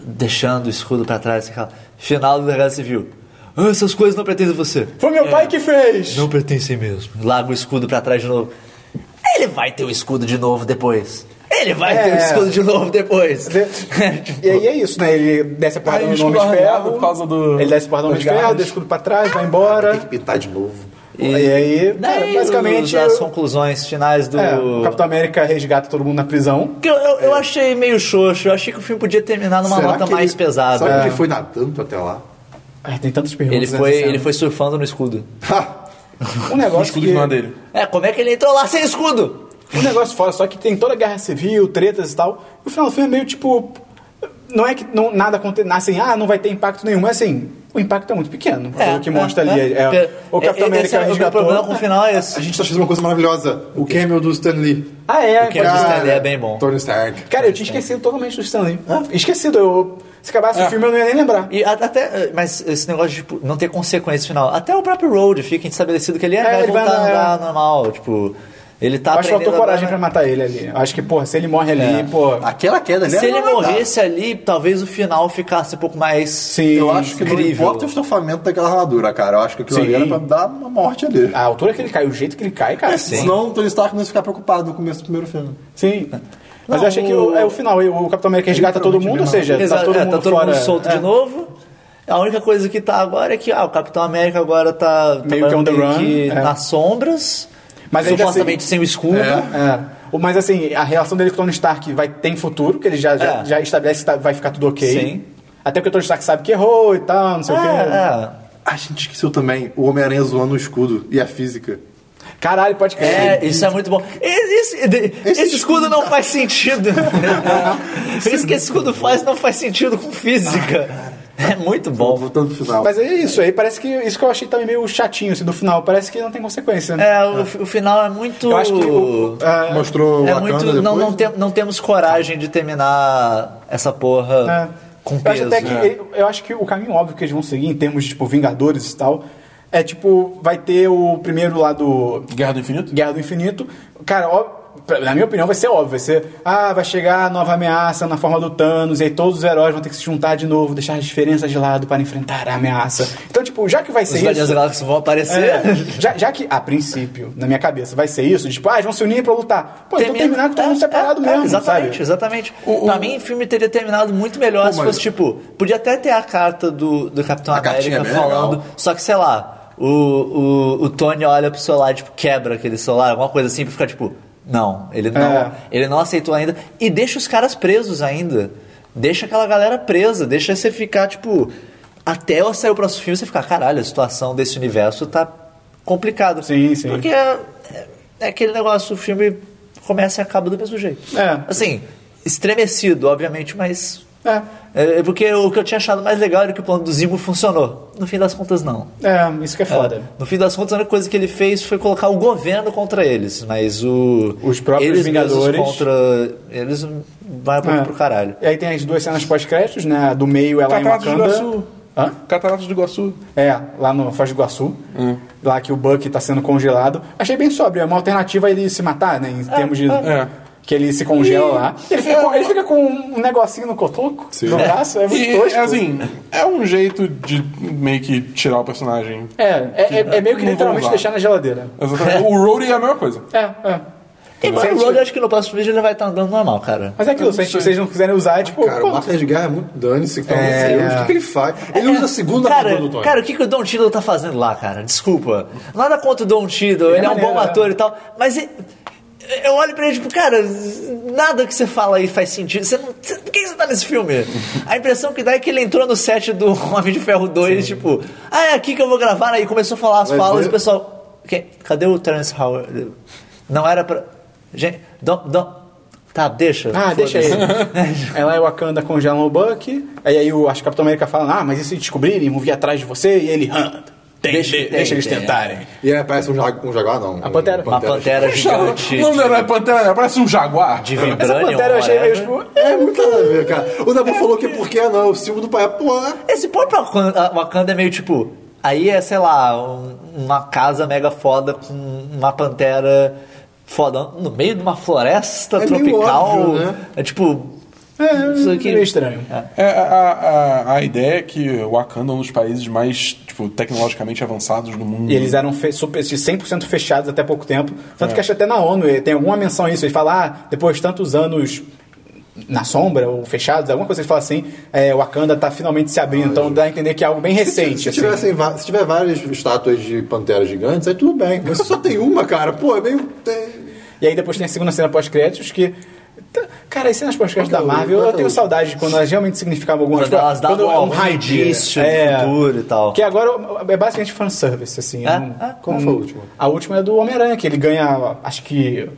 Speaker 1: deixando o escudo pra trás. aquela- Final do Guerra Civil. Ah, essas coisas não pertencem a você.
Speaker 4: Foi meu pai que fez!
Speaker 1: Não pertencem mesmo. Larga o escudo pra trás de novo. Ele vai ter o escudo de novo depois. Ele vai
Speaker 4: É.
Speaker 1: ter o escudo de novo depois. Tipo,
Speaker 4: E aí é isso, né? Ele desce a porrada
Speaker 2: Aí o
Speaker 4: no
Speaker 2: escudo
Speaker 4: Homem de
Speaker 2: arranhado
Speaker 4: Ferro.
Speaker 2: por causa do-
Speaker 4: Ele desce a porrada no Homem de
Speaker 2: das
Speaker 4: Ferro,
Speaker 2: garras.
Speaker 4: deixa o escudo pra trás, vai
Speaker 5: Tem que
Speaker 1: Ah,
Speaker 4: embora.
Speaker 5: pintar de novo.
Speaker 4: E, aí, cara,
Speaker 1: daí os-
Speaker 4: basicamente.
Speaker 1: as conclusões finais do.
Speaker 4: é, o Capitão É. América resgata todo mundo na prisão.
Speaker 1: Que eu, eu, eu achei meio xoxo. Eu achei que o filme podia terminar numa
Speaker 5: Será
Speaker 1: nota
Speaker 5: que
Speaker 1: mais
Speaker 5: ele-
Speaker 1: pesada. É.
Speaker 5: Será que ele foi nadando até lá?
Speaker 4: Ai, tem tantas perguntas.
Speaker 1: Ele
Speaker 4: nessa
Speaker 1: foi,
Speaker 4: cena.
Speaker 1: ele foi surfando no escudo.
Speaker 5: Ha!
Speaker 4: Um
Speaker 2: O
Speaker 4: negócio
Speaker 2: escudo
Speaker 4: que-
Speaker 2: que não é dele.
Speaker 1: É, como é que ele entrou lá sem escudo?
Speaker 4: um negócio fora, só que tem toda a guerra civil, tretas e tal. E o final do filme é meio tipo. não é que não, nada acontece, assim, ah, não vai ter impacto nenhum, mas assim, o impacto é muito pequeno.
Speaker 1: É,
Speaker 4: o que mostra ali é, é, o Capitão
Speaker 1: Esse
Speaker 4: América
Speaker 1: é o meu
Speaker 4: resgatou.
Speaker 1: problema com o final é
Speaker 5: A
Speaker 1: esse.
Speaker 5: gente tá fazendo uma coisa maravilhosa. O camel do Stan Lee.
Speaker 4: Ah, é,
Speaker 1: que é
Speaker 4: pode-
Speaker 1: do Stan Lee é bem bom.
Speaker 5: Tony Stark.
Speaker 4: Cara, eu tinha esquecido totalmente do Stanley. Esquecido, eu. Se acabasse
Speaker 2: É.
Speaker 4: o filme, eu não ia nem lembrar.
Speaker 1: E a- até, eh, mas esse negócio de tipo, não ter consequência final. Até o próprio Road fica estabelecido que ele, é, vai
Speaker 4: ele vai
Speaker 1: voltar a
Speaker 4: andar,
Speaker 1: andar normal. Tipo, ele tá
Speaker 4: Eu acho que faltou
Speaker 1: aprendendo
Speaker 4: coragem pra
Speaker 1: agora.
Speaker 4: matar ele ali. Eu acho que, porra, se ele morre ali,
Speaker 1: É.
Speaker 4: pô.
Speaker 5: Aquela queda ali
Speaker 4: né?
Speaker 1: Se
Speaker 5: era
Speaker 1: ele
Speaker 5: uma nada.
Speaker 1: morresse ali, talvez o final ficasse um pouco mais.
Speaker 4: Sim.
Speaker 5: Eu acho que não
Speaker 1: Incrível.
Speaker 5: importa o estofamento daquela armadura, cara. Eu acho que aquilo ali
Speaker 4: Sim. Ah,
Speaker 5: era pra dar uma morte ali.
Speaker 4: A altura que ele cai, o jeito que ele cai, cara.
Speaker 1: sim.
Speaker 5: Senão o Tony Stark não ia ficar preocupado no começo do primeiro filme.
Speaker 4: Sim. Mas
Speaker 1: Não,
Speaker 4: eu achei que o, é o final, o Capitão América resgata todo mundo, ou seja, tá
Speaker 1: Exato,
Speaker 4: todo
Speaker 1: é,
Speaker 4: mundo, fora,
Speaker 1: solto
Speaker 4: é.
Speaker 1: de novo. A única coisa que tá agora é que ah, o Capitão América agora tá tá
Speaker 4: Meio que on the run,
Speaker 1: que
Speaker 4: é.
Speaker 1: nas sombras,
Speaker 4: Mas ainda assim,
Speaker 1: supostamente sem o escudo.
Speaker 4: É. O- Mas assim, a relação dele com o Tony Stark vai, tem futuro, porque ele já, já,
Speaker 1: É.
Speaker 4: já estabelece que tá- vai ficar tudo ok.
Speaker 1: Sim.
Speaker 4: Até porque o Tony Stark sabe que errou e tal, não sei o quê.
Speaker 1: É,
Speaker 5: A gente esqueceu também o Homem-Aranha zoando o escudo e a física.
Speaker 4: Caralho, pode
Speaker 1: é.
Speaker 4: crer.
Speaker 1: É, isso é muito bom. Esse, esse- esse escudo não faz sentido. Isso que esse escudo faz não faz sentido com física. É muito bom.
Speaker 5: Voltando pro final.
Speaker 4: Mas é isso, aí parece que isso que eu achei também meio chatinho assim, do final, parece que não tem consequência. né?
Speaker 1: É, o, o final é muito.
Speaker 4: Eu acho que o- é,
Speaker 5: Mostrou
Speaker 1: É
Speaker 5: o Wakanda
Speaker 1: muito.
Speaker 5: depois.
Speaker 1: não, não, tem- não temos coragem de terminar essa porra
Speaker 4: É.
Speaker 1: com
Speaker 4: eu acho
Speaker 1: peso.
Speaker 4: até que ele- eu acho que o caminho óbvio que eles vão seguir em termos de tipo Vingadores e tal é tipo vai ter o primeiro lá do
Speaker 2: Guerra do Infinito?
Speaker 4: Guerra do Infinito. Cara, ó, pra- na minha opinião vai ser óbvio, vai ser ah, vai chegar a nova ameaça na forma do Thanos e aí todos os heróis vão ter que se juntar de novo, deixar as diferenças de lado para enfrentar a ameaça. Então, tipo, já que vai
Speaker 1: Os
Speaker 4: ser
Speaker 1: Guardiões da
Speaker 4: isso,
Speaker 1: Galáxia vão aparecer.
Speaker 4: é, já, já que, a princípio, na minha cabeça, vai ser isso, tipo, ah, eles vão se unir pra lutar. Pô, então terminar com todo mundo
Speaker 1: É,
Speaker 4: separado
Speaker 1: é,
Speaker 4: mesmo,
Speaker 1: Exatamente,
Speaker 4: sabe?
Speaker 1: exatamente.
Speaker 2: O-
Speaker 1: pra
Speaker 2: o-
Speaker 1: mim, o filme teria terminado muito melhor se
Speaker 5: mas-
Speaker 1: fosse, tipo... Podia até ter a carta do, do Capitão
Speaker 5: A cartinha
Speaker 1: América
Speaker 5: é bem
Speaker 1: falando...
Speaker 5: legal.
Speaker 1: Só que, sei lá, o, o, o Tony olha pro celular e, tipo, quebra aquele celular, alguma coisa assim, pra ficar, tipo... Não, ele não,
Speaker 4: É.
Speaker 1: ele não aceitou ainda. E deixa os caras presos ainda. Deixa aquela galera presa, deixa você ficar, tipo... Até eu sair o próximo filme, você ficar, caralho, a situação desse universo tá complicada.
Speaker 4: Sim, sim.
Speaker 1: Porque é, é aquele negócio, o filme começa e acaba do mesmo jeito.
Speaker 4: É.
Speaker 1: Assim, estremecido, obviamente, mas.
Speaker 4: É.
Speaker 1: É, é porque o que eu tinha achado mais legal era que o plano do Zimo funcionou. No fim das contas, não.
Speaker 4: É, isso que é foda.
Speaker 1: No fim das contas, a única coisa que ele fez foi colocar o governo contra eles, mas o.
Speaker 4: Os próprios
Speaker 1: eles mesmos
Speaker 4: Vingadores.
Speaker 1: contra. Eles vai um pouco
Speaker 4: É.
Speaker 1: pro caralho.
Speaker 4: E aí tem as duas cenas pós-créditos, né? A do meio é lá em
Speaker 2: Cataratas do
Speaker 4: Wakanda.
Speaker 2: Iguaçu.
Speaker 4: Hã?
Speaker 2: Cataratas do Iguaçu.
Speaker 4: É, lá no Foz do Iguaçu. Lá que o Buck tá sendo congelado. Achei bem sóbrio. É uma alternativa a ele se matar, né? Em termos de...
Speaker 2: é.
Speaker 4: Que ele se congela lá. Ele fica, com, ele fica com um negocinho no cotoco, no braço. É muito
Speaker 2: E,
Speaker 4: tosco.
Speaker 2: assim, é um jeito de meio que tirar o personagem.
Speaker 4: É, é, é- é meio que
Speaker 2: Não vamos
Speaker 4: literalmente
Speaker 2: lá.
Speaker 4: deixar na geladeira.
Speaker 2: Exatamente. O Rhodey é a mesma coisa.
Speaker 4: É, é.
Speaker 1: E mas
Speaker 4: Sim,
Speaker 1: o
Speaker 4: sim.
Speaker 1: Road, eu acho que no próximo vídeo ele vai estar andando normal, cara.
Speaker 4: Mas é aquilo, se a gente- se vocês não quiserem usar, é tipo...
Speaker 5: Cara,
Speaker 4: pô,
Speaker 5: o Marta de Guerra é muito dane-se. Então,
Speaker 4: É.
Speaker 5: meu Deus, O que, que ele faz? Ele usa a segunda
Speaker 1: É, cara,
Speaker 5: armadura do Tony.
Speaker 1: Cara, o que, que o Don Tiddle tá fazendo lá, cara? Desculpa. Nada contra o Don Tiddle, ele é um
Speaker 4: maneiro,
Speaker 1: bom
Speaker 4: né?
Speaker 1: ator e tal, mas e- eu olho pra ele tipo, cara, nada que você fala aí faz sentido. Você não, você- por que você tá nesse filme? A impressão que dá é que ele entrou no set do Homem de Ferro 2, tipo, ah, é aqui que eu vou gravar, aí começou a falar as
Speaker 5: Mas
Speaker 1: falas,
Speaker 5: eu-
Speaker 1: o pessoal, "Quem- cadê o Terence Howard? Não era pra... Gente, don't, don't... Tá, deixa.
Speaker 4: Ah, deixa
Speaker 1: Foda-se.
Speaker 4: ele. Ela e o Wakanda congelam o Buck. Aí, aí o, acho que o Capitão América fala: Ah, mas e se descobrirem? Vão vir atrás de você. E ele, "Hã, tem,
Speaker 1: Deixa-
Speaker 4: deixa,
Speaker 1: tem,
Speaker 4: deixa eles
Speaker 1: tem,
Speaker 4: tentarem.
Speaker 5: E aí aparece um, jag- um jaguar, não.
Speaker 4: A pantera.
Speaker 1: Uma pantera gigante.
Speaker 2: Não, não, não é Pantera, não, parece um Jaguar.
Speaker 1: De
Speaker 4: Essa
Speaker 1: vibranium,
Speaker 4: pantera eu achei meio
Speaker 1: whatever.
Speaker 4: tipo.
Speaker 5: É muito nada a ver, cara. O Dabu falou que por que não. O símbolo do pai é pô. é.
Speaker 1: Esse pôr pra Wakanda, Wakanda é meio tipo. Aí é, sei lá, um- uma casa mega foda com uma pantera foda no meio de uma floresta
Speaker 5: É meio
Speaker 1: tropical.
Speaker 5: óbvio, né?
Speaker 1: É tipo.
Speaker 4: É,
Speaker 1: Isso aqui-
Speaker 4: meio estranho.
Speaker 2: É, a, a, a ideia é que o Wakanda é um dos países mais, tipo, tecnologicamente avançados do mundo.
Speaker 4: E eles eram fe super, de 100% fechados até pouco tempo. Tanto que acho até na ONU eh, tem alguma menção a isso. Eles falam, ah, depois de tantos anos na sombra ou fechados, alguma coisa que fala assim, é, Wakanda tá finalmente se abrindo. então dá a entender que é algo bem recente.
Speaker 5: Se,
Speaker 4: assim.
Speaker 5: tivessem va- se tiver várias estátuas de panteras gigantes, aí tudo bem. Mas se só tem uma, cara, pô, é meio. é-
Speaker 4: E aí depois tem a segunda cena pós-créditos que. tá- Cara, as cenas pós-créditos da
Speaker 1: é
Speaker 5: Quanta luz,
Speaker 4: Marvel, eu
Speaker 5: quanta
Speaker 4: tenho
Speaker 5: luz.
Speaker 4: saudade de quando elas realmente significavam alguma
Speaker 1: Quando
Speaker 4: coisa.
Speaker 1: elas davam
Speaker 4: quando é um
Speaker 1: algum
Speaker 4: hype. É.
Speaker 1: indício do futuro e tal.
Speaker 4: Que agora é basicamente fanservice, assim.
Speaker 1: É?
Speaker 4: não-
Speaker 1: É?
Speaker 5: Qual foi a última?
Speaker 4: A última é do Homem-Aranha, que ele ganha, acho que.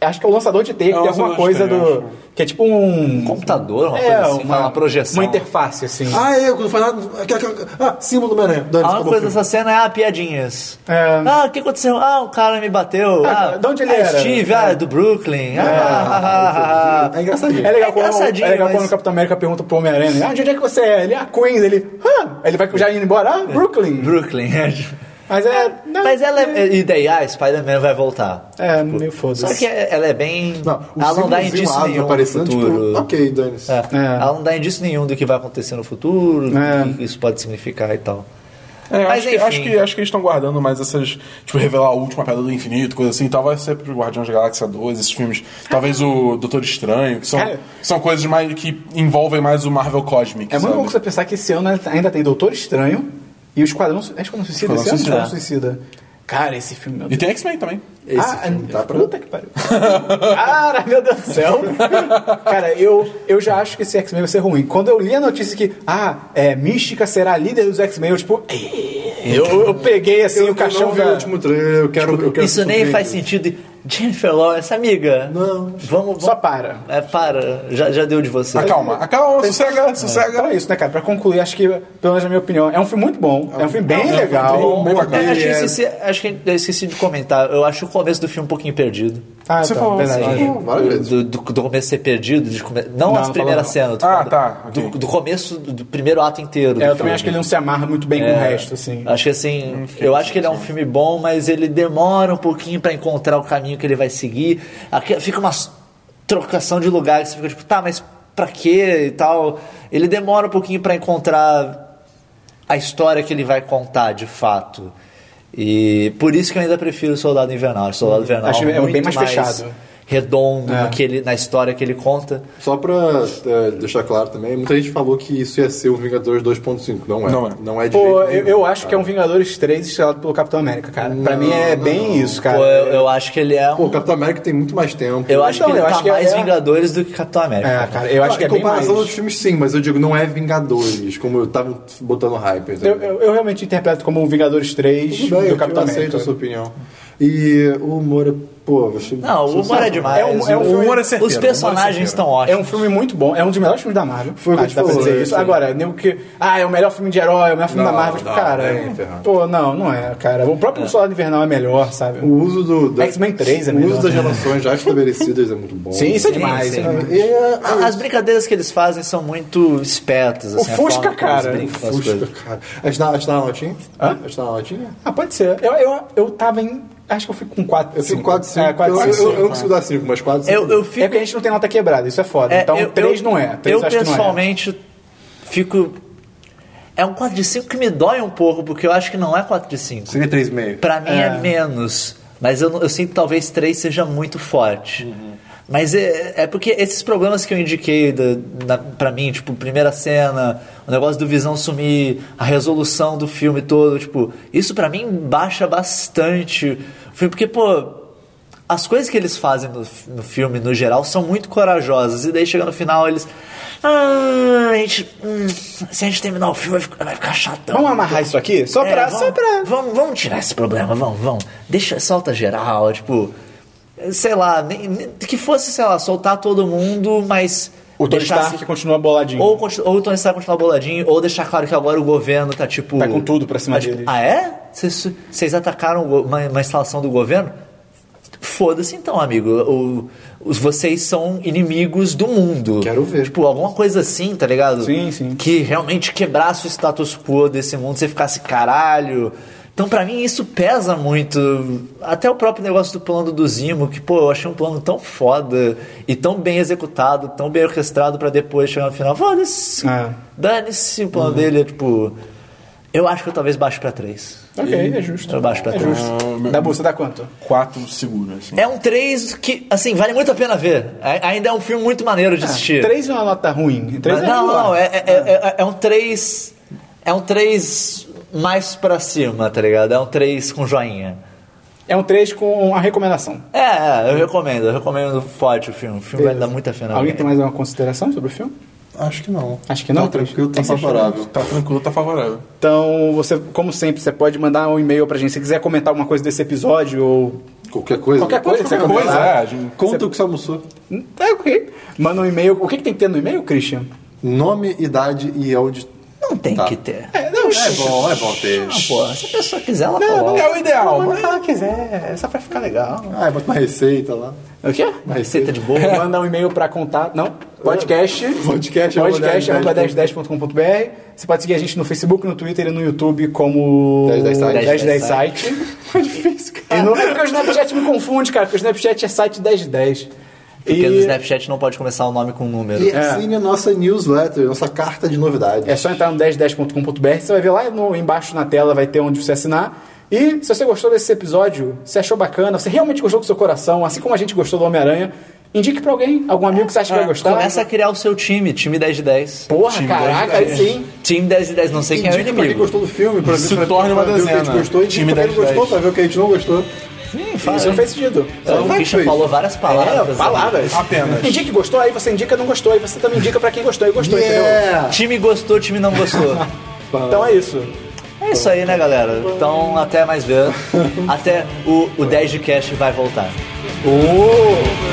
Speaker 4: Acho que é o lançador de teia,
Speaker 2: É o
Speaker 4: que tem alguma
Speaker 2: lançador de
Speaker 4: coisa
Speaker 2: teia,
Speaker 4: do.
Speaker 2: acho.
Speaker 4: Que é tipo um.
Speaker 1: computador, uma
Speaker 4: é,
Speaker 1: coisa assim, uma,
Speaker 4: uma
Speaker 1: projeção.
Speaker 4: Uma interface, assim.
Speaker 5: Ah, é, quando faz nada. aquela- aquela- Ah, símbolo do Homem-Aranha. Dane-se,
Speaker 1: A única
Speaker 5: acabou
Speaker 1: coisa
Speaker 5: o
Speaker 1: dessa
Speaker 5: filme.
Speaker 1: cena é ah, piadinhas.
Speaker 4: É.
Speaker 1: Ah, o que aconteceu? Ah, o cara me bateu.
Speaker 4: Ah,
Speaker 1: Ah,
Speaker 4: de onde ele
Speaker 1: ah,
Speaker 4: era?
Speaker 1: Steve, ah, é do Brooklyn. Ah, ah, ah, ah, ah.
Speaker 5: É engraçadinho.
Speaker 4: É legal,
Speaker 1: É
Speaker 4: quando,
Speaker 1: engraçadinho,
Speaker 4: é legal
Speaker 1: mas-
Speaker 4: quando o Capitão América pergunta pro Homem-Aranha, ah, de onde é que você é? Ele, ah, Queens, ele, ah, ele vai já indo embora,
Speaker 1: É.
Speaker 4: ah, Brooklyn.
Speaker 1: Brooklyn.
Speaker 4: Mas é. não,
Speaker 1: Mas ela
Speaker 4: é.
Speaker 1: é... E daí, ah, Spider-Man vai voltar.
Speaker 4: É, meio foda-se.
Speaker 1: Só que ela é bem...
Speaker 5: Não, o
Speaker 1: ela não dá
Speaker 5: símbolozinho
Speaker 1: indício
Speaker 5: lá
Speaker 1: nenhum do
Speaker 5: aparecendo, tipo,
Speaker 1: futuro.
Speaker 5: ok, dane-se.
Speaker 1: É.
Speaker 4: É.
Speaker 1: Ela não dá indício nenhum do que vai acontecer no futuro,
Speaker 4: É.
Speaker 1: do que isso pode significar e tal.
Speaker 2: É,
Speaker 1: Mas
Speaker 2: acho, que,
Speaker 1: enfim.
Speaker 2: acho, que, acho que eles estão guardando mais essas. Tipo, revelar a última pedra do infinito, coisa assim e tal. Vai ser pro Guardiões da Galáxia 2, esses filmes. Talvez o Doutor Estranho, que são,
Speaker 4: Cara.
Speaker 2: são coisas mais que envolvem mais o Marvel Cosmic.
Speaker 4: É muito
Speaker 2: sabe?
Speaker 4: bom você pensar que esse ano ainda tem Doutor Estranho e o Esquadrão, Su- é Esquadrão Suicida
Speaker 2: Esquadrão
Speaker 4: esse ano? é
Speaker 2: Suicida.
Speaker 4: Esquadrão Suicida. Cara, esse filme, meu
Speaker 2: E
Speaker 4: Deus.
Speaker 2: tem X-Men também.
Speaker 5: Esse
Speaker 4: ah,
Speaker 5: filme tá pra...
Speaker 4: puta que pariu. Cara, meu Deus do céu. Cara, eu, eu já acho que esse X-Men vai ser ruim. Quando eu li a notícia que, ah, é, Mística será a líder dos X-Men, eu tipo... Eu, eu peguei assim o caixão
Speaker 5: não vi o
Speaker 4: da-
Speaker 5: último trailer, eu quero... eu quero
Speaker 1: Isso nem
Speaker 5: surpreender.
Speaker 1: faz sentido. Jennifer Lawrence, amiga. Não. Vamos.
Speaker 4: Só
Speaker 1: vamos-
Speaker 4: para.
Speaker 1: É, para. Já, já deu de
Speaker 4: É.
Speaker 1: você.
Speaker 2: Acalma, acalma, sossega, sossega.
Speaker 4: Então é isso, né, cara? Pra concluir, acho que, pelo menos na minha opinião, é um filme muito bom. É um filme bem legal.
Speaker 2: Bem
Speaker 1: É,
Speaker 2: bacana.
Speaker 1: acho, que eu esqueci, acho que eu esqueci de comentar. Eu acho o começo do filme um pouquinho perdido.
Speaker 4: Ah,
Speaker 2: Você
Speaker 4: tá,
Speaker 2: falou
Speaker 4: verdade.
Speaker 2: assim,
Speaker 5: Não, várias vezes.
Speaker 1: Do, do, do começo ser perdido, de come- não,
Speaker 4: Não,
Speaker 1: as
Speaker 4: não
Speaker 1: primeiras
Speaker 4: falou
Speaker 1: cenas. tô
Speaker 2: Ah,
Speaker 1: falando
Speaker 2: tá,
Speaker 1: Do,
Speaker 2: ok.
Speaker 1: do começo, do primeiro ato inteiro. do
Speaker 4: É, eu
Speaker 1: filme.
Speaker 4: também acho que ele não se amarra muito bem com o resto, assim.
Speaker 1: É, Acho que assim, eu acho que ele é um filme bom, mas ele demora um pouquinho pra encontrar o caminho que ele vai seguir. Aqui fica uma s- trocação de lugar que você fica tipo, tá, mas pra quê e tal. Ele demora um pouquinho pra encontrar a história que ele vai contar de fato. E por isso que eu ainda prefiro o Soldado Invernal. O Soldado Invernal
Speaker 4: Acho que
Speaker 1: é
Speaker 4: é
Speaker 1: muito
Speaker 4: bem mais fechado.
Speaker 1: redondo
Speaker 4: É.
Speaker 1: no que ele- na história que ele conta.
Speaker 5: Só pra eh, deixar claro também, muita gente falou que isso ia ser o Vingadores 2.5. Não é.
Speaker 2: Não é.
Speaker 5: Não é de
Speaker 4: Pô,
Speaker 5: jeito
Speaker 4: eu,
Speaker 5: nenhum,
Speaker 4: eu acho que é um Vingadores 3 estrelado pelo Capitão América, cara. pra mim é bem isso, cara.
Speaker 1: Pô, eu, eu acho que ele é
Speaker 5: Pô,
Speaker 1: um.
Speaker 5: o Capitão América tem muito mais tempo.
Speaker 1: Eu acho
Speaker 4: Então,
Speaker 1: que ele
Speaker 4: eu
Speaker 1: tá
Speaker 4: acho que é-
Speaker 1: mais
Speaker 4: é-
Speaker 1: Vingadores do que Capitão América.
Speaker 4: É, cara, eu acho que é
Speaker 5: em
Speaker 4: bem mais.
Speaker 5: comparação aos filmes, sim, mas eu digo, não é Vingadores, como eu tava botando hype.
Speaker 4: Eu,
Speaker 5: entendeu?
Speaker 4: eu, eu realmente interpreto como um Vingadores 3
Speaker 5: Tudo bem,
Speaker 4: do
Speaker 5: eu
Speaker 4: Capitão
Speaker 5: aceito
Speaker 4: América.
Speaker 5: a sua opinião. E o humor é. Pô, você.
Speaker 1: Não, o humor é demais.
Speaker 4: É um- é um
Speaker 1: O-
Speaker 2: O humor é
Speaker 1: Os
Speaker 2: certeiro. o humor é
Speaker 1: personagens
Speaker 2: certeiro.
Speaker 1: estão
Speaker 4: É
Speaker 1: ótimos.
Speaker 4: um filme muito bom, é um dos melhores filmes da Marvel.
Speaker 5: Foi o que eu
Speaker 4: acho
Speaker 5: te
Speaker 4: dá pra
Speaker 5: falei, assim.
Speaker 4: dizer isso.
Speaker 5: sim.
Speaker 4: Agora, nego que. Ah, é o melhor filme de herói, é o melhor filme
Speaker 5: Não,
Speaker 4: da Marvel. Tipo,
Speaker 5: não,
Speaker 4: cara.
Speaker 5: é, ferrado.
Speaker 4: pô, não, não é, cara. O próprio Soldado Invernal é melhor, sabe?
Speaker 5: O uso do. da-
Speaker 4: X-Men 3 é
Speaker 5: O
Speaker 4: melhor.
Speaker 5: uso das relações já estabelecidas é muito bom.
Speaker 4: Sim, isso é
Speaker 1: Sim,
Speaker 4: demais.
Speaker 1: sim.
Speaker 4: né?
Speaker 5: E é-
Speaker 1: A- As brincadeiras que eles fazem são muito espertas. Assim, a
Speaker 4: Fusca,
Speaker 1: forma como eles
Speaker 4: cara,
Speaker 1: brincam com as
Speaker 5: Fusca,
Speaker 1: coisas.
Speaker 5: cara. A gente tá a gente tá na notinha?
Speaker 4: Hã?
Speaker 5: A gente tá na notinha?
Speaker 4: Ah, pode ser. Eu, eu, eu tava em. Acho que eu fico com 4.
Speaker 5: Eu fico 4, 5.
Speaker 4: É, 4,
Speaker 5: eu,
Speaker 4: 5.
Speaker 5: eu, eu não consigo dar 5, mas 4, 5.
Speaker 1: Eu, eu
Speaker 4: É
Speaker 1: fico.
Speaker 4: porque a gente não tem nota quebrada, isso é foda.
Speaker 1: é,
Speaker 4: então,
Speaker 1: eu-
Speaker 4: 3
Speaker 1: eu-
Speaker 4: não é. 3
Speaker 1: Eu
Speaker 4: acho
Speaker 1: pessoalmente fico. É um 4 de 5 que me dói um pouco, porque eu acho que não é 4 de 5.
Speaker 5: Seria 3,5.
Speaker 1: Pra mim é, menos. Mas eu, não- eu sinto que talvez 3 seja muito forte. Mas é, é porque esses problemas que eu indiquei da, na- pra mim, tipo, primeira cena, o negócio do visão sumir, a resolução do filme todo, tipo, isso pra mim baixa bastante o filme, porque, pô, as coisas que eles fazem no, fi- no filme, no geral, são muito corajosas. E daí chega no final, eles. Ah, a gente. hum, se a gente terminar o filme, vai ficar- vai ficar chatão.
Speaker 4: não é. Vamos amarrar isso aqui? Só
Speaker 1: É,
Speaker 4: pra.
Speaker 1: vamos,
Speaker 4: só pra...
Speaker 1: Vamos, vamos tirar esse problema, vamos, vamos. Deixa, solta geral, tipo. Sei lá, nem- nem- que fosse, sei lá, soltar todo mundo, mas.
Speaker 4: O Tony
Speaker 1: deixar- assim
Speaker 4: Stark continua boladinho.
Speaker 1: Ou, continu- ou o Tony Stark continuar boladinho, ou deixar claro que agora o governo tá tipo.
Speaker 4: Tá com tudo pra cima
Speaker 1: tá, tipo,
Speaker 4: deles.
Speaker 1: Ah, é? Vocês- Vocês atacaram o go- uma, uma instalação do governo? Foda-se então, amigo. O- os, vocês são inimigos do mundo.
Speaker 5: Quero ver.
Speaker 1: Tipo, alguma coisa assim, tá ligado?
Speaker 4: Sim, sim.
Speaker 1: Que realmente quebrasse o status quo desse mundo, você ficasse caralho. Então, pra mim, isso pesa muito. Até o próprio negócio do plano do Zimo, que, pô, eu achei um plano tão foda e tão bem executado, tão bem orquestrado pra depois chegar no final. Foda-se.
Speaker 4: É.
Speaker 1: Dane-se o plano dele. é Tipo, eu acho que eu talvez baixo pra três.
Speaker 4: Ok, é justo.
Speaker 1: Eu baixo pra
Speaker 4: É
Speaker 1: trás.
Speaker 4: justo. Da bolsa dá quanto?
Speaker 2: 4 seguro, assim.
Speaker 1: É um 3 que, assim, vale muito a pena ver. A- Ainda é um filme muito maneiro de assistir.
Speaker 4: 3 é uma nota ruim. 3
Speaker 1: Mas
Speaker 4: é
Speaker 1: não,
Speaker 4: regular.
Speaker 1: não, é, é, é, é- é um 3. É um 3 mais pra cima, tá ligado? É um 3 com joinha.
Speaker 4: É um 3 com a recomendação.
Speaker 1: É, é, eu recomendo, eu recomendo forte o filme. O filme vai dar muita pena.
Speaker 4: Alguém
Speaker 1: ver.
Speaker 4: tem mais alguma consideração sobre o filme?
Speaker 5: Acho que não.
Speaker 4: Acho que não,
Speaker 5: Tá tranquilo, tá
Speaker 4: Tem que ser
Speaker 5: favorável.
Speaker 2: Tá tranquilo, tá favorável.
Speaker 4: Então, você, como sempre, você pode mandar um e-mail pra gente. Se quiser comentar alguma coisa desse episódio ou
Speaker 5: Qualquer coisa.
Speaker 4: Qualquer coisa,
Speaker 5: Pode
Speaker 4: qualquer
Speaker 2: Pois
Speaker 4: coisa,
Speaker 2: é, a gente-
Speaker 5: Conta o que você almoçou.
Speaker 4: Tá ok. Manda um e-mail. O que, que tem que ter no e-mail, Christian?
Speaker 5: Nome, idade e é onde...
Speaker 1: Não tem
Speaker 5: Tá.
Speaker 1: que ter.
Speaker 4: É, não,
Speaker 5: É bom, é bom ter.
Speaker 1: Ah, pô, se a pessoa quiser, ela
Speaker 4: não
Speaker 1: coloca.
Speaker 2: É o ideal,
Speaker 4: Manda
Speaker 2: mas...
Speaker 4: o que ela quiser, é só pra ficar legal.
Speaker 5: Ah, bota uma receita lá.
Speaker 4: É O quê?
Speaker 1: Receita
Speaker 5: Uma receita
Speaker 1: de bolo.
Speaker 4: Manda um e-mail pra contar. Não, podcast.
Speaker 5: Podcast, arroba
Speaker 4: podcast,
Speaker 5: 1010.
Speaker 4: arroba 1010.com.br. Você pode seguir a gente no Facebook, no Twitter e no YouTube como.
Speaker 5: 1010 site.
Speaker 4: 1010 site. É difícil, cara. E não é porque o Snapchat me confunde, cara, porque o Snapchat é site 1010.
Speaker 1: Porque é no
Speaker 4: E
Speaker 1: Snapchat não pode começar o nome com um número.
Speaker 5: E assine a nossa newsletter, nossa carta de novidades.
Speaker 4: é só entrar no 1010.com.br, você vai ver lá no, embaixo na tela, vai ter onde você assinar. E se você gostou desse episódio, se achou bacana, você realmente gostou do seu coração, assim como a gente gostou do Homem-Aranha, indique pra alguém, algum amigo que você acha que vai gostar.
Speaker 1: Ah, Começa a criar o seu time, time 10 de 10.
Speaker 4: Porra, caraca, aí sim.
Speaker 1: Time 10 de 10, não sei quem é o
Speaker 5: Indica pra quem
Speaker 1: inimigo.
Speaker 5: gostou do filme, pra
Speaker 2: Se
Speaker 5: ver, pra-
Speaker 2: torne uma
Speaker 5: pra ver o que a gente
Speaker 2: dezena.
Speaker 5: gostou, indica
Speaker 2: Time
Speaker 5: pra quem
Speaker 2: 10.
Speaker 5: gostou, pra ver o que a gente não gostou.
Speaker 4: Isso não fez sentido.
Speaker 1: Então, o
Speaker 5: Vai,
Speaker 1: Christian
Speaker 5: Christian.
Speaker 1: falou várias palavras.
Speaker 4: É, palavras.
Speaker 2: Apenas.
Speaker 4: Indica que gostou, aí você indica não gostou, aí você também indica pra quem gostou e gostou,
Speaker 1: né? Time gostou, time não gostou.
Speaker 4: entendeu? Então é isso.
Speaker 1: é isso aí, né, galera? Então, até mais ver. Até o, o 10 de cast vai voltar.
Speaker 4: Uh!